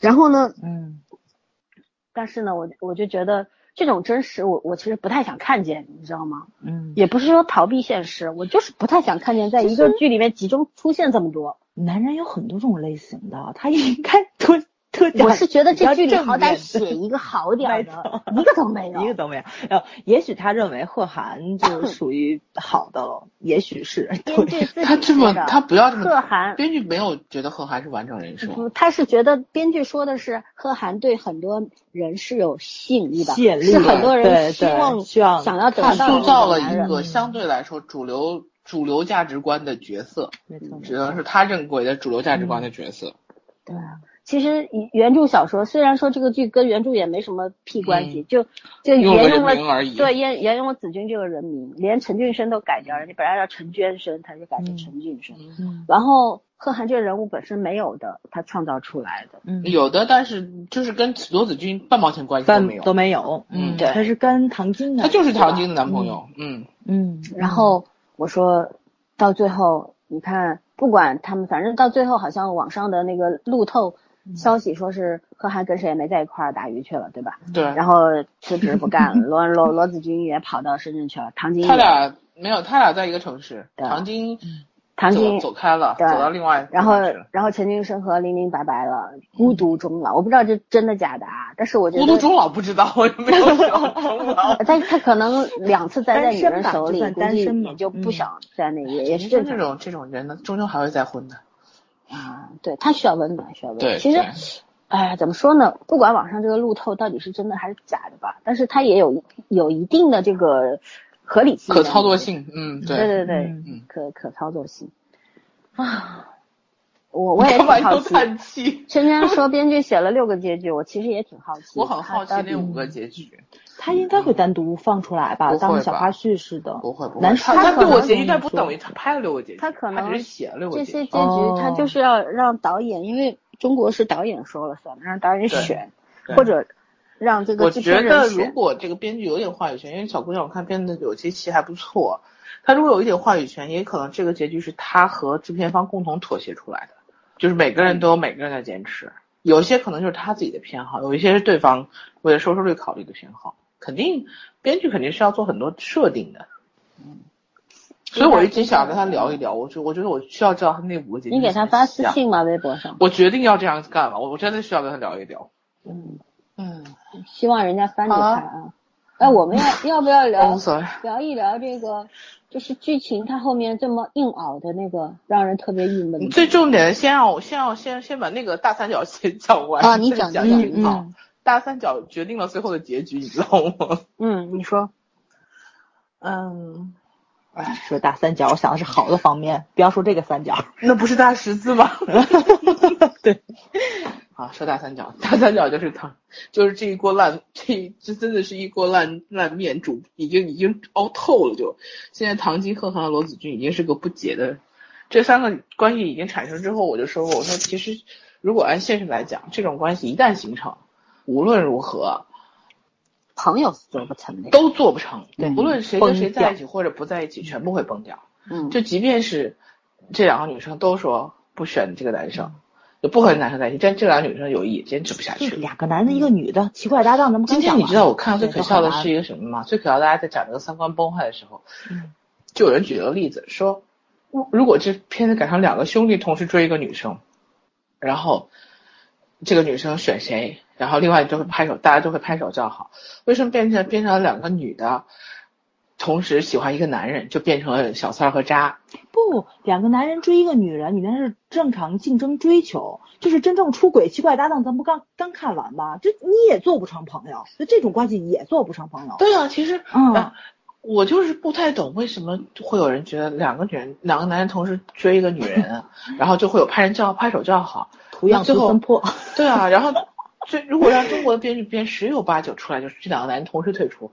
[SPEAKER 4] 然后呢，
[SPEAKER 6] 嗯，
[SPEAKER 4] 但是呢，我我就觉得这种真实我，我其实不太想看见，你知道吗？
[SPEAKER 6] 嗯，
[SPEAKER 4] 也不是说逃避现实，我就是不太想看见在一个剧里面集中出现这么多。
[SPEAKER 6] 男人有很多种类型的，他应该多多讲
[SPEAKER 4] 我是觉得
[SPEAKER 6] 比
[SPEAKER 4] 这
[SPEAKER 6] 较
[SPEAKER 4] 剧里
[SPEAKER 6] 正
[SPEAKER 4] 好歹
[SPEAKER 6] 面
[SPEAKER 4] 写一 个好点儿
[SPEAKER 6] 没
[SPEAKER 4] 的， 一个都没
[SPEAKER 6] 一个
[SPEAKER 4] 有。
[SPEAKER 6] 都没有。呃，也许他认为贺涵 就属于好的了，也许是
[SPEAKER 4] 编
[SPEAKER 6] 对。
[SPEAKER 4] 剧自己
[SPEAKER 2] 他这么
[SPEAKER 4] 觉得
[SPEAKER 2] 他不要这
[SPEAKER 4] 贺
[SPEAKER 2] 么，
[SPEAKER 4] 涵
[SPEAKER 2] 编剧没有觉得贺涵是完整人设，
[SPEAKER 4] 不，他是觉得编剧说的是贺涵对很多人是有吸引力的，
[SPEAKER 6] 吸引力
[SPEAKER 4] 是
[SPEAKER 6] 的
[SPEAKER 4] 很多人
[SPEAKER 6] 对
[SPEAKER 4] 希
[SPEAKER 6] 对
[SPEAKER 4] 望
[SPEAKER 6] 希望
[SPEAKER 4] 想要得
[SPEAKER 2] 他
[SPEAKER 4] 到
[SPEAKER 2] 塑
[SPEAKER 4] 的
[SPEAKER 2] 造
[SPEAKER 4] 那
[SPEAKER 2] 了
[SPEAKER 4] 种男
[SPEAKER 2] 一
[SPEAKER 4] 人嗯
[SPEAKER 2] 个相对来说主流主流价值观的角色，
[SPEAKER 6] 没错，
[SPEAKER 2] 只能是他认为的主流价值观
[SPEAKER 4] 嗯
[SPEAKER 2] 的角色。
[SPEAKER 4] 对啊，其实以原著小说虽然说这个剧跟原著也没什么屁关系，就就
[SPEAKER 2] 用
[SPEAKER 4] 沿
[SPEAKER 2] 了
[SPEAKER 4] 嗯用
[SPEAKER 2] 人
[SPEAKER 4] 了
[SPEAKER 2] 名而已。
[SPEAKER 4] 对，沿沿用了子君这个人名，连陈俊生都改掉了，人家本来叫陈娟生，他就改成陈俊生。
[SPEAKER 6] 嗯
[SPEAKER 4] 然后贺涵这个人物本身没有的，他创造出来的。
[SPEAKER 6] 嗯，
[SPEAKER 2] 有的，但是就是跟罗子君半毛钱关系都
[SPEAKER 6] 但
[SPEAKER 2] 没有，
[SPEAKER 6] 都没有。
[SPEAKER 2] 嗯
[SPEAKER 4] 对
[SPEAKER 6] 他是跟唐晶的，
[SPEAKER 2] 他就是唐晶的男朋友。嗯，
[SPEAKER 6] 嗯，
[SPEAKER 4] 然后我说到最后，你看，不管他们，反正到最后好像网上的那个路透消息说是贺涵跟谁也没在一块儿打鱼去了，对吧？
[SPEAKER 2] 对。
[SPEAKER 4] 然后辞职不干了，罗罗罗子君也跑到深圳去了，唐晶也
[SPEAKER 2] 他俩没有，他俩在一个城市。
[SPEAKER 4] 对
[SPEAKER 2] 唐晶
[SPEAKER 4] 唐
[SPEAKER 2] 走
[SPEAKER 4] 晶
[SPEAKER 2] 走开了，走
[SPEAKER 4] 对
[SPEAKER 2] 到另外一个
[SPEAKER 4] 然后
[SPEAKER 2] 地方去了，
[SPEAKER 4] 然后陈俊生和林林白白了，孤独终老。我不知道这真的假的啊，但是我觉得
[SPEAKER 2] 孤独终老不知道， 我没 有想终老。
[SPEAKER 4] 但是他可能两次栽在女人手里，
[SPEAKER 5] 单身吧就算
[SPEAKER 4] 估
[SPEAKER 5] 单
[SPEAKER 4] 计
[SPEAKER 5] 身嘛嗯
[SPEAKER 4] 也就不想在那个，也是
[SPEAKER 2] 就
[SPEAKER 4] 正
[SPEAKER 2] 这
[SPEAKER 4] 常。
[SPEAKER 2] 种这种人呢，终究还会再婚的。
[SPEAKER 4] 啊，对他需要温暖，需要温暖。
[SPEAKER 2] 对，
[SPEAKER 4] 其实
[SPEAKER 2] 对，
[SPEAKER 4] 哎，怎么说呢？不管网上这个路透到底是真的还是假的吧，但是它也有有一定的这个合理性、
[SPEAKER 2] 可操作。性，嗯，
[SPEAKER 4] 对
[SPEAKER 2] 对。
[SPEAKER 4] 对对，
[SPEAKER 2] 嗯
[SPEAKER 4] 可可操作性啊。我我也挺
[SPEAKER 2] 干嘛
[SPEAKER 4] 好
[SPEAKER 2] 又
[SPEAKER 4] 奇，
[SPEAKER 2] 叹气？
[SPEAKER 4] 圈 圈说编剧写了六个结局，我其实也挺好奇。
[SPEAKER 2] 我很好奇
[SPEAKER 4] 他到底
[SPEAKER 2] 那五个结局，
[SPEAKER 5] 他应该会单独放出来吧，
[SPEAKER 2] 不会吧
[SPEAKER 5] 当小花絮似的。
[SPEAKER 2] 不会不会，
[SPEAKER 5] 男
[SPEAKER 2] 他
[SPEAKER 5] 生
[SPEAKER 2] 他
[SPEAKER 5] 可
[SPEAKER 2] 六个
[SPEAKER 5] 能
[SPEAKER 2] 结局，
[SPEAKER 5] 都
[SPEAKER 2] 但
[SPEAKER 5] 没
[SPEAKER 2] 不
[SPEAKER 5] 说
[SPEAKER 2] 等于他拍了六个结局，
[SPEAKER 4] 他可能
[SPEAKER 2] 只是写了六个
[SPEAKER 4] 这
[SPEAKER 2] 结
[SPEAKER 4] 些
[SPEAKER 2] 局。
[SPEAKER 4] 结局，他就是要让导演，因为中国是导演说了算，让导演
[SPEAKER 2] 对
[SPEAKER 4] 选，
[SPEAKER 2] 对
[SPEAKER 4] 或者让这个
[SPEAKER 2] 我
[SPEAKER 4] 制
[SPEAKER 2] 觉
[SPEAKER 4] 片
[SPEAKER 2] 得
[SPEAKER 4] 人
[SPEAKER 2] 如
[SPEAKER 4] 选。
[SPEAKER 2] 果这个编剧有点话语权，因为小姑娘我看编的有些期还不错，她如果有一点话语权，也可能这个结局是她和制片方共同妥协出来的，就是每个人都有每个人的坚持，有些可能就是她自己的偏好，有一些是对方为了收视率考虑的偏好，肯定编剧肯定是要做很多设定的。
[SPEAKER 4] 嗯
[SPEAKER 2] 所以我一直想跟他聊一聊，我觉我觉得我需要知道他那五个结局。
[SPEAKER 4] 你给他发私，信吗？微博上，
[SPEAKER 2] 我决定要这样干了，我我真的需要跟他聊一聊。
[SPEAKER 4] 嗯，
[SPEAKER 2] 嗯，
[SPEAKER 4] 希望人家翻着
[SPEAKER 2] 好啊
[SPEAKER 4] 看啊。哎，我们 要要不要
[SPEAKER 2] 我
[SPEAKER 4] 聊
[SPEAKER 2] 无所谓。
[SPEAKER 4] 聊一聊这个，就是剧情它后面这么硬熬的那个，让人特别郁闷的地
[SPEAKER 2] 你
[SPEAKER 4] 方。
[SPEAKER 2] 嗯最重点的，先让我先要先先把那个大三角先讲完
[SPEAKER 4] 啊你
[SPEAKER 2] 再
[SPEAKER 4] 讲
[SPEAKER 2] 讲
[SPEAKER 4] 你讲
[SPEAKER 2] 引导。大三角决定了最后的结局，你知道吗？
[SPEAKER 4] 嗯，你说
[SPEAKER 2] 嗯，
[SPEAKER 5] 哎说大三角，我想的是好的方面，不要说这个三角。
[SPEAKER 2] 那不是大十字吗？ 啊，说大三角，大三角就是他，就是这一锅烂，这这真的是一锅烂烂面煮，已经已经熬透了就。现在唐晶、贺涵和罗子君已经是个不解的，这三个关系已经产生之后，我就说过，我说其实如果按现实来讲，这种关系一旦形成，无论如何
[SPEAKER 4] 朋友是做不成的。
[SPEAKER 2] 都做不成，
[SPEAKER 5] 对
[SPEAKER 2] 无论谁跟谁在一起或者不在一起，全部会崩掉。
[SPEAKER 4] 嗯，
[SPEAKER 2] 就即便是这两个女生都说不选这个男生，就不和这男生在一起，但这两个女生友谊也坚持不下去
[SPEAKER 5] 就是
[SPEAKER 2] 了。
[SPEAKER 5] 两个男的，一个女的，奇怪搭档，咱们
[SPEAKER 2] 今
[SPEAKER 5] 刚
[SPEAKER 2] 天
[SPEAKER 5] 讲
[SPEAKER 2] 你
[SPEAKER 5] 完
[SPEAKER 2] 知道我看到最
[SPEAKER 5] 对
[SPEAKER 2] 可
[SPEAKER 5] 都
[SPEAKER 2] 笑的
[SPEAKER 5] 好玩
[SPEAKER 2] 是一个什么吗？最可笑大家在讲这个三观崩坏的时候，嗯就有人举了个例子说，如果这片子赶上两个兄弟同时追一个女生，然后这个女生选谁，然后另外就会拍手，大家都会拍手叫好。为什么变成变成了两个女的同时喜欢一个男人，就变成了小三儿和渣？
[SPEAKER 5] 不，两个男人追一个女人，你那是正常竞争追求，就是真正出轨奇怪搭档，咱不刚刚看完吗？就你也做不成朋友，就这种关系也做不成朋友。
[SPEAKER 2] 对啊，其实
[SPEAKER 5] 嗯
[SPEAKER 2] 啊，我就是不太懂为什么会有人觉得两个女人、两个男人同时追一个女人，啊然后就会有拍人叫拍手叫好。
[SPEAKER 5] 图样
[SPEAKER 2] 那最
[SPEAKER 5] 图
[SPEAKER 2] 后
[SPEAKER 5] 分破，
[SPEAKER 2] 对啊，然后最如果让中国的编剧编十有八九出来就是这两个男人同时退出，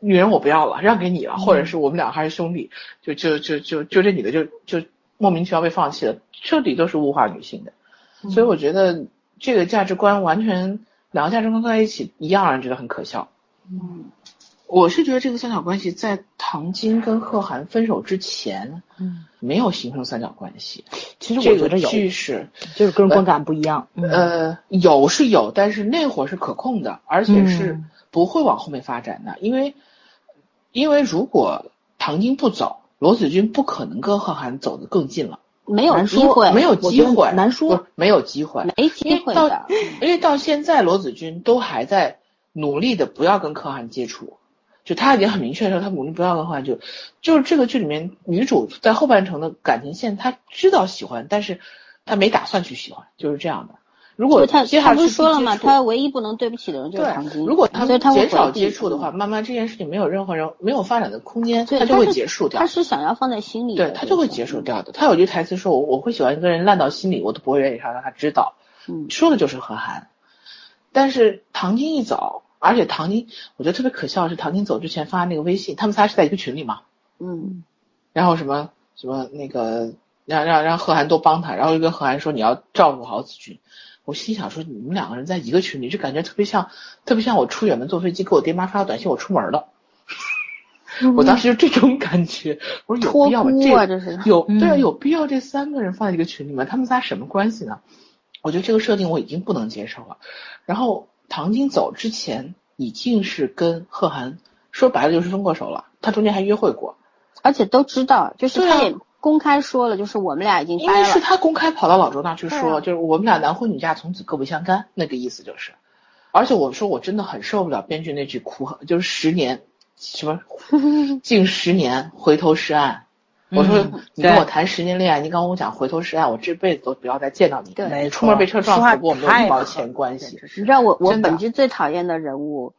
[SPEAKER 2] 女人我不要了，让给你了，或
[SPEAKER 5] 嗯
[SPEAKER 2] 者是我们俩还是兄弟，就就就就就这女的就就莫名其妙被放弃了，彻底都是物化女性的。
[SPEAKER 5] 嗯
[SPEAKER 2] 所以我觉得这个价值观完全两个价值观在一起，一样让人觉得很可笑。
[SPEAKER 4] 嗯
[SPEAKER 2] 我是觉得这个三角关系在唐晶跟贺涵分手之前，
[SPEAKER 5] 嗯，
[SPEAKER 2] 没有形成三角关系。
[SPEAKER 5] 其实
[SPEAKER 2] 这
[SPEAKER 5] 我觉
[SPEAKER 2] 个
[SPEAKER 5] 得有，
[SPEAKER 2] 剧是
[SPEAKER 5] 就是个人观感不一样。嗯，
[SPEAKER 2] 呃，有是有，但是那会儿是可控的，而且是
[SPEAKER 5] 嗯
[SPEAKER 2] 不会往后面发展的，因为因为如果唐晶不走，罗子君不可能跟贺涵走得更近了，
[SPEAKER 4] 没有
[SPEAKER 5] 难
[SPEAKER 4] 机会，
[SPEAKER 2] 没有
[SPEAKER 5] 我
[SPEAKER 2] 机
[SPEAKER 5] 觉得
[SPEAKER 2] 会，
[SPEAKER 5] 难说
[SPEAKER 2] 不，没有机会，
[SPEAKER 4] 没机会的。
[SPEAKER 2] 因为到现在罗子君都还在努力的不要跟可汗接触，就他已经很明确地说他努力不要跟可汗接触。就是这个剧里面女主在后半程的感情线，她知道喜欢，但是她没打算去喜欢，就是这样的。如
[SPEAKER 4] 就
[SPEAKER 2] 果
[SPEAKER 4] 是他
[SPEAKER 2] 接
[SPEAKER 4] 他
[SPEAKER 2] 下
[SPEAKER 4] 不
[SPEAKER 2] 去
[SPEAKER 4] 是说了吗？
[SPEAKER 2] 吗？
[SPEAKER 4] 他唯一不能对不起的人就是唐
[SPEAKER 2] 对，
[SPEAKER 4] 晶，
[SPEAKER 2] 如果他
[SPEAKER 4] 所以他会
[SPEAKER 2] 减少
[SPEAKER 4] 回避嗯
[SPEAKER 2] 接触的话，，慢慢这件事情没有任何人没有发展的空间，
[SPEAKER 4] 对
[SPEAKER 2] 他就
[SPEAKER 4] 但
[SPEAKER 2] 会
[SPEAKER 4] 是
[SPEAKER 2] 结束掉
[SPEAKER 4] 他。是想要放在心里的，
[SPEAKER 2] 对他就会结束掉的。他有句台词说：“我我会喜欢一个人烂到心里，我都不会愿意让他知道。”
[SPEAKER 4] 嗯
[SPEAKER 2] 说的就是何涵。但是唐晶一走，而且唐晶，我觉得特别可笑的是，唐晶走之前发那个微信，他们仨是在一个群里嘛，
[SPEAKER 4] 嗯，
[SPEAKER 2] 然后什么什么那个让让让贺涵多帮他，然后就跟贺涵说你要照顾好子君。我心想说你们两个人在一个群里，就感觉特别像，特别像我出远门坐飞机给我爹妈发个短信，我出门 了。我当时就这种感觉，我说有必要把
[SPEAKER 4] 托孤啊
[SPEAKER 2] 这
[SPEAKER 4] 这是
[SPEAKER 2] 有对啊，有必要这三个人放在一个群里吗？他们仨什么关系呢？我觉得这个设定我已经不能接受了。然后唐晶走之前已经是跟贺涵说白了就是分过手了，他中间还约会过，
[SPEAKER 4] 而且都知道，就是
[SPEAKER 2] 对啊
[SPEAKER 4] 他也公开说了，就是我们俩已经
[SPEAKER 2] 因
[SPEAKER 4] 掰
[SPEAKER 2] 为是
[SPEAKER 4] 了。
[SPEAKER 2] 他公开跑到老周那儿去
[SPEAKER 4] 对啊
[SPEAKER 2] 说，就是我们俩男婚女嫁，从此各不相干，那个意思就是。而且我说我真的很受不了编剧那句苦，就是十年什 么近十年回头是岸。我说
[SPEAKER 5] 嗯
[SPEAKER 2] 你跟
[SPEAKER 5] 对
[SPEAKER 2] 我谈十年恋爱，你跟我讲回头是岸，我这辈子都不要再见到你。
[SPEAKER 4] 对
[SPEAKER 2] 你呃出门被车撞死过，我们有一毛钱关系。
[SPEAKER 4] 你知道我我
[SPEAKER 2] 真的
[SPEAKER 4] 本质最讨厌的人物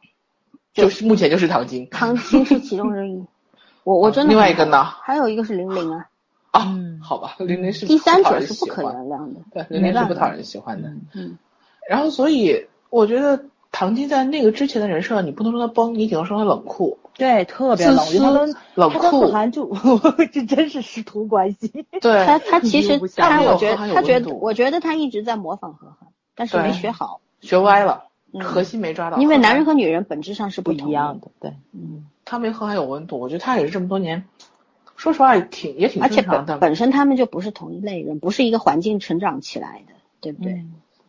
[SPEAKER 2] 就是目前就是唐晶
[SPEAKER 4] 康熙是其中之一， 我我真的
[SPEAKER 2] 另外
[SPEAKER 4] 很
[SPEAKER 2] 一个
[SPEAKER 4] 讨厌
[SPEAKER 2] 呢
[SPEAKER 4] 还有一个是玲玲啊，
[SPEAKER 2] 啊
[SPEAKER 5] 嗯，
[SPEAKER 2] 好吧，玲玲是
[SPEAKER 4] 第三
[SPEAKER 2] 讨
[SPEAKER 4] 者
[SPEAKER 2] 人
[SPEAKER 4] 是不
[SPEAKER 2] 喜
[SPEAKER 4] 可
[SPEAKER 2] 欢
[SPEAKER 4] 原谅的。
[SPEAKER 2] 对，
[SPEAKER 5] 没
[SPEAKER 2] 人家
[SPEAKER 5] 办
[SPEAKER 2] 是不
[SPEAKER 5] 法
[SPEAKER 2] 讨人喜欢的。
[SPEAKER 4] 嗯，
[SPEAKER 2] 然后所以我觉得唐晶在那个之前的人设，你不能说她崩，你只能说她冷酷、
[SPEAKER 5] 对，特别
[SPEAKER 2] 自
[SPEAKER 5] 冷，我觉得他
[SPEAKER 2] 私
[SPEAKER 5] 跟、
[SPEAKER 2] 冷
[SPEAKER 5] 他跟贺
[SPEAKER 2] 酷。
[SPEAKER 5] 涵就 这真是师徒关系。
[SPEAKER 4] 哎
[SPEAKER 2] 对，
[SPEAKER 4] 他他其实
[SPEAKER 5] 不像
[SPEAKER 4] 他
[SPEAKER 2] 没有
[SPEAKER 4] 我觉得
[SPEAKER 2] 和有
[SPEAKER 4] 他觉
[SPEAKER 2] 温
[SPEAKER 4] 得
[SPEAKER 2] 度
[SPEAKER 4] 我觉得他一直在模仿何涵，但是没
[SPEAKER 2] 对
[SPEAKER 4] 学好，
[SPEAKER 2] 学歪了，
[SPEAKER 4] 嗯
[SPEAKER 2] 核心没抓到。
[SPEAKER 4] 因为男人和女人本质上是
[SPEAKER 5] 不
[SPEAKER 4] 同
[SPEAKER 5] 一样的，对，
[SPEAKER 4] 嗯，
[SPEAKER 2] 他没和还有温度，我觉得他也是这么多年，说实话也挺也挺
[SPEAKER 4] 而且
[SPEAKER 2] 正常
[SPEAKER 4] 本
[SPEAKER 2] 的。
[SPEAKER 4] 本身他们就不是同一类人，不是一个环境成长起来的，对不对？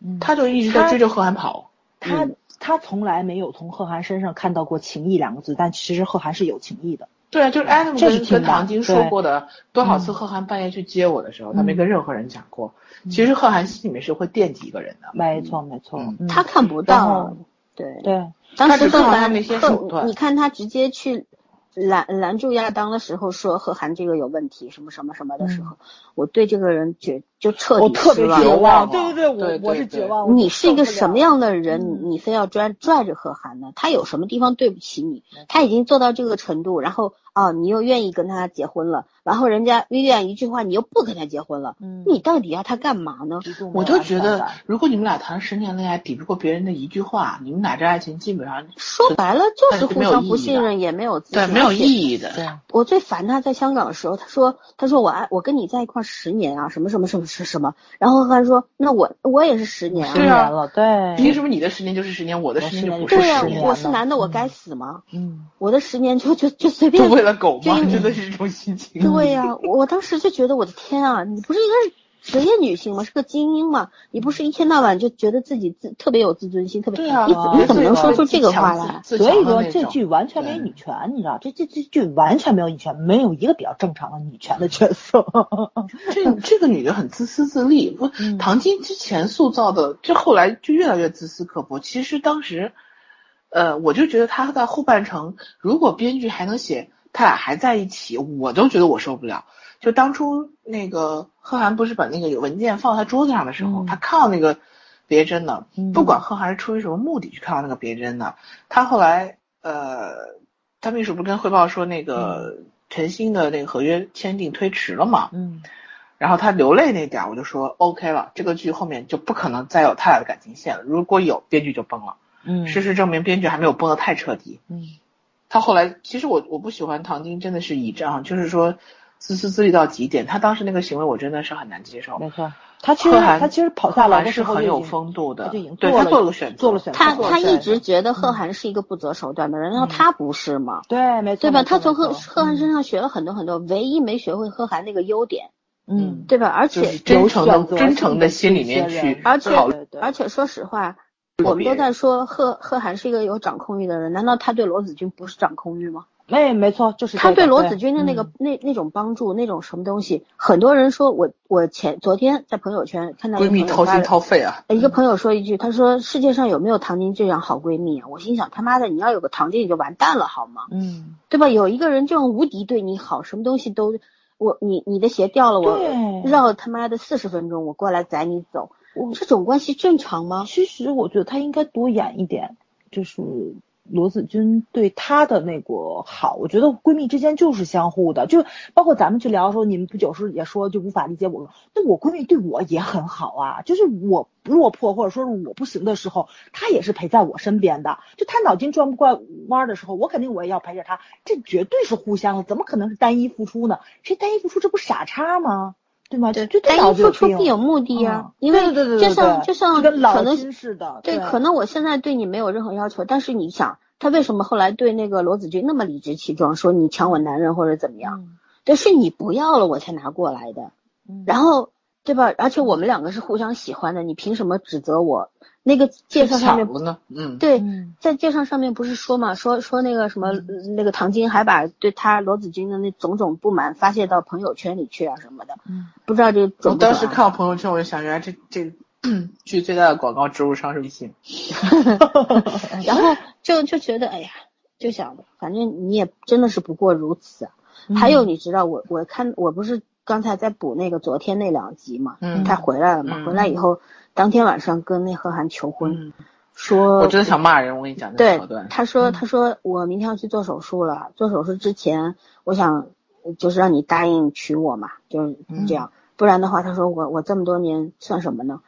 [SPEAKER 5] 嗯，
[SPEAKER 2] 他就一直在追着贺涵跑，
[SPEAKER 5] 他
[SPEAKER 4] 嗯
[SPEAKER 5] 他从来没有从贺涵身上看到过情义两个字，但其实贺涵是有情义的。
[SPEAKER 2] 对啊，就是
[SPEAKER 4] 哎
[SPEAKER 2] 艾 d
[SPEAKER 5] 这是
[SPEAKER 2] 跟
[SPEAKER 5] 挺
[SPEAKER 2] 跟
[SPEAKER 5] 难
[SPEAKER 2] 唐晶说
[SPEAKER 5] 对
[SPEAKER 2] 过的，多少次
[SPEAKER 4] 嗯
[SPEAKER 2] 贺涵半夜去接我的时候，他没
[SPEAKER 5] 嗯
[SPEAKER 2] 跟任何人讲过。其实贺涵心里面是会惦记一个人的，
[SPEAKER 5] 没错，没错，
[SPEAKER 2] 嗯
[SPEAKER 5] 嗯
[SPEAKER 4] 他看不
[SPEAKER 5] 然
[SPEAKER 4] 到
[SPEAKER 5] 后，
[SPEAKER 4] 对。
[SPEAKER 5] 对，
[SPEAKER 4] 当
[SPEAKER 2] 只
[SPEAKER 4] 时
[SPEAKER 2] 看
[SPEAKER 4] 贺
[SPEAKER 2] 到他
[SPEAKER 4] 涵
[SPEAKER 2] 那些手
[SPEAKER 4] 贺，
[SPEAKER 2] 段
[SPEAKER 4] 你看他直接去拦拦住亚当的时候说贺涵这个有问题，什么什么什么的时候，我对这个人觉就彻
[SPEAKER 5] 嗯我
[SPEAKER 4] 底
[SPEAKER 5] 特别绝
[SPEAKER 4] 失望
[SPEAKER 2] 绝
[SPEAKER 5] 望，
[SPEAKER 2] 望
[SPEAKER 5] 哦对对我
[SPEAKER 2] 对对
[SPEAKER 5] 我是
[SPEAKER 2] 对
[SPEAKER 5] 绝望。我
[SPEAKER 4] 你是一个
[SPEAKER 5] 受不了
[SPEAKER 4] 什么？样的人，
[SPEAKER 2] 嗯
[SPEAKER 4] 你你非要拽拽着贺涵呢？他有什么地方对不起你？他已经做到这个程度，然后啊，你又愿意跟他结婚了，然后人家薇安一句话，你又不跟他结婚了，
[SPEAKER 5] 嗯
[SPEAKER 4] 你到底要他干嘛呢？
[SPEAKER 5] 极度没有
[SPEAKER 2] 我就
[SPEAKER 5] 安
[SPEAKER 2] 觉
[SPEAKER 5] 全
[SPEAKER 2] 得
[SPEAKER 5] 感，
[SPEAKER 2] 如果你们俩谈十年恋爱，抵不过别人的一句话，你们俩这爱情基本上
[SPEAKER 4] 说白了就
[SPEAKER 2] 那
[SPEAKER 4] 是
[SPEAKER 2] 是
[SPEAKER 4] 互
[SPEAKER 2] 没有
[SPEAKER 4] 相
[SPEAKER 2] 意义
[SPEAKER 4] 不
[SPEAKER 2] 的
[SPEAKER 4] 信任，也没有自
[SPEAKER 2] 对
[SPEAKER 4] 信
[SPEAKER 2] 没有
[SPEAKER 4] 而且
[SPEAKER 2] 意义的。
[SPEAKER 5] 对
[SPEAKER 4] 我最烦他在香港的时候，他说他说我爱我跟你在一块儿十年啊，什么什么什么什么，然后他说那我我也是十年
[SPEAKER 5] 十
[SPEAKER 2] 对
[SPEAKER 4] 啊，
[SPEAKER 2] 啊
[SPEAKER 5] 年了，对，
[SPEAKER 2] 凭什么你的十年就是十年，我的十年就不
[SPEAKER 5] 我
[SPEAKER 2] 是
[SPEAKER 4] 对
[SPEAKER 5] 十
[SPEAKER 4] 呀、
[SPEAKER 2] 十
[SPEAKER 5] 年
[SPEAKER 4] 我
[SPEAKER 2] 年？
[SPEAKER 4] 是男的，我
[SPEAKER 5] 嗯
[SPEAKER 4] 该死吗？
[SPEAKER 5] 嗯，
[SPEAKER 4] 我的十年就就就随
[SPEAKER 2] 啊就
[SPEAKER 4] 便，
[SPEAKER 2] 为了啊狗
[SPEAKER 4] 就
[SPEAKER 2] 吗？
[SPEAKER 4] 因为
[SPEAKER 2] 真的是这种心情。
[SPEAKER 4] 对呀、我我当时就觉得我的天啊，你不是一个职业女性吗？是个精英吗？你不是一天到晚就觉得自己自特别有自尊心，特别
[SPEAKER 2] 对啊，
[SPEAKER 4] 你怎你怎么能说出这个话
[SPEAKER 2] 自
[SPEAKER 4] 来？
[SPEAKER 2] 自
[SPEAKER 5] 所
[SPEAKER 2] 强
[SPEAKER 5] 以
[SPEAKER 2] 的
[SPEAKER 5] 说
[SPEAKER 2] 那
[SPEAKER 5] 这
[SPEAKER 2] 种
[SPEAKER 5] 剧完全没女权，你知道，这这这剧完全没有女权，没有一个比较正常的女权的角 色。
[SPEAKER 2] 这这个女的很自私自利，不
[SPEAKER 5] 嗯，
[SPEAKER 2] 唐晶之前塑造的，这后来就越来越自私刻薄。其实当时，呃，我就觉得她在后半程，如果编剧还能写他俩还在一起，我都觉得我受不了。就当初那个贺涵不是把那个文件放在他桌子上的时候，
[SPEAKER 5] 嗯
[SPEAKER 2] 他看到那个别针的，
[SPEAKER 5] 嗯
[SPEAKER 2] 不管贺涵是出于什么目的去看到那个别针的，他后来呃，他秘书不是跟汇报说那个陈星的那个合约签订推迟了嘛？
[SPEAKER 5] 嗯，
[SPEAKER 2] 然后他流泪那点儿，我就说 OK 了，这个剧后面就不可能再有他俩的感情线了。如果有，编剧就崩了。
[SPEAKER 5] 嗯
[SPEAKER 2] 事实证明，编剧还没有崩得太彻底。
[SPEAKER 5] 嗯，
[SPEAKER 2] 他后来其实我我不喜欢唐晶，真的是倚仗，就是说自私自利到极点。他当时那个行为，我真的是很难接受。
[SPEAKER 5] 没错，他其实
[SPEAKER 2] 贺涵
[SPEAKER 5] 他其实跑下
[SPEAKER 2] 贺
[SPEAKER 5] 楼的
[SPEAKER 2] 涵是
[SPEAKER 5] 时候
[SPEAKER 2] 很
[SPEAKER 5] 就
[SPEAKER 2] 有
[SPEAKER 5] 已经
[SPEAKER 2] 风度的，
[SPEAKER 5] 他就已经
[SPEAKER 2] 对
[SPEAKER 5] 做
[SPEAKER 2] 他
[SPEAKER 5] 了
[SPEAKER 2] 做了个选择，
[SPEAKER 5] 做了选择
[SPEAKER 4] 他
[SPEAKER 5] 没错
[SPEAKER 4] 他一
[SPEAKER 5] 对
[SPEAKER 4] 直
[SPEAKER 2] 嗯
[SPEAKER 4] 觉得贺涵是一个不择手段的人，然后他不是嘛，
[SPEAKER 5] 对，没错，
[SPEAKER 4] 对吧？
[SPEAKER 2] 嗯
[SPEAKER 5] 没错嗯
[SPEAKER 4] 他从贺
[SPEAKER 5] 没错
[SPEAKER 4] 贺涵身上学了很多很多，唯一没学会贺涵那个优点，
[SPEAKER 5] 嗯
[SPEAKER 4] 对吧？而
[SPEAKER 2] 就是
[SPEAKER 4] 且
[SPEAKER 2] 真诚
[SPEAKER 5] 有选
[SPEAKER 2] 的、
[SPEAKER 5] 择
[SPEAKER 2] 真诚的心里面
[SPEAKER 5] 性的
[SPEAKER 2] 去
[SPEAKER 4] 而且
[SPEAKER 2] 考虑。
[SPEAKER 5] 对对
[SPEAKER 4] 而且说实话，
[SPEAKER 2] 过
[SPEAKER 4] 我们
[SPEAKER 2] 别
[SPEAKER 4] 都
[SPEAKER 2] 人
[SPEAKER 4] 在说贺贺涵是一个有掌控欲的人，难道他对罗子君不是掌控欲吗？
[SPEAKER 5] 哎，没错，就是
[SPEAKER 4] 他
[SPEAKER 5] 这个
[SPEAKER 4] 对罗子君的那个、
[SPEAKER 5] 嗯
[SPEAKER 4] 那那种帮助，那种什么东西，很多人说我我前昨天在朋友圈看到一个
[SPEAKER 2] 闺蜜
[SPEAKER 4] 朋友
[SPEAKER 2] 掏
[SPEAKER 4] 发
[SPEAKER 2] 心
[SPEAKER 4] 了
[SPEAKER 2] 掏肺啊，
[SPEAKER 4] 一
[SPEAKER 5] 嗯
[SPEAKER 4] 个朋友说一句，他说世界上有没有唐晶这样好闺蜜啊？我心想他妈的，你要有个唐晶你就完蛋了好吗？
[SPEAKER 5] 嗯，
[SPEAKER 4] 对吧？有一个人这样无敌对你好，什么东西都我你你的鞋掉了，我
[SPEAKER 5] 对
[SPEAKER 4] 绕他妈的四十分钟，我过来载你走，这种关系正常吗？
[SPEAKER 5] 其实我觉得他应该多演一点，就是罗子君对他的那个好，我觉得闺蜜之间就是相互的，就包括咱们去聊的时候，你们不有时候也说就无法理解我，那我闺蜜对我也很好啊，就是我落魄或者说是我不行的时候，她也是陪在我身边的，就她脑筋转不过弯的时候，我肯定我也要陪着她，这绝对是互相的，怎么可能是单一付出呢？谁单一付出这不傻叉吗？对吗？就就这
[SPEAKER 4] 但
[SPEAKER 5] 脑
[SPEAKER 4] 一
[SPEAKER 5] 子有
[SPEAKER 4] 付出
[SPEAKER 5] 病
[SPEAKER 4] 必有目的呀
[SPEAKER 5] 嗯，
[SPEAKER 4] 因为
[SPEAKER 5] 对对对对
[SPEAKER 4] 就像
[SPEAKER 5] 对
[SPEAKER 4] 就像
[SPEAKER 5] 跟
[SPEAKER 4] 可
[SPEAKER 5] 老
[SPEAKER 4] 能
[SPEAKER 5] 金似
[SPEAKER 2] 啊
[SPEAKER 5] 的，
[SPEAKER 4] 对，可能我现在对你没有任何要求，但是你想，他为什么后来对那个罗子君那么理直气壮，说你抢我男人或者怎么样？
[SPEAKER 5] 嗯
[SPEAKER 4] 对，是你不要了我才拿过来的。
[SPEAKER 5] 嗯
[SPEAKER 4] 然后对吧？而且我们两个是互相喜欢的，你凭什么指责我？那个介绍上
[SPEAKER 2] 巧
[SPEAKER 4] 面
[SPEAKER 2] 了呢，嗯，
[SPEAKER 4] 对
[SPEAKER 5] 嗯，
[SPEAKER 4] 在介绍上面不是说嘛，说说那个什么、
[SPEAKER 2] 嗯
[SPEAKER 4] 那个唐晶还把对他罗子君的那种种不满发泄到朋友圈里去啊什么的，
[SPEAKER 5] 嗯
[SPEAKER 4] 不知道这个准
[SPEAKER 2] 我
[SPEAKER 4] 不准、
[SPEAKER 2] 当
[SPEAKER 4] 啊。
[SPEAKER 2] 时看我朋友圈，我就想，原来这这剧最大的广告植入商是微信。
[SPEAKER 4] 然后就就觉得哎呀，就想反正你也真的是不过如此啊。
[SPEAKER 2] 嗯
[SPEAKER 4] 还有你知道我我看我不是刚才在补那个昨天那两集嘛，
[SPEAKER 2] 嗯
[SPEAKER 4] 他回来了嘛，
[SPEAKER 2] 嗯
[SPEAKER 4] 回来以后当天晚上跟那贺涵求婚，
[SPEAKER 2] 嗯，
[SPEAKER 4] 说
[SPEAKER 2] 我真的想骂人，我跟你讲那个嗯
[SPEAKER 4] 对
[SPEAKER 2] 桥段，。
[SPEAKER 4] 他说他说我明天要去做手术了，做手术之前我想就是让你答应娶我嘛，就是
[SPEAKER 2] 嗯
[SPEAKER 4] 这样，不然的话，他说我我这么多年算什么呢？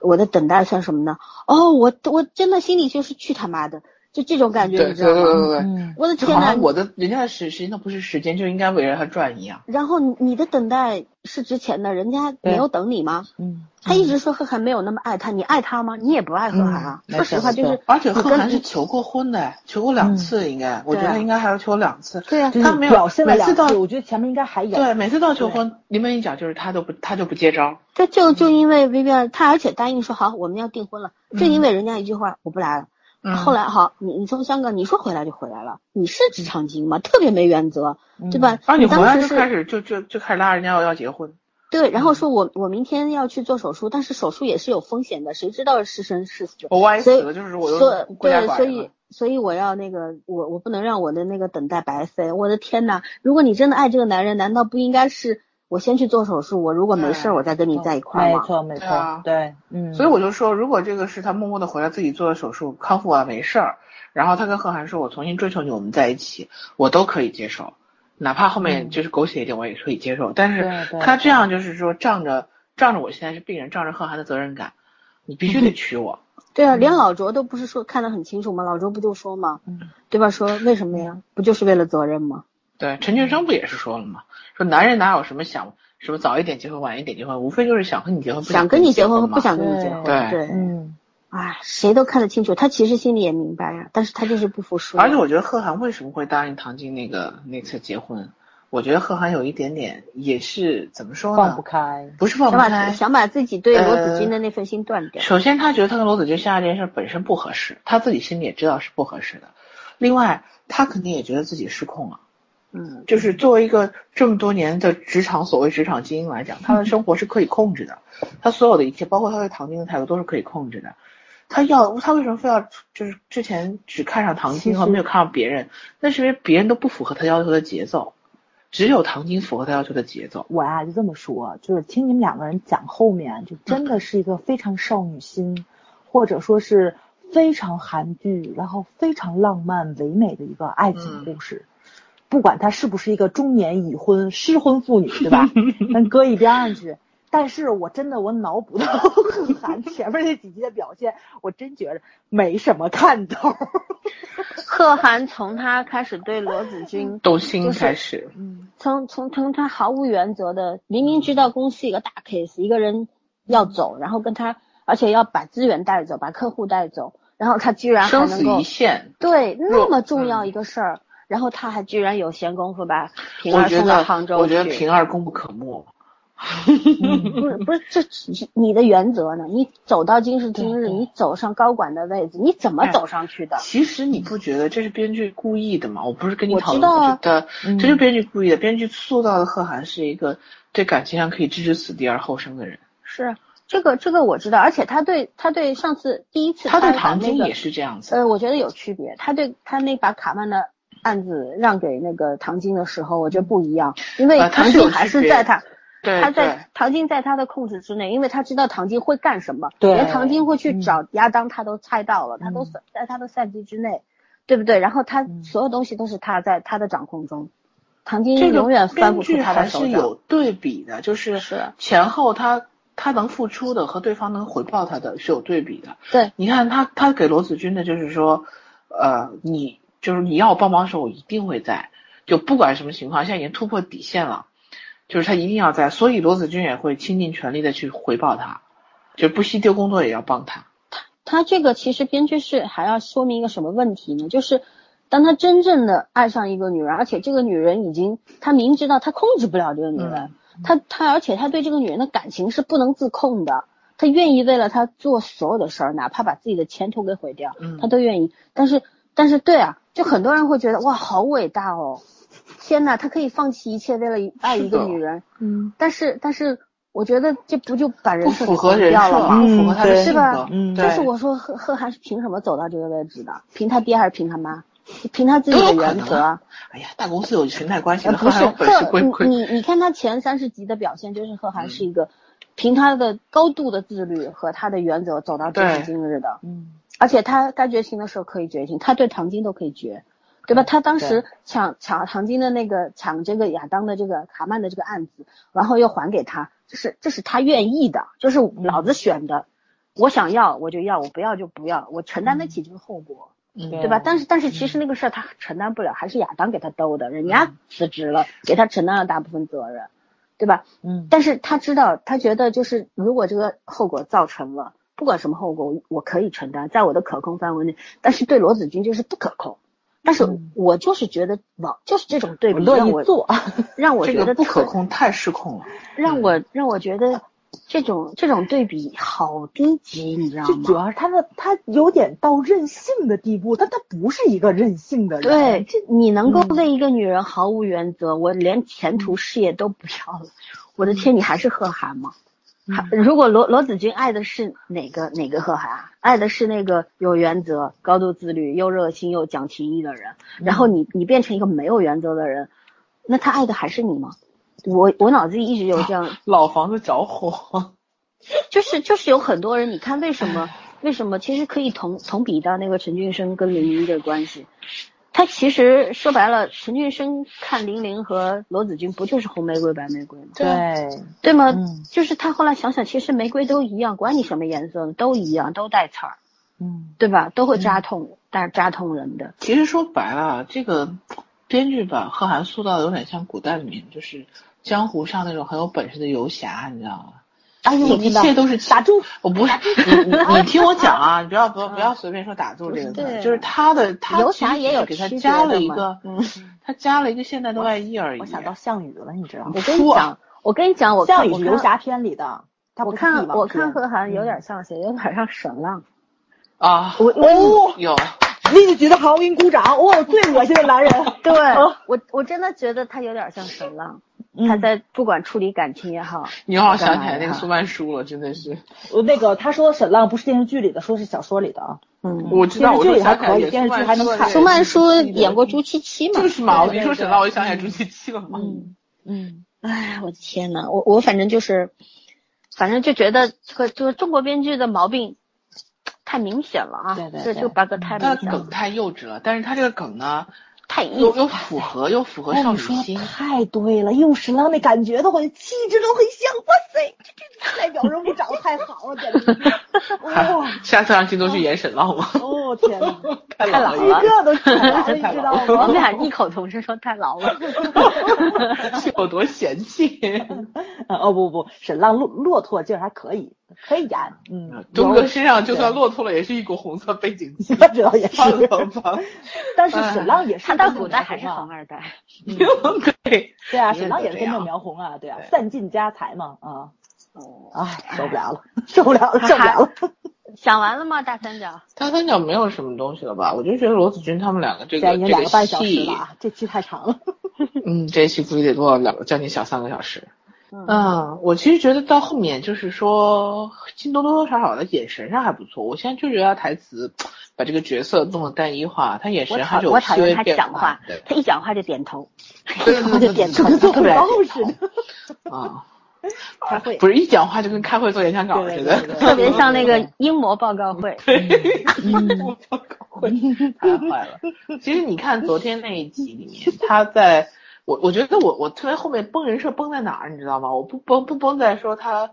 [SPEAKER 4] 我的等待算什么呢？哦，我我真的心里就是去他妈的，就这种感觉，
[SPEAKER 2] 对
[SPEAKER 4] 你
[SPEAKER 2] 对
[SPEAKER 4] 知道
[SPEAKER 2] 对对
[SPEAKER 4] 吗？
[SPEAKER 2] 对对，
[SPEAKER 5] 嗯
[SPEAKER 4] 我的
[SPEAKER 2] 就
[SPEAKER 4] 天
[SPEAKER 2] 好
[SPEAKER 4] 呐
[SPEAKER 2] 像！我的人家的时时间都不是时间，就应该围着他转一样。
[SPEAKER 4] 然后你你的等待是值钱的，人家没有等你吗？
[SPEAKER 5] 嗯，
[SPEAKER 4] 他一直说贺涵没有那么爱他，你爱他吗？你也不爱贺涵啊。
[SPEAKER 5] 嗯
[SPEAKER 4] 说实话，
[SPEAKER 5] 没错
[SPEAKER 4] 就是
[SPEAKER 2] 而且贺
[SPEAKER 4] 你跟
[SPEAKER 2] 涵是求过婚的，求过两次应该，我觉
[SPEAKER 4] 对啊
[SPEAKER 2] 得应该还要求两次。
[SPEAKER 4] 对啊，
[SPEAKER 5] 就是
[SPEAKER 2] 他没有
[SPEAKER 5] 表现了
[SPEAKER 2] 每次
[SPEAKER 5] 两
[SPEAKER 2] 到
[SPEAKER 5] 次，我觉得前面应该还有。
[SPEAKER 2] 对，每次到求婚，林文一讲就是他都不他就不接招。
[SPEAKER 4] 这
[SPEAKER 2] 嗯
[SPEAKER 4] 就就因为 Vivian，他而且答应说好，我们要订婚了，就因为人家一句话，我不来了。
[SPEAKER 2] 嗯
[SPEAKER 4] 后来好，你你从香港，你说回来就回来了，你是职场精英吗？特别没原则，
[SPEAKER 5] 嗯
[SPEAKER 4] 对吧？
[SPEAKER 2] 然后嗯啊你回
[SPEAKER 4] 当
[SPEAKER 2] 来
[SPEAKER 4] 时
[SPEAKER 2] 就开
[SPEAKER 4] 是
[SPEAKER 2] 始就就就开始拉人家要要结婚。
[SPEAKER 4] 对，然后说我我明天要去做手术，但是手术也是有风险的，谁知道是生是死？
[SPEAKER 2] 我万一
[SPEAKER 4] 所以
[SPEAKER 2] 死了，哦就是我又
[SPEAKER 4] 所
[SPEAKER 2] 孤家
[SPEAKER 4] 对，
[SPEAKER 2] 寡
[SPEAKER 4] 所
[SPEAKER 2] 人了
[SPEAKER 4] 以。所以我要那个，我我不能让我的那个等待白费。我的天呐，如果你真的爱这个男人，难道不应该是我先去做手术，我如果没事儿，
[SPEAKER 2] 对
[SPEAKER 4] 我再跟你在一块儿
[SPEAKER 5] 没
[SPEAKER 4] 吗？
[SPEAKER 5] 错没
[SPEAKER 2] 对啊
[SPEAKER 5] 错，对，嗯，
[SPEAKER 2] 所以我就说，如果这个是他默默的回来自己做的手术，康复完没事儿，然后他跟贺涵说：“我重新追求你，我们在一起，我都可以接受，哪怕后面就是狗血一点，我也可以接受。”但
[SPEAKER 5] 对
[SPEAKER 2] 是
[SPEAKER 5] 对
[SPEAKER 2] 他这样就是说，仗着仗着我现在是病人，仗着贺涵的责任感，你必须得娶我。
[SPEAKER 4] 对啊，连老卓都不是说看得很清楚吗？老卓不就说嘛，
[SPEAKER 5] 嗯
[SPEAKER 4] 对吧？说为什么呀？不就是为了责任吗？
[SPEAKER 2] 对，陈俊生不也是说了吗？说男人哪有什么想什么早一点结婚晚一点结婚，无非就是想和你结婚，不
[SPEAKER 4] 想跟你结
[SPEAKER 2] 婚
[SPEAKER 4] 婚，
[SPEAKER 2] 嘛
[SPEAKER 4] 不想跟你结婚，
[SPEAKER 2] 对
[SPEAKER 4] 对，
[SPEAKER 5] 嗯
[SPEAKER 4] 哎，谁都看得清楚，他其实心里也明白呀，但是他就是不服输。
[SPEAKER 2] 而且我觉得贺涵为什么会答应唐晶那个那次结婚？我觉得贺涵有一点点也是怎么说呢？
[SPEAKER 5] 放不开，
[SPEAKER 2] 不是放不
[SPEAKER 4] 想把
[SPEAKER 2] 开。
[SPEAKER 4] 想把自己对罗子君的那份心断掉，
[SPEAKER 2] 首先，他觉得他跟罗子君相爱这件事本身不合适，他自己心里也知道是不合适的。另外，他肯定也觉得自己失控了。
[SPEAKER 4] 嗯，
[SPEAKER 2] 就是作为一个这么多年的职场所谓职场精英来讲，他的生活是可以控制的，他所有的一切，包括他对唐晶的态度都是可以控制的。他要他为什么非要就是之前只看上唐晶和没有看上别人？那是因为别人都不符合他要求的节奏，只有唐晶符合他要求的节奏。
[SPEAKER 5] 我呀、就这么说，就是听你们两个人讲后面，就真的是一个非常少女心，或者说是非常韩剧，然后非常浪漫唯美的一个爱情故事。不管她是不是一个中年已婚失婚妇女，对 吧？咱搁一边上去。但是我真的我脑补到贺涵前面那几集的表现，我真觉得没什么看头。
[SPEAKER 4] 贺涵从他开始对罗子君，
[SPEAKER 2] 动心开始，
[SPEAKER 5] 嗯，
[SPEAKER 4] 从从从他毫无原则的，明明知道公司一个大 case，一个人要走，然后跟他，而且要把资源带走，把客户带走，然后他居然还
[SPEAKER 2] 生死
[SPEAKER 4] 能够
[SPEAKER 2] 一线。
[SPEAKER 4] 对那
[SPEAKER 2] 若
[SPEAKER 4] 么重要
[SPEAKER 2] 嗯
[SPEAKER 4] 一个事儿，然后他还居然有闲工夫把平
[SPEAKER 2] 我
[SPEAKER 4] 儿
[SPEAKER 2] 觉
[SPEAKER 4] 送到
[SPEAKER 2] 得
[SPEAKER 4] 杭州去，
[SPEAKER 2] 我觉得平儿功不可没。
[SPEAKER 4] 不是不是，这是你的原则呢？你走到今时今日，你走上高管的位置，你怎么
[SPEAKER 2] 哎
[SPEAKER 4] 走上去的？
[SPEAKER 2] 其实你不觉得这是编剧故意的吗？我不是跟你
[SPEAKER 4] 我
[SPEAKER 2] 讨
[SPEAKER 4] 知
[SPEAKER 2] 论，
[SPEAKER 4] 道
[SPEAKER 2] 我
[SPEAKER 4] 啊
[SPEAKER 2] 觉得这就是编剧故意的。编剧塑造的贺涵是一个对感情上可以置之死地而后生的人，
[SPEAKER 4] 是这个这个我知道，而且他对他对上次第一次
[SPEAKER 2] 他对
[SPEAKER 4] 把
[SPEAKER 2] 唐晶
[SPEAKER 4] 那个
[SPEAKER 2] 也是这样子。
[SPEAKER 4] 呃，我觉得有区别。他对他那把卡曼的案子让给那个唐晶的时候，我觉得不一样，因为
[SPEAKER 2] 呃他
[SPEAKER 4] 唐
[SPEAKER 2] 是有
[SPEAKER 4] 晶还
[SPEAKER 2] 区
[SPEAKER 4] 是
[SPEAKER 2] 别
[SPEAKER 4] 在他。
[SPEAKER 2] 对
[SPEAKER 4] 他
[SPEAKER 2] 对
[SPEAKER 4] 在唐晶在他的控制之内，因为他知道唐晶会干什么，
[SPEAKER 5] 对
[SPEAKER 4] 连唐晶会去
[SPEAKER 2] 嗯
[SPEAKER 4] 找亚当，他都猜到了，他都算在他的算计之内，对不对？然后他
[SPEAKER 2] 嗯
[SPEAKER 4] 所有东西都是他在他的掌控中，唐晶
[SPEAKER 2] 这个
[SPEAKER 4] 永远翻
[SPEAKER 2] 编
[SPEAKER 4] 不出
[SPEAKER 2] 剧
[SPEAKER 4] 他的
[SPEAKER 2] 还
[SPEAKER 4] 手
[SPEAKER 2] 是
[SPEAKER 4] 掌
[SPEAKER 2] 有。对比的，就是
[SPEAKER 4] 是
[SPEAKER 2] 前后他他能付出的和对方能回报他的是有对比的。
[SPEAKER 4] 对，
[SPEAKER 2] 你看他他给罗子君的就是说，呃，你就是你要我帮忙的时候，我一定会在，就不管什么情况，现在已经突破底线了，就是他一定要在，所以罗子君也会倾尽全力的去回报他，就不惜丢工作也要帮他。
[SPEAKER 4] 他这个其实编剧是还要说明一个什么问题呢？就是当他真正的爱上一个女人，而且这个女人已经他明知道他控制不了这个女人，
[SPEAKER 2] 嗯
[SPEAKER 4] 他他而且他对这个女人的感情是不能自控的，他愿意为了她做所有的事儿，哪怕把自己的前途给毁掉，
[SPEAKER 2] 嗯
[SPEAKER 4] 他都愿意。但是但是对啊，就很多人会觉得哇，好伟大哦，天呐，他可以放弃一切为了一爱一个
[SPEAKER 2] 是的
[SPEAKER 4] 女人。
[SPEAKER 6] 嗯，
[SPEAKER 4] 但是但是我觉得这不就把人
[SPEAKER 2] 不
[SPEAKER 4] 设
[SPEAKER 2] 符
[SPEAKER 4] 给
[SPEAKER 2] 合
[SPEAKER 4] 毁
[SPEAKER 2] 人
[SPEAKER 4] 掉
[SPEAKER 2] 设
[SPEAKER 4] 了
[SPEAKER 2] 嘛，
[SPEAKER 4] 吗？
[SPEAKER 2] 不符合他的
[SPEAKER 4] 嗯
[SPEAKER 2] 性
[SPEAKER 4] 是
[SPEAKER 2] 格
[SPEAKER 4] 吧，
[SPEAKER 5] 嗯
[SPEAKER 2] 对
[SPEAKER 4] 但是我说贺贺涵是凭什么走到这个位置的？凭他爹还是凭他妈？就凭他自己
[SPEAKER 2] 都
[SPEAKER 4] 的
[SPEAKER 2] 有可
[SPEAKER 4] 原
[SPEAKER 2] 能
[SPEAKER 4] 则。
[SPEAKER 2] 哎呀，大公司有裙带关系
[SPEAKER 4] 呃，
[SPEAKER 2] 的，
[SPEAKER 4] 不是
[SPEAKER 2] 有本事归
[SPEAKER 4] 贺，
[SPEAKER 2] 亏。
[SPEAKER 4] 你你看他前三十集的表现，就是贺涵
[SPEAKER 2] 嗯
[SPEAKER 4] 是一个凭他的高度的自律和他的原则走到今时
[SPEAKER 2] 对
[SPEAKER 4] 今日的，
[SPEAKER 5] 嗯，
[SPEAKER 4] 而且他该绝情的时候可以绝情，他对唐晶都可以绝，嗯对吧？他当时抢抢唐晶的那个抢这个亚当的这个卡曼的这个案子，然后又还给他，这是这是他愿意的，这是老子选的，我想要我就要，我不要就不要，我承担得起这个后果。
[SPEAKER 2] 嗯
[SPEAKER 4] 对吧？但是但是其实那个事儿他承担不了，还是亚当给他兜的，人家辞职了，给他承担了大部分责任，对吧？
[SPEAKER 5] 嗯，
[SPEAKER 4] 但是他知道，他觉得就是如果这个后果造成了，不管什么后果，我可以承担，在我的可控范围内。但是对罗子君就是不可控。但是
[SPEAKER 2] 嗯
[SPEAKER 4] 我就是觉得往就是这种对
[SPEAKER 5] 我
[SPEAKER 4] 比
[SPEAKER 5] 乐
[SPEAKER 4] 让
[SPEAKER 5] 意
[SPEAKER 4] 我
[SPEAKER 5] 做，
[SPEAKER 4] 让嗯我
[SPEAKER 2] 这
[SPEAKER 4] 觉
[SPEAKER 2] 个
[SPEAKER 4] 得
[SPEAKER 2] 不可
[SPEAKER 4] 特
[SPEAKER 2] 控，嗯太失控了。
[SPEAKER 4] 让我让我觉得这种这种对比好低级，你知道
[SPEAKER 6] 就主
[SPEAKER 4] 吗？
[SPEAKER 6] 要是他的他有点到任性的地步，但他不是一个任性的人。
[SPEAKER 4] 对，这你能够为一个女人毫无原则，我连前途事业都不要了，我的天，你还是贺涵吗？还如果罗罗子君爱的是哪个哪个贺涵啊？爱的是那个有原则、高度自律、又热心又讲情义的人，
[SPEAKER 5] 嗯
[SPEAKER 4] 然后你你变成一个没有原则的人，那他爱的还是你吗？我我脑子里一直有这样，
[SPEAKER 2] 老房子着火，
[SPEAKER 4] 就是就是有很多人，你看为什么为什么其实可以同同比到那个陈俊生跟林玲这个关系，他其实说白了，陈俊生看林玲和罗子君不就是红玫瑰白玫瑰吗？
[SPEAKER 5] 对，
[SPEAKER 4] 对吗？
[SPEAKER 5] 嗯
[SPEAKER 4] 就是他后来想想，其实玫瑰都一样，管你什么颜色都一样，都带刺儿，
[SPEAKER 5] 嗯，
[SPEAKER 4] 对吧？都会扎痛，但扎痛人的。
[SPEAKER 2] 其实说白了，啊这个编剧把贺涵塑造的有点像古代里面就是江湖上那种很有本事的游侠，你知道吗？
[SPEAKER 6] 哎呦，我
[SPEAKER 2] 一
[SPEAKER 6] 知道
[SPEAKER 2] 切都是
[SPEAKER 6] 打住，
[SPEAKER 2] 我不是你你你听我讲啊，你不要不要不要随便说打住这个
[SPEAKER 4] 对
[SPEAKER 2] 字，就是他的他
[SPEAKER 4] 游侠
[SPEAKER 2] 其实
[SPEAKER 4] 也
[SPEAKER 2] 只是
[SPEAKER 4] 有
[SPEAKER 2] 给他
[SPEAKER 4] 区别
[SPEAKER 2] 加
[SPEAKER 4] 的
[SPEAKER 2] 了一
[SPEAKER 4] 嘛
[SPEAKER 2] 个
[SPEAKER 4] 嗯，
[SPEAKER 2] 他加了一个现代的外衣而已。
[SPEAKER 5] 我想到项羽了，你知道吗？
[SPEAKER 4] 我跟你
[SPEAKER 2] 说
[SPEAKER 4] 讲，我跟你讲，我
[SPEAKER 5] 项
[SPEAKER 4] 看
[SPEAKER 5] 羽
[SPEAKER 4] 我
[SPEAKER 5] 是游
[SPEAKER 4] 看
[SPEAKER 5] 侠片里的，他
[SPEAKER 4] 我
[SPEAKER 5] 不是嗯
[SPEAKER 4] 看
[SPEAKER 5] 帝王
[SPEAKER 4] 我看
[SPEAKER 5] 篇
[SPEAKER 4] 贺涵有点像谁？有点像沈浪。
[SPEAKER 2] 啊，
[SPEAKER 4] 我我
[SPEAKER 2] 有
[SPEAKER 6] 立即举得好，我给你鼓掌。哇、
[SPEAKER 5] 哦
[SPEAKER 6] 最恶心的男人，
[SPEAKER 4] 对我我真的觉得他有点像沈浪，
[SPEAKER 5] 嗯
[SPEAKER 4] 他在不管处理感情也好，
[SPEAKER 2] 你让我
[SPEAKER 4] 干
[SPEAKER 2] 想
[SPEAKER 4] 嘛
[SPEAKER 2] 起来那
[SPEAKER 4] 也
[SPEAKER 2] 个
[SPEAKER 4] 好
[SPEAKER 2] 苏曼殊了，真的是。
[SPEAKER 5] 我那个他说的沈浪不是电视剧里的，说是小说里的啊。
[SPEAKER 4] 嗯，
[SPEAKER 2] 我知道，我
[SPEAKER 5] 电视剧
[SPEAKER 2] 就
[SPEAKER 5] 里还
[SPEAKER 2] 想起来
[SPEAKER 5] 可以
[SPEAKER 2] 也
[SPEAKER 5] 电视
[SPEAKER 2] 苏
[SPEAKER 5] 剧
[SPEAKER 2] 曼
[SPEAKER 5] 还能
[SPEAKER 2] 殊了
[SPEAKER 5] 看
[SPEAKER 2] 也
[SPEAKER 4] 苏曼殊
[SPEAKER 2] 是
[SPEAKER 4] 演过朱七七嘛
[SPEAKER 2] 就？是嘛，我一
[SPEAKER 5] 对
[SPEAKER 2] 说
[SPEAKER 5] 对
[SPEAKER 2] 沈浪，我就想起来朱七七了嘛。
[SPEAKER 4] 嗯，
[SPEAKER 5] 嗯，
[SPEAKER 4] 哎，我的天呐，我我反正就是，反正就觉得这个就是中国编剧的毛病太明显了啊，
[SPEAKER 5] 对对
[SPEAKER 4] 就
[SPEAKER 5] 对
[SPEAKER 4] 就 bug 太
[SPEAKER 2] 他
[SPEAKER 4] 明
[SPEAKER 2] 的
[SPEAKER 4] 显
[SPEAKER 2] 梗
[SPEAKER 4] 了，
[SPEAKER 2] 太幼稚了，但是他这个梗呢，
[SPEAKER 4] 太硬
[SPEAKER 5] 嗯
[SPEAKER 2] 又。又符合又
[SPEAKER 5] 哦
[SPEAKER 2] 符合
[SPEAKER 6] 哎
[SPEAKER 2] 少
[SPEAKER 6] 你
[SPEAKER 2] 女
[SPEAKER 6] 说
[SPEAKER 2] 心。
[SPEAKER 6] 太对了，又是让那感觉的话，气质都很像。哇塞，这这这代表人物长得太好了，简直！哦
[SPEAKER 2] 下次让金多去演沈浪吗？
[SPEAKER 6] 哦天哪，
[SPEAKER 2] 太
[SPEAKER 4] 太
[SPEAKER 2] 老
[SPEAKER 4] 老
[SPEAKER 6] 这
[SPEAKER 4] 了
[SPEAKER 2] 了，
[SPEAKER 6] 个都知道了，你知道
[SPEAKER 4] 我
[SPEAKER 6] 吗？
[SPEAKER 4] 们俩 异口同声说太老了，
[SPEAKER 2] 是 有多嫌弃？
[SPEAKER 5] 啊哦不不，沈浪骆骆驼劲儿还可以，
[SPEAKER 6] 可以演，
[SPEAKER 5] 嗯，
[SPEAKER 2] 东哥身上就算落拓了，也是一股红色背景 气。
[SPEAKER 5] 我知道也
[SPEAKER 2] 放
[SPEAKER 5] 是，
[SPEAKER 2] 了吧，
[SPEAKER 5] 但是沈浪也是
[SPEAKER 4] 他到
[SPEAKER 5] 跟着
[SPEAKER 4] 古代
[SPEAKER 5] 苗
[SPEAKER 4] 还是
[SPEAKER 5] 红啊
[SPEAKER 4] 红二代。
[SPEAKER 2] 对，
[SPEAKER 5] 对啊，
[SPEAKER 2] 一
[SPEAKER 5] 沈
[SPEAKER 2] 定
[SPEAKER 5] 浪
[SPEAKER 2] 得
[SPEAKER 5] 也是
[SPEAKER 2] 这
[SPEAKER 5] 跟着
[SPEAKER 2] 样
[SPEAKER 5] 苗红啊，对啊，
[SPEAKER 2] 对
[SPEAKER 5] 散尽家财嘛啊，
[SPEAKER 4] 哦，
[SPEAKER 5] 哎，受不了 了，受不了了，
[SPEAKER 4] 哈
[SPEAKER 5] 受不了
[SPEAKER 4] 哈
[SPEAKER 5] 了。
[SPEAKER 4] 想完了吗？大三角，
[SPEAKER 2] 大三角没有什么东西了吧？我就觉得罗子君他们两个这
[SPEAKER 5] 现
[SPEAKER 2] 个
[SPEAKER 5] 在已经
[SPEAKER 2] 这
[SPEAKER 5] 两个半小时
[SPEAKER 2] 戏
[SPEAKER 5] 了，啊，这期太长了。
[SPEAKER 2] 嗯，这一期估计得做两个将近小三个小时。
[SPEAKER 4] 嗯
[SPEAKER 2] 嗯，我其实觉得到后面就是说，金多多多少少的眼神上还不错。我现在就觉得他台词把这个角色弄得单一化，他眼
[SPEAKER 4] 我
[SPEAKER 2] 神还
[SPEAKER 4] 讨
[SPEAKER 2] 是有
[SPEAKER 4] 我
[SPEAKER 2] 细
[SPEAKER 4] 讨
[SPEAKER 2] 微
[SPEAKER 4] 厌他
[SPEAKER 2] 变
[SPEAKER 4] 讲
[SPEAKER 2] 化
[SPEAKER 4] 话
[SPEAKER 2] 的。，
[SPEAKER 4] 他一讲话就点头，
[SPEAKER 2] 对
[SPEAKER 4] 一讲话就点头，
[SPEAKER 2] 特 别爱
[SPEAKER 6] 都是
[SPEAKER 2] 啊，他不是一讲话就跟开会做演讲稿似的，
[SPEAKER 4] 特别像那
[SPEAKER 2] 嗯
[SPEAKER 4] 个英模报告会。
[SPEAKER 2] 太坏了。其实你看昨天那一集里面，他在我我觉得我我特别后面崩人设崩在哪儿，你知道吗？我不崩不崩在说他。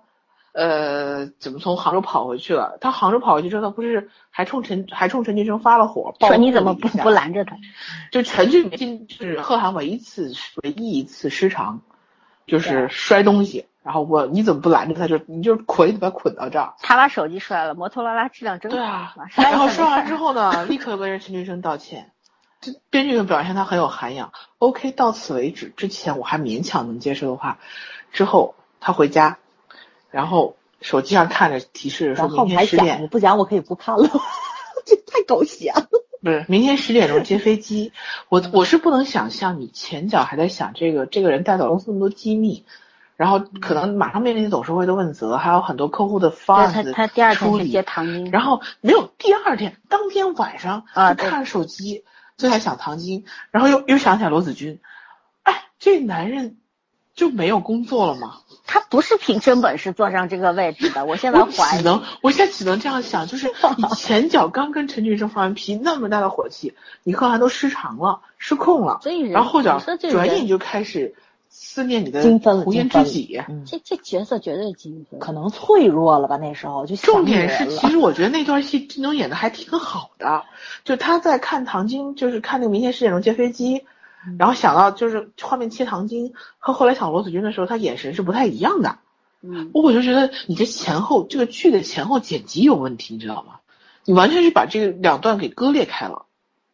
[SPEAKER 2] 呃，怎么从杭州跑回去了？他杭州跑回去之后，他不是还冲陈还冲陈俊生发了火，暴
[SPEAKER 4] 说
[SPEAKER 2] 怒
[SPEAKER 4] 你怎么
[SPEAKER 2] 了一
[SPEAKER 4] 不
[SPEAKER 2] 下
[SPEAKER 4] 不拦着他？
[SPEAKER 2] 就陈俊进是贺涵唯一次唯一一次失常，就是摔东西，然后我你怎么不拦着他？就你就捆，你把他捆到这儿。
[SPEAKER 4] 他把手机摔了，摩托罗拉质量真
[SPEAKER 2] 对
[SPEAKER 4] 好
[SPEAKER 2] 啊
[SPEAKER 4] 马，上
[SPEAKER 2] 然后
[SPEAKER 4] 就
[SPEAKER 2] 摔完之后呢，立刻跟陈俊生道歉。这编剧的表现他很有涵养。OK，到此为止，之前我还勉强能接受的话，之后他回家，然后手机上看着提示说
[SPEAKER 5] 然后
[SPEAKER 2] 明
[SPEAKER 5] 我们还
[SPEAKER 2] 天十
[SPEAKER 5] 讲，我
[SPEAKER 2] 点，
[SPEAKER 5] 不讲我可以不看了， 这太狗血了。
[SPEAKER 2] 不是明天十点钟接飞机。我我是不能想象你前脚还在想这个这个人带走了这么多机密。然后可能马上面临董事会的问责，还有很多客户的方
[SPEAKER 4] 对
[SPEAKER 2] 案
[SPEAKER 4] 他
[SPEAKER 2] 的
[SPEAKER 4] 他第二
[SPEAKER 2] 处
[SPEAKER 4] 天去
[SPEAKER 2] 理
[SPEAKER 4] 接唐英，
[SPEAKER 2] 然后没有第二天，当天晚上
[SPEAKER 4] 嗯啊
[SPEAKER 2] 就
[SPEAKER 4] 对
[SPEAKER 2] 看手机，就在想唐晶，然后又又想起来罗子君，哎，这男人就没有工作了吗？
[SPEAKER 4] 他不是凭真本事坐上这个位置的，我现在
[SPEAKER 2] 我
[SPEAKER 4] 怀
[SPEAKER 2] 只
[SPEAKER 4] 疑。
[SPEAKER 2] 能，我现在只能这样想， 就是你前脚刚跟陈俊生发完脾气，那么大的火气，你可汗都失常了，失控了，
[SPEAKER 4] 所以人，
[SPEAKER 2] 然后后脚
[SPEAKER 4] 嗯你说这
[SPEAKER 2] 转眼
[SPEAKER 4] 人，
[SPEAKER 2] 就开始思念你的
[SPEAKER 5] 精分了
[SPEAKER 2] 红颜
[SPEAKER 5] 精分
[SPEAKER 2] 知
[SPEAKER 5] 了
[SPEAKER 2] 己。
[SPEAKER 4] 这这角色绝对精分。
[SPEAKER 5] 可能脆弱了吧，那时候就想
[SPEAKER 2] 重
[SPEAKER 5] 女
[SPEAKER 2] 点是，
[SPEAKER 5] 人了
[SPEAKER 2] 其实我觉得那段戏郑东演的还挺好的，就他在看唐晶，就是看那个明天十点钟接飞机，
[SPEAKER 4] 嗯
[SPEAKER 2] 然后想到就是画面切唐晶和后来想罗子君的时候，他眼神是不太一样的。
[SPEAKER 4] 嗯，
[SPEAKER 2] 我就觉得你这前后这个剧的前后剪辑有问题，你知道吗？你完全是把这个两段给割裂开了，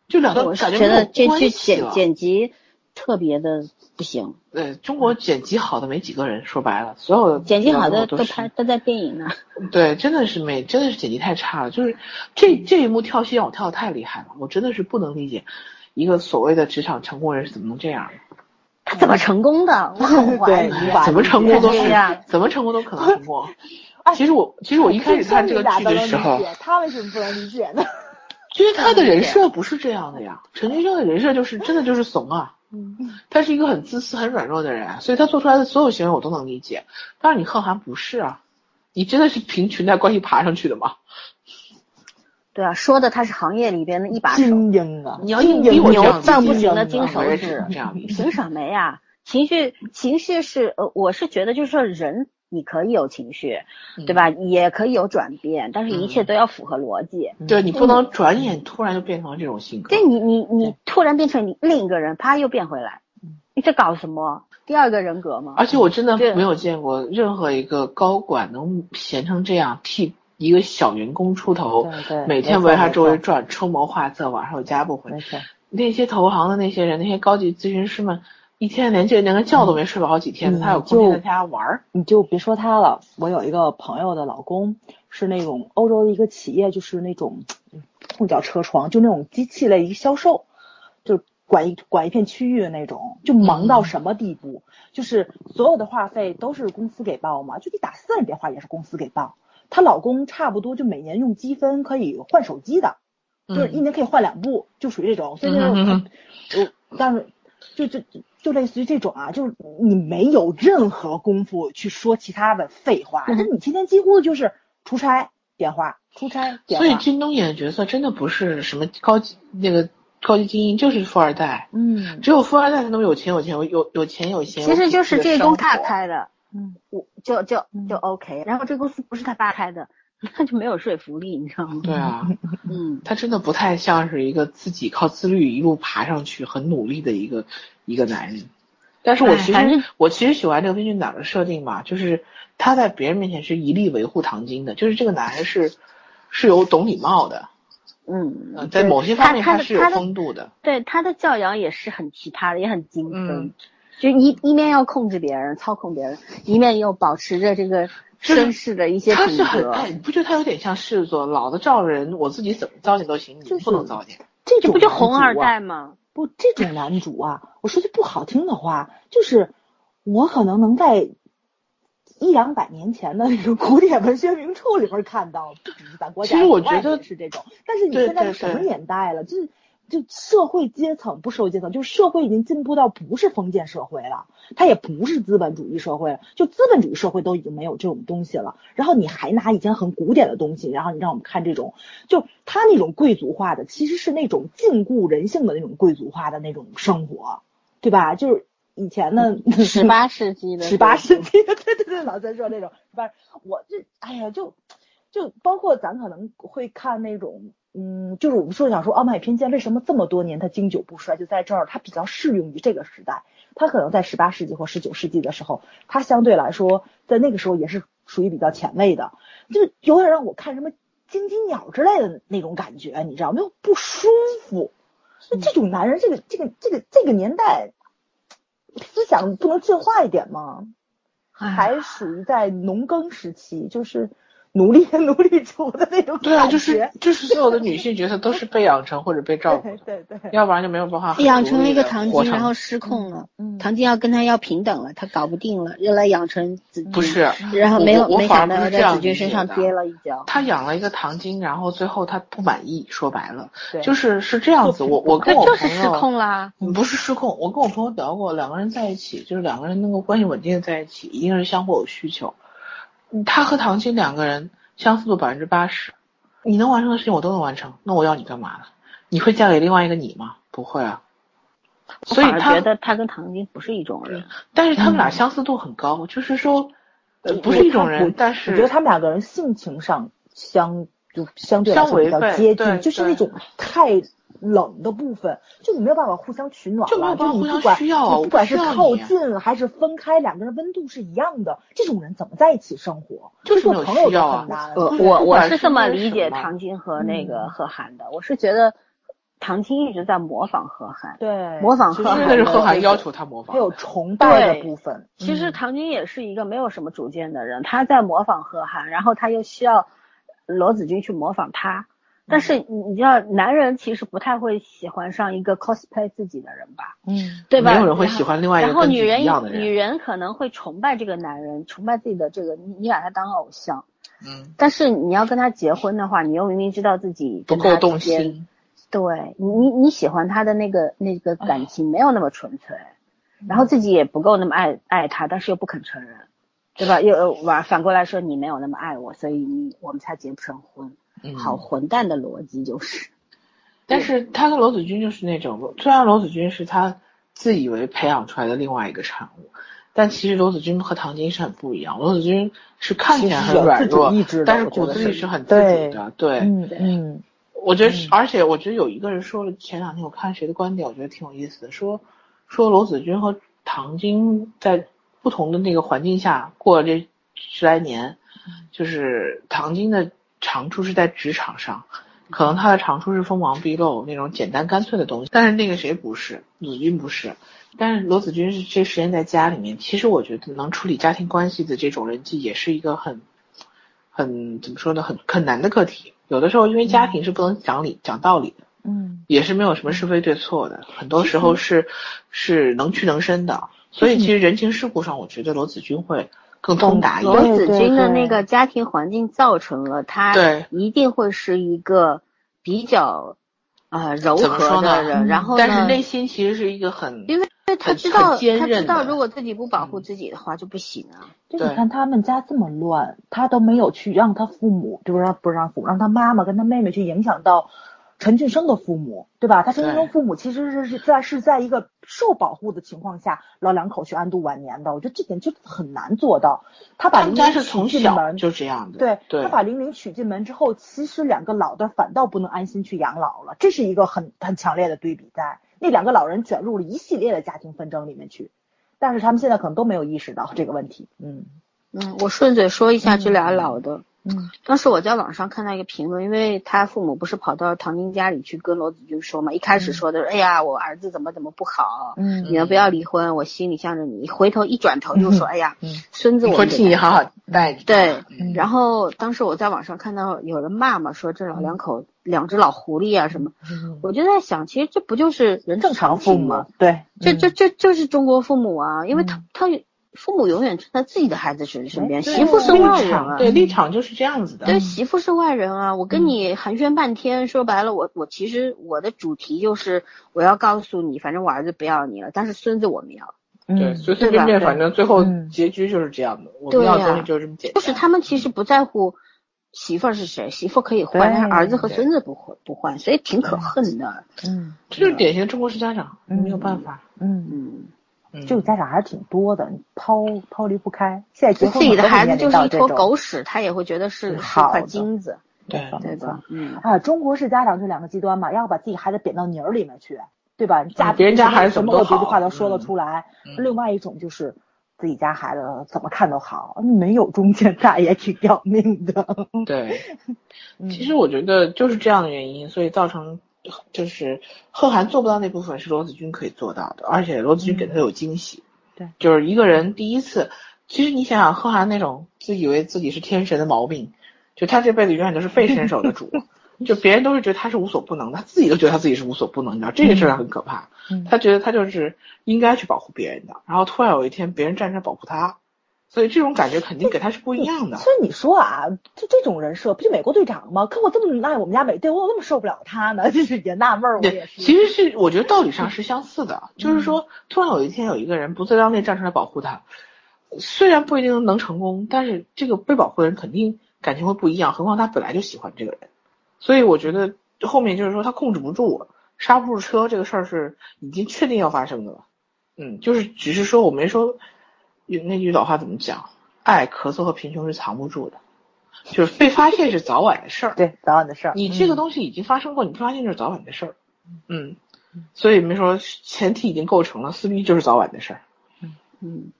[SPEAKER 2] 就两段
[SPEAKER 4] 我是
[SPEAKER 2] 感觉
[SPEAKER 4] 觉
[SPEAKER 2] 没有
[SPEAKER 4] 得这剧
[SPEAKER 2] 关系
[SPEAKER 4] 剪
[SPEAKER 2] 了。
[SPEAKER 4] 剪辑特别的不行，
[SPEAKER 2] 呃，中国剪辑好的没几个人，说白了，所有的
[SPEAKER 4] 剪辑好
[SPEAKER 2] 制
[SPEAKER 4] 的
[SPEAKER 2] 作都
[SPEAKER 4] 都
[SPEAKER 2] 是
[SPEAKER 4] 拍都在电影呢。
[SPEAKER 2] 对，真的是没，真的是剪辑太差了。就是这这一幕跳戏让我跳的太厉害了，我真的是不能理解，一个所谓的职场成功人是怎么能这样的？
[SPEAKER 4] 他怎么成功的？我很怀疑
[SPEAKER 5] 对
[SPEAKER 4] 啊。
[SPEAKER 2] 怎么成功都
[SPEAKER 4] 对
[SPEAKER 2] 是
[SPEAKER 4] 呀，
[SPEAKER 2] 怎么成功都可能成 功。其实我其实我一开始 看这个剧的时候，，
[SPEAKER 5] 他为什么不能理解呢？
[SPEAKER 2] 其实他的人设不是这样的呀。陈俊生的人设就是真的就是怂 啊，他是一个很自私、很软弱的人，所以他做出来的所有行为我都能理解。但是你贺涵不是啊，你真的是凭裙带关系爬上去的吗？
[SPEAKER 4] 对啊，说的他是行业里边的一把手，
[SPEAKER 5] 精英啊，
[SPEAKER 2] 你要硬逼我这样
[SPEAKER 4] 牛
[SPEAKER 2] 子
[SPEAKER 4] 到不
[SPEAKER 2] 精
[SPEAKER 4] 行的
[SPEAKER 5] 英
[SPEAKER 4] 金
[SPEAKER 5] 啊
[SPEAKER 4] 手
[SPEAKER 2] 我也只
[SPEAKER 4] 指
[SPEAKER 2] 能，这样理解
[SPEAKER 4] 凭什么呀？啊情绪情绪是呃，我是觉得就是说人你可以有情绪，
[SPEAKER 2] 嗯
[SPEAKER 4] 对吧？也可以有转变，但是一切都要符合逻辑。
[SPEAKER 2] 对你不能转眼突然就变成了这种性格。
[SPEAKER 4] 对你你你突然变成你另一个人，啪又变回来，你在搞什么？第二个人格吗？
[SPEAKER 2] 嗯而且我真的
[SPEAKER 4] 对
[SPEAKER 2] 没有见过任何一个高管能闲成这样，替一个小员工出头，
[SPEAKER 5] 对对
[SPEAKER 2] 啊每天
[SPEAKER 5] 没错
[SPEAKER 2] 围他周围
[SPEAKER 5] 没错
[SPEAKER 2] 转，出谋划策，晚上有家不回
[SPEAKER 5] 没。错，
[SPEAKER 2] 那些投行的那些人，那些高级咨询师们，一天连这连个觉都没睡饱好几天，
[SPEAKER 5] 嗯
[SPEAKER 2] 他有空间
[SPEAKER 5] 就
[SPEAKER 2] 在家玩儿。
[SPEAKER 5] 你就别说他了。我有一个朋友的老公是那种欧洲的一个企业，就是那种嗯不叫车床，就那种机器类一个销售，就管一管一片区域的那种，就忙到什么地步，就是所有的话费都是公司给报嘛，就你打私人电话也是公司给报。她老公差不多就每年用积分可以换手机的，就是一
[SPEAKER 2] 嗯，
[SPEAKER 5] 年可以换两部，就属于这种。所以就是
[SPEAKER 2] 嗯哼
[SPEAKER 5] 我，我但是就就就类似于这种啊，就是你没有任何功夫去说其他的废话，
[SPEAKER 2] 嗯
[SPEAKER 5] 那、你天天几乎就是出差电话，出差电
[SPEAKER 2] 所以
[SPEAKER 5] 话。
[SPEAKER 2] 金东演的角色真的不是什么高级那个高级精英，就是富二代。
[SPEAKER 5] 嗯，
[SPEAKER 2] 只有富二代才能有钱有钱有有有钱有闲。
[SPEAKER 4] 其实就是这
[SPEAKER 2] 种
[SPEAKER 4] 公他开的，
[SPEAKER 5] 嗯，
[SPEAKER 4] 我就就
[SPEAKER 2] 嗯
[SPEAKER 4] 就 OK。然后这公司不是他爸开的， 那就没有说服力，你知道吗？
[SPEAKER 2] 对啊，
[SPEAKER 4] 嗯，
[SPEAKER 2] 他真的不太像是一个自己靠自律一路爬上去、很努力的一个一个男人。但是我
[SPEAKER 4] 哎
[SPEAKER 2] 其实、
[SPEAKER 4] 反正
[SPEAKER 2] 我其实喜欢这个编剧哪儿的设定嘛，就是他在别人面前是一力维护唐晶的，就是这个男人是是有懂礼貌的，呃
[SPEAKER 4] 嗯，
[SPEAKER 2] 在
[SPEAKER 4] 对
[SPEAKER 2] 某些方面
[SPEAKER 4] 他他的
[SPEAKER 2] 是有
[SPEAKER 4] 他的
[SPEAKER 2] 风度的。
[SPEAKER 4] 对他的教养也是很奇葩的，也很精分，
[SPEAKER 2] 嗯
[SPEAKER 4] 就一一面要控制别人、操控别人，一面又保持着这个
[SPEAKER 2] 就是
[SPEAKER 4] 绅士的一些
[SPEAKER 2] 他
[SPEAKER 4] 品
[SPEAKER 2] 是很
[SPEAKER 4] 格。
[SPEAKER 2] 哎，你不觉得他有点像狮子座？老子造人，我自己怎么糟践都行，你不能糟践。
[SPEAKER 5] 这
[SPEAKER 4] 这
[SPEAKER 5] 种
[SPEAKER 4] 不就
[SPEAKER 5] 男
[SPEAKER 4] 红
[SPEAKER 5] 主
[SPEAKER 4] 二
[SPEAKER 5] 啊
[SPEAKER 4] 代吗？
[SPEAKER 5] 不，这种男主啊，我说句不好听的话，就是我可能能在一两百年前的那种古典文学名著里边看到，不只是咱国家，
[SPEAKER 2] 其实我
[SPEAKER 5] 国外
[SPEAKER 2] 觉得
[SPEAKER 5] 也是这种。但是你
[SPEAKER 2] 对
[SPEAKER 5] 现在
[SPEAKER 2] 对
[SPEAKER 5] 是什么
[SPEAKER 2] 对
[SPEAKER 5] 年代了？就是就社会阶层不是社会阶层，就是社会已经进步到不是封建社会了，它也不是资本主义社会了，就资本主义社会都已经没有这种东西了。然后你还拿以前很古典的东西，然后你让我们看这种就他那种贵族化的，其实是那种禁锢人性的那种贵族化的那种生活，对吧？就是以前 的
[SPEAKER 4] 十八世纪的
[SPEAKER 5] 十八世纪， 对对对，老三说那种十八，我这哎呀，就就包括咱可能会看那种。嗯，就是我们说想说《傲慢与偏见》为什么这么多年它经久不衰，就在这儿它比较适用于这个时代。它可能在十八世纪或十九世纪的时候，它相对来说在那个时候也是属于比较前卫的，就有点让我看什么金鸡鸟之类的那种感觉，你知道没有？不舒服。那这种男人，这个这个这个这个年代，思想不能进化一点吗？
[SPEAKER 4] 哎，
[SPEAKER 5] 还属于在农耕时期，就是奴隶 奴隶主的那种感觉。
[SPEAKER 2] 对啊，就是就是所有的女性角色都是被养成或者被照顾
[SPEAKER 5] 对
[SPEAKER 2] 的，
[SPEAKER 5] 对对，
[SPEAKER 2] 要不然就没有办法很
[SPEAKER 4] 养成
[SPEAKER 2] 独
[SPEAKER 4] 了
[SPEAKER 2] 立
[SPEAKER 4] 一个
[SPEAKER 2] 地
[SPEAKER 4] 唐
[SPEAKER 2] 活
[SPEAKER 4] 晶，然
[SPEAKER 2] 成
[SPEAKER 4] 后失控了。
[SPEAKER 5] 嗯
[SPEAKER 4] 唐晶要跟他要平等了，他搞不定了，又来养成子君，
[SPEAKER 2] 不是，
[SPEAKER 4] 然后没有
[SPEAKER 2] 我我
[SPEAKER 4] 没
[SPEAKER 2] 反而
[SPEAKER 4] 想
[SPEAKER 2] 不
[SPEAKER 4] 到
[SPEAKER 2] 是这
[SPEAKER 4] 在
[SPEAKER 2] 样
[SPEAKER 4] 子君
[SPEAKER 2] 理解
[SPEAKER 4] 身上
[SPEAKER 2] 的
[SPEAKER 4] 跌了一跤。
[SPEAKER 2] 他养了一个唐晶，然后最后他不满意，说白了
[SPEAKER 5] 对
[SPEAKER 2] 就是是这样子。我我
[SPEAKER 4] 那
[SPEAKER 2] 跟我
[SPEAKER 4] 就是
[SPEAKER 2] 朋
[SPEAKER 4] 失
[SPEAKER 2] 友
[SPEAKER 4] 控啦，
[SPEAKER 2] 嗯不是失控，我跟我朋友聊过，两个人在一起，就是两个人能够关系稳定的在一起，一定是相互有需求。嗯他和唐晶两个人相似度百分之八十，你能完成的事情我都能完成，那我要你干嘛呢？你会嫁给另外一个你吗？不会啊。所以
[SPEAKER 4] 我反而
[SPEAKER 2] 他
[SPEAKER 4] 觉得他跟唐晶不是一种人。
[SPEAKER 2] 但是他们俩相似度很高，就是说，呃，不是一种人，但是
[SPEAKER 5] 我觉得他们两个人性情上相就相对来
[SPEAKER 2] 相
[SPEAKER 5] 说比
[SPEAKER 2] 违
[SPEAKER 5] 较
[SPEAKER 2] 背
[SPEAKER 5] 接
[SPEAKER 2] 对
[SPEAKER 5] 近，就是那
[SPEAKER 2] 对
[SPEAKER 5] 种太冷的部分，就你没有办法互相取暖了，
[SPEAKER 2] 就
[SPEAKER 5] 就
[SPEAKER 2] 没有办法
[SPEAKER 5] 你
[SPEAKER 2] 互相
[SPEAKER 5] 不管
[SPEAKER 2] 需要啊
[SPEAKER 5] 你
[SPEAKER 2] 我
[SPEAKER 5] 不管
[SPEAKER 2] 需
[SPEAKER 5] 是
[SPEAKER 2] 要
[SPEAKER 5] 靠
[SPEAKER 2] 你啊
[SPEAKER 5] 近还是分开，两个人温度是一样的，这种人怎么在一起生活？
[SPEAKER 2] 就是
[SPEAKER 5] 做
[SPEAKER 2] 没有
[SPEAKER 5] 朋友
[SPEAKER 2] 需要
[SPEAKER 5] 都
[SPEAKER 2] 啊
[SPEAKER 5] 很难。
[SPEAKER 4] 呃，
[SPEAKER 2] 不
[SPEAKER 4] 我
[SPEAKER 2] 不
[SPEAKER 4] 我
[SPEAKER 2] 管
[SPEAKER 4] 是
[SPEAKER 2] 是
[SPEAKER 4] 这么
[SPEAKER 2] 因为
[SPEAKER 4] 理
[SPEAKER 2] 什
[SPEAKER 4] 解
[SPEAKER 2] 么
[SPEAKER 4] 唐晶和那个贺涵的，我是觉得唐晶一直在模仿贺涵，
[SPEAKER 5] 对，
[SPEAKER 4] 模仿
[SPEAKER 5] 其实
[SPEAKER 4] 贺涵
[SPEAKER 2] 那
[SPEAKER 4] 的
[SPEAKER 2] 是
[SPEAKER 4] 那
[SPEAKER 2] 贺涵
[SPEAKER 4] 种
[SPEAKER 2] 要求他模仿
[SPEAKER 5] 还。有崇拜
[SPEAKER 4] 对
[SPEAKER 5] 的部分。
[SPEAKER 4] 其实唐军也是一个没有什么主见的人，他在模仿贺涵，然后他又需要罗子君去模仿他。但是你你知道，男人其实不太会喜欢上一个 cosplay 自己的人吧，
[SPEAKER 5] 嗯，
[SPEAKER 4] 对吧？
[SPEAKER 2] 没有人会喜欢另外一
[SPEAKER 4] 然
[SPEAKER 2] 个
[SPEAKER 4] 后。
[SPEAKER 2] 跟
[SPEAKER 4] 然后
[SPEAKER 2] 自
[SPEAKER 4] 女
[SPEAKER 2] 己
[SPEAKER 4] 人
[SPEAKER 2] 一样的
[SPEAKER 4] 女
[SPEAKER 2] 人。
[SPEAKER 4] 人可能会崇拜这个男人，崇拜自己的这个，你你把他当偶像。
[SPEAKER 2] 嗯，
[SPEAKER 4] 但是你要跟他结婚的话，你又明明知道自己
[SPEAKER 2] 不
[SPEAKER 4] 跟他
[SPEAKER 2] 够动
[SPEAKER 4] 之间
[SPEAKER 2] 心。
[SPEAKER 4] 对你，你你喜欢他的那个那个
[SPEAKER 2] 啊
[SPEAKER 4] 感情没有那么纯粹，
[SPEAKER 2] 嗯
[SPEAKER 4] 然后自己也不够那么爱爱他，但是又不肯承认，对吧？又反反过来说你没有那么爱我，所以你我们才结不成婚。
[SPEAKER 2] 嗯，
[SPEAKER 4] 好混蛋的逻辑就是，
[SPEAKER 2] 但是他跟罗子君就是那种，虽然罗子君是他自以为培养出来的另外一个产物，但其实罗子君和唐晶是很不一样。罗子君是看起来很软弱
[SPEAKER 5] 其实有自主意志的，
[SPEAKER 2] 但是
[SPEAKER 5] 我觉
[SPEAKER 2] 骨
[SPEAKER 5] 得
[SPEAKER 2] 子
[SPEAKER 5] 是
[SPEAKER 2] 里是很自主的。对，
[SPEAKER 5] 嗯嗯，
[SPEAKER 2] 我觉得是，而且我觉得有一个人说了，前两天我看谁的观点，我觉得挺有意思的，说说罗子君和唐晶在不同的那个环境下过了这十来年，就是唐晶的长处是在职场上，可能他的长处是锋芒毕露那种简单干脆的东西，但是那个谁不是，子君不是。但是罗子君是这时间在家里面，其实我觉得能处理家庭关系的这种人际，也是一个很很怎么说呢，很很难的课题。有的时候因为家庭是不能讲理、讲道理的，嗯，也是没有什么是非对错的，很多时候是是能屈能伸的。所以其实人情世故上，我觉得罗子君会更通达一
[SPEAKER 4] 罗
[SPEAKER 2] 点。
[SPEAKER 4] 子君的
[SPEAKER 5] 对
[SPEAKER 4] 那个家庭环境造成了他
[SPEAKER 2] 对
[SPEAKER 4] 一定会是一个比较呃柔
[SPEAKER 2] 怎么说
[SPEAKER 4] 和
[SPEAKER 2] 呢嗯
[SPEAKER 4] 的人，然后呢，
[SPEAKER 2] 但是内心其实是一个很
[SPEAKER 4] 因为因为他
[SPEAKER 2] 很
[SPEAKER 4] 知道
[SPEAKER 2] 很坚
[SPEAKER 4] 他
[SPEAKER 2] 韧
[SPEAKER 4] 知道
[SPEAKER 2] 的
[SPEAKER 4] 如果自己不保护自己的话就不行啊。
[SPEAKER 5] 就
[SPEAKER 2] 对
[SPEAKER 5] 你看他们家这么乱，他都没有去让他父母，就是让不是让父母，让他妈妈跟他妹妹去影响到陈俊生的父母，对吧？他陈俊生
[SPEAKER 2] 对
[SPEAKER 5] 父母其实是是在是在一个受保护的情况下，老两口去安度晚年的，我觉得这点就很难做到。他把
[SPEAKER 2] 他
[SPEAKER 5] 林
[SPEAKER 2] 们
[SPEAKER 5] 玲
[SPEAKER 2] 家是从
[SPEAKER 5] 娶进
[SPEAKER 2] 小
[SPEAKER 5] 门，
[SPEAKER 2] 就这样的。
[SPEAKER 5] 对
[SPEAKER 2] 对
[SPEAKER 5] 他把玲玲娶进门之后，其实两个老的反倒不能安心去养老了，这是一个很很强烈的对比在。那两个老人卷入了一系列的家庭纷争里面去，但是他们现在可能都没有意识到这个问题。嗯
[SPEAKER 4] 嗯，我顺嘴说一下这俩老的。
[SPEAKER 5] 嗯
[SPEAKER 4] 当时我在网上看到一个评论，因为他父母不是跑到唐晶家里去跟罗子君说嘛，一开始说的，哎呀，我儿子怎么怎么不好，
[SPEAKER 5] 嗯
[SPEAKER 4] 你们不要离婚，我心里向着你。回头一转头又说，哎呀，孙子我
[SPEAKER 2] 会
[SPEAKER 4] 们给
[SPEAKER 2] 替你
[SPEAKER 4] 他
[SPEAKER 2] 好好带着。
[SPEAKER 4] 对，
[SPEAKER 2] 嗯
[SPEAKER 4] 然后当时我在网上看到有人骂嘛，说这老两口、两只老狐狸啊什么，我就在想，其实这不就是人
[SPEAKER 5] 嗯正常父母
[SPEAKER 4] 吗？
[SPEAKER 5] 对，嗯
[SPEAKER 4] 这这这就是中国父母啊，因为他他父母永远站在自己的孩子身身边，媳妇是外
[SPEAKER 2] 立
[SPEAKER 4] 人
[SPEAKER 2] 场
[SPEAKER 4] 啊，
[SPEAKER 2] 对立场就是这样子的。
[SPEAKER 4] 对，媳妇是外人啊。我
[SPEAKER 5] 嗯
[SPEAKER 4] 跟你寒暄半天，说白了，我我其实我的主题就是我要告诉你，反正我儿子不要你了，但是孙子我们要。
[SPEAKER 2] 对，随随
[SPEAKER 4] 嗯对
[SPEAKER 2] 便
[SPEAKER 4] 吧
[SPEAKER 2] 便，
[SPEAKER 4] 对
[SPEAKER 2] 反正最后
[SPEAKER 5] 嗯
[SPEAKER 2] 结局就是这样的。我
[SPEAKER 4] 对
[SPEAKER 2] 们要
[SPEAKER 4] 呀
[SPEAKER 2] 的东西就是这么简单。
[SPEAKER 4] 就是他们其实不在乎媳妇儿是谁，媳妇儿可以换，但是儿子和孙子不换不换，所以挺可恨的。
[SPEAKER 5] 嗯
[SPEAKER 2] 这就是典型的中国式家长，
[SPEAKER 5] 嗯
[SPEAKER 2] 没有办法。
[SPEAKER 5] 嗯，
[SPEAKER 4] 嗯，
[SPEAKER 2] 嗯
[SPEAKER 5] 这种家长还是挺多的，抛抛离不开。现在结
[SPEAKER 4] 自
[SPEAKER 5] 婚
[SPEAKER 4] 己的
[SPEAKER 5] 了
[SPEAKER 4] 孩
[SPEAKER 5] 都会面
[SPEAKER 4] 子就
[SPEAKER 5] 临
[SPEAKER 4] 是
[SPEAKER 5] 到
[SPEAKER 4] 一
[SPEAKER 5] 这
[SPEAKER 4] 坨
[SPEAKER 5] 种嗯
[SPEAKER 4] 狗屎，他也会觉得是是
[SPEAKER 5] 好
[SPEAKER 4] 块
[SPEAKER 5] 的
[SPEAKER 4] 金子，
[SPEAKER 2] 对，
[SPEAKER 4] 对吧？嗯，
[SPEAKER 5] 啊，中国式家长就两个极端嘛，要不把自己孩子贬到泥儿里面去，对吧？你嫁
[SPEAKER 2] 嗯别人家孩子
[SPEAKER 5] 什
[SPEAKER 2] 怎么
[SPEAKER 5] 么
[SPEAKER 2] 都
[SPEAKER 5] 恶毒的
[SPEAKER 2] 好
[SPEAKER 5] 话都说得
[SPEAKER 2] 嗯
[SPEAKER 5] 出来。
[SPEAKER 2] 嗯
[SPEAKER 5] 另外一种就是自己家孩子怎么看都好，没有中间大也挺要命的。
[SPEAKER 2] 嗯
[SPEAKER 7] 嗯
[SPEAKER 2] 对，其实我觉得就是这样的原因，所以造成就是贺涵做不到那部分是罗子君可以做到的，而且罗子君给他有惊
[SPEAKER 7] 嗯
[SPEAKER 2] 喜。
[SPEAKER 7] 对，
[SPEAKER 2] 就是一个人第一次，其实你想想贺涵那种自以为自己是天神的毛病，就他这辈子永远都是被伸手的主， 就别人都是觉得他是无所不能的，他自己都觉得他自己是无所不能，你知道这个事儿很可怕。
[SPEAKER 7] 嗯
[SPEAKER 2] 他觉得他就是应该去保护别人的，然后突然有一天别人站出来保护他，所以这种感觉肯定给他是不一样的
[SPEAKER 5] 所。以你说啊，就这种人设，不就美国队长吗？可我这么爱我们家美队，我怎么那么受不了他呢？ 就是也纳闷儿，我也
[SPEAKER 2] 对，
[SPEAKER 5] 是。嗯
[SPEAKER 2] 其实是我觉得道理上是相似的，就是说，突然有一天有一个人不自量力站出来保护他，虽然不一定能成功，但是这个被保护的人肯定感情会不一样，何况他本来就喜欢这个人，所以我觉得后面就是说他控制不住我，刹不住车这个事儿是已经确定要发生的了，嗯，就是只是说我没说，有那句老话怎么讲，爱、咳嗽和贫穷是藏不住的，就是被发现是早晚的事儿，
[SPEAKER 5] 对，早晚的事儿。
[SPEAKER 2] 你
[SPEAKER 4] 嗯
[SPEAKER 2] 这个东西已经发生过，你发现就是早晚的事儿。嗯，所以没说前提已经构成了，撕逼就是早晚的事儿。
[SPEAKER 4] 嗯，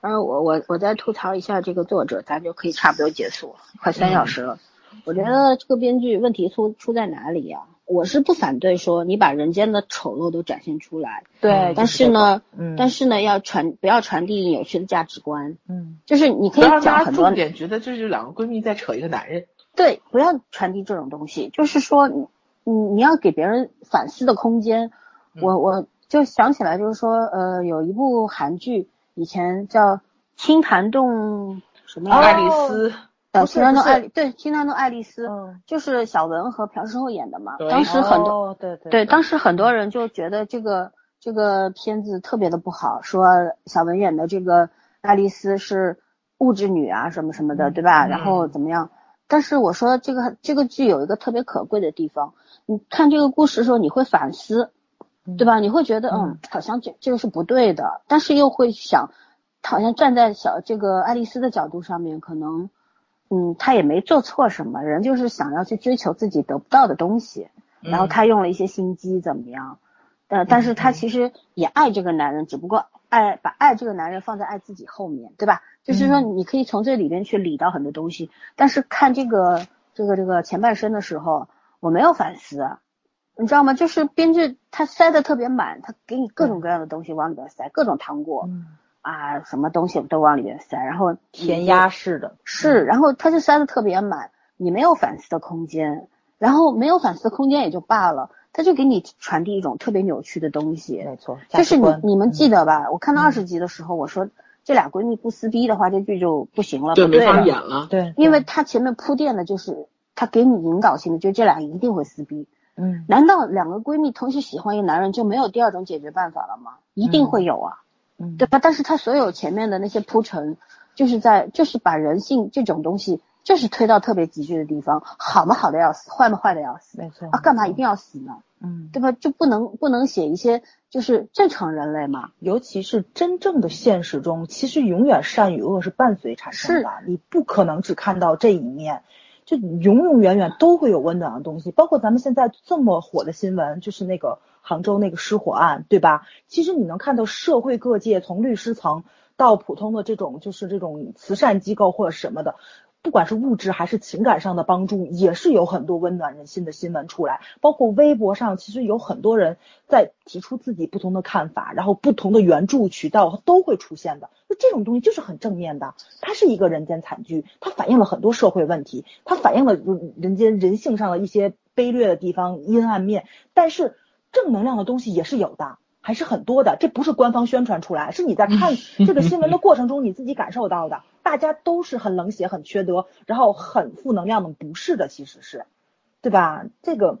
[SPEAKER 4] 然后我我我再吐槽一下这个作者，咱就可以差不多结束了，快三小时了。我觉得这个编剧问题出出在哪里呀、啊我是不反对说你把人间的丑陋都展现出来，
[SPEAKER 2] 嗯
[SPEAKER 5] 对，
[SPEAKER 4] 但是呢，
[SPEAKER 5] 嗯，
[SPEAKER 4] 但是呢，要传不要传递扭曲的价值观，
[SPEAKER 5] 嗯，
[SPEAKER 4] 就是你可
[SPEAKER 2] 不
[SPEAKER 4] 以
[SPEAKER 2] 要让
[SPEAKER 4] 讲
[SPEAKER 2] 大家
[SPEAKER 4] 很多
[SPEAKER 2] 重点觉得这就是两个闺蜜在扯一个男人。
[SPEAKER 4] 对，不要传递这种东西，就是说你你你要给别人反思的空间。
[SPEAKER 5] 嗯
[SPEAKER 4] 我我就想起来，就是说呃，有一部韩剧以前叫《青潭洞》什么来着
[SPEAKER 2] 爱丽丝，
[SPEAKER 5] 哦
[SPEAKER 4] 呃，
[SPEAKER 5] 不是
[SPEAKER 4] 青山
[SPEAKER 5] 不
[SPEAKER 4] 洞
[SPEAKER 5] 是
[SPEAKER 4] 爱丽对，青山洞爱丽丝、
[SPEAKER 5] 嗯
[SPEAKER 4] 就是小文和朴世厚演的嘛。
[SPEAKER 2] 对
[SPEAKER 4] 当时很多、
[SPEAKER 5] 哦，对对
[SPEAKER 4] 对，当时嗯很多人就觉得这个这个片子特别的不好，说小文演的这个爱丽丝是物质女啊什么什么的，对吧？然后怎么样？但是我说这个这个剧有一个特别可贵的地方，你看这个故事的时候，你会反思，对吧？你会觉得嗯，好像这这个是不对的，但是又会想，好像站在小这个爱丽丝的角度上面，可能嗯，她也没做错什么，人就是想要去追求自己得不到的东西，然后她用了一些心机怎么样？呃，但是她其实也爱这个男人，只不过爱把爱这个男人放在爱自己后面，对吧？就是说你可以从这里边去理到很多东西，但是看这个这个这个前半生的时候，我没有反思，你知道吗？就是编剧他塞的特别满，他给你各种各样的东西往里边塞，各种糖
[SPEAKER 5] 嗯
[SPEAKER 4] 果、啊，什么东西都往里边塞，然后
[SPEAKER 5] 填鸭式的，
[SPEAKER 4] 是，然后他就塞的特别满，你没有反思的空间，然后没有反思的空间也就罢了，他就给你传递一种特别扭曲的东西，
[SPEAKER 5] 没错，价
[SPEAKER 4] 就
[SPEAKER 5] 值
[SPEAKER 4] 是你
[SPEAKER 5] 观嗯
[SPEAKER 4] 你们记得吧？我看到二十集的时候，我说这俩闺蜜不撕逼的话，这剧就不行了，不对啊了，
[SPEAKER 2] 了。
[SPEAKER 5] 对，
[SPEAKER 4] 因为他前面铺垫的就是他给你引导性的，就是这俩一定会撕逼。
[SPEAKER 5] 嗯，
[SPEAKER 4] 难道两个闺蜜同时喜欢一个男人就没有第二种解决办法了吗？一定会有啊，
[SPEAKER 5] 嗯
[SPEAKER 4] 对吧？但是他所有前面的那些铺陈，就是在就是把人性这种东西，就是推到特别急剧的地方，好嘛好的要死，坏嘛坏的要死，
[SPEAKER 5] 没错
[SPEAKER 4] 啊，干嘛一定要死呢？
[SPEAKER 5] 嗯，
[SPEAKER 4] 对吧？就不能不能写一些就是正常人类嘛？
[SPEAKER 5] 尤其是真正的现实中，其实永远善与恶是伴随产生的，你不可能只看到这一面，就永永远远都会有温暖的东西。包括咱们现在这么火的新闻，就是那个杭州那个失火案，对吧？其实你能看到社会各界，从律师层到普通的这种，就是这种慈善机构或者什么的。不管是物质还是情感上的帮助，也是有很多温暖人心的新闻出来。包括微博上，其实有很多人在提出自己不同的看法，然后不同的援助渠道都会出现的。就这种东西就是很正面的，它是一个人间惨剧，它反映了很多社会问题，它反映了人人间人性上的一些卑劣的地方、阴暗面。但是正能量的东西也是有的，还是很多的。这不是官方宣传出来，是你在看这个新闻的过程中你自己感受到的。大家都是很冷血、很缺德，然后很负能量的，不是的，其实是。对吧？这个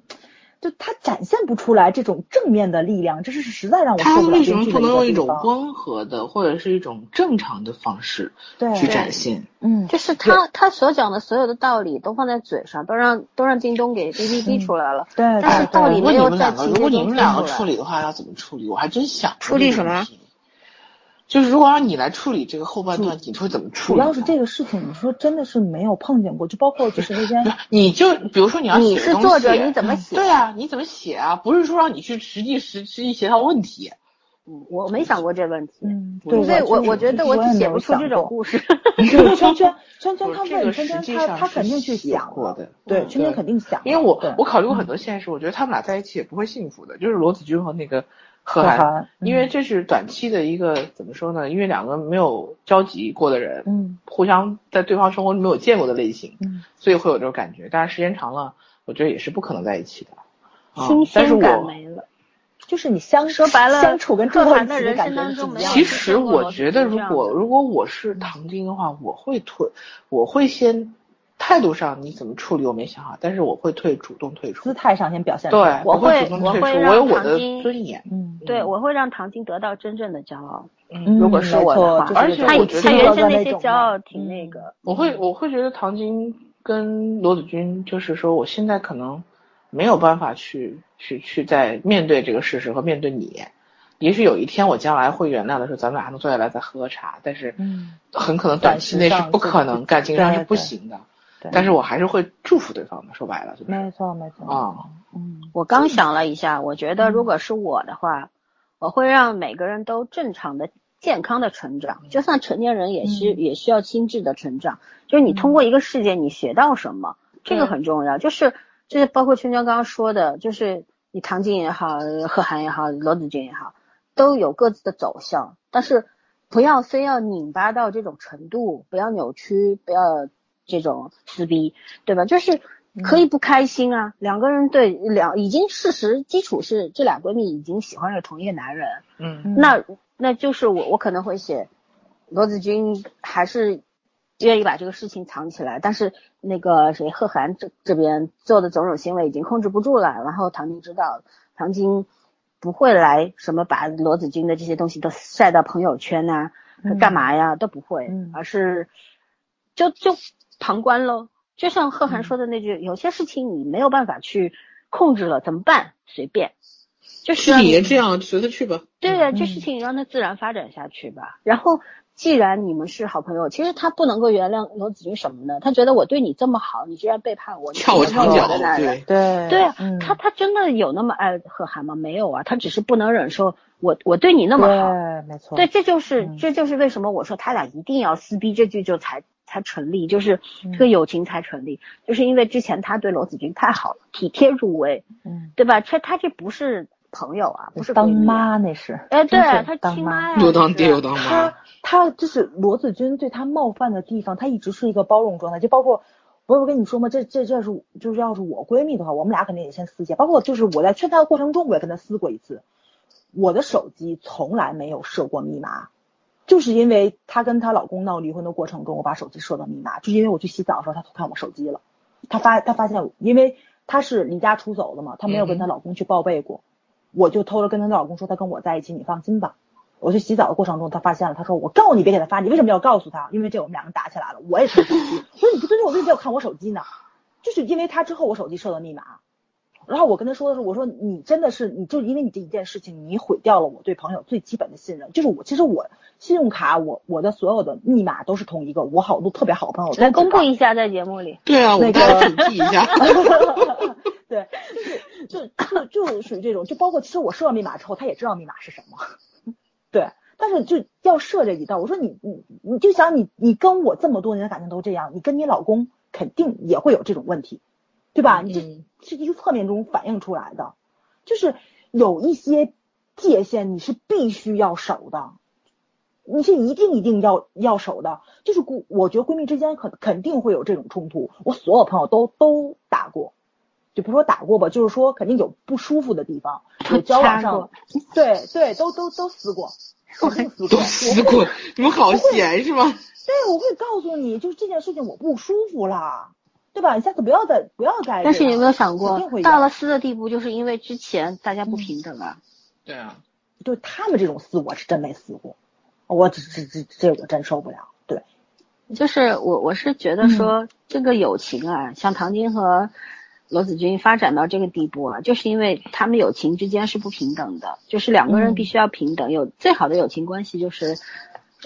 [SPEAKER 5] 就他展现不出来这种正面的力量，这是实在让我
[SPEAKER 2] 他
[SPEAKER 5] 受不了
[SPEAKER 2] 为什
[SPEAKER 5] 编
[SPEAKER 2] 么
[SPEAKER 5] 剧
[SPEAKER 2] 不
[SPEAKER 5] 的
[SPEAKER 2] 能用一
[SPEAKER 5] 一个
[SPEAKER 2] 种
[SPEAKER 5] 地方。
[SPEAKER 2] 温和的或者是一种正常的方式
[SPEAKER 5] 对，
[SPEAKER 2] 去展现？
[SPEAKER 5] 嗯，
[SPEAKER 4] 就是他他所讲的所有的道理都放在嘴上，都让都让京东给 B B B 出来了，
[SPEAKER 5] 对，
[SPEAKER 4] 但是
[SPEAKER 5] 对
[SPEAKER 4] 道理
[SPEAKER 2] 哎如果
[SPEAKER 4] 没
[SPEAKER 2] 你
[SPEAKER 4] 有
[SPEAKER 2] 们
[SPEAKER 4] 在
[SPEAKER 2] 两个，
[SPEAKER 4] 情
[SPEAKER 2] 如
[SPEAKER 4] 节
[SPEAKER 2] 果你
[SPEAKER 4] 中
[SPEAKER 2] 们
[SPEAKER 4] 推
[SPEAKER 2] 两个
[SPEAKER 4] 出
[SPEAKER 2] 处
[SPEAKER 4] 来。
[SPEAKER 2] 理的话，要怎么处理？我还真想过
[SPEAKER 4] 处理
[SPEAKER 2] 这个
[SPEAKER 4] 什么
[SPEAKER 2] 问题？就是如果让你来处理这个后半段，你会怎么处
[SPEAKER 5] 主
[SPEAKER 2] 理呢？
[SPEAKER 5] 要是这个事情，你说真的是没有碰见过，就 包括就是那天
[SPEAKER 2] 不是，你就比如说你要
[SPEAKER 4] 你
[SPEAKER 2] 写
[SPEAKER 4] 是
[SPEAKER 2] 东
[SPEAKER 4] 作
[SPEAKER 2] 西
[SPEAKER 4] 者，你怎么写？
[SPEAKER 2] 对啊，你怎么写啊？不是说让你去实际实实际协调问题，
[SPEAKER 4] 嗯，我没想过这问题，
[SPEAKER 5] 嗯，
[SPEAKER 4] 因为我我觉得我
[SPEAKER 5] 也
[SPEAKER 4] 写不出这种故事。
[SPEAKER 5] 对，圈圈圈圈
[SPEAKER 2] 不
[SPEAKER 5] 他
[SPEAKER 2] 是这个
[SPEAKER 5] 问
[SPEAKER 2] 实
[SPEAKER 5] 圈
[SPEAKER 2] 际上
[SPEAKER 5] 圈他他
[SPEAKER 2] 是
[SPEAKER 5] 肯定去
[SPEAKER 2] 写
[SPEAKER 5] 想
[SPEAKER 2] 过
[SPEAKER 5] 了
[SPEAKER 2] 的
[SPEAKER 5] 对，
[SPEAKER 2] 嗯
[SPEAKER 5] 圈
[SPEAKER 2] 对
[SPEAKER 5] 圈肯定想了，
[SPEAKER 2] 因为我
[SPEAKER 5] 对
[SPEAKER 2] 我考虑过很多现实，我觉得他们俩在一起也不会幸福的，就是罗子君和那个何
[SPEAKER 5] 可
[SPEAKER 2] 涵，
[SPEAKER 5] 汗
[SPEAKER 2] 因为这是短期的一个怎么说呢？因为两个没有交集过的人，
[SPEAKER 5] 嗯
[SPEAKER 2] 互相在对方生活中没有见过的类型，
[SPEAKER 5] 嗯
[SPEAKER 2] 所以会有这种感觉。但是时间长了，我觉得也是不可能在一起的。啊
[SPEAKER 4] 新，
[SPEAKER 2] 但是
[SPEAKER 4] 鲜感
[SPEAKER 2] 我
[SPEAKER 4] 没了。
[SPEAKER 5] 就是你相
[SPEAKER 4] 说白了
[SPEAKER 5] 相处跟住
[SPEAKER 4] 贺
[SPEAKER 5] 到
[SPEAKER 4] 涵
[SPEAKER 5] 一
[SPEAKER 4] 的
[SPEAKER 5] 起
[SPEAKER 4] 人
[SPEAKER 5] 感
[SPEAKER 4] 生
[SPEAKER 5] 觉
[SPEAKER 4] 当
[SPEAKER 5] 是
[SPEAKER 4] 中
[SPEAKER 5] 不
[SPEAKER 4] 没
[SPEAKER 5] 一
[SPEAKER 4] 有
[SPEAKER 5] 样
[SPEAKER 2] 其
[SPEAKER 5] 的
[SPEAKER 4] 出现
[SPEAKER 2] 实
[SPEAKER 4] 过
[SPEAKER 2] 我
[SPEAKER 4] 罗
[SPEAKER 2] 觉
[SPEAKER 4] 志
[SPEAKER 2] 得，
[SPEAKER 4] 祥
[SPEAKER 2] 如
[SPEAKER 4] 这样
[SPEAKER 2] 果
[SPEAKER 4] 的
[SPEAKER 2] 如果我是
[SPEAKER 4] 嗯
[SPEAKER 2] 唐晶的话，我会退，我会先态度上你怎么处理我没想好，但是我会退，主动退出
[SPEAKER 5] 姿。态上先表现出
[SPEAKER 2] 对
[SPEAKER 5] 来，，
[SPEAKER 4] 我
[SPEAKER 2] 会
[SPEAKER 4] 会
[SPEAKER 2] 主
[SPEAKER 4] 我
[SPEAKER 2] 动退出，
[SPEAKER 4] 会
[SPEAKER 2] 我
[SPEAKER 4] 让
[SPEAKER 2] 有我
[SPEAKER 4] 唐
[SPEAKER 2] 的
[SPEAKER 4] 晶
[SPEAKER 2] 尊严。
[SPEAKER 5] 嗯
[SPEAKER 4] 对，我会让唐晶得到真正的骄傲。
[SPEAKER 2] 嗯，
[SPEAKER 4] 如果是我的话
[SPEAKER 5] 嗯没错
[SPEAKER 2] 而
[SPEAKER 5] 就
[SPEAKER 2] 且
[SPEAKER 5] 是这
[SPEAKER 4] 他
[SPEAKER 5] 种
[SPEAKER 2] 我觉得
[SPEAKER 5] 娱
[SPEAKER 4] 以他
[SPEAKER 5] 乐的
[SPEAKER 4] 原先那
[SPEAKER 5] 那
[SPEAKER 4] 些
[SPEAKER 5] 种
[SPEAKER 4] 骄
[SPEAKER 5] 嘛
[SPEAKER 4] 傲挺那个，
[SPEAKER 2] 嗯我会
[SPEAKER 5] 嗯
[SPEAKER 2] 我会觉得唐晶跟罗子君，就是说我现在可能没有办法去去去再面对这个事实和面对你。也许有一天我将来会原谅的时候，咱们俩还能坐下来再喝个茶，但是
[SPEAKER 5] 嗯
[SPEAKER 2] 很可能短期内是不可能，感情上是不行的。
[SPEAKER 5] 对对
[SPEAKER 2] 但是我还是会祝福对方的，说白了就是
[SPEAKER 5] 没错没错，
[SPEAKER 2] 啊、
[SPEAKER 5] 嗯
[SPEAKER 4] 我刚想了一下，我觉
[SPEAKER 2] 嗯
[SPEAKER 4] 得如果是我的话，我会让每个人都正常的、健康的成长，就算成年人也需
[SPEAKER 5] 嗯
[SPEAKER 4] 也需要心智的成长。就是你
[SPEAKER 2] 嗯
[SPEAKER 4] 通过一个事件，你学到什么，这个很重要。就是就是包括春娇刚刚说的，就是你唐晶也好，贺涵也好，罗子君也好，都有各自的走向，但是不要非要拧巴到这种程度，不要扭曲，不要这种撕逼，对吧？就是可以不开心啊，两个人对两已经事实基础是这俩闺蜜已经喜欢上同一个男人，
[SPEAKER 2] 嗯，
[SPEAKER 5] 嗯
[SPEAKER 4] 那那就是我我可能会写罗子君还是愿意把这个事情藏起来，但是那个谁贺涵这这边做的种种行为已经控制不住了，然后唐晶知道唐晶不会来什么把罗子君的这些东西都晒到朋友圈呐、
[SPEAKER 5] 嗯
[SPEAKER 4] 干嘛呀都不会，
[SPEAKER 5] 嗯
[SPEAKER 4] 而是就就旁观喽。就像贺
[SPEAKER 5] 嗯
[SPEAKER 4] 涵说的那句，有些事情你没有办法去控制了，怎么办？随便，就是让你
[SPEAKER 2] 样，随他去吧。
[SPEAKER 4] 对呀、这
[SPEAKER 5] 嗯
[SPEAKER 4] 事情让它自然发展下去吧。然后，既然你们是好朋友，其实他不能够原谅罗子君什么呢？他觉得我对你这么好，你居然背
[SPEAKER 5] 嗯
[SPEAKER 4] 叛我，你
[SPEAKER 2] 撬我
[SPEAKER 4] 怎么
[SPEAKER 2] 墙
[SPEAKER 4] 是
[SPEAKER 2] 角
[SPEAKER 4] 我的，男人。
[SPEAKER 2] 对，
[SPEAKER 5] 对
[SPEAKER 4] 对啊，
[SPEAKER 5] 嗯
[SPEAKER 4] 他他真的有那么爱贺涵吗？没有啊，他只是不能忍受我我对你那么好。
[SPEAKER 5] 对没错，
[SPEAKER 4] 对，这就是
[SPEAKER 5] 嗯
[SPEAKER 4] 这就是为什么我说他俩一定要撕逼这句就才才成立，就是
[SPEAKER 5] 嗯
[SPEAKER 4] 这个友情才成立，就是因为之前他对罗子君太好了，体贴入微，
[SPEAKER 5] 嗯，
[SPEAKER 4] 对吧？这他这不是朋友啊，不是
[SPEAKER 5] 当
[SPEAKER 4] 闺蜜啊。
[SPEAKER 5] 妈那是，
[SPEAKER 4] 哎，对
[SPEAKER 5] 真是
[SPEAKER 4] 他
[SPEAKER 5] 当
[SPEAKER 4] 亲
[SPEAKER 5] 妈
[SPEAKER 4] 妈呀，
[SPEAKER 2] 又当爹
[SPEAKER 4] 是
[SPEAKER 2] 又当妈
[SPEAKER 5] 他，他就是罗子君对他冒犯的地方，他一直是一个包容状态，就包括我有跟你说嘛，这这这是就是要是我闺蜜的话，我们俩肯定也先撕一下，包括就是我在劝她的过程中，我也跟她撕过一次，我的手机从来没有设过密码。就是因为她跟她老公闹离婚的过程中，我把手机设到密码，就是因为我去洗澡的时候，她偷看我手机了。她发她发现我，因为她是离家出走的嘛，她没有跟她老公去报备过，我就偷着跟她老公说，她跟我在一起，你放心吧。我去洗澡的过程中，她发现了，她说我告你别给她发，你为什么要告诉她？因为这我们两个打起来了，我也是手机，我说你不尊重我，为什么要看我手机呢？就是因为她之后我手机设的密码，然后我跟他说的是，我说你真的是，你就因为你这一件事情，你毁掉了我对朋友最基本的信任。就是我，其实我信用卡，我我的所有的密码都是同一个，我好多特别好的朋友都
[SPEAKER 4] 来
[SPEAKER 5] 知
[SPEAKER 4] 公布
[SPEAKER 5] 道。
[SPEAKER 4] 一下在节目里。
[SPEAKER 2] 对啊，我
[SPEAKER 5] 那
[SPEAKER 2] 们大家警惕一下。
[SPEAKER 5] 对，就是就就就属于这种，就包括其实我设了密码之后，他也知道密码是什么。对，但是就要设这一道，我说你你你就想你你跟我这么多年的感情都这样，你跟你老公肯定也会有这种问题，对吧？你这
[SPEAKER 2] 嗯
[SPEAKER 5] 是一个侧面中反映出来的，就是有一些界限你是必须要守的，你是一定一定要要守的。就是姑，我觉得闺蜜之间肯肯定会有这种冲突，我所有朋友都都打过，就不说打过吧，就是说肯定有不舒服的地方，有交往
[SPEAKER 4] 掐
[SPEAKER 5] 上
[SPEAKER 4] 过，
[SPEAKER 5] 对对，都都都撕 过，肯定撕
[SPEAKER 2] 都
[SPEAKER 5] 过，
[SPEAKER 2] 撕过，你们好闲是 吗？
[SPEAKER 5] 对，我会告诉你，就是这件事情我不舒服啦，对吧？你下次不要再不要再这样。
[SPEAKER 4] 但是你有没有想
[SPEAKER 5] 肯
[SPEAKER 4] 过
[SPEAKER 5] 定会，有
[SPEAKER 4] 到了撕的地步，就是因为之前大家不平等啊。
[SPEAKER 2] 对啊，
[SPEAKER 5] 就他们这种撕，我是真没撕过，我这这这这我真受不了。对，
[SPEAKER 4] 嗯就是我我是觉得说，这个友情啊，像唐晶和罗子君发展到这个地步啊，就是因为他们友情之间是不平等的，就是两个人
[SPEAKER 5] 嗯
[SPEAKER 4] 必须要平等。有最好的友情关系就是，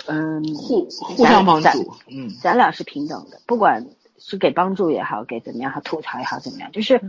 [SPEAKER 4] 嗯，
[SPEAKER 2] 互互相帮助，嗯，
[SPEAKER 4] 咱俩是平等的，不管是给帮助也好，给怎么样，吐槽也好，怎么样，就是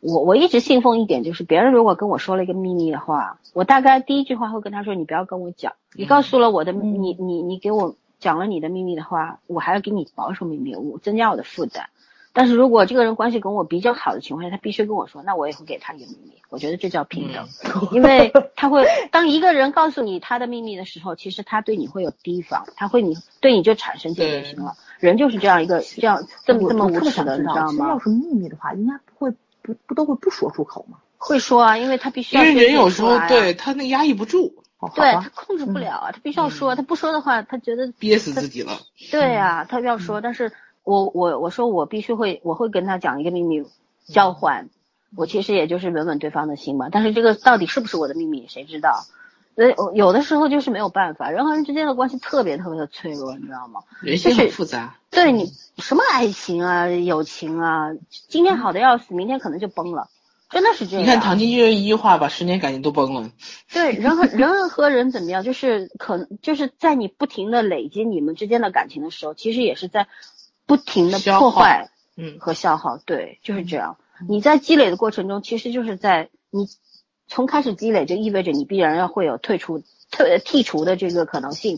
[SPEAKER 4] 我我一直信奉一点，就是别人如果跟我说了一个秘密的话，我大概第一句话会跟他说：“你不要跟我讲，你告诉了我的，你你你给我讲了你的秘密的话，我还要给你保守秘密，我增加我的负担。但是如果这个人关系跟我比较好的情况下，他必须跟我说，那我也会给他一个秘密。我觉得这叫平等，因为他会当一个人告诉你他的秘密的时候，其实他对你会有提防，他会你对你就产生戒备心了。人就是这样一个这样这么这么无耻的，你知道
[SPEAKER 5] 其实要
[SPEAKER 4] 吗？
[SPEAKER 5] 是秘密的话，应该不会不不都会不说出口吗？
[SPEAKER 4] 会说啊，因为他必须
[SPEAKER 2] 因
[SPEAKER 4] 要
[SPEAKER 2] 为人
[SPEAKER 4] 宣泄
[SPEAKER 2] 有
[SPEAKER 4] 出
[SPEAKER 2] 时候
[SPEAKER 4] 来啊
[SPEAKER 2] 对他那压抑不住，
[SPEAKER 5] 哦，好
[SPEAKER 4] 对
[SPEAKER 5] 吧
[SPEAKER 4] 他，控制不了啊，他必须要说，他不说的话，他觉得
[SPEAKER 2] 憋死自己了。
[SPEAKER 4] 对啊，他要说，但是我我我说我必须会，我会跟他讲一个秘密交换，我其实也就是稳稳对方的心嘛，但是这个到底是不是我的秘密，谁知道？所以我有的时候就是没有办法，人和人之间的关系特别特别的脆弱，你知道吗？
[SPEAKER 2] 人性
[SPEAKER 4] 就是
[SPEAKER 2] 很复杂，
[SPEAKER 4] 对你什么爱情啊、友情啊，今天好的要死，明天可能就崩了，真的是啊这样。
[SPEAKER 2] 你看唐晶月一句话把十年感情都崩了。
[SPEAKER 4] 对，人和人和人怎么样，就是可能就是在你不停的累积你们之间的感情的时候，其实也是在不停的
[SPEAKER 2] 消
[SPEAKER 4] 破
[SPEAKER 2] 耗
[SPEAKER 4] 坏
[SPEAKER 2] 嗯，
[SPEAKER 4] 和消耗。对，就是
[SPEAKER 5] 嗯
[SPEAKER 4] 这样。你在积累的过程中，其实就是在你从开始积累，就意味着你必然要会有退出、退剔除的这个可能性。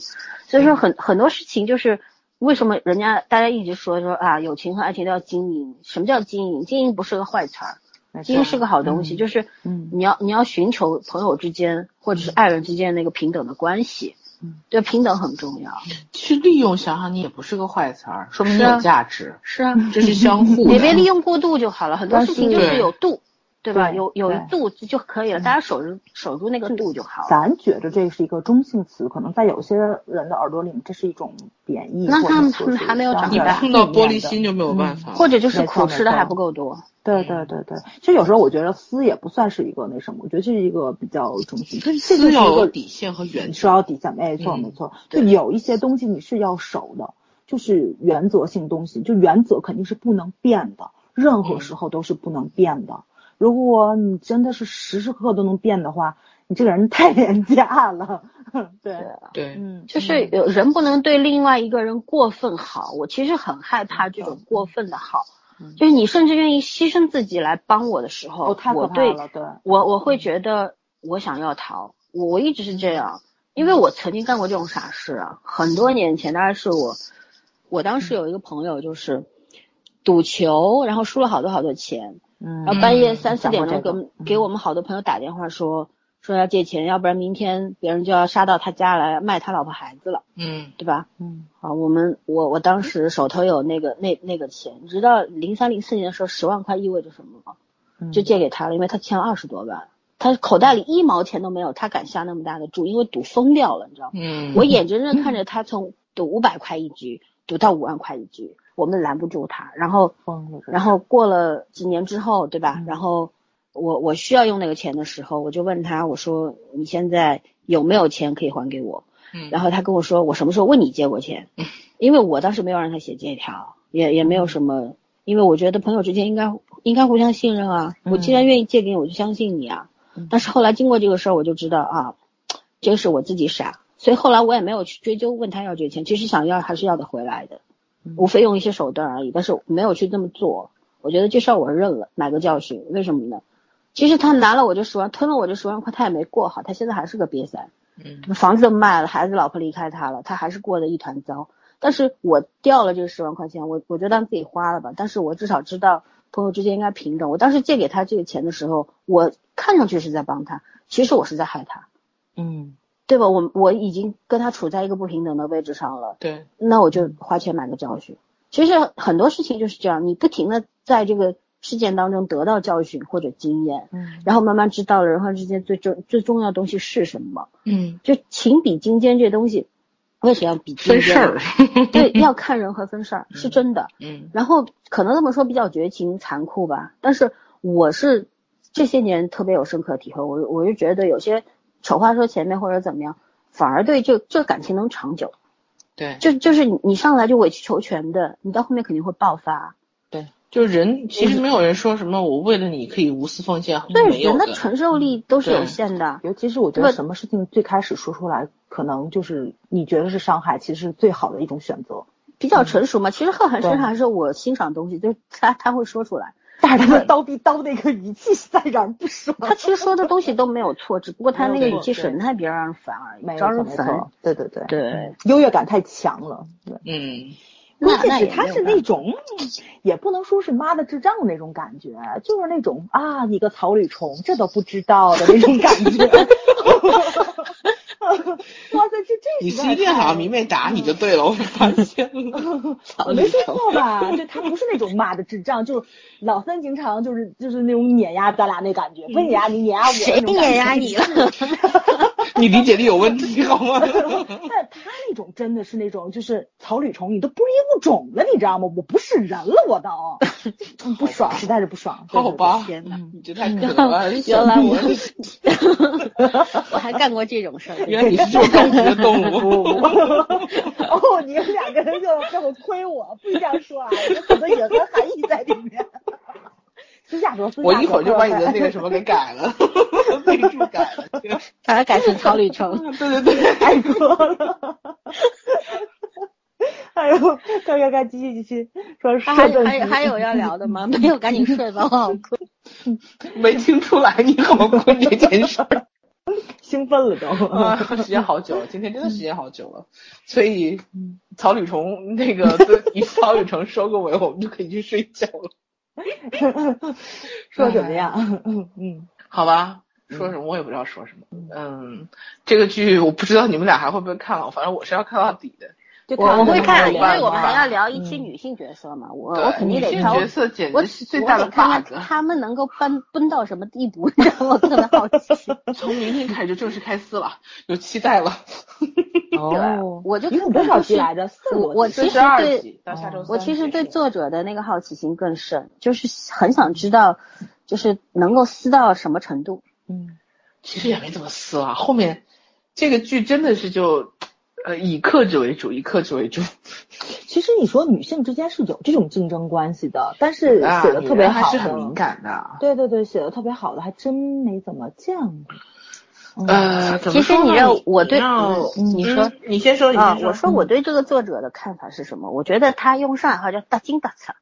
[SPEAKER 5] 嗯
[SPEAKER 4] 所以说很很多事情就是为什么人家大家一直说说啊，友情和爱情都要经营。什么叫经营？经营不是个坏词儿，
[SPEAKER 5] 没
[SPEAKER 4] 经营
[SPEAKER 5] 错
[SPEAKER 4] 是个好东西，就是
[SPEAKER 5] 嗯
[SPEAKER 4] 你要你要寻求朋友之间或者是爱人之间那个平等的关系，
[SPEAKER 5] 嗯
[SPEAKER 4] 对平等很重要。
[SPEAKER 2] 去利用想想你也不是个坏词儿，说明你
[SPEAKER 4] 是啊
[SPEAKER 2] 有价值，
[SPEAKER 4] 是啊，
[SPEAKER 2] 这是相互的。
[SPEAKER 4] 也别利用过度就好了，很多事情就
[SPEAKER 2] 但是
[SPEAKER 4] 是有度，对吧？
[SPEAKER 5] 对
[SPEAKER 4] 有有一
[SPEAKER 5] 对嗯
[SPEAKER 4] 度就可以了，大家守住守住那个度就好了。
[SPEAKER 5] 咱觉得这是一个中性词，可能在有些人的耳朵里面，这是一种贬义。
[SPEAKER 4] 那
[SPEAKER 5] 或者
[SPEAKER 4] 他们
[SPEAKER 5] 说
[SPEAKER 4] 他们
[SPEAKER 5] 是
[SPEAKER 4] 还没有
[SPEAKER 5] 相
[SPEAKER 4] 长
[SPEAKER 2] 你
[SPEAKER 5] 对
[SPEAKER 4] 大
[SPEAKER 2] 碰到玻璃
[SPEAKER 5] 负
[SPEAKER 2] 心
[SPEAKER 5] 面的。
[SPEAKER 2] 就没有办法。
[SPEAKER 4] 或者就是
[SPEAKER 5] 没错
[SPEAKER 4] 苦吃
[SPEAKER 5] 没
[SPEAKER 4] 的
[SPEAKER 5] 错嗯
[SPEAKER 4] 还不够多，
[SPEAKER 5] 对对对对，其实有时候我觉得撕也不算是一个那什么，我觉得这是一个比较中性，这就是
[SPEAKER 2] 私
[SPEAKER 5] 一
[SPEAKER 2] 要有
[SPEAKER 5] 个
[SPEAKER 2] 底线和原
[SPEAKER 5] 你
[SPEAKER 2] 则
[SPEAKER 5] 说。到底下，没错
[SPEAKER 2] 嗯
[SPEAKER 5] 没错，就
[SPEAKER 4] 对
[SPEAKER 5] 有一些东西你是要守的，就是原则性东西，就原则肯定是不能变的，任何
[SPEAKER 2] 嗯
[SPEAKER 5] 时候都是不能变的。如果你真的是时时刻刻都能变的话，你这个人太廉价了。 对，
[SPEAKER 2] 对，
[SPEAKER 5] 嗯，
[SPEAKER 4] 就是有人不能对另外一个人过分好。我其实很害怕这
[SPEAKER 5] 嗯
[SPEAKER 4] 种过分的好，就是你甚至愿意牺牲自己来帮我的时候
[SPEAKER 5] 哦，太，可
[SPEAKER 4] 我
[SPEAKER 5] 怕
[SPEAKER 4] 对
[SPEAKER 5] 了，对。
[SPEAKER 4] 我我会觉得我想要逃，我我一直是这样，因为我曾经干过这种傻事啊，很多年前，大概是我，我当时有一个朋友就是赌球，然后输了好多好多钱，
[SPEAKER 5] 嗯
[SPEAKER 4] 然后半夜
[SPEAKER 2] 嗯
[SPEAKER 4] 三四
[SPEAKER 5] 讲过这
[SPEAKER 4] 点钟给
[SPEAKER 5] 个
[SPEAKER 4] 我们给我们好多朋友打电话说说要借钱，要不然明天别人就要杀到他家来卖他老婆孩子了，
[SPEAKER 2] 嗯，
[SPEAKER 4] 对吧？
[SPEAKER 5] 嗯，
[SPEAKER 4] 啊，我们我我当时手头有那个那那个钱，你知道零三零四年的时候十万块意味着什么吗？
[SPEAKER 5] 嗯
[SPEAKER 2] 嗯
[SPEAKER 4] 就借给他了，因为他欠了二十多万，他口袋里一毛钱都没有，他敢下那么大的注，因为赌疯掉了，你知道吗？
[SPEAKER 2] 嗯，
[SPEAKER 4] 我眼睁睁看着他从赌五百块一局赌到五万块一局，我们拦不住他，然后
[SPEAKER 5] 疯了，
[SPEAKER 4] 然后过了几年之后，对
[SPEAKER 2] 嗯
[SPEAKER 4] 吧？然后我我需要用那个钱的时候，我就问他，我说你现在有没有钱可以还给我？
[SPEAKER 2] 嗯
[SPEAKER 4] 然后他跟我说，我什么时候问你借过钱？因为我当时没有让他写借条，也也没有什么，因为我觉得朋友之间应该应该互相信任啊。我既然愿意借给你，我就相信你啊。但是后来经过这个事儿，我就知道啊，这是我自己傻，所以后来我也没有去追究问他要这个钱，其实想要还是要得回来的，无非用一些手段而已，但是没有去这么做。我觉得这事儿我认了，买个教训。为什么呢？其实他拿了我这十万，吞了我这十万块，他也没过好，他现在还是个瘪三，
[SPEAKER 2] 嗯
[SPEAKER 4] 房子都卖了，孩子老婆离开他了，他还是过得一团糟。但是我掉了这十万块钱，我我就当自己花了吧。但是我至少知道朋友之间应该平等。我当时借给他这个钱的时候，我看上去是在帮他，其实我是在害他。
[SPEAKER 5] 嗯，
[SPEAKER 4] 对吧？我我已经跟他处在一个不平等的位置上了，
[SPEAKER 2] 对，
[SPEAKER 4] 那我就花钱买个教训。其实很多事情就是这样，你不停的在这个事件当中得到教训或者经验，
[SPEAKER 5] 嗯
[SPEAKER 4] 然后慢慢知道了人和人之间最重最重要的东西是什么。
[SPEAKER 2] 嗯，
[SPEAKER 4] 就情比金坚这东西，为什么要比斤
[SPEAKER 2] 分
[SPEAKER 4] 坚
[SPEAKER 2] 事儿，
[SPEAKER 4] 对，要看人和分事儿，是真的。
[SPEAKER 2] 嗯
[SPEAKER 4] 然后可能这么说比较绝情残酷吧，但是我是这些年特别有深刻体会，我我就觉得有些丑话说前面或者怎么样，反而对这这感情能长久，
[SPEAKER 2] 对，
[SPEAKER 4] 就就是你你上来就委曲求全的，你到后面肯定会爆
[SPEAKER 2] 嗯
[SPEAKER 4] 发。
[SPEAKER 2] 对，就是人其实没有人说什么我为了你可以无私奉献，没
[SPEAKER 4] 对，
[SPEAKER 2] 有
[SPEAKER 4] 人
[SPEAKER 2] 的嗯
[SPEAKER 4] 的承受力都是有
[SPEAKER 2] 对
[SPEAKER 4] 限的。
[SPEAKER 5] 尤其是我觉
[SPEAKER 4] 这
[SPEAKER 5] 得
[SPEAKER 4] 个
[SPEAKER 5] 什么事情最开始说出来，可能就是你觉得是伤害，其实是最好的一种选择。
[SPEAKER 4] 比较成熟嘛。其实贺涵身
[SPEAKER 5] 对
[SPEAKER 4] 上还是我欣赏的东西，就是他他会说出来，
[SPEAKER 5] 但是他的叨逼叨那个语气实在让人不爽。
[SPEAKER 4] 他其实说的东西都没有错，只不过他那个
[SPEAKER 5] 没有
[SPEAKER 4] 语
[SPEAKER 5] 错
[SPEAKER 4] 气
[SPEAKER 5] 对
[SPEAKER 4] 神态比较让人烦而已，
[SPEAKER 5] 没
[SPEAKER 4] 招
[SPEAKER 5] 错
[SPEAKER 4] 人
[SPEAKER 5] 没
[SPEAKER 4] 烦。
[SPEAKER 5] 错，对对对，
[SPEAKER 4] 对，
[SPEAKER 5] 优越感太强了。对，
[SPEAKER 2] 嗯，
[SPEAKER 4] 那
[SPEAKER 5] 关键
[SPEAKER 4] 那
[SPEAKER 5] 是
[SPEAKER 4] 也
[SPEAKER 5] 他
[SPEAKER 4] 没有
[SPEAKER 5] 是
[SPEAKER 4] 办
[SPEAKER 5] 那
[SPEAKER 4] 法
[SPEAKER 5] 种，也不能说是妈的智障那种感觉，就是那种啊，你个草履虫，这都不知道的那种感觉。 哇塞，这这
[SPEAKER 2] 你
[SPEAKER 5] 实
[SPEAKER 2] 是
[SPEAKER 5] 在
[SPEAKER 2] 一定
[SPEAKER 5] 太
[SPEAKER 2] 好像明媚打你就对了，我发现了。
[SPEAKER 5] 我没说错吧？就他不是那种骂的智障，就是老三经常就是就是那种碾压咱俩那感觉，不碾压你，碾压我
[SPEAKER 4] 嗯谁
[SPEAKER 5] 那种感觉。
[SPEAKER 4] 碾压你了？
[SPEAKER 2] 你理解力有问题好 吗？
[SPEAKER 5] 但他那种真的是那种就是草履虫，你都不是一物种了，你知道吗？我不是人了，我 都不爽，实在是不爽。对
[SPEAKER 2] 好，吧，
[SPEAKER 4] 天哪！
[SPEAKER 2] 你这太可 了。哎
[SPEAKER 4] 原来我我还干过这种事儿，
[SPEAKER 2] 原来你是这种感觉的动物。
[SPEAKER 5] 对对哦，你们两个人就这么亏我，不这样说啊，有很多隐含含义在里面。 私下说，私下说
[SPEAKER 2] 我一会儿就把你的那个什么给改了， 备注改了。
[SPEAKER 4] 把它改成草履虫。
[SPEAKER 2] 对对对，
[SPEAKER 5] 爱国了。 哎呦，该该该，继续继续说说
[SPEAKER 4] 还
[SPEAKER 5] 正
[SPEAKER 4] 还有
[SPEAKER 5] 题
[SPEAKER 4] 还有要聊的吗？ 没有，赶紧睡吧，我好困。
[SPEAKER 2] 没听出来你好困这件事儿
[SPEAKER 5] 兴奋了都。
[SPEAKER 2] 啊，时间好久了，今天真的时间好久了，所以草履虫那个对 以草履虫收个尾，我们就可以去睡觉了，
[SPEAKER 5] 说怎么样？嗯，
[SPEAKER 2] 好吧？
[SPEAKER 4] 嗯
[SPEAKER 2] 说什么我也不知道说什么，嗯，这个剧我不知道你们俩还会不会看了，反正我是要看到底的。
[SPEAKER 5] 就
[SPEAKER 2] 我
[SPEAKER 4] 我
[SPEAKER 5] 我哦
[SPEAKER 4] 会看，
[SPEAKER 2] 嗯
[SPEAKER 4] 因为我们还要
[SPEAKER 5] 聊。
[SPEAKER 4] 聊嗯一期女性角色嘛，我
[SPEAKER 2] 对
[SPEAKER 4] 我肯定得
[SPEAKER 2] 女性
[SPEAKER 4] 挑，
[SPEAKER 2] 角色简
[SPEAKER 4] 我
[SPEAKER 2] 直是最大
[SPEAKER 4] 我
[SPEAKER 2] 的
[SPEAKER 4] 得看
[SPEAKER 2] bug
[SPEAKER 4] 看。他们能够搬奔到什么地步， 让我特别好奇。
[SPEAKER 2] 从明天开始就正式开撕了，有期待了。
[SPEAKER 5] 哦，
[SPEAKER 4] 我就
[SPEAKER 5] 一共多少集来着？四十多
[SPEAKER 4] 我
[SPEAKER 5] 集
[SPEAKER 4] 其实
[SPEAKER 2] 十二
[SPEAKER 4] 对
[SPEAKER 2] 集到下周三
[SPEAKER 4] 我其实
[SPEAKER 2] 结
[SPEAKER 4] 对
[SPEAKER 2] 束
[SPEAKER 4] 作者的那个好奇心更深，就是很想知道，就是能够撕到什么程度。
[SPEAKER 5] 嗯，
[SPEAKER 2] 其实也没怎么撕了。后面这个剧真的是就，呃，以克制为主，以克制为主。
[SPEAKER 5] 其实你说女性之间是有这种竞争关系的，但是
[SPEAKER 2] 啊
[SPEAKER 5] 写的特别
[SPEAKER 2] 女人还
[SPEAKER 5] 好
[SPEAKER 2] 是
[SPEAKER 5] 的，
[SPEAKER 2] 很敏感的。
[SPEAKER 5] 对对对，写的特别好的还真没怎么见过。嗯
[SPEAKER 2] 呃，怎么
[SPEAKER 4] 嗯其实
[SPEAKER 2] 说呢
[SPEAKER 4] 你让我对
[SPEAKER 2] 让
[SPEAKER 4] 嗯你说
[SPEAKER 2] 嗯你先说，你嗯
[SPEAKER 4] 啊
[SPEAKER 2] 先，
[SPEAKER 4] 我说我对这个作者的看法是什么？我觉得他用上海话叫搭金搭刺，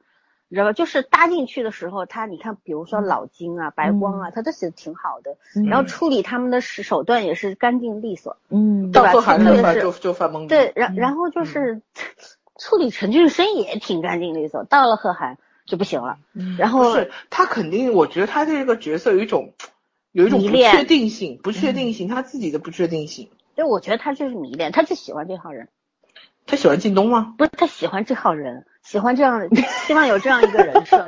[SPEAKER 4] 你知道吧？就是搭进去的时候，他你看，比如
[SPEAKER 2] 嗯
[SPEAKER 4] 说老金啊、白光啊，他都写的挺好的，然后处理他们的手手段也是干净利索，
[SPEAKER 5] 嗯，
[SPEAKER 4] 对
[SPEAKER 2] 到
[SPEAKER 4] 吧
[SPEAKER 2] 做法
[SPEAKER 4] 其实
[SPEAKER 2] 的话
[SPEAKER 4] 是
[SPEAKER 2] 就就犯懵逼。
[SPEAKER 4] 对，然然后
[SPEAKER 2] 嗯
[SPEAKER 4] 就是、处理陈俊生也挺干净利索，到了贺涵就不行了，
[SPEAKER 5] 嗯
[SPEAKER 4] 然
[SPEAKER 2] 嗯不
[SPEAKER 4] 后
[SPEAKER 2] 是他肯定，我觉得他对这个角色有一种有一种
[SPEAKER 4] 迷
[SPEAKER 2] 不
[SPEAKER 4] 恋嗯
[SPEAKER 2] 确定性，不确定性，他自己的不确定性。
[SPEAKER 4] 对，我觉得他就是迷恋，他就喜欢这号人，
[SPEAKER 2] 他喜欢靳东吗？
[SPEAKER 4] 不是他喜欢这号人，喜欢这样， 希望有这样一个人设，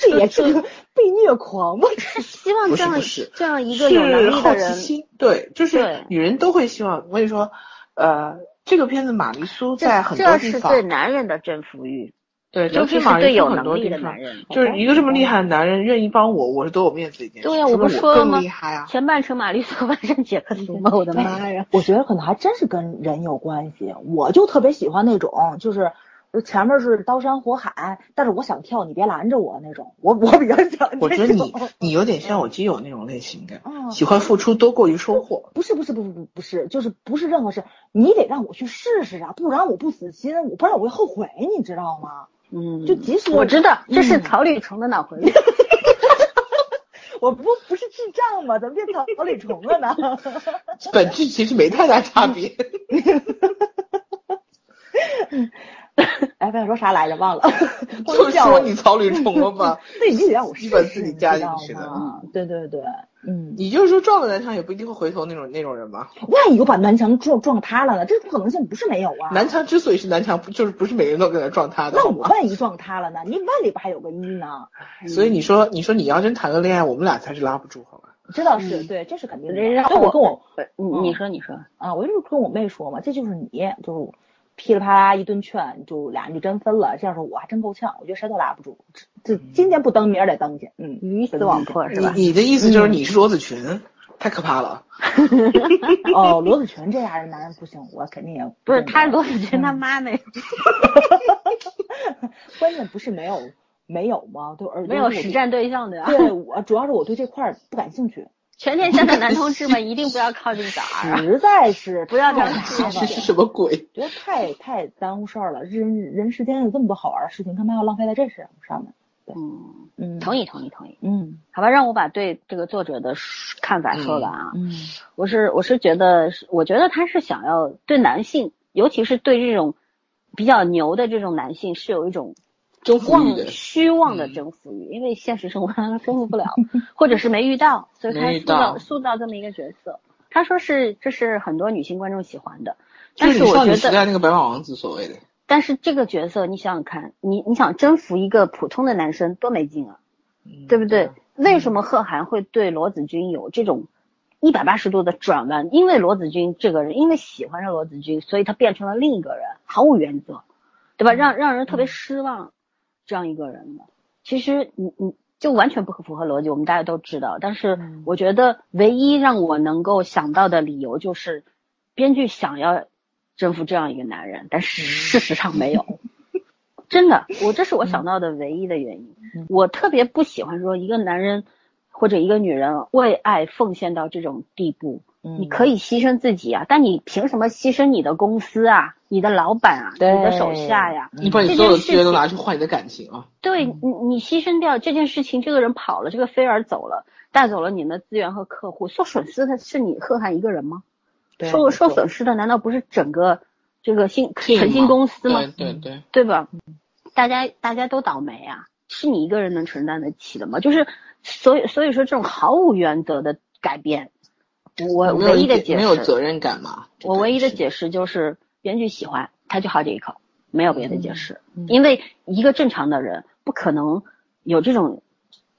[SPEAKER 5] 这也是个 被虐狂吗？
[SPEAKER 4] 他希望
[SPEAKER 2] 不是
[SPEAKER 4] 这样
[SPEAKER 2] 不是
[SPEAKER 4] 这样一个
[SPEAKER 2] 是
[SPEAKER 4] 有能力
[SPEAKER 2] 好
[SPEAKER 4] 的
[SPEAKER 2] 奇
[SPEAKER 4] 人，
[SPEAKER 2] 心，对，就是
[SPEAKER 4] 对
[SPEAKER 2] 女人都会希望。我跟你说，呃，这个片子玛丽苏在很多
[SPEAKER 4] 这
[SPEAKER 2] 地
[SPEAKER 4] 是
[SPEAKER 2] 方，
[SPEAKER 4] 对男人的征服欲，
[SPEAKER 2] 对，
[SPEAKER 4] 尤其
[SPEAKER 2] 这
[SPEAKER 4] 是
[SPEAKER 2] 玛
[SPEAKER 4] 对
[SPEAKER 2] 丽苏
[SPEAKER 4] 有
[SPEAKER 2] 很多
[SPEAKER 4] 能力
[SPEAKER 2] 地
[SPEAKER 4] 的
[SPEAKER 2] 方
[SPEAKER 4] 男，人。哦
[SPEAKER 2] 就是一个这么厉害的男人愿意帮我，我是多有面子的一件事。
[SPEAKER 4] 对呀、
[SPEAKER 2] 是
[SPEAKER 4] 我
[SPEAKER 2] 不
[SPEAKER 4] 不
[SPEAKER 2] 是
[SPEAKER 4] 说了
[SPEAKER 2] 更
[SPEAKER 4] 吗
[SPEAKER 2] 厉害啊？？
[SPEAKER 4] 前半程玛丽苏，后半程杰克苏 吗？我的妈呀！
[SPEAKER 5] 哎我觉得可能还真是跟人有关系。我就特别喜欢那种，就是就前面是刀山火海，但是我想跳，你别拦着我那种。我我比较喜欢这种。
[SPEAKER 2] 我觉得 你你有点像我基友那种类型的，
[SPEAKER 4] 哦
[SPEAKER 5] 嗯
[SPEAKER 2] 喜欢付出多过于收获。
[SPEAKER 5] 不是不是不是不不是，就是不是任何事，你得让我去试试啊，不然我不死心，我不然我会后悔，你知道吗？
[SPEAKER 4] 嗯，
[SPEAKER 5] 就即使
[SPEAKER 4] 我知道这是
[SPEAKER 5] 嗯
[SPEAKER 4] 草履虫的脑回路，
[SPEAKER 5] 我不不是智障吗？怎么变成草履虫了呢？
[SPEAKER 2] 本质其实没太大差
[SPEAKER 4] 嗯
[SPEAKER 2] 别。
[SPEAKER 5] 哎，刚想说啥来着？忘 了。
[SPEAKER 2] 就说你草履虫了吧，
[SPEAKER 5] 自己让我试
[SPEAKER 2] 基
[SPEAKER 5] 试，
[SPEAKER 2] 本自己加进
[SPEAKER 5] 你
[SPEAKER 2] 去
[SPEAKER 5] 知
[SPEAKER 2] 的
[SPEAKER 5] 道吗？对对对，嗯，
[SPEAKER 2] 你就是说撞在南墙也不一定会回头那种那种人吧？
[SPEAKER 5] 万一我把南墙撞撞塌了呢？这可能性不是没有啊。
[SPEAKER 2] 南墙之所以是南墙，不就是不是每个人都跟他撞他的？
[SPEAKER 5] 那
[SPEAKER 2] 好
[SPEAKER 5] 我
[SPEAKER 4] 嗯
[SPEAKER 2] 吗
[SPEAKER 5] 万一撞塌了呢？你万里边还有个一呢，
[SPEAKER 2] 所以你说，你说你要真谈个恋爱，我们俩才是拉不住，好吧？
[SPEAKER 5] 这倒是对，这是肯定的。
[SPEAKER 4] 人让
[SPEAKER 5] 但我跟我
[SPEAKER 4] 你你说你说，
[SPEAKER 5] 啊，我就是跟我妹说嘛，这就是你，就是噼里啪啦一顿劝，就俩人就真分了。这样说我还真够呛，我觉得谁都拉不住，这这今天不登，明儿得登去。嗯，
[SPEAKER 4] 鱼死网破是
[SPEAKER 2] 你
[SPEAKER 4] 吧？嗯
[SPEAKER 2] 你的意思就是你是罗子群，太可怕了。
[SPEAKER 5] 哦，罗子群这样的男人不行，我肯定也
[SPEAKER 4] 不是，
[SPEAKER 5] 用
[SPEAKER 4] 他是
[SPEAKER 5] 的
[SPEAKER 4] 罗子君他妈那个，
[SPEAKER 5] 关键不是没有没有吗？对，而
[SPEAKER 4] 没有
[SPEAKER 5] 而且我
[SPEAKER 4] 实战对象的啊。
[SPEAKER 5] 对我主要是我对这块儿不感兴 趣，
[SPEAKER 4] 全天下的男同志们一定不要靠近小 R 啊！
[SPEAKER 5] 实在是
[SPEAKER 4] 不要这
[SPEAKER 5] 太
[SPEAKER 4] 样
[SPEAKER 5] 麻
[SPEAKER 4] 试
[SPEAKER 5] 烦
[SPEAKER 2] 这
[SPEAKER 5] 了
[SPEAKER 2] 是什么鬼？
[SPEAKER 5] 觉得太太耽误事儿了，人人世间有这么多好玩的事情，干嘛要浪费在这事上面？
[SPEAKER 4] 嗯，
[SPEAKER 5] 嗯，
[SPEAKER 4] 同意同意同意。
[SPEAKER 5] 嗯
[SPEAKER 4] 好吧，让我把对这个作者的看法说完啊。
[SPEAKER 5] 嗯
[SPEAKER 4] 我是我是觉得是，我觉得他是想要对男性，尤其是对这种比较牛的这种男性，是有一种
[SPEAKER 2] 征服欲
[SPEAKER 4] 望
[SPEAKER 2] 的
[SPEAKER 4] 虚妄的
[SPEAKER 2] 嗯
[SPEAKER 4] 征服欲，因为现实生活上他征服不了， 或者是没遇到，所以他
[SPEAKER 2] 没遇
[SPEAKER 4] 塑造
[SPEAKER 2] 到
[SPEAKER 4] 塑造这么一个角色。他说是这是很多女性观众喜欢的，但
[SPEAKER 2] 就是是
[SPEAKER 4] 我
[SPEAKER 2] 少
[SPEAKER 4] 觉
[SPEAKER 2] 女时
[SPEAKER 4] 得，
[SPEAKER 2] 代那个白马王子所谓的，
[SPEAKER 4] 但是这个角色你想想看，你你想征服一个普通的男生多没劲啊！
[SPEAKER 2] 嗯
[SPEAKER 4] 对不对？？为什么贺涵会对罗子君有这种一百八十度的转弯？因为罗子君这个人，因为喜欢上罗子君，所以他变成了另一个人，毫无原则，对吧？让
[SPEAKER 2] 嗯
[SPEAKER 4] 让人特别失望，这样一个人呢，其实你你就完全不符合逻辑，我们大家都知道。但是
[SPEAKER 2] 嗯
[SPEAKER 4] 我觉得唯一让我能够想到的理由就是，编剧想要征服这样一个男人，但是事实上没有。真的，我这是我想到的唯一的原因。我特别不喜欢说一个男人或者一个女人为爱奉献到这种地步，
[SPEAKER 5] 嗯
[SPEAKER 4] 你可以牺牲自己啊，但你凭什么牺牲你的公司啊、你的老板啊、
[SPEAKER 5] 对
[SPEAKER 4] 你的手下呀？
[SPEAKER 2] 你把你所有的资源都拿去换你的感情啊！
[SPEAKER 4] 对你，你牺牲掉这件事情，这个人跑了，这个菲儿走了，带走了你们的资源和客户，受损失的是你贺涵一个人吗？
[SPEAKER 5] 对
[SPEAKER 4] 受受损失的难道不是整个这个新
[SPEAKER 2] 信
[SPEAKER 4] 诚信
[SPEAKER 2] 吗
[SPEAKER 4] 公司嗯吗
[SPEAKER 2] 对？对对，
[SPEAKER 4] 对吧？
[SPEAKER 2] 嗯
[SPEAKER 4] 大家大家都倒霉啊，是你一个人能承担得起的吗？就是所以所以说这种毫无原则的改变，我我
[SPEAKER 2] 啊没有
[SPEAKER 4] 呃唯一的
[SPEAKER 2] 点
[SPEAKER 4] 解
[SPEAKER 2] 没有
[SPEAKER 4] 释，
[SPEAKER 2] 责任感嘛？
[SPEAKER 4] 我唯一
[SPEAKER 2] 这个
[SPEAKER 4] 的
[SPEAKER 2] 是
[SPEAKER 4] 解释就是编剧喜欢他就好这一口，没有别的解释，
[SPEAKER 2] 嗯
[SPEAKER 4] 因为一个正常的人不可能有这种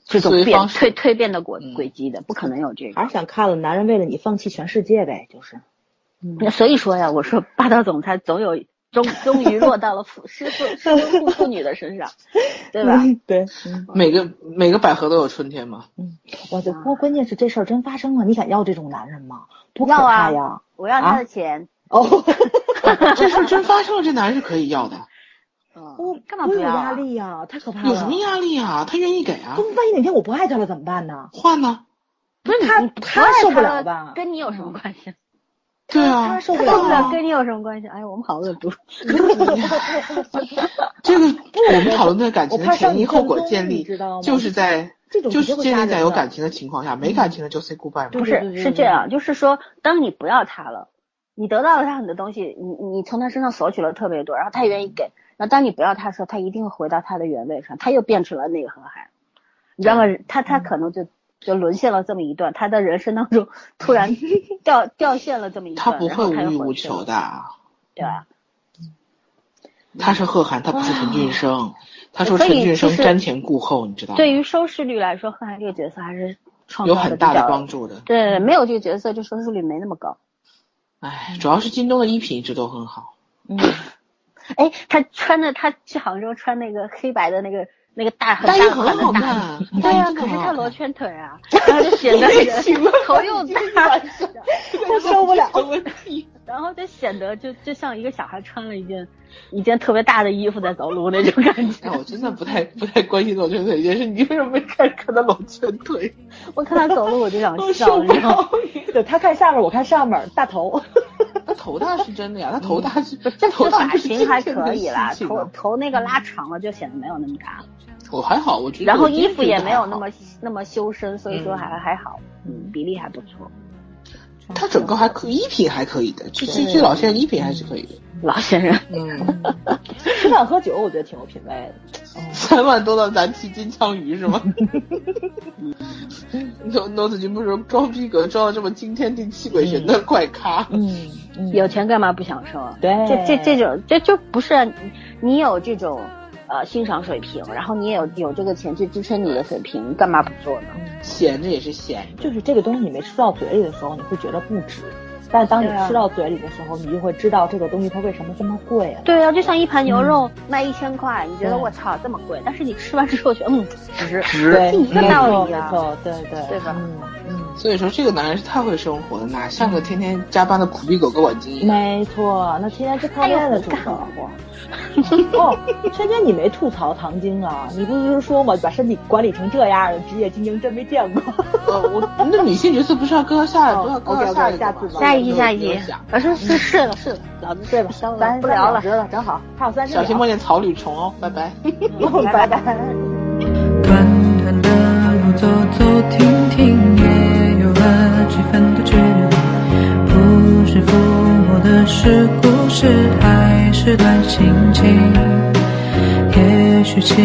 [SPEAKER 4] 这
[SPEAKER 2] 思
[SPEAKER 4] 种
[SPEAKER 2] 维
[SPEAKER 4] 变
[SPEAKER 2] 方式
[SPEAKER 4] 蜕蜕变的轨
[SPEAKER 2] 嗯
[SPEAKER 4] 轨迹的，不可能有这个。
[SPEAKER 5] 还是想看了男人为了你放弃全世界呗，就是
[SPEAKER 4] 那所以说呀，我说霸道总裁总有终终于落到了 妇失妇失婚妇女的身上，对吧？
[SPEAKER 5] 嗯
[SPEAKER 4] 嗯
[SPEAKER 5] 对，
[SPEAKER 2] 每个每个百合都有春天嘛？
[SPEAKER 5] 我就
[SPEAKER 4] 啊
[SPEAKER 5] 不过关键是这事儿真发生了，你敢要这种男人吗？多可
[SPEAKER 4] 要啊
[SPEAKER 5] 怕呀！
[SPEAKER 4] 我要他的钱。
[SPEAKER 5] 哦，
[SPEAKER 2] 这事儿真发生了，这男人是可以要的，
[SPEAKER 5] 我
[SPEAKER 4] 嗯，干嘛
[SPEAKER 5] 我
[SPEAKER 4] 不
[SPEAKER 5] 有
[SPEAKER 4] 要啊、
[SPEAKER 5] 压力呀，太可怕了。
[SPEAKER 2] 有什么压力啊？他愿意给啊
[SPEAKER 5] 可，万一哪天我不爱他了怎么 办呢？
[SPEAKER 2] 换呢？
[SPEAKER 4] 不是
[SPEAKER 5] 他
[SPEAKER 4] 你
[SPEAKER 5] 他
[SPEAKER 4] 爱
[SPEAKER 5] 受不
[SPEAKER 4] 他
[SPEAKER 5] 了吧
[SPEAKER 4] 跟你有什么关系？
[SPEAKER 2] 对啊
[SPEAKER 5] 他，受不
[SPEAKER 4] 受不
[SPEAKER 5] 了
[SPEAKER 4] 了
[SPEAKER 5] 啊。
[SPEAKER 4] 跟你有什么关系？哎呀，我们好恶毒。
[SPEAKER 2] 这个我们讨论的感情
[SPEAKER 5] 我
[SPEAKER 2] 的
[SPEAKER 5] 怕上
[SPEAKER 2] 前因
[SPEAKER 5] 你
[SPEAKER 2] 后
[SPEAKER 5] 跟
[SPEAKER 2] 果
[SPEAKER 5] 踪
[SPEAKER 2] 建
[SPEAKER 5] 你
[SPEAKER 2] 立
[SPEAKER 5] 知道吗，
[SPEAKER 2] 就是在
[SPEAKER 5] 这种
[SPEAKER 2] 就是
[SPEAKER 5] 绝对会
[SPEAKER 2] 建
[SPEAKER 5] 杀
[SPEAKER 2] 立在
[SPEAKER 5] 人
[SPEAKER 2] 有
[SPEAKER 5] 的
[SPEAKER 2] 感情的情况下，没感情的就 say goodbye 嘛
[SPEAKER 5] 对
[SPEAKER 4] 不。
[SPEAKER 5] 对
[SPEAKER 4] 是，
[SPEAKER 5] 对
[SPEAKER 4] 是
[SPEAKER 5] 对
[SPEAKER 4] 这样，就是说，当你不要他了，你得到了他很多东西，你你从他身上索取了特别多，然后他也愿意给。那当你不要他的时候，他一定会回到他的原位上，他又变成了那个何海。你知道吗？他他可能就就沦陷了这么一段，他的人生当中突 然掉掉线了这么一段，
[SPEAKER 2] 他不
[SPEAKER 4] 然
[SPEAKER 2] 会
[SPEAKER 4] 后
[SPEAKER 2] 无
[SPEAKER 4] 他又
[SPEAKER 2] 欲
[SPEAKER 4] 回
[SPEAKER 2] 无
[SPEAKER 4] 去
[SPEAKER 2] 求
[SPEAKER 4] 了，
[SPEAKER 2] 的啊，
[SPEAKER 4] 对吧？
[SPEAKER 2] 他是贺涵，他不是陈俊生。他说
[SPEAKER 4] 所
[SPEAKER 2] 陈
[SPEAKER 4] 以
[SPEAKER 2] 俊
[SPEAKER 4] 就
[SPEAKER 2] 生
[SPEAKER 4] 是
[SPEAKER 2] 瞻前顾后，你知道吗？
[SPEAKER 4] 对于收视率来说，贺涵这个角色还是创
[SPEAKER 2] 有
[SPEAKER 4] 造
[SPEAKER 2] 很
[SPEAKER 4] 的
[SPEAKER 2] 大
[SPEAKER 4] 比
[SPEAKER 2] 的
[SPEAKER 4] 较
[SPEAKER 2] 帮助的。
[SPEAKER 4] 对，没有这个角色，这收视率没那么高。
[SPEAKER 2] 唉，哎主要是京东的衣品一直都很好。
[SPEAKER 5] 嗯
[SPEAKER 4] 哎，他穿的他去杭州穿那个黑白的那个那个大很
[SPEAKER 2] 大衣
[SPEAKER 4] 大
[SPEAKER 2] 很
[SPEAKER 4] 款的
[SPEAKER 2] 好
[SPEAKER 4] 大
[SPEAKER 2] 看，
[SPEAKER 4] 对
[SPEAKER 2] 大
[SPEAKER 4] 呀、
[SPEAKER 2] 衣真的
[SPEAKER 4] 可是
[SPEAKER 2] 很
[SPEAKER 4] 他
[SPEAKER 2] 好
[SPEAKER 4] 罗
[SPEAKER 2] 看。
[SPEAKER 4] 圈腿啊，然后就 显得人头又大，
[SPEAKER 5] 我受不了。
[SPEAKER 4] 然后就显得就就像一个小孩穿了一件一件特别大的衣服在走路那种感 觉。
[SPEAKER 2] 哎，我真的不太不太关心裸圈腿这件事，你为什么没看看他裸圈腿？
[SPEAKER 4] 我看他走路我就 想
[SPEAKER 2] 我
[SPEAKER 4] 笑，
[SPEAKER 2] 受啊
[SPEAKER 4] 你
[SPEAKER 2] 不
[SPEAKER 4] 知道吗
[SPEAKER 2] 了。
[SPEAKER 5] 对他看下面，我看上面，大头。
[SPEAKER 2] 他头大是真的呀，他头大是，
[SPEAKER 4] 这
[SPEAKER 2] 头
[SPEAKER 4] 这
[SPEAKER 2] 大
[SPEAKER 4] 发
[SPEAKER 2] 不是
[SPEAKER 4] 型还
[SPEAKER 2] 今天
[SPEAKER 4] 可
[SPEAKER 2] 的
[SPEAKER 4] 以啦，
[SPEAKER 2] 事情啊
[SPEAKER 4] 头
[SPEAKER 2] 吗
[SPEAKER 4] 头那个拉长了就显得没有那么大了。
[SPEAKER 2] 我还好，我觉得
[SPEAKER 4] 然后
[SPEAKER 2] 我今
[SPEAKER 4] 衣
[SPEAKER 2] 天
[SPEAKER 4] 服
[SPEAKER 2] 觉
[SPEAKER 4] 也
[SPEAKER 2] 得
[SPEAKER 4] 没
[SPEAKER 2] 还
[SPEAKER 4] 有那
[SPEAKER 2] 好
[SPEAKER 4] 么那么修身，所以说还、
[SPEAKER 2] 嗯
[SPEAKER 4] 还好，嗯，比例还不错。
[SPEAKER 2] 他整个还可衣品还可以的，这这这老先生衣品还是可以的。
[SPEAKER 4] 老先生，
[SPEAKER 2] 嗯，
[SPEAKER 5] 吃饭喝酒，我觉得挺有品位的。
[SPEAKER 2] 三万多的难题金枪鱼是 吗？罗罗子君不是说装逼格装的这么惊天地泣鬼神的怪咖？
[SPEAKER 5] 嗯嗯，
[SPEAKER 4] 有钱干嘛不享受啊？
[SPEAKER 5] 对，
[SPEAKER 4] 这这这种这就不是啊你你有这种呃欣赏水平，然后你也有有这个钱去支撑你的水平，你干嘛不做呢？
[SPEAKER 2] 闲着也是闲着，
[SPEAKER 5] 就是这个东西，你没吃到嘴里的时候，你会觉得不值；但当你
[SPEAKER 4] 对啊
[SPEAKER 5] 吃到嘴里的时候，你就会知道这个东西它为什么这么贵啊。
[SPEAKER 4] 对啊，就像一盘牛肉卖一千块，你觉得
[SPEAKER 5] 对
[SPEAKER 4] 我操这么贵，但是你吃完之后觉得嗯值，
[SPEAKER 2] 值
[SPEAKER 5] 对，
[SPEAKER 4] 一个道理
[SPEAKER 5] 没
[SPEAKER 4] 啊
[SPEAKER 5] 错，没错对对
[SPEAKER 4] 对吧
[SPEAKER 5] 嗯嗯，
[SPEAKER 2] 所以说这个男人是太会生活的，哪像个天天加班的苦逼狗跟晚金一样？
[SPEAKER 5] 没错。那天天是泡面的主
[SPEAKER 4] 还有
[SPEAKER 6] 哎
[SPEAKER 5] 播。哦，圈圈，你没吐槽唐晶啊？你不是说嘛，把身体管理成这样，职业精英真没见过。
[SPEAKER 2] 呃，我那女性角色不是要搁到下，不是要搁到
[SPEAKER 5] 哦 OK，OK，
[SPEAKER 2] 下一个
[SPEAKER 5] 下
[SPEAKER 2] 吗
[SPEAKER 5] 次吧
[SPEAKER 4] 下一集下一
[SPEAKER 2] 没
[SPEAKER 4] 集
[SPEAKER 2] 有想，
[SPEAKER 4] 我说是是 了是了，老子睡吧，消了
[SPEAKER 5] 咱
[SPEAKER 4] 不聊了
[SPEAKER 5] 值。了，正好还有三十
[SPEAKER 2] 小心
[SPEAKER 5] 秒
[SPEAKER 6] 嗯
[SPEAKER 2] 梦，见草履虫哦，拜拜。
[SPEAKER 5] 拜拜。
[SPEAKER 8] 走走停停，也有了几分的距离。不是抚摸的是故事，还是段心情？也许期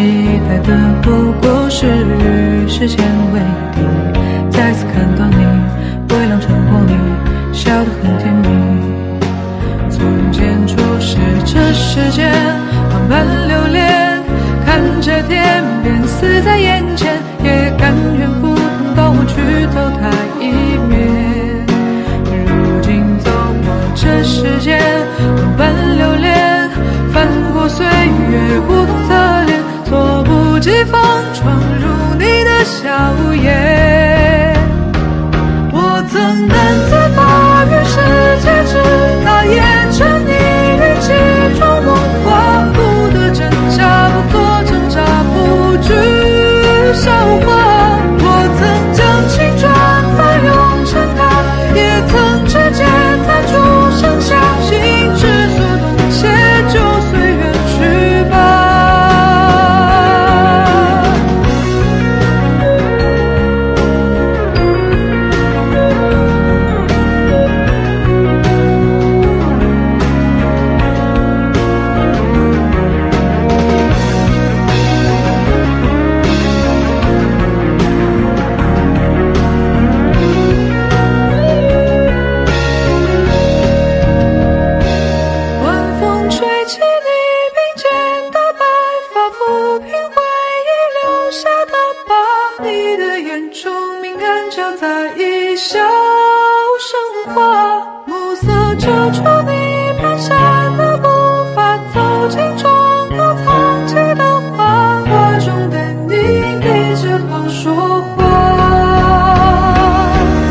[SPEAKER 8] 待的不过是与时间为敌。再次看到你，微凉穿过你，笑得很甜蜜。从前注视着时间，慢慢流连，看着天边死在眼前，也甘愿扑通到我去走它一面。如今走过这世间，慢慢流连，翻过岁月梧桐侧脸，措不及防闯入你的笑颜。我怎能在法语世界知道眼前你语气中梦话不得真假，不做挣扎，不惧笑话。我曾将青春翻涌成她，也曾指尖弹出盛夏，心之所动，且就随缘去吧。晚风吹起你鬓间的白发，抚平回忆留下的疤。你的眼中敏感交杂一笑生花，暮色遮住你蹒跚的步伐，走进窗口藏起的花，花中的你低着头说话。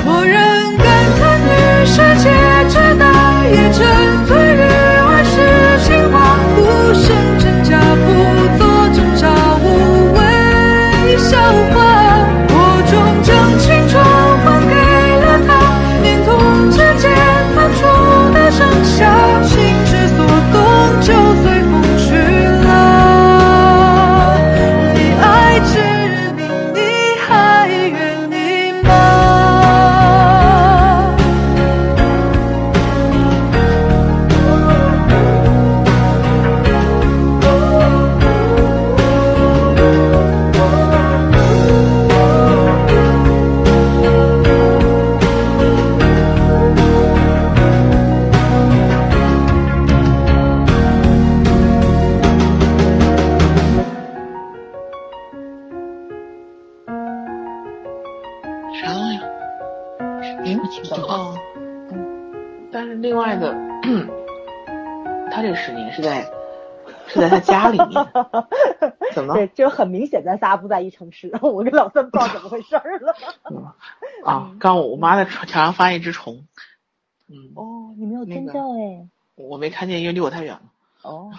[SPEAKER 8] 我仍感叹与世界之大，也沉醉于儿时情话，无声真假，不做挣扎，无谓笑话。我终将青春还给了他，念痛之间弹出的盛夏，心之所动就随风去了。你爱之名，你还愿意吗？
[SPEAKER 9] 啥玩意儿？没有听懂。
[SPEAKER 2] 哦，嗯，但是另外的，他这十年是在是在他家 里面，怎么
[SPEAKER 6] 对，这很明显，咱仨不在一城 市，我跟老三不知道怎么回事儿了。
[SPEAKER 2] 啊？刚我妈在墙上发现一只虫，嗯，
[SPEAKER 6] 哦，你没有
[SPEAKER 2] 那
[SPEAKER 6] 尖
[SPEAKER 2] 个
[SPEAKER 6] 叫哎。
[SPEAKER 2] 我没看见，因为离我太远了。
[SPEAKER 6] 哦，